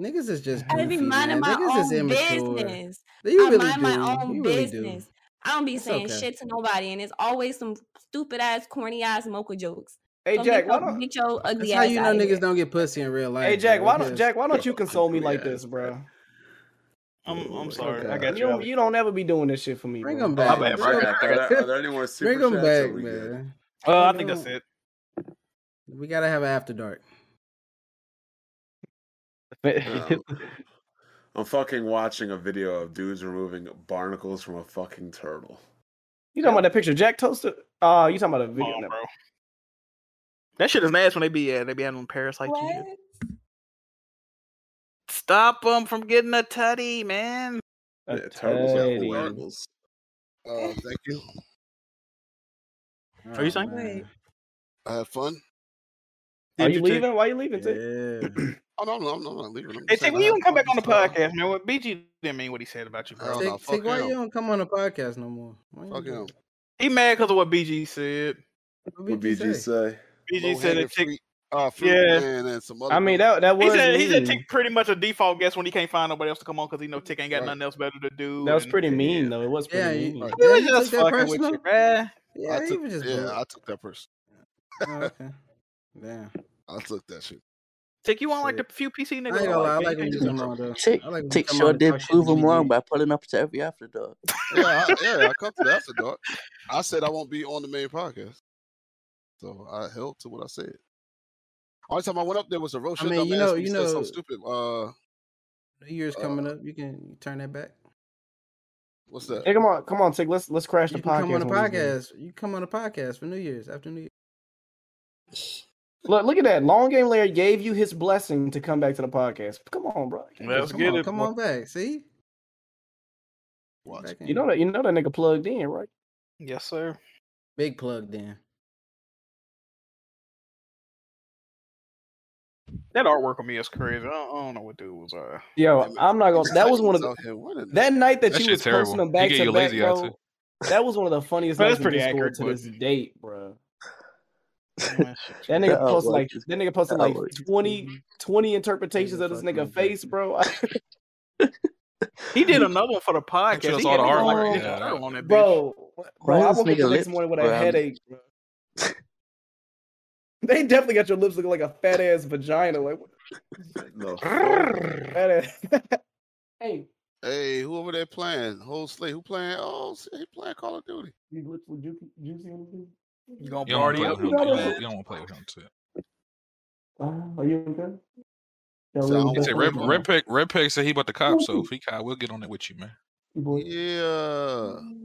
S10: Niggas is just
S22: I be
S10: goofy,
S22: minding
S10: man.
S22: my
S10: Niggas is
S22: own
S10: immature.
S22: business.
S10: You
S22: I
S10: really
S22: mind my
S10: do.
S22: own
S10: You really do.
S22: business. I don't be
S10: It's
S22: saying
S10: okay.
S22: shit to nobody, and it's always some stupid ass, corny ass mocha jokes.
S11: Hey,
S22: So
S11: Jack,
S22: get
S11: why
S22: your,
S11: don't
S22: get your
S10: That's
S22: ugly
S10: how
S22: ass
S10: you know
S22: out of
S10: niggas
S22: here.
S10: don't get pussy in real life.
S11: Hey Jack,
S10: bro.
S11: why don't
S10: Because-
S11: Jack, why
S10: (laughs)
S11: don't you console me like this, bro?
S4: I'm, I'm sorry.
S10: Okay.
S4: I got
S11: You
S4: you.
S11: don't
S4: Alex.
S11: you don't ever be doing this shit for me,
S10: Bring
S11: bro.
S10: him
S1: Oh, my
S10: back.
S1: bad, bro. I
S10: Bring
S1: got- I got- Are there any more super
S10: bring him
S1: chats? or
S10: back,
S1: we good?
S10: man.
S11: Oh,
S4: Uh, I
S10: Bring
S4: think that's
S10: him-
S4: it.
S10: We gotta have an after dark.
S1: Um, (laughs)
S4: (laughs)
S1: I'm fucking watching a video of dudes removing barnacles from a fucking turtle.
S11: You talking about that picture Jack toasted? Oh, you talking about a
S4: Come
S11: video?
S4: on,
S11: never-
S4: bro. That shit is nasty when they be uh, they be having parasites. and shit.
S22: What?
S4: Stop them from getting a tutty, man.
S11: A
S1: Yeah, turtles are
S11: teddy.
S1: cool animals.
S6: Uh, thank you.
S4: Are you saying?
S10: man.
S6: I had fun.
S11: Are
S4: Did
S11: you
S4: you take-
S11: leaving? Why you leaving? Tick?
S10: Yeah.
S4: (laughs)
S6: Oh no, no, no, I'm not leaving. I'm
S4: Hey,
S6: just
S4: Tick,
S6: saying I
S4: when you gonna
S6: had
S4: come
S6: fun,
S4: back on the
S6: so-
S4: podcast, man? What BG didn't mean what he said about you,
S6: Oh,
S4: bro.
S6: no,
S10: Tick,
S6: fuck
S10: Tick, why
S6: him.
S10: you don't come on the podcast no more? Why you
S6: Fuck
S10: don't-
S6: him.
S4: He mad because of what BG said.
S10: What
S1: What
S10: did you
S1: BG
S10: say?
S1: say?
S4: BG said
S6: Low-hanging
S4: that Tick.
S6: fruit. uh, Fruit
S4: Yeah.
S6: Man and some other.
S11: I mean, that that
S4: He
S11: was
S4: said, he said
S11: mean.
S4: Tick pretty much a default guess when he can't find nobody else to come on because he know Tick ain't got nothing else better to do.
S11: That was
S4: and-
S11: pretty mean though. It was
S4: Yeah,
S11: pretty
S4: you-
S11: mean.
S4: He was just fucking with you, man.
S10: Yeah,
S6: I
S10: he
S6: took,
S10: was just
S6: yeah,
S10: bull-
S6: I took that person.
S10: okay. Damn.
S6: I took that shit.
S4: Tick, you want like the few PC niggas?
S10: I ain't gonna lie, I
S4: man.
S10: like when you come on though.
S16: Tick,
S10: I like when you
S16: Tick
S10: come
S16: sure
S10: on and
S16: did
S10: talk shit
S16: prove
S10: to
S16: him
S10: me,
S16: wrong
S10: dude.
S16: by pulling up to every after dog.
S6: Yeah, I, yeah, I come to that for dog. I said I won't be on the main podcast, so I held to what I said. Only time I went up there was a roast.
S10: I mean, you know- you
S6: said
S10: know-
S6: something stupid. Uh,
S1: Uh,
S10: New Year's coming up. You can you turn that back.
S6: what's that?
S11: Hey, come on, come on, Tick. Let's let's crash the
S10: You can
S11: podcast.
S10: come on the
S11: when we do this.
S10: podcast. You can come on the podcast for New Year's after New Year's.
S11: Look, look at that. Long game Larry gave you his blessing to come back to the podcast. Come on, bro.
S10: come on, Come on back. See? Back
S11: You
S10: in.
S11: know that you know that nigga plugged in, right?
S4: Yes, sir.
S10: Big plug then.
S4: That artwork on me is crazy. I don't, I don't know what dude was. Uh,
S11: Yo, I'm not gonna. That was one of
S6: He's
S11: the
S6: out here winning.
S11: that night that,
S6: That
S11: you
S6: shit
S11: was
S6: terrible.
S11: posting them
S6: He
S11: back
S6: gave
S11: to
S6: you a
S11: back,
S6: lazy eye,
S11: bro. That was one of the funniest
S4: Well,
S11: nights
S4: that's
S11: in
S4: pretty
S11: Discord
S4: accurate,
S11: to
S4: but-
S11: this date, bro.
S4: that
S11: That nigga
S16: That
S11: posted
S16: was
S11: like that nigga posted like
S6: (laughs)
S11: 20, 20 interpretations
S10: Nigga
S11: of this
S10: fucking
S11: nigga face, bro.
S4: (laughs) he did another one for the podcast. He
S11: all
S4: had
S11: the
S4: me
S11: artwork,
S4: like,
S11: yeah,
S4: I don't want that
S11: bro, bro,
S16: Why
S11: I
S16: this nigga
S11: woke up the next
S16: lips
S11: morning with a
S16: brown?
S11: headache, bro. (laughs) They definitely got your lips looking like a fat ass vagina. Like, what- fat ass. (laughs) hey,
S6: Hey, who over there playing? Whole slate. Who playing? Oh, see, he playing Call of Duty.
S11: These lips were juicy. juicy on the lips.
S4: You gonna
S12: You don't want
S4: party
S12: to
S4: up?
S12: play with him. You don't, want to play with him too.
S11: Oh, are you okay?
S12: He said Red Red Peg Red Peg said he about the cop, so if he cop, we'll get on it with you, man.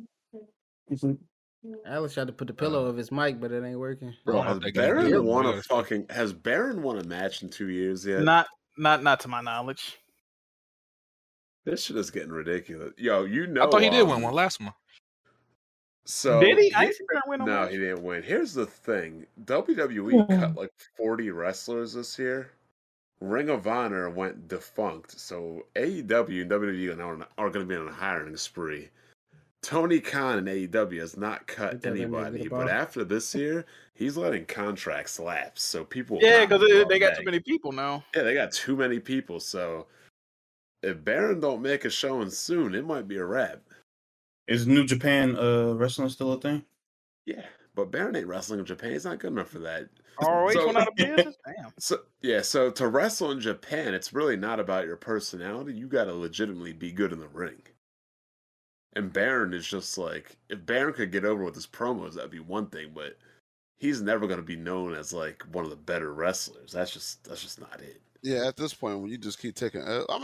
S12: (laughs)
S6: Yeah.
S10: Alex tried to put the pillow of his mic, but it ain't working.
S1: Bro, has Baron won
S10: wanna
S1: a fucking has Baron won a match in two years yet?
S4: Not, not, not to my knowledge.
S1: This shit is getting ridiculous. Yo, you know
S12: I thought he did
S1: um,
S12: win one last month.
S1: So
S4: Did he? I
S1: here-
S4: ain't seen Baron win no
S1: no,
S4: match. Hmm.
S1: he didn't win. Here's the thing: WWE cut like 40 wrestlers this year. Ring of Honor went defunct, so AEW and WWE are now on- are going to be on a hiring spree. Tony Khan and AEW has not cut
S10: that nigga
S1: anybody,
S10: the
S1: but
S10: boss.
S1: after this year, he's letting contracts lapse, so people.
S4: Yeah,
S1: not
S4: because
S1: know
S4: they got
S1: that.
S4: too many people now.
S1: Yeah, they got too many people, so if Baron don't make a showing soon, it might be a wrap.
S7: Is New Japan uh wrestling still a thing?
S1: Yeah, but Baron ain't wrestling in Japan. He's not good enough for that.
S4: ROH
S1: So- (laughs)
S4: went out of business. Damn.
S1: So yeah, so to wrestle in Japan, it's really not about your personality. You got to legitimately be good in the ring. And Baron is just like, if Baron could get over with his promos, that'd be one thing. But he's never gonna be known as like one of the better wrestlers. That's just that's just not it.
S6: Yeah, at this point, when you just keep taking, uh, L- I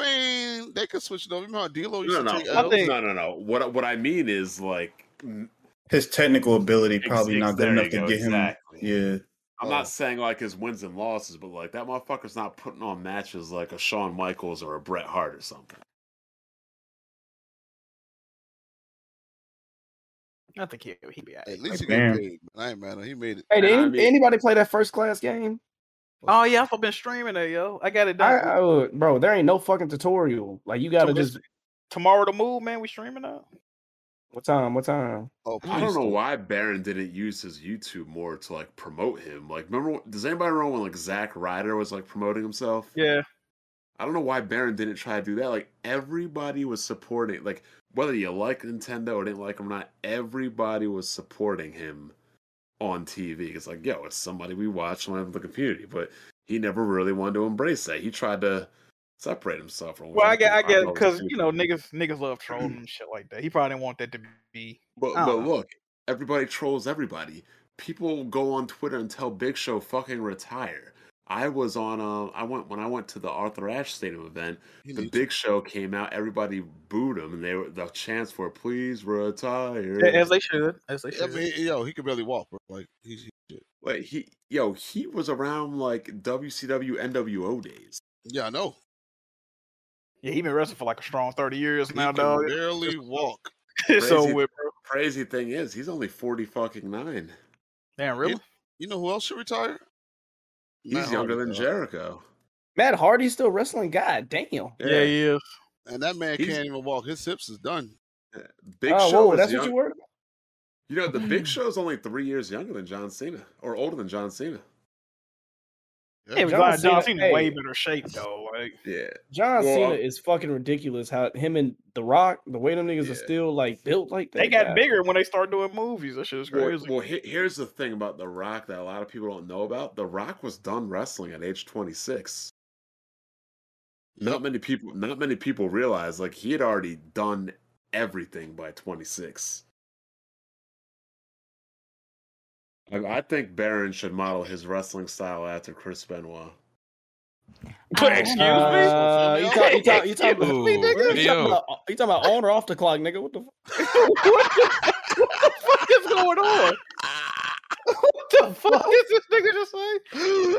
S6: mean, they could switch it over. Oh, You know how D'Lo used
S1: No,
S6: to
S1: no,
S6: take
S1: no,
S6: L's?
S1: no, no, no. What I- what I mean is like, n-
S7: His technical ability probably
S1: ex-
S7: not
S1: there
S7: good enough to
S1: you go,
S7: get him.
S1: exactly.
S7: Yeah,
S1: I'm not saying like his wins and losses, but like that motherfucker's not putting on matches like a Shawn Michaels or a Bret Hart or something.
S4: I think he he be out.
S6: At least he
S7: Damn.
S6: got paid. Man. I ain't mad. at him. He made it.
S11: Hey, did any, anybody play that first class game?
S4: Oh yeah, I've been streaming that, yo. I got it
S11: I,
S4: done.
S11: I- look, Oh, bro, there ain't no fucking tutorial. Like you gotta
S4: Tutorial.
S11: just
S4: Tomorrow to move, man. We streaming that.
S11: what time? What time?
S6: Oh,
S1: I don't know why Baron didn't use his YouTube more to like promote him. Like, remember? Does anybody remember when like Zack Ryder was like promoting himself?
S4: Yeah.
S1: I don't know why Baron didn't try to do that. Like, everybody was supporting. Like, whether you like Nintendo or didn't like him or not, everybody was supporting him on TV. It's like, yo, it's somebody we watch on the community, but he never really wanted to embrace that. He tried to separate himself from.
S4: Well, I get, I
S1: thought it
S4: get,
S1: was
S4: because
S1: stupid.
S4: you know niggas, niggas love trolling and shit like that. He probably didn't want that to be.
S1: But
S4: I
S1: but
S4: don't know.
S1: look, everybody trolls everybody. People go on Twitter and tell Big Show fucking retire. I was on um I went when I went to the Arthur Ashe Stadium event, the Big Show came out, everybody booed him and they were the chants for please retire.
S4: As they should, as they
S6: I
S4: should.
S6: mean, yo, he could barely walk, bro. Like he, he shit.
S1: Like he yo, he was around like WCW NWO days.
S6: Yeah, I know.
S4: Yeah, he been wrestling for like a strong thirty years
S1: He
S4: now,
S1: can
S4: dog.
S6: barely walk.
S4: (laughs) It's so
S1: Crazy-
S4: weird, bro.
S1: Crazy thing is he's only forty fucking nine.
S4: Damn, really?
S6: You, you know who else should retire?
S1: He's
S6: Matt
S1: younger
S6: Hardy,
S1: than
S6: dog.
S1: Jericho.
S11: Matt Hardy's still wrestling. God damn.
S1: Yeah.
S4: is.
S6: And that man
S1: He's-
S6: can't even walk. His hips is done.
S1: Uh, Big
S11: oh,
S1: Show
S11: whoa,
S1: is
S11: that's what
S1: young-
S11: you
S1: (laughs)
S11: worried about.
S1: You
S11: (laughs)
S1: know, the Big Show's only three years younger than John Cena, or older than John Cena.
S4: Yeah, John, John Cena way better shape though. Like,
S24: yeah,
S11: John Cena is fucking ridiculous. How him and The Rock, the way them niggas are still like built like that.
S4: They got bigger when they started doing movies. That shit was
S1: Well,
S4: crazy.
S1: well he- here's the thing about The Rock that a lot of people don't know about. The Rock was done wrestling at age 26. Not many people not many people realize like he had already done everything by 26. I, I think Baron should model his wrestling style after Chris Benoit.
S4: Excuse me?
S11: Uh, you
S4: (laughs)
S11: talk- you talk- you talking about
S12: Ooh,
S11: me, nigga? You
S12: yo.
S11: talking about- you talking about on or off the clock, nigga? (laughs)
S4: (laughs)
S11: What the fuck?
S4: what the fuck is going on? (laughs) what the fuck is this nigga just saying?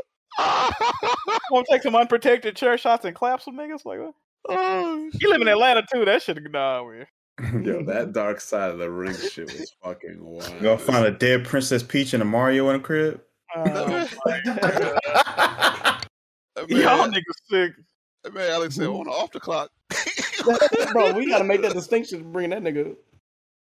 S4: Want to take some unprotected chair shots and clap some niggas? Like, what? you live in Atlanta too. That shit, nah, man.
S1: Yo, that dark side of the ring shit was fucking wild.
S7: Y'all find a dead Princess Peach and a Mario in a crib.
S11: Oh,
S1: (laughs)
S4: Y'all niggas sick.
S6: Man, Alex said on or off the clock. (laughs)
S11: (laughs) Bro, we gotta make that distinction. Bring that nigga.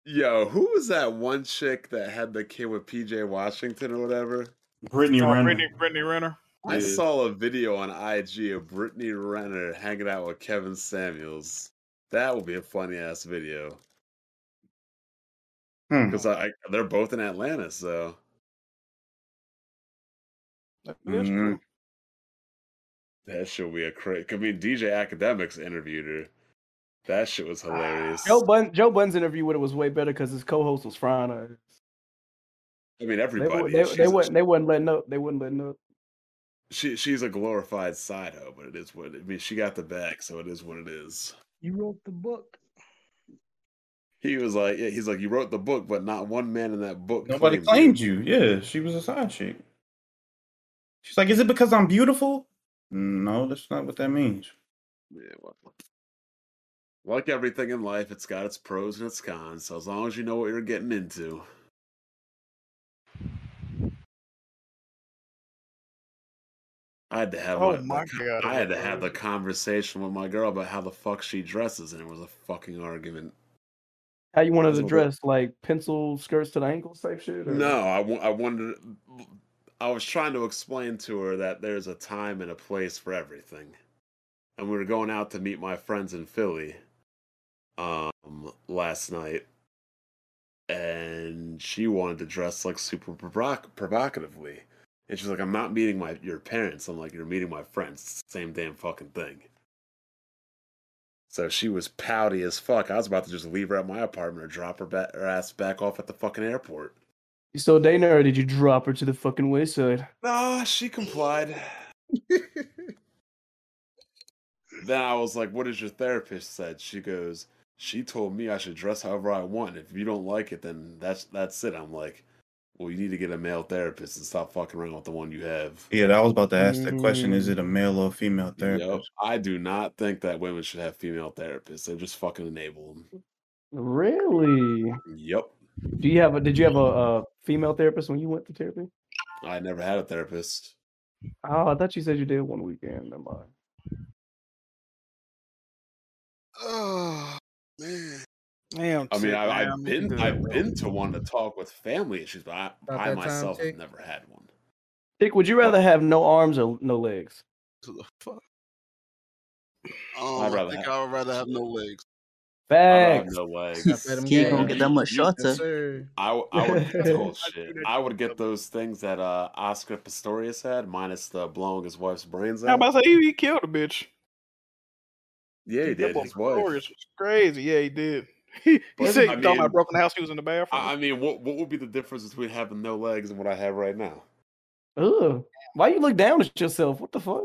S1: Yo, who was that one chick that had the kid with PJ Washington or whatever?
S7: Brittany
S4: Oh,
S7: Renner.
S4: Brittany, Brittany Renner.
S1: I
S7: Yeah.
S1: saw a video on IG of Brittany Renner hanging out with Kevin Samuels. That would be a funny ass video.
S7: Hmm.
S1: Because I, I- they're both in Atlanta, so
S7: Mhm.
S1: that should be a crazy. I mean, DJ Academics interviewed her. That shit was hilarious.
S4: (laughs)
S11: Joe Bun Joe Bun's interview with it was way better because his co-host was frying her.
S1: I
S11: They,
S1: mean,
S11: wa-
S1: everybody.
S11: they,
S1: she's,
S11: they wouldn't they wouldn't letting up. They wouldn't letting up.
S1: she, she's a glorified side hoe, but it is what I mean. She got the bag, so it is what it is.
S21: You wrote the book.
S1: He was like, yeah, he's like, you wrote the book, but not one man in that book.
S7: Nobody claimed you. Yeah, she was a side chick. Ah, She's like, is it because I'm beautiful? No, that's not what that means.
S1: Yeah, well, like everything in life, it's got its pros and its cons. So as long as you know what you're getting into, I had to have
S4: Oh
S1: my, the
S4: my
S1: con-
S4: God,
S1: I had to have the conversation with my girl about how the fuck she dresses, and it was a fucking argument.
S11: How you wanted
S1: That's
S11: to
S1: what-
S11: dress like pencil skirts to the ankles type shit? or-
S1: No, I, wa- I wanted. I was trying to explain to her that there's a time and a place for everything, and we were going out to meet my friends in Philly, um, last night, and she wanted to dress like super provoc- provocatively, and she's like, "I'm not meeting my your parents." I'm like, "You're meeting my friends. It's the same damn fucking thing." So she was pouty as fuck. I was about to just leave her at my apartment or drop her, ba- her ass back off at the fucking airport.
S11: You still dating her? or Did you drop her to the fucking wayside?
S1: Nah, Ah, she complied. then I was like, "What is your therapist said?" She goes, "She told me I should dress however I want. If you don't like it, then that's that's it." I'm like, "Well, you need to get a male therapist and stop fucking around with the one you have."
S7: Yeah, that- I was about to ask that question. Is it a male or female therapist?
S1: Yep. I do not think that women should have female therapists. They just fucking enable them.
S11: Really?
S1: Yep.
S11: Do you have a? Did you have a,
S1: Mm.
S11: uh, a female therapist when you went to therapy?
S1: I never had a therapist.
S11: Oh, I thought you said you did one weekend. Never mind.
S6: Oh man.
S4: Damn.
S1: I mean,
S4: sick,
S1: I,
S4: man.
S1: I've (laughs) been I've been to one to talk with family issues, but I,
S4: About
S1: I
S4: that time,
S1: myself have
S4: Jake?
S1: never had one.
S11: Dick, would you rather have no arms or no legs?
S6: Oh,
S1: I'd
S6: I
S1: rather
S6: think
S1: have-
S6: I would rather have no legs.
S11: Facts.
S1: No way.
S16: He ain't gonna get that much shorter.
S1: I, w- I would get the whole shit. I would get those things that uh, Oscar Pistorius had, minus the blowing his wife's brains out.
S4: I'm about to say he, he killed a bitch.
S1: yeah, he did.
S4: That boy
S1: His wife.
S4: Pistorius was crazy. Yeah, he did. (laughs) He, he
S1: But,
S4: said
S1: I
S4: he thought I
S1: mean-
S4: broke in the house. He was in the bathroom.
S1: I, I mean, what what would be the difference between having no legs and what I have right now?
S11: Ugh. Why you look down at yourself? What the fuck?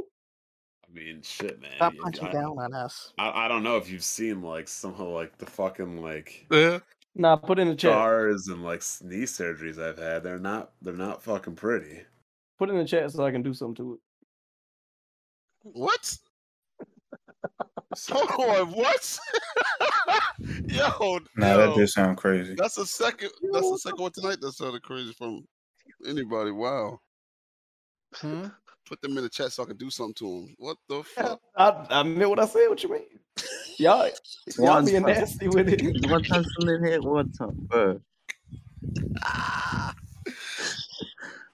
S1: I mean, shit, man.
S4: Stop
S1: if-
S4: punching
S1: I,
S4: down on us.
S1: I, I don't know if you've seen like some of like the fucking like
S11: Nah, put in the chat.
S1: scars and like s- knee surgeries I've had. They're not they're not fucking pretty.
S11: Put in the chat so I can do something to it.
S6: What? (laughs) Hold on, Oh, what? (laughs) yo,
S7: Nah,
S6: yo,
S7: that did sound crazy.
S6: that's the second. That's the second one tonight that sounded crazy from anybody. Wow.
S11: Hmm?
S6: (laughs) Put them in the chat so I can do something to them. What the fuck?
S11: I, I meant what I said. What you mean? Y'all, y'all being
S16: time.
S11: nasty with it.
S4: (laughs)
S16: One time something hit, one time, (laughs) bro.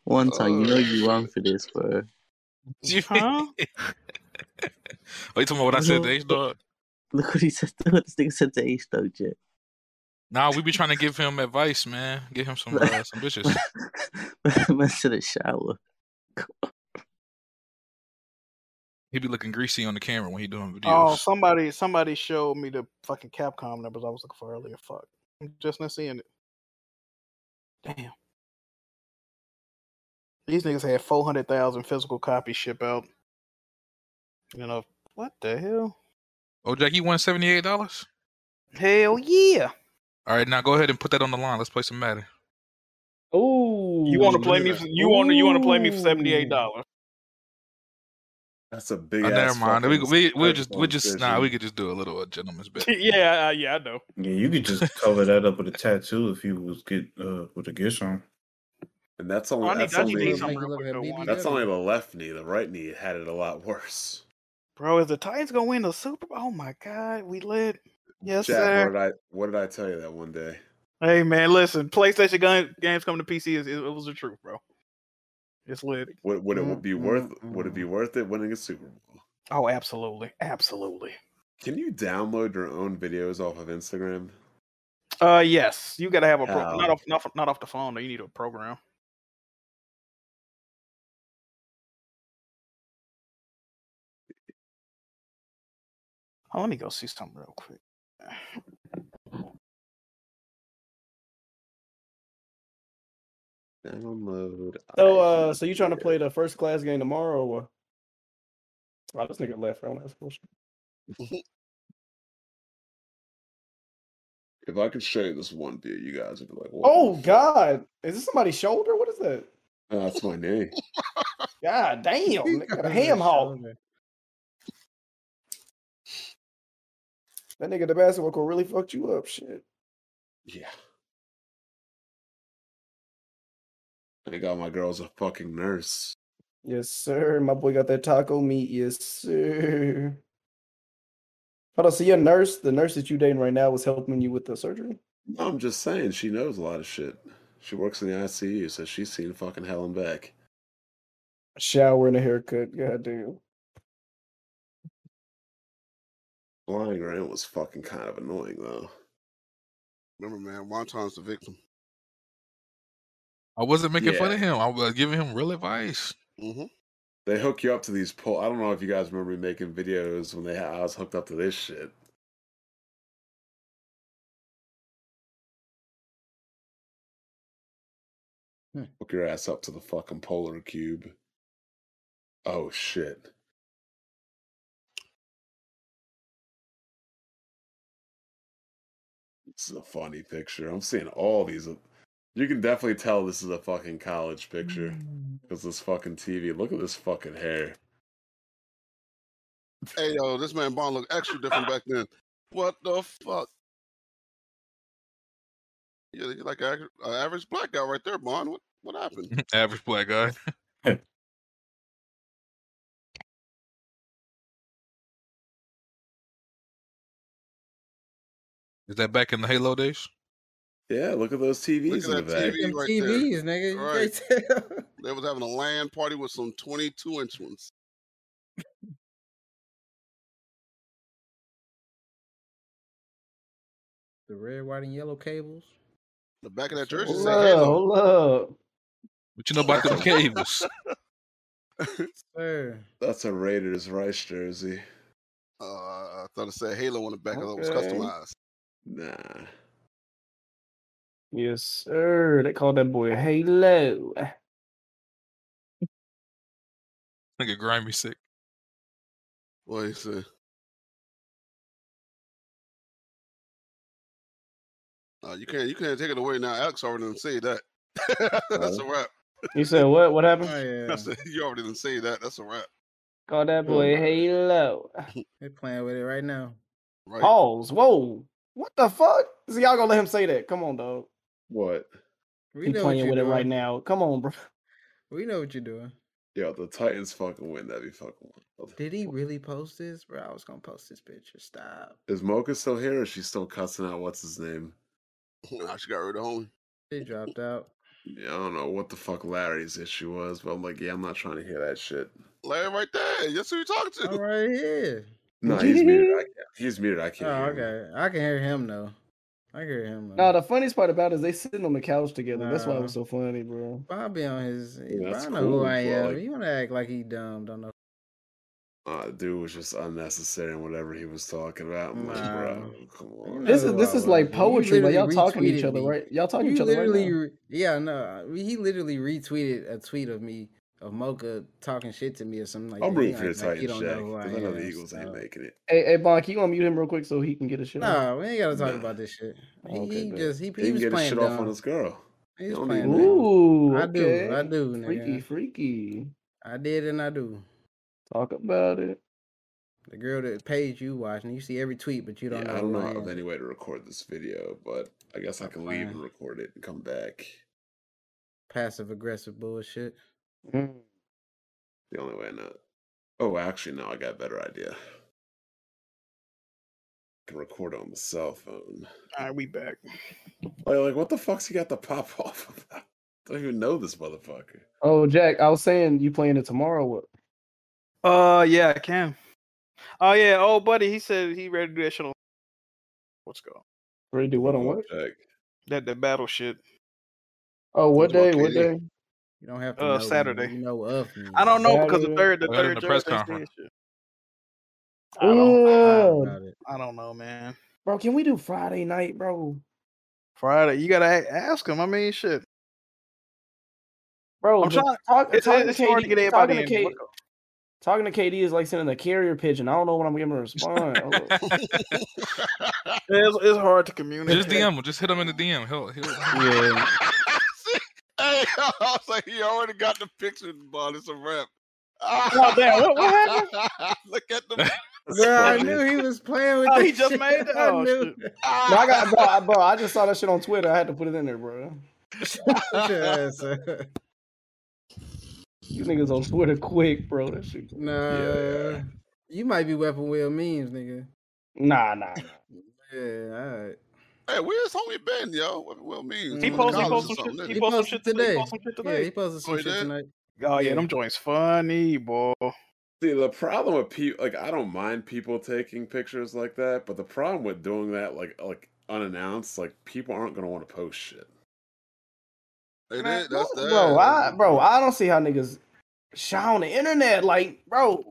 S16: One time, you know you wrong for this, bro.
S32: Huh?
S12: Are Oh, you talking about what I said to H Dog?
S16: Look what he said. What this thing said to H though, Jet. (laughs)
S12: Nah, we be trying to give him advice, man. Give him some uh, some bitches.
S4: (laughs)
S16: Man said the shower.
S12: He be looking greasy on the camera when he doing videos.
S4: Oh, somebody, somebody showed me the fucking Capcom numbers I was looking for earlier. Fuck, I'm just not seeing it. Damn, these niggas had four hundred thousand physical copies ship out. You know what the hell?
S12: Oh, Jack, you won seventy eight dollars.
S4: Hell yeah!
S12: All right, now go ahead and put that on the line. Let's play some Madden.
S11: Oh,
S4: You want to play me? For, you want to? You want to play me for seventy eight dollars?
S1: That's a big.
S12: Oh, never
S1: ass
S12: mind. We
S1: fucking
S12: we we'll just we
S1: phone
S12: just
S1: session.
S12: nah. We could just do a little uh, gentleman's bet.
S4: (laughs) yeah, uh, yeah, I know.
S7: Yeah, you could just cover that up with a tattoo if you was get uh with a gish on.
S1: And that's only
S4: I need-
S1: that's
S4: I need
S1: only
S4: something real quick, though, one.
S1: that's only the left knee. The right knee had it a lot worse.
S4: Bro, is the Titans gonna win the Super Bowl? Oh my god, we lit. Yes,
S1: Jack,
S4: sir.
S1: what did I what did I tell you that one day?
S4: Hey man, listen, PlayStation gun- games coming to PC is it, was the truth, bro. It's lit.
S1: Would would it be worth would it be worth it winning a Super Bowl?
S4: Oh, absolutely, absolutely.
S1: Can you download your own videos off of Instagram?
S4: Uh, yes, you gotta have a pro-
S1: How?
S4: not off not, off- not off the phone though. You need a program. Oh, let me go see something real quick.
S1: Download.
S11: So, uh, so you trying to play the first class game tomorrow? Or what? Wow, this nigga left around last bullshit.
S1: If I could show you this one video, you guys would be like, "What?
S11: Oh God, is this somebody's shoulder? What is that?
S1: Oh, that's my knee."
S11: God damn, nigga got a ham hog. That nigga the basketball court really fucked you up. Shit.
S1: Yeah. I got my girl's a fucking nurse.
S11: Yes, sir. My boy got that taco meat. Yes, sir. Hold on. So your nurse, the nurse that you dating right now, was helping you with the surgery.
S1: No, I'm just saying she knows a lot of shit. She works in the ICU, so she's seen fucking hell and back.
S11: A shower and a haircut. God damn.
S1: Flying around was fucking kind of annoying though.
S6: Remember, man, Wonton's the victim.
S12: I wasn't Oh, making fun
S1: Yeah.
S12: of him. I was giving uh, him real advice.
S6: Mm-hmm.
S1: They hook you up to these pole. I don't know if you guys remember me making videos when they had, I was hooked up to this shit.
S20: Hmm.
S1: Hook your ass up to the fucking polar cube. Oh shit. This is a funny picture. I'm seeing all these. You can definitely tell this is a fucking college picture because this fucking TV. Look at this fucking hair.
S6: Hey, yo, this man Bond looked extra different back then. What the fuck? Yeah, you like an average black guy right there, Bond. What what
S1: (laughs)
S6: happened?
S12: (laughs) Average black guy. Is that back in the Halo days?
S1: Yeah, look at those TVs
S6: Look
S1: in
S6: at
S1: the
S6: that
S1: back.
S6: TV right there.
S10: TVs, nigga. You
S6: Right.
S10: can't tell.
S6: They was having a land party with some 22 inch ones. (laughs)
S10: The red, white, and yellow cables.
S6: The back of that
S10: Hold
S6: jersey said
S10: up,
S6: Halo.
S11: Hold up.
S12: What you know about them cables?
S10: Sir.
S1: (laughs) That's a Raiders Rice jersey.
S6: Uh, I thought it said Halo on the back. I thought it was
S11: Okay.
S6: customized.
S1: Nah.
S11: Yes, sir. They called that boy Halo.
S12: Nigga, grimy sick.
S6: What he said? Uh, you can't you can't take it away now. Alex already didn't say that. (laughs) That's a wrap.
S11: You said what? What happened?
S10: Oh,
S6: I said, (laughs) you already didn't say that. That's a wrap.
S11: Call that boy Halo.
S10: They playing with it right now.
S6: Right.
S11: Pause. Whoa. What the fuck? So y'all gonna let him say that? Come on, dog.
S1: What?
S10: We
S11: He
S10: know
S11: playing
S10: what
S11: with
S10: you're
S11: it right
S10: doing.
S11: now. Come on, bro.
S10: We know what you're doing.
S1: Yo, the Titans fucking win. That'd be fucking wild.
S10: Did he really post this, bro? I was gonna post this picture. Stop.
S1: Is Mocha still here or is she still cussing out what's his name?
S6: I just got rid of homie. (laughs)
S10: He dropped out.
S1: Yeah, I don't know what the fuck Larry's issue was, but I'm like, yeah, I'm not trying to hear that shit.
S6: Larry right there. That's who you talking to.
S10: I'm
S6: (laughs)
S10: right here. (laughs)
S1: No, he's muted. I can't. He's muted. I
S10: Oh,
S1: can't. hear him.
S10: okay. I can hear him though. I can hear him. Though.
S11: No, the funniest part about it is they sitting on the couch together. That's why it was so funny, bro.
S10: Bobby on his.
S1: Yeah, that's
S10: I know who
S1: cool,
S10: I
S1: bro.
S10: am.
S1: Like-
S10: you want to act like he dumb? Don't know.
S1: Uh, dude was just unnecessary in whatever he was talking about. I'm like,
S10: Nah.
S1: bro, come on.
S11: This is this is like
S10: You
S11: poetry. Like y'all
S10: literally
S11: talking to each
S10: retweeted
S11: other,
S10: me.
S11: right? Y'all talking to
S10: You
S11: each other right
S10: literally,
S11: now.
S10: re- yeah, no. He literally retweeted a tweet of me of Mocha talking shit to me or something like
S1: I'm
S10: that. He
S1: rooting for the
S10: act like he
S1: Titans,
S10: don't
S1: Jack.
S10: know who I
S1: Because I know the
S10: am,
S1: Eagles ain't
S10: so.
S1: making it.
S11: Hey, hey, Bon, can you unmute him real quick so he can get his shit?
S10: Nah, we ain't gotta talk
S1: Nah.
S10: about this shit. He,
S11: Okay,
S10: he
S11: bet.
S10: just he,
S1: He
S10: he
S1: can
S10: was
S1: get his
S10: playing
S1: shit
S10: dumb.
S1: off on his girl.
S10: He was
S1: Don't
S10: playing
S1: even-
S10: dumb.
S11: Ooh,
S10: I do, I
S11: okay.
S10: do, nigga.
S11: Freaky, freaky.
S10: I did and I do.
S11: Talk about it.
S10: The girl that page you watching, you see every tweet, but you don't
S1: Yeah,
S10: know.
S1: I don't
S10: who
S1: know
S10: I
S1: of
S10: am.
S1: any way to record this video, but I guess I can leave
S10: fine.
S1: and record it and come back.
S10: Passive aggressive bullshit.
S11: Mm.
S1: The only way not. Oh, actually, no, I got a better idea. I can record it on the cell phone.
S4: All right, we back.
S1: Like, like what the fuck's he got the pop (laughs) off about? I don't even know this motherfucker.
S11: Oh, Jack, I was saying you playing it tomorrow. What?
S4: Uh, yeah, I can. Oh yeah, oh buddy, he said he ready to do that shit on. What's go?
S11: Ready to do what on what?
S4: That the battle shit.
S11: Oh, what
S4: Talking
S11: day?
S4: about
S11: What
S4: KD.
S11: day?
S10: You don't have to
S4: Uh,
S10: know.
S4: Saturday.
S10: You know of me.
S4: I don't know because the
S11: Saturday?
S4: third, the
S11: Oh,
S4: third
S11: in the press
S4: judge, they
S11: conference.
S4: said shit. I don't.
S11: Ugh.
S4: I don't know, man.
S11: Bro, can we do Friday night, bro?
S4: Friday, you gotta a- ask him. I mean, shit.
S11: Bro,
S4: I'm
S11: the-
S4: trying-
S11: talk-
S4: it's-
S11: talking
S4: it's
S11: to
S4: hard to
S11: KD
S4: get
S11: talking
S4: everybody in.
S11: to K- talking to KD is like sending a carrier pigeon. I don't know when I'm Oh. giving
S4: (laughs)
S11: a response. Hold up.
S4: It's, it's hard to communicate.
S12: Just DM him. Just hit him in the DM. He'll. he'll... (laughs)
S11: Yeah.
S6: Hey, (laughs) I was like, he already got the picture, but it's a rep.
S4: Oh, damn, what- what
S6: (laughs) happened? Look at the.
S10: Girl, I knew he was
S4: (laughs)
S10: playing with.
S4: Oh,
S10: this
S4: he just
S10: shit.
S4: made it?
S10: (laughs) I
S4: Oh,
S10: knew.
S11: No, I got
S1: (laughs)
S11: bro, I, bro, I just saw that shit on Twitter. I had to put it in there, bro.
S10: Shut your ass up.
S11: You niggas on Twitter quick, bro. That shit.
S10: Nah, you might be weapon wheel memes, nigga.
S11: Nah, nah. nah.
S10: Yeah, all right.
S6: Hey, where's homie Ben, yo? What, what means?
S4: He
S6: Mm,
S4: posted, he
S6: college or
S4: posted some
S6: something,
S4: shit.
S6: isn't
S4: He
S6: it?
S4: posted some shit today. He
S10: today.
S4: posted some shit
S10: Yeah,
S4: today.
S10: he posted some
S6: Oh, he
S10: shit
S6: did?
S10: tonight.
S4: Oh yeah,
S10: Yeah.
S4: them joints funny, boy.
S1: See, the problem with people, like, I don't mind people taking pictures like that, but the problem with doing that, like, like unannounced, like, people aren't gonna want to post shit.
S6: It
S11: Man,
S6: is. That's
S11: bro,
S6: that.
S11: bro, I bro, I don't see how niggas shy on the internet. Like, bro,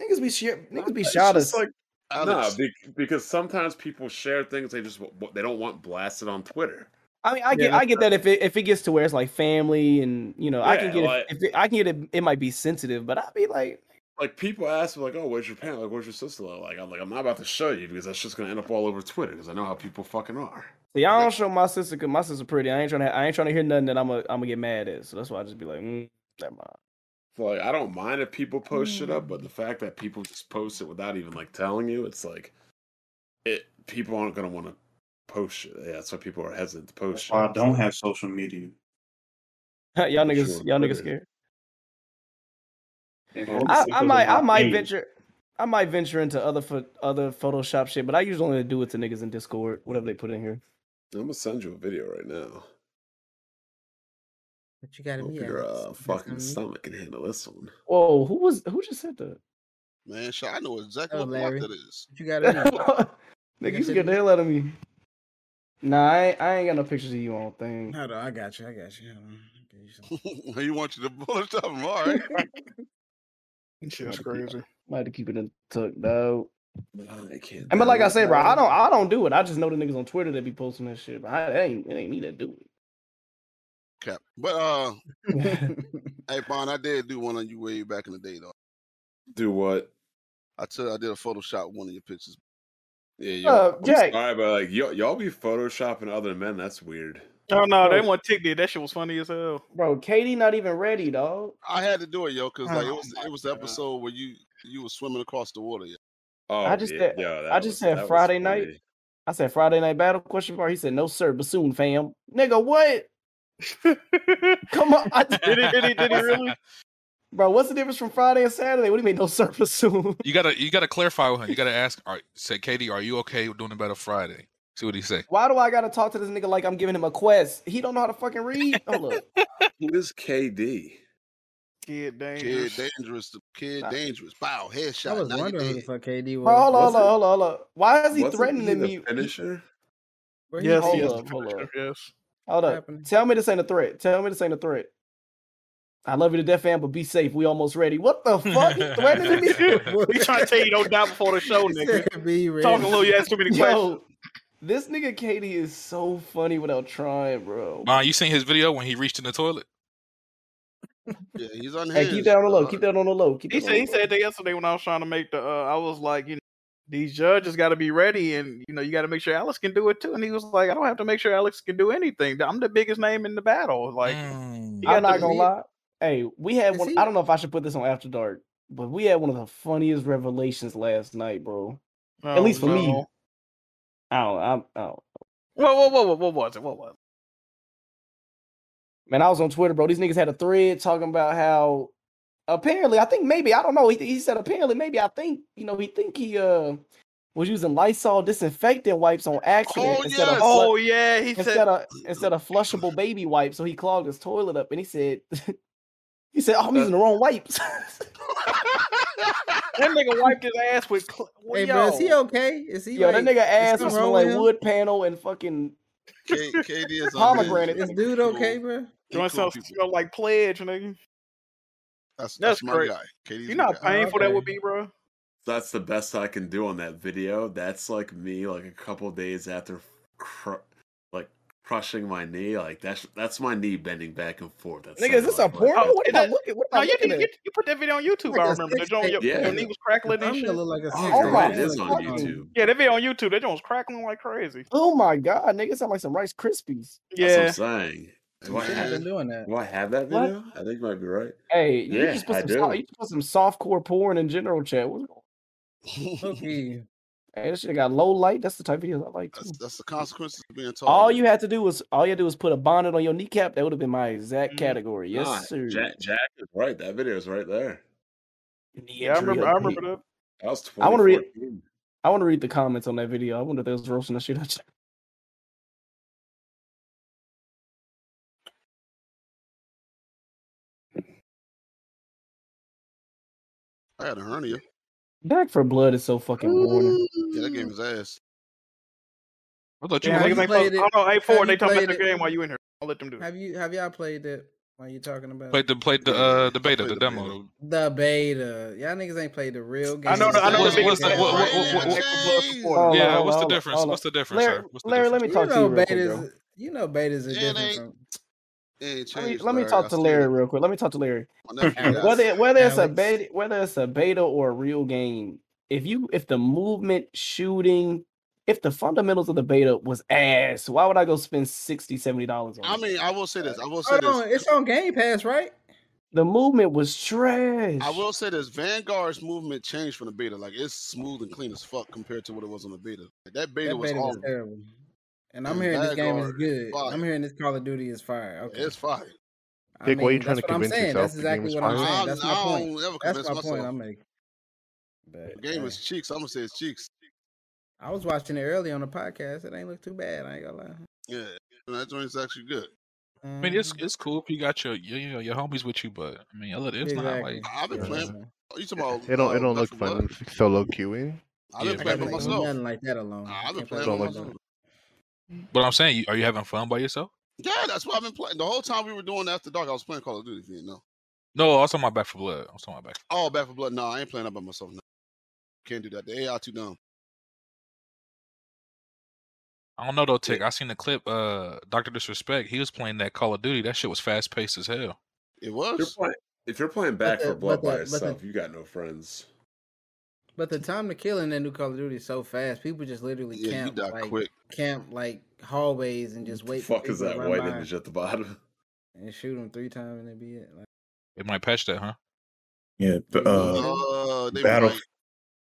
S11: niggas be share, niggas be
S1: It's
S11: shy as
S1: just like nah,
S6: Alex.
S1: be- because sometimes people share things they just w- they don't want blasted on Twitter.
S11: I mean, I
S1: Yeah,
S11: get, I
S1: that's
S11: get that if it if it gets to where it's like family and you know, I
S1: Yeah,
S11: can get
S1: like-
S11: it, if it, I can get it, it might be sensitive, but I'd be like,
S1: Like people ask me, like, "Oh, where's your parent? Like, where's your sister?" Like, I'm like, I'm not about to show you because that's just gonna end up all over Twitter because I know how people fucking are.
S11: see, I don't show my sister because my sister pretty. I ain't trying to, I ain't trying to hear nothing that I'm gonna, I'm gonna get mad at. So that's why I just be like, mm, never mind.
S1: So, like, I don't mind if people post shit
S11: Mm.
S1: up, but the fact that people just post it without even like telling you, it's like, it people aren't gonna want to post shit. Yeah, that's why people are hesitant to post shit.
S7: Why I don't have social media.
S11: (laughs) y'all
S1: Put you
S11: niggas,
S1: on
S11: y'all niggas
S1: Twitter.
S11: scared.
S7: If
S11: I,
S7: it's
S11: I
S7: because
S11: might,
S7: of my
S11: I might
S7: age,
S11: venture, I might venture into other pho- other Photoshop shit, but I usually only do it to niggas in Discord, whatever they put in here.
S1: I'm gonna send you a video right now.
S10: But you got
S1: Hope
S10: me
S1: your
S10: Alex.
S1: uh,
S10: You got
S1: fucking
S10: me.
S1: stomach can handle this one.
S11: Whoa, who was who just said that?
S6: Man, shit, I know exactly
S10: Oh,
S6: what block
S10: Larry.
S6: that is.
S10: But you got me.
S4: (laughs)
S11: Nigga, you scared the hell out of me. Nah, I ain't, I ain't got no pictures of you on thing.
S10: Hold on, I got you. I got you. Hold
S6: (laughs)
S10: on.
S6: he wants you to bullet up him, all
S11: (laughs)
S6: right?
S4: Shit's crazy.
S11: Might have to keep it in tuck though.
S1: I can't.
S11: And but like I
S1: download
S11: said, bro, I
S1: that.
S11: don't I don't do it. I just know the niggas on Twitter that be posting that shit. But I it ain't it ain't me that do it.
S6: Cap.
S1: (laughs)
S6: But, uh, hey, Bon, I did do one on you way back in the day, though.
S1: Do what?
S6: I took, I did a Photoshop one of your pictures.
S1: Yeah, yo,
S11: Uh,
S1: I'm
S11: Jack.
S1: sorry, but like y- y'all be photoshopping other men. That's weird.
S4: Oh no, they
S11: Bro.
S4: want tick did. That shit was funny as hell.
S11: Bro, Katie not even ready, dog.
S6: I had to do it, yo, because like it
S11: Oh
S6: was it was the episode where you you were swimming across the water. Yo.
S1: Oh,
S11: I just said
S1: yo,
S11: I
S1: that
S11: just
S1: was- that
S11: said
S1: was
S11: Friday night.
S1: funny.
S11: I said Friday night battle question mark. He said no sir, bassoon fam. Nigga, what? (laughs) Come on. I,
S4: Did he? Did he? Did he really?
S11: Bro, what's the difference from Friday and Saturday? What do you mean no (laughs) sir, bassoon?
S12: You gotta you gotta clarify with him. You gotta ask. All right, say, Katie, are you okay with doing the battle Friday? See what he say.
S11: Why do I gotta talk to this nigga like I'm giving him a quest? He don't know how to fucking read. Hold (laughs) up.
S6: Who is KD?
S4: Kid
S6: Kid
S4: dangerous.
S6: dangerous. The Kid dangerous. Bow, headshot.
S10: I was
S6: now you
S10: wondering who
S6: dead.
S10: the fuck KD was.
S11: Bro, hold on, hold
S6: Wasn't-
S11: on, hold on, hold on. Why is he
S6: wasn't (laughs)
S11: threatening
S6: he the
S11: me?
S6: Finisher.
S10: Where he
S11: Yes,
S10: was?
S11: hold up, hold up.
S4: Yes.
S11: Hold up. Tell me this ain't a threat. Tell me this ain't a threat. I love you to death, fam, but be safe. We almost ready.
S4: (laughs)
S11: What the fuck? He threatening me?
S4: we trying to tell you don't die before the show, nigga. Talking a little, you ask too many questions.
S11: Yo, this nigga Katie is so funny without trying, bro.
S12: Nah, you seen his video when he reached in the toilet?
S6: Yeah, he's
S11: Hey, keep that on the low. Keep that on the low. Keep
S4: He
S11: that on
S4: said, he
S11: the low.
S4: said that yesterday when I was trying to make the. Uh, I was like, you know, these judges got to be ready, and you know, you got to make sure Alex can do it too. And he was like, I don't have to make sure Alex can do anything. I'm the biggest name in the battle. Like, he got
S11: I'm not
S4: the-
S11: gonna lie. Hey, we had
S4: Is
S11: one.
S4: he-
S11: I don't know if I should put this on After Dark, but we had one of the funniest revelations last night, bro. At
S4: Oh,
S11: least for me.
S4: no.
S11: I don't. I'm, I don't.
S4: Whoa, whoa, whoa, whoa, what was it? What was it?
S11: Man, I was on Twitter, bro. These niggas had a thread talking about how apparently, I think maybe I don't know. He, he said apparently maybe I think you know he think he uh was using Lysol disinfectant wipes on accident instead of flu-
S4: Oh yeah, he
S11: instead
S4: said.
S11: of instead of flushable baby wipes, so he clogged his toilet up, and he said (laughs) he said
S1: Uh,
S11: oh, I'm using the wrong
S1: (laughs)
S11: wipes.
S4: That nigga wiped his ass with. Cl- well,
S10: Hey,
S4: yo,
S10: bro, is he okay? Is he?
S11: Yo,
S10: like,
S11: that nigga ass
S10: is something
S11: was
S10: wrong
S11: smelling like
S10: with him?
S11: wood panel and fucking
S6: K- KD is
S11: pomegranate.
S10: Is dude okay, bro?
S4: Joint
S6: cool
S4: sounds smell like pledge, nigga.
S6: That's
S4: That's
S6: that's, my
S4: great.
S6: guy. KD's
S4: You
S6: my
S4: know how
S6: guy.
S4: painful that would be, bro.
S1: That's the best I can do on that video. That's like me, like a couple days after, cr- like crushing my knee. Like that's that's my knee bending back and forth. That's
S11: Nigga, is this a porno?
S1: Oh,
S11: What am I looking? What
S4: oh,
S11: am
S4: No,
S11: I
S4: you,
S11: looking
S4: did-
S11: at?
S4: you, you put that video on YouTube.
S10: Like
S4: I
S10: a
S4: remember. The
S10: six
S4: joint, your,
S1: Yeah.
S4: your knee was crackling and
S10: I'm
S4: shit.
S10: gonna look like a
S1: Oh,
S10: six.
S1: you're
S11: my
S1: right. It is on
S11: fucking-
S1: YouTube.
S4: Yeah, that video on YouTube. That joint was crackling like crazy.
S11: Oh my god, nigga, it sound like some Rice Krispies.
S4: Yeah.
S1: That's what I'm saying. Do
S10: You
S1: I
S10: should have
S1: have,
S10: been doing that.
S1: do I have that
S11: What?
S1: video? I think you might be right.
S11: Hey, you
S1: Yeah,
S11: just put
S1: I
S11: some soft,
S1: do.
S11: you just put some softcore porn in general chat. What's
S1: (laughs)
S11: going
S10: Okay.
S11: Hey, this shit got low light. That's the type of videos I like too.
S6: That's, that's the consequences of being tall.
S11: All you had to do was all you had to do was put a bonnet on your kneecap. That would have been my exact category. Yes,
S1: Nah,
S11: sir.
S1: Mm, Jack, Jack is right. That video is right there.
S4: Yeah, I remember. I remember that.
S1: That was
S11: I wanna read-
S1: 2014.
S11: I want to read the comments on that video. I wonder if they was roasting the shit out. (laughs) you.
S6: I had a hernia.
S11: Back for blood is so fucking boring.
S6: Yeah, that game is ass.
S12: I thought
S4: Yeah,
S12: you
S4: niggas
S12: were
S4: ain't
S10: played
S4: supposed-
S10: it?
S4: Oh no, eight four.
S10: Have
S4: They
S10: you
S4: talking about the
S10: played it?
S4: game while you in here. I'll let them do. it.
S10: Have you have y'all played it? Why you talking about
S12: played the played the uh the beta, the,
S6: the
S12: demo.
S6: beta.
S10: the beta? Y'all niggas ain't played the real game.
S4: I know. The, I know.
S12: What's-
S4: the
S12: what's the-
S4: biggest
S12: what- what-
S4: difference
S12: what-
S4: is
S12: what-
S4: Xbox support.
S11: Hold on,
S12: Yeah,
S11: hold on,
S12: what's the
S11: hold on,
S12: difference?
S11: hold on.
S12: What's the difference,
S11: Larry,
S12: sir? What's the
S11: Larry, let me
S10: You
S11: talk to you
S10: know
S11: real quick, bro.
S10: betas. You know betas are
S6: It
S10: different
S6: ain't-
S10: from.
S6: It ain't
S11: Let me
S6: changed.
S11: let me
S6: Larry.
S11: talk
S6: I
S11: to
S6: seen
S11: Larry
S6: it.
S11: real quick. Let me talk to Larry.
S6: My
S11: (laughs)
S6: nephew
S10: Alex.
S6: got
S11: Whether
S6: it.
S11: it- whether it's a
S10: Alex.
S11: beta whether it's a beta or a real game, if you if the movement, shooting, if the fundamentals of the beta was ass, why would I go spend 60 dollars on
S6: I
S11: it?
S6: mean, I will say this. I will say
S10: Hold
S6: this.
S10: on, it's on Game Pass, right?
S11: The movement was trash.
S6: I will say this: Vanguard's movement changed from the beta. Like it's smooth and clean as fuck compared to what it was on the beta. Like, that beta
S10: That
S6: was
S10: beta was
S6: horrible.
S10: terrible. And I'm
S6: And
S10: hearing this game is
S6: Vanguard is
S10: good.
S6: fire.
S10: I'm hearing this Call of Duty is fire. Okay.
S6: It's fire.
S10: I
S9: Dick, why you trying
S10: mean, that's
S9: to
S10: what I'm
S9: convince
S10: saying.
S9: yourself
S10: That's
S9: the game
S10: exactly
S9: is
S10: what I'm
S9: fire?
S10: saying.
S6: I'm,
S10: That's
S6: I
S10: my point.
S6: don't ever
S10: That's
S6: convince
S10: my point
S6: myself.
S10: I'm making. But
S6: The game
S9: uh
S10: hey,
S6: is cheeks. I'm gonna say it's cheeks.
S10: I was watching it early on the podcast. It ain't look too bad. I ain't gonna lie.
S6: Yeah, and that joint's actually good.
S12: I mean, it's it's cool if you got your your, your, your homies with you, but I mean, other- it's not
S10: Exactly.
S12: like
S6: I've been
S10: Yeah,
S6: playing.
S10: man.
S6: Oh, you talking about?
S9: It don't.
S6: uh,
S9: It don't
S6: Left
S9: look
S6: 4
S9: fun
S6: Blood?
S9: with solo queuing.
S6: I've
S12: yeah,
S6: been
S10: I
S6: playing by
S10: can't play
S12: but,
S6: myself.
S10: nothing like that alone. I
S6: I've been
S10: can't play
S6: playing
S9: Don't
S6: by
S10: nothing
S9: like
S10: like
S9: that.
S6: myself.
S10: that.
S12: but I'm saying, you, are you having fun by yourself?
S6: Yeah, that's what I've been playing. The whole time we were doing After Dark, I was playing Call of Duty. If you didn't know.
S12: No, I was talking about Back for Blood. I was talking about Back.
S6: Oh, Back for Blood. No, I ain't playing that by myself. No. Can't do that. The AI too dumb.
S12: I don't know though, Tick. I seen the clip. Uh, Doctor Disrespect. He was playing that Call of Duty. That shit was fast paced as hell.
S1: If
S6: It
S1: you're
S6: was.
S1: playing, if you're playing Back
S10: the-
S1: for
S10: but
S1: Blood by
S10: the- but the-
S1: yourself, you got no friends.
S10: But the time to kill in that new Call of Duty is so fast. People just literally
S6: Yeah, you
S10: camp
S6: die
S10: like
S6: quick.
S10: camp like hallways and just
S1: The
S10: wait for
S1: fuck is
S10: people
S1: that
S10: to run
S1: white
S10: by
S1: image at the
S10: (laughs)
S1: bottom?
S10: and shoot them three times and it be it. Like,
S12: It might patch that, huh?
S7: Yeah, b-
S10: Maybe
S7: uh,
S10: so.
S12: Oh,
S6: Uh, they
S7: Battle
S6: might.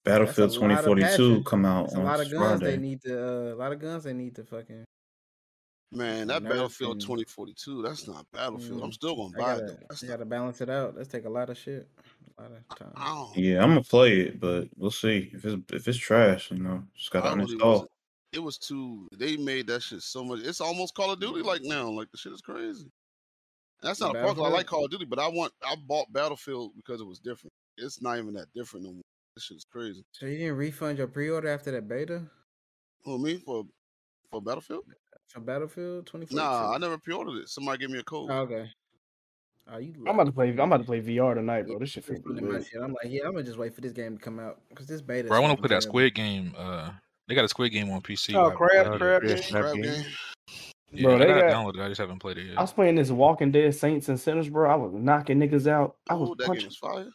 S10: That's a
S7: Battlefield
S10: lot of
S7: 2042
S10: patches.
S7: come out
S10: That's a
S7: on
S10: lot of guns they
S7: Friday.
S10: need to. Uh, a lot of guns they need to fucking.
S6: Man, that
S10: nerf
S6: Battlefield
S10: and-
S6: 2042, that's not Battlefield. I'm
S10: Mm.
S6: still gonna
S10: I
S6: buy it though.
S10: gotta,
S6: That's
S10: I
S6: not,
S10: gotta balance it out. Let's take a lot of shit, a lot of time.
S6: I don't.
S7: Yeah, I'm gonna play it, but we'll see if it's if it's trash. You know, just gotta
S6: I really
S7: uninstall.
S6: wasn't. It was too. They made that shit so much. It's almost Call of Duty like now. Like the shit is crazy. That's not a problem. I like Call of Duty, but I want. I bought Battlefield because it was different. It's not even that different no more. This shit is crazy.
S10: So you didn't refund your pre-order after that beta
S6: Who me for? For Battlefield?
S10: for Battlefield 2042?
S6: Nah, I never pre-ordered it. Somebody gave me a code.
S10: Okay. Oh, you
S11: I'm about to play. I'm about to play VR tonight, bro. This shit feels
S10: I'm
S11: good.
S10: like, yeah, I'm gonna just wait for this game to come out because this beta.
S12: Bro, I want to play that Squid Game. Uh, they got a Squid Game on PC.
S4: Oh,
S12: but I-
S4: crab,
S12: I-
S4: crab,
S12: yeah,
S4: game. crab game.
S12: Yeah,
S11: Bro,
S12: I
S11: they
S12: got it
S11: got-
S12: downloaded. I just haven't played it yet.
S11: I was playing this Walking Dead Saints and Sinners, bro. I was knocking niggas out. I was
S6: Oh, that game
S11: punching,
S6: was fire.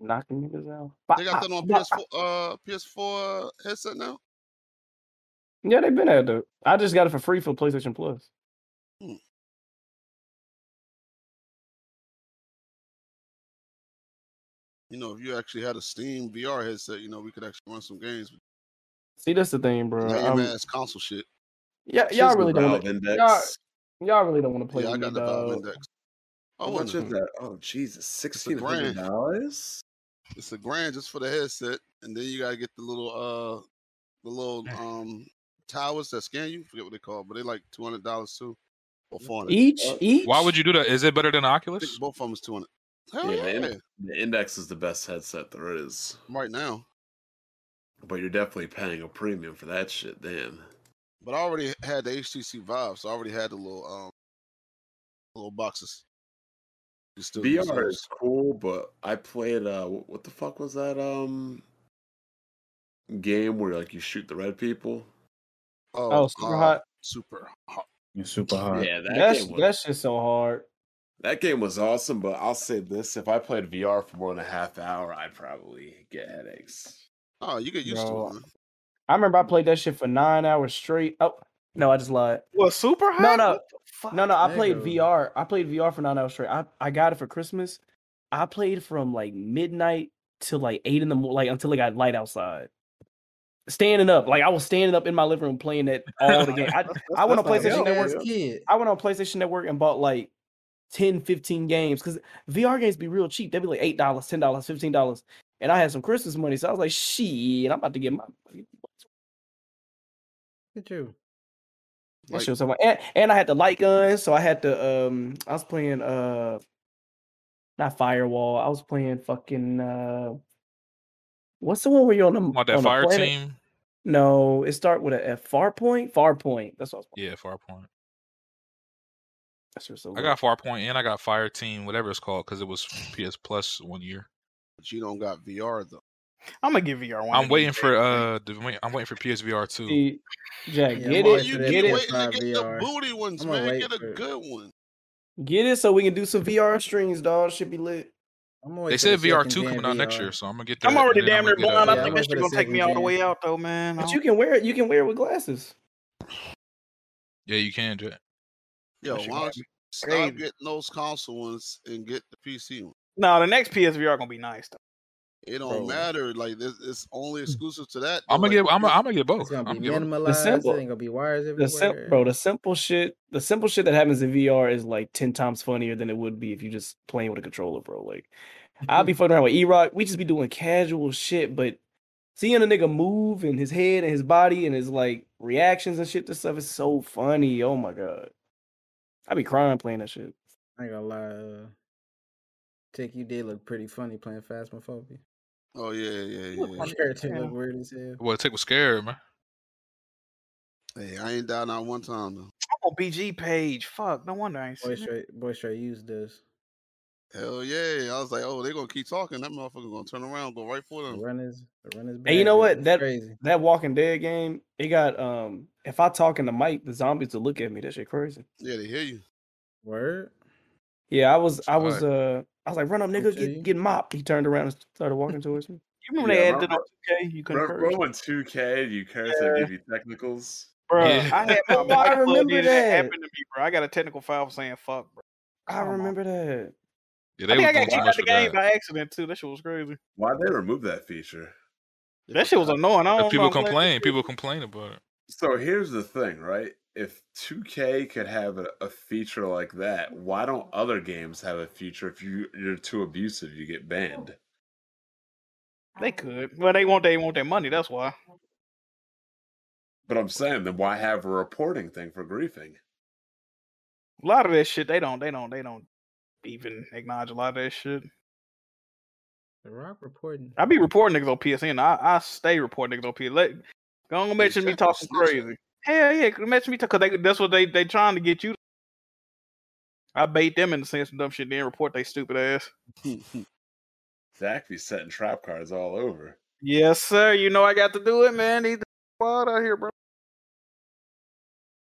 S11: knocking niggas out.
S6: They got that on PS4 uh PS4 headset now.
S11: Yeah, they've been at it. I just got it for free for PlayStation Plus.
S6: Hmm.
S1: Mm.
S6: You know, if you actually had a Steam VR headset, you know, we could actually run some games. with
S11: See, that's the thing, bro.
S6: Lame
S11: Um,
S6: ass console shit.
S11: yeah,
S6: Shit's
S11: y'all
S6: the
S11: really don't.
S6: Valve
S11: Wanna,
S6: Index.
S11: y'all, y'all really don't want to play.
S6: Yeah, I
S11: with
S6: got
S11: me,
S6: the Valve
S11: dog.
S6: Index. hmm.
S1: How much is that? Oh Jesus,
S6: a
S1: sixteen
S6: grand.
S1: hundred dollars.
S6: It's a grand just for the headset, and then you gotta get the little uh the little um towers that scan you. Forget what they call, but they like two hundred dollars too, or four hundred
S12: Why would you do that? Is it better than Oculus?
S6: Uh, Both of them is two hundred.
S12: Yeah,
S6: Hell
S12: the
S6: yeah,
S12: Index-
S1: The Index is the best headset there is,
S6: right now.
S1: but you're definitely paying a premium for that shit. Damn.
S6: But I already had the HTC Vive, so I already had the little um little boxes. You still use
S1: VR
S6: those.
S1: is cool, but I played uh wh- what the fuck was that um game where like you shoot the red people?
S11: Oh, super
S6: uh,
S11: hot.
S6: Super hot.
S7: You're super
S4: Uh,
S7: hard.
S1: Yeah, that
S11: That's
S1: game was
S11: that's just so hard.
S1: that game was awesome, but I'll say this if I played VR for more than a half hour, I'd probably get headaches.
S6: Oh, you get used
S11: Bro,
S6: to it.
S11: I remember I played that shit for nine hours straight. Oh no, I just lied.
S4: Well, super hot.
S11: No, no, no, no. I
S4: There
S11: played
S4: goes.
S11: VR. I played VR for nine hours straight. I, I got it for Christmas. I played from like midnight to like eight in the morning, like until it got light outside. Standing up, like I was standing up in my living room playing
S10: (laughs)
S11: that all the game. I, I went on
S10: that's not
S11: PlayStation
S10: a
S11: Network.
S10: bad kid.
S11: I went on PlayStation Network and bought like 10, 15 games because VR games be real cheap. They be like eight dollars, ten dollars, fifteen dollars. And I had some Christmas money, so I was like, "Shit, I'm about to get my
S10: Look at you.
S11: That shit was so much. And, and I had the light guns, so I had to. Um, I was playing uh, not firewall. I was playing fucking uh, what's the one where you're on the
S12: Want that
S11: on the
S12: fire
S11: planet?
S12: team?
S11: No, it start with a F. Far point. Far point. That's what I was
S12: Yeah, Farpoint.
S11: That shit was so
S12: I got Farpoint and I got Fire Team, whatever it's called, because it was PS Plus one year.
S6: But you don't got VR though.
S4: I'm gonna give VR one.
S12: I'm waiting for uh, the, wait- I'm waiting for PSVR two.
S11: See, Jack,
S10: Yeah,
S11: get
S10: I'm
S11: it,
S10: waiting for that
S11: get
S10: PS5
S11: it,
S10: VR.
S6: Booty ones,
S10: I'm gonna
S6: man.
S10: wait
S6: Get a
S10: for it.
S6: good one.
S11: get it, so we can do some VR streams, dog. Should be lit.
S10: I'm gonna wait
S12: They
S10: for
S12: said
S10: the
S12: VR
S10: second
S12: two coming
S10: gen
S12: out next
S10: VR.
S12: year, so I'm gonna get that.
S4: I'm already
S12: and
S4: damn
S12: then I'ma
S4: near
S12: get, uh,
S4: blind. I
S10: Yeah, I'm
S4: think
S10: waiting
S4: that
S10: for
S4: shit
S10: the
S4: gonna take me
S10: second
S4: all the way
S10: gen.
S4: out though, man. I
S11: But
S4: don't-
S11: you can wear it. You can wear it with glasses.
S12: Yeah, you can. Jack.
S6: Yo,
S11: shit
S6: why
S11: gonna
S6: don't
S11: be
S6: you stop
S4: crazy.
S6: getting those console ones and get the PC one?
S4: No, the next PSVR gonna be nice though.
S6: It
S4: Bro.
S6: don't matter. Like this, it's only exclusive to that.
S12: Mm. I'm
S6: though,
S12: gonna
S6: like,
S12: get. I'm gonna, I'm gonna get both.
S10: It's gonna be
S12: I'm gonna
S10: minimalized.
S11: The simple,
S10: It ain't gonna be wires
S11: the sim-
S10: everywhere.
S11: bro, the simple shit, the simple shit that happens in VR is like ten times funnier than it would be if you just playing with a controller, bro. Like, I'll
S10: Mm-hmm.
S11: be fucking around with E-Rock. We just be doing casual shit, but seeing a nigga move and his head and his body and his like reactions and shit, this stuff is so funny. Oh my god, I be crying playing that shit.
S10: I ain't gonna lie. Uh, Tick, you did look pretty funny playing Phasmophobia.
S6: Oh yeah, yeah, yeah.
S10: Your character look weird as hell.
S12: Well, Tick was scared, man.
S6: Hey, I ain't died not one time though.
S4: I'm on BG page. Fuck, no wonder I ain't seen
S10: Boy
S4: it.
S10: straight, boy straight used this.
S6: Hell yeah! I was like, oh, they gonna keep talking. That motherfucker gonna turn around, go right for
S10: The
S6: them.
S10: run is, the run is bad.
S11: And you know
S10: dude.
S11: what?
S10: It's
S11: That
S10: crazy.
S11: that Walking Dead game, it got um. If I talk in the mic, the zombies will look at me. That shit crazy.
S6: Yeah, they hear you.
S10: Word.
S11: Yeah, I was, I was,
S12: Alright.
S11: uh, I was like, run up, nigga,
S10: tell you.
S11: get, get mopped. He turned around and started walking towards me.
S4: You remember
S1: Yeah,
S4: they added it on 2K? You couldn't
S1: Remember
S4: curse.
S1: remember when 2K you curse
S4: Yeah.
S1: they give you technicals?
S4: Bro, I
S11: (laughs)
S12: Yeah. (laughs)
S4: had my
S11: Oh, I
S4: black plug
S11: remember
S4: in and it
S11: that.
S4: happened to me, bro. I got a technical file for saying fuck, bro.
S11: I
S4: Come on.
S11: remember that.
S12: Yeah,
S4: I
S12: they
S4: think I got
S12: was doing
S4: kicked
S12: too
S4: out
S12: much
S4: the
S12: with uh,
S4: game
S12: that.
S4: by accident too. That shit was crazy.
S1: Why'd they remove that feature?
S4: That shit was annoying. I
S12: If
S4: don't
S12: people
S4: know. I'm glad
S12: complain, people complain about it.
S1: So here's the thing, right? If 2K could have a, a feature like that, why don't other games have a feature? If you you're too abusive, you get banned.
S4: they could. Well, they want they want their money. That's why.
S1: But I'm saying, then why have a reporting thing for griefing?
S4: A lot of that shit, they don't, they don't, they don't even acknowledge a lot of that shit.
S10: The Rock reporting.
S4: I be reporting niggas on PSN. I, I stay reporting niggas on PSN. Let, don't mention me talking crazy. Hell yeah, mention me talking because that's what they they trying to get you. I bait them into saying some dumb shit, then report they stupid
S1: (laughs)
S4: ass.
S1: Zach be setting trap cards all over.
S4: Yes, sir. You know I got to do it, man. Need the squad out here, bro.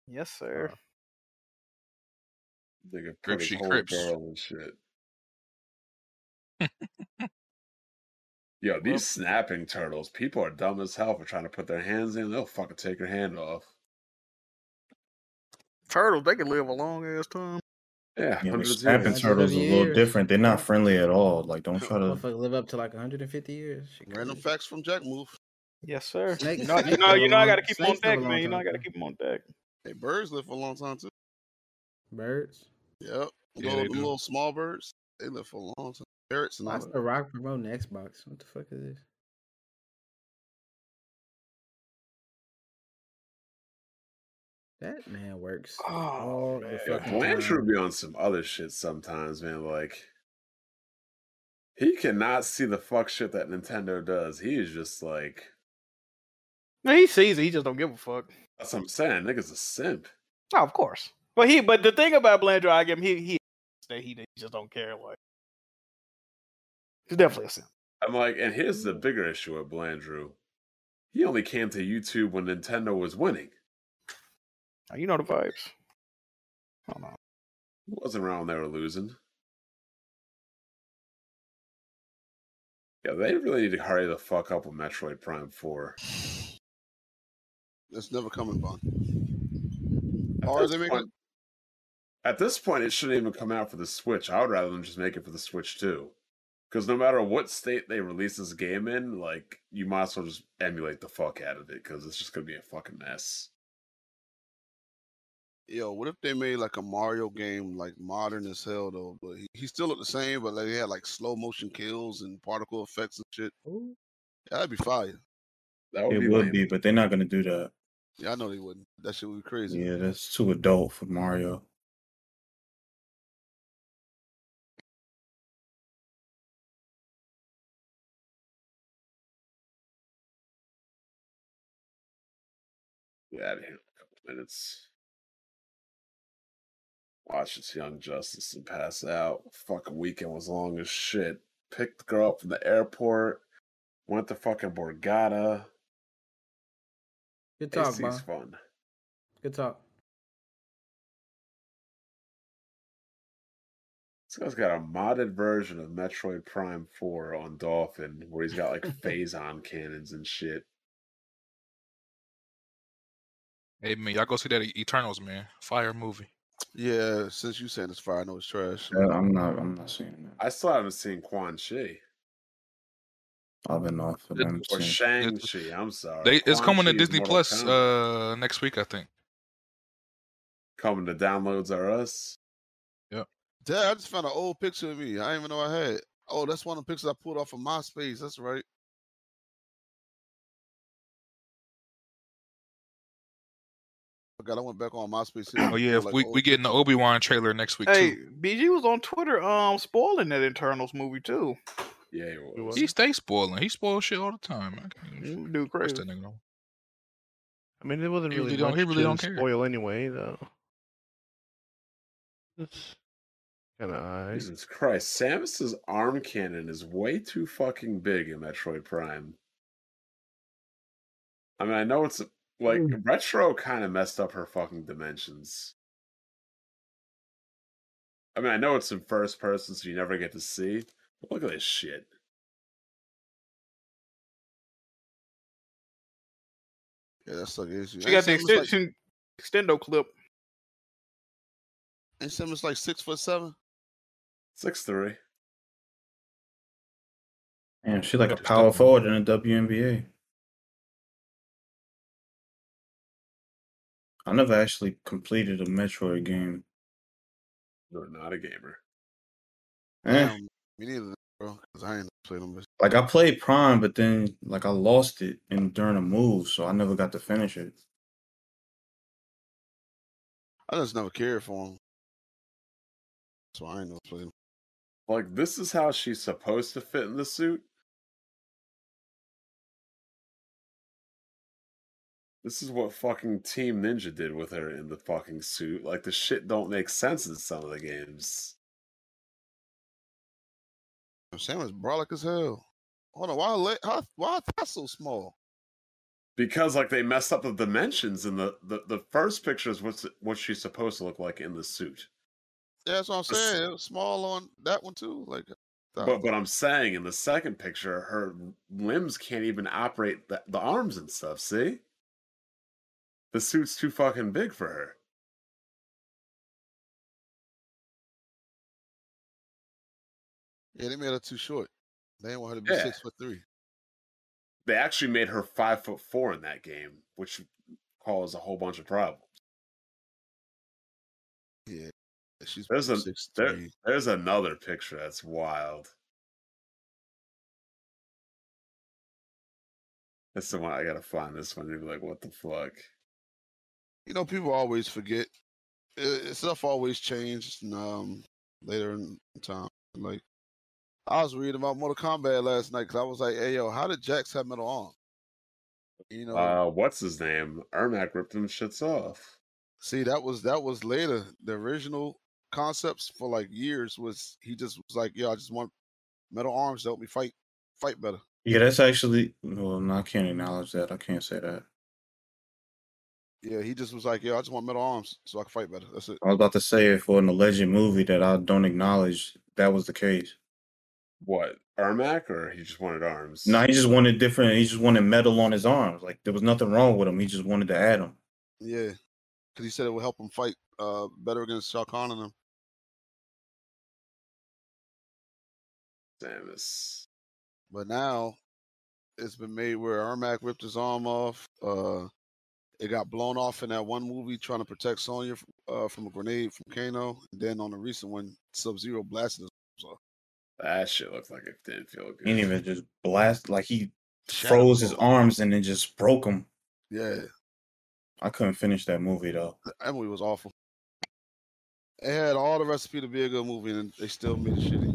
S4: Yes, sir.
S1: Nigga put
S12: Gripsy
S1: his whole
S12: Crips.
S1: barrel and shit. Yo, these snapping turtles, people are dumb as hell for trying to put their hands in. They'll fucking take your hand off.
S4: Turtles, they can live a long ass time.
S1: Yeah,
S7: Yeah, the
S1: hundreds of
S7: snapping
S1: years.
S7: turtles are a little
S10: years.
S7: different. They're not friendly at all. Like, don't try to.
S10: Motherfucker live up to like 150 years. Shit
S6: Random
S10: crazy.
S6: facts from Jack Move.
S4: Yes, sir.
S10: Snake- (laughs)
S4: You know, you
S10: snakes
S4: know,
S10: live
S4: you
S10: a
S4: know I
S10: long-
S4: got to keep 'em on
S10: snakes live
S4: deck,
S10: a long
S4: man. You know I got
S10: time.
S4: to keep 'em on deck.
S6: Hey, birds live for a long time too.
S10: Birds.
S6: Yep.
S10: Yeah,
S6: little,
S10: they do.
S6: little small birds, they live for a long time. Parrots and all
S10: Watch
S6: that.
S10: the Rock promoting Xbox. What the fuck is this? That man works.
S1: Oh,
S10: all the
S1: Yeah,
S10: fucking
S1: Blanchard
S10: time.
S1: be on some other shit sometimes, man. Like he cannot see the fuck shit that Nintendo does. He is just like
S4: Man, he sees it. He just don't give a fuck.
S1: that's what I'm saying. Nigga's a simp.
S4: No, of course. But he, but the thing about Blandro, I give him, he he that he, he just don't care. Like he's definitely a simp.
S1: I'm like, and here's the bigger issue with Blandrew. He only came to YouTube when Nintendo was winning.
S4: Now, you know the vibes. Hold on.
S1: He wasn't around when they were losing. Yeah, they really need to hurry the fuck up with Metroid Prime 4.
S6: That's never coming, Bond. Or they make it.
S1: At this point, it shouldn't even come out for the Switch. I would rather them just make it for the Switch too, because no matter what state they release this game in, like you might as well just emulate the fuck out of it, because it's just gonna be a fucking mess.
S6: Yo, what if they made like a Mario game, like modern as hell though, but he, he still looked the same, but like he had like slow motion kills and particle effects and shit. Yeah, that'd be fire.
S1: That
S7: It would be, but they're not gonna do that.
S6: Yeah, I know they wouldn't. That shit would be crazy.
S7: Yeah, that's too adult for Mario.
S1: Get out of here in a couple minutes. Watch this young justice and pass out. Fucking weekend was long as shit. Picked the girl up from the airport. Went to fucking Borgata.
S10: Good talk,
S1: AC's
S10: Bob.
S1: fun.
S10: Good talk.
S1: This guy's got a modded version of Metroid Prime 4 on Dolphin where he's got like phazon cannons and shit.
S12: Hey man, y'all go see that E- Eternals man, fire movie.
S6: Yeah, since you saying it's fire, I know it's trash.
S7: Yeah, I'm not. I'm not seeing
S1: I still haven't seen Quan Chi.
S7: that. I've been off of them.
S1: Or
S7: since-
S1: Shang-Chi, I'm sorry.
S12: They it's
S1: Quan
S12: coming to
S1: Chi is
S12: Disney
S1: Mortal
S12: Plus
S1: Kombat.
S12: uh next week, I think.
S1: coming to Downloads R Us.
S6: Dad, I just found an old picture of me. I didn't even know I had. Oh, that's one of the pictures I pulled off of MySpace. That's right. I I went back on MySpace.
S12: Oh yeah, if we we getting the Obi Wan trailer next week
S4: Hey,
S12: too.
S4: BG was on Twitter, um, spoiling that Internals movie too.
S1: Yeah,
S12: He stays spoiling. He spoils shit all the time. man. I can't even-
S4: Dude,
S12: what's
S4: crazy.
S12: that nigga?
S9: I mean, it wasn't
S12: He
S9: really,
S12: really don't-
S9: much
S12: he really
S9: to
S12: don't care.
S9: spoil anyway, though.
S7: Eh.
S9: It's kind of odd.
S1: Jesus Christ, Samus's arm cannon is way too fucking big in Metroid Prime. I mean, I know it's like retro kind of messed up her fucking dimensions. I mean, I know it's in first person, so you never get to see. But look at this shit.
S6: Yeah, that's like issue.
S4: She got the extension, extendo clip.
S6: And Simmons like six foot seven.
S1: Six three.
S7: Damn, she's like a power forward in the WNBA. I never actually completed a Metroid game.
S1: You're not a gamer.
S7: Eh.
S6: Damn, me neither, bro. Cause I ain't played them. bitches.
S7: Like I played Prime, but then like I lost it in during a move, so I never got to finish it.
S6: I just never cared for him. So I ain't never played him.
S1: Like this is how she's supposed to fit in the suit. This is what fucking Team Ninja did with her in the fucking suit. Like the shit don't make sense in some of the games.
S6: Sam is brolic as hell. Hold on, why her leg, how, why her thighs so small?
S1: Because like they messed up the dimensions in the the, the first picture is what's what she's supposed to look like in the suit.
S6: Yeah, that's what I'm saying. It was small on that one too. Like,
S1: But but I'm saying in the second picture, her limbs can't even operate the, the arms and stuff. See, the suit's too fucking big for her.
S6: yeah, they made her too short. They didn't want her to be
S1: Yeah.
S6: six foot three.
S1: They actually made her five foot four in that game, which caused a whole bunch of problems.
S6: Yeah, she's
S1: there's a there, there's another picture that's wild. That's the one I gotta find. This one, you're like, what the fuck?
S6: You know, people always forget. Uh, Stuff always changes. and, Um, later in time, like I was reading about Mortal Kombat last night because I was like, "Hey, yo, how did Jax have metal arm?" You know,
S1: Uh, what's his name? Ermac ripped them shits off.
S6: See, that was that was later. The original concepts for like years was he just was like, "Yo, I just want metal arms to help me fight fight better."
S7: Yeah, that's actually. Well, no, I can't acknowledge that. I can't say that.
S6: Yeah, he just was like, "Yo, I just want metal arms so I can fight better." That's it.
S7: I was about to say for an alleged movie that I don't acknowledge that was the case.
S1: What Ermac, or he just wanted arms?
S7: No, he just wanted different. He just wanted metal on his arms. Like there was nothing wrong with him. He just wanted to add them.
S6: Yeah, because he said it would help him fight uh better against Shao Kahn and him.
S1: Samus.
S6: But now it's been made where Ermac ripped his arm off. Uh, it got blown off in that one movie trying to protect Sonya f- uh, from a grenade from Kano. And then on the recent one, Sub Zero blasted his arms off.
S1: That shit looked like it didn't feel
S7: He didn't even just blast. Like he
S6: Shadow
S7: froze his arms and then just broke them.
S6: Yeah,
S7: I couldn't finish that movie though.
S6: that movie was awful. It had all the recipe to be a good movie, and they still made it shitty.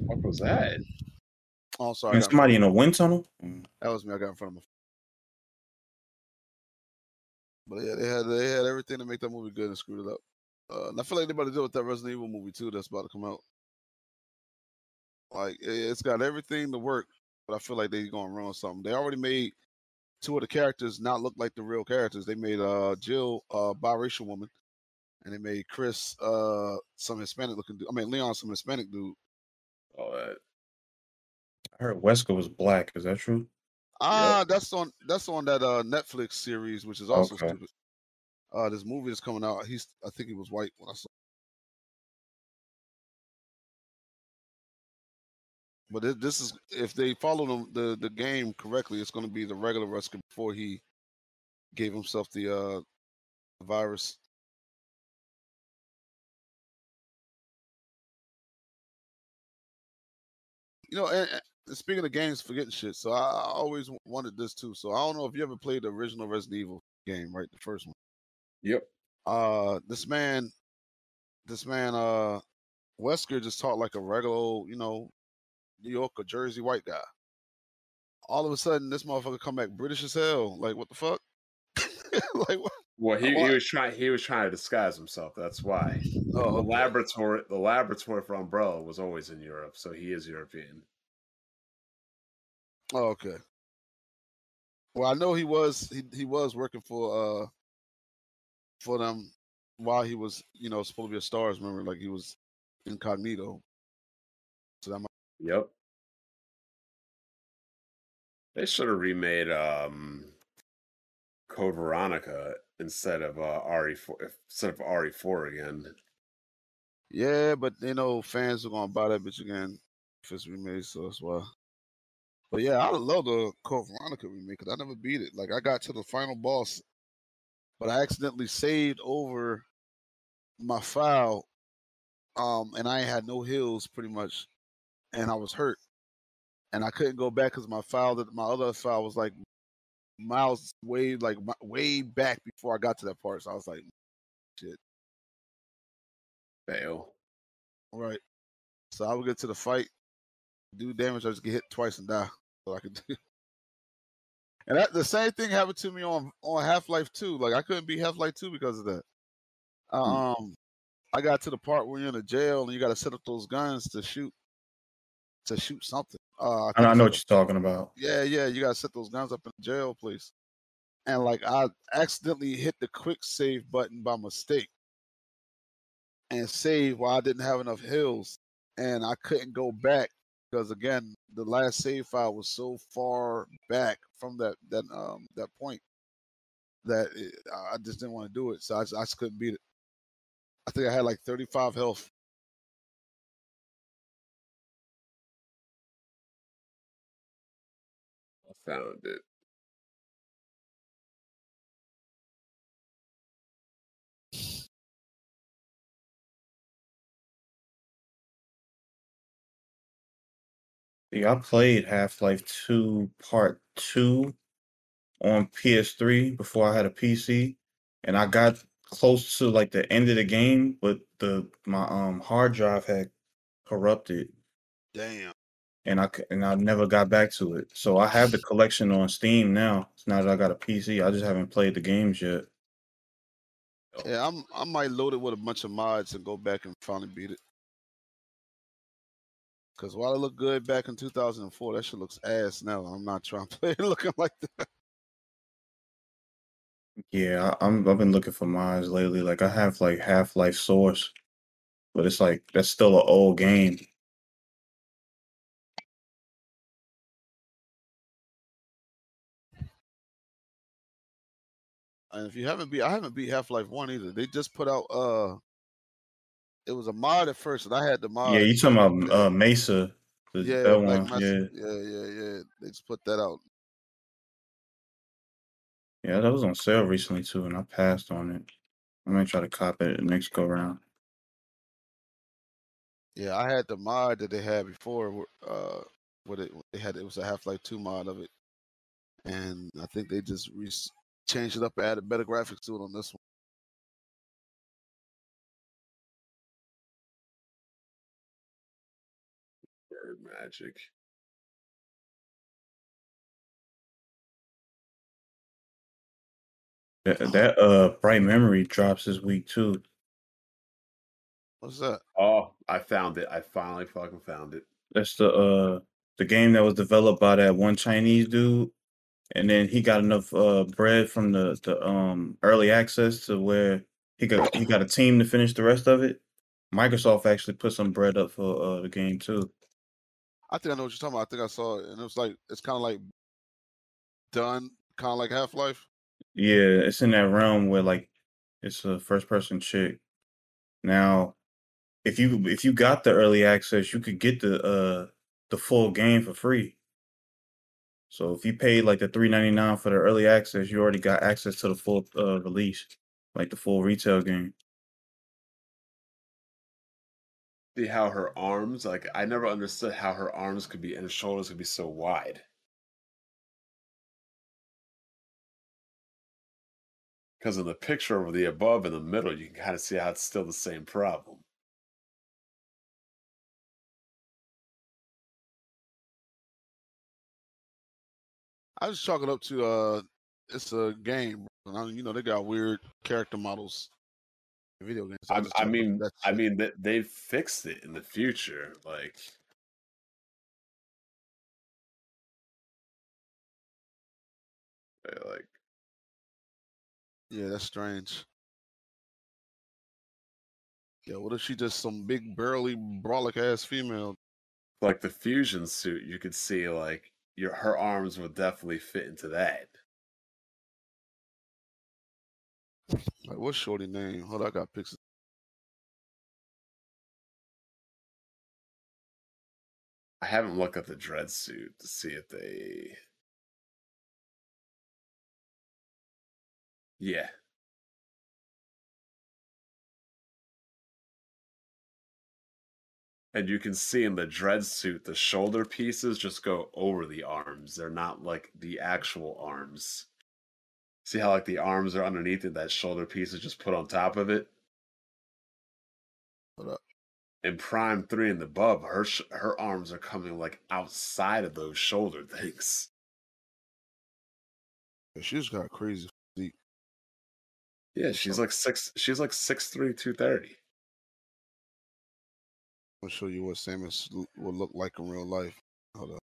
S1: What was that?
S6: Oh, I'm sorry. I
S7: And
S6: got in
S7: somebody in
S6: front
S7: a
S6: of-
S7: wind tunnel.
S6: That was me. I got in front of my. But yeah, they had they had everything to make that movie good and screwed it up. Uh, and I feel like they about to deal with that Resident Evil movie too that's about to come out. Like it- it's got everything to work, but I feel like they're going to ruin something. They already made two of the characters not look like the real characters. They made uh Jill uh biracial woman, and they made Chris uh some Hispanic looking dude. I mean Leon some Hispanic dude.
S1: All right.
S7: I heard Wesker was black. Is that true?
S6: Ah, that's on that's on that uh Netflix series, which is also
S7: Okay.
S6: stupid. Uh, this movie is coming out. He's I think he was white when I saw. But thi- this is if they follow them, the the game correctly, it's going to be the regular Wesker before he gave himself the uh virus. You know, and, and speaking of games, forgetting shit. So I, I always w- wanted this too. So I don't know if you ever played the original Resident Evil game, right? The first one.
S1: Yep.
S6: Uh, this man, this man, uh, Wesker just talked like a regular, old, you know, New York or Jersey white guy. All of a sudden, this motherfucker come back British as hell. Like, what the fuck? (laughs) like, what?
S1: Well, he, he
S6: What?
S1: was trying he was trying to disguise himself. That's why.
S6: Oh,
S1: the laboratory the laboratory for Umbrella was always in Europe, so he is European.
S6: Oh, okay. Well, I know he was he he was working for uh for them while he was you know supposed to be a stars member, like he was incognito. So that might
S1: Yep. They should have remade
S16: uh
S1: um Code Veronica instead of uh RE4 if- instead of RE4 again.
S6: yeah, but you know fans are gonna buy that bitch again if it's remade, so that's why. But yeah, I love the Code Veronica remake 'cause I never beat it. Like I got to the final boss, but I accidentally saved over my file, um, and I had no heals pretty much, and I was hurt, and I couldn't go back because my file that my other file was like Miles way like my- way back before I got to that part. So I was like, shit. Fail. All right. So I will get to the fight, do damage. I just get hit twice and die. So I could do. (laughs) And that, the same thing happened to me on on Half Life Two. Like I couldn't beat Half Life Two because of that.
S7: Hmm.
S6: Um, I got to the part where you're in a jail and you got to set up those guns to shoot to shoot something. Uh,
S7: I know, I know what you're talking about.
S6: yeah, yeah, you gotta set those guns up in the jail place. And like I accidentally hit the quick save button by mistake and save while I didn't have enough hills and I couldn't go back because again the last save file was so far back from that that um that point that it, I I just didn't want to do it. So I just, I just couldn't beat it. I think I had like 35 health.
S1: I found it.
S7: See, I played Half Life 2 Part 2 on PS3 before I had a PC, and I got close to like the end of the game, but the my um hard drive had corrupted,
S6: Damn.
S7: and I c- and I never got back to it. So I have the collection on Steam now. Now that I got a PC, I just haven't played the games yet. Oh.
S6: Yeah, I'm I might load it with a bunch of mods and go back and finally beat it. Cause while it looked good back in 2004, that shit looks ass now. I'm not trying to (laughs) play it looking like that.
S7: Yeah, I, I'm I've been looking for mines lately. Like I have like Half Life Source, but it's like that's still an old game.
S6: And if you haven't beat, I haven't beat Half Life One either. They just put out uh, it was a mod at first, and I had the mod.
S7: yeah, you talking about uh Mesa? the-
S6: yeah,
S7: that
S6: Black
S7: one.
S6: Mesa-
S7: Yeah,
S6: yeah, yeah, yeah. They just put that out.
S7: yeah, that was on sale recently too, and I passed on it. I might try to cop it the next go round.
S6: Yeah, I had the mod that they had before. wh- Uh, what it they had it was a Half Life Two mod of it, and I think they just re- changed it up and added better graphics to it on this one.
S1: Bird magic.
S7: That, that uh Bright Memory drops this week too.
S6: What's that?
S1: Oh, I found it. I finally fucking found it.
S7: That's the uh the game that was developed by that one Chinese dude, and then he got enough uh bread from the the um early access to where he got he got a team to finish the rest of it. Microsoft actually put some bread up for uh the game too.
S6: I think I know what you're talking about. I think I saw it, and it was like it's kind of like done, kind of like Half Life.
S7: Yeah, it's in that realm where like it's a first person chick. Now, if you if you got the early access, you could get the uh the full game for free. So if you paid like the three ninety nine for the early access, you already got access to the full uh release, like the full retail game.
S1: See how her arms, like, I never understood how her arms could be and shoulders could be so wide. Because in the picture over the above in the middle, you can kind of see how it's still the same problem.
S6: I just chalk it up to uh, it's a game, and I, you know they got weird character models in video games. so
S1: I,
S6: just
S1: I
S6: chalk it up to
S1: mean,
S6: that
S1: I
S6: shit.
S1: mean, they, they fixed it in the future. Like, uh, like
S6: yeah, that's strange. Yeah, what if she just some big burly brolic ass female?
S1: like the fusion suit, you could see like your her arms would definitely fit into that.
S6: Like what's shorty name? Hold on, I got pictures.
S1: I haven't looked at the dread suit to see if they. Yeah, and you can see in the dread suit the shoulder pieces just go over the arms. They're not like the actual arms. See how like the arms are underneath it, that shoulder piece is just put on top of it. In Prime Three and the Bub, her sh- her arms are coming like outside of those shoulder things.
S17: She's got crazy physique.
S1: Yeah, she's like six. She's like six three, two thirty.
S17: I'll show you what Samus l- will look like in real life. Hold on.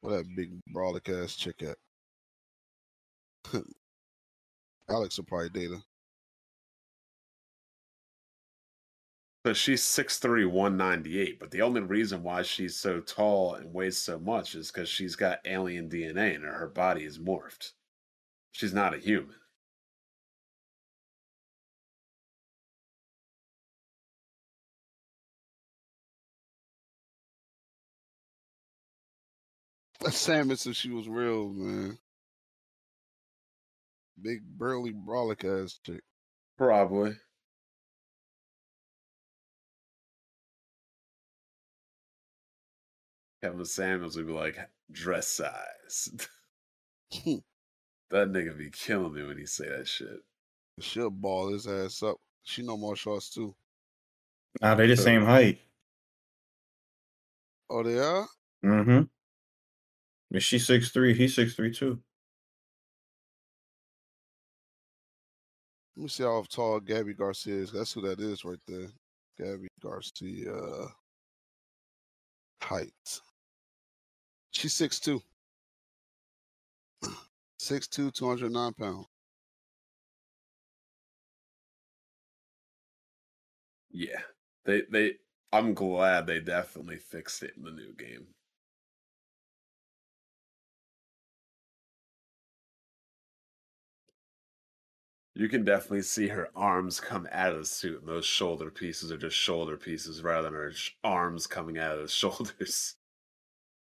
S17: Where that big brolic ass chick at? (laughs) Alex will probably date her.
S1: So she's 6'3", 198, but the only reason why she's so tall and weighs so much is because she's got alien DNA and her. Her body is morphed. She's not a human.
S17: That's Samus if she was real, man. Big burly brolic ass chick.
S1: Probably. Kevin Samuels would be like dress size. (laughs)
S17: (laughs)
S1: that nigga be killing me when he say that shit.
S17: She'll ball his ass up. She know martial arts too.
S7: Nah, they the same height.
S17: Oh, they are?
S7: Mm-hmm. But she's six three, he's six three too.
S17: Let me see how tall Gabby Garcia is. That's who that is right there. Gabby Garcia height. She's (clears throat) 6'2. 6'2, 209 pounds.
S1: Yeah, they they. I'm glad they definitely fixed it in the new game. You can definitely see her arms come out of the suit, and those shoulder pieces are just shoulder pieces rather than her sh- arms coming out of the (laughs) shoulders.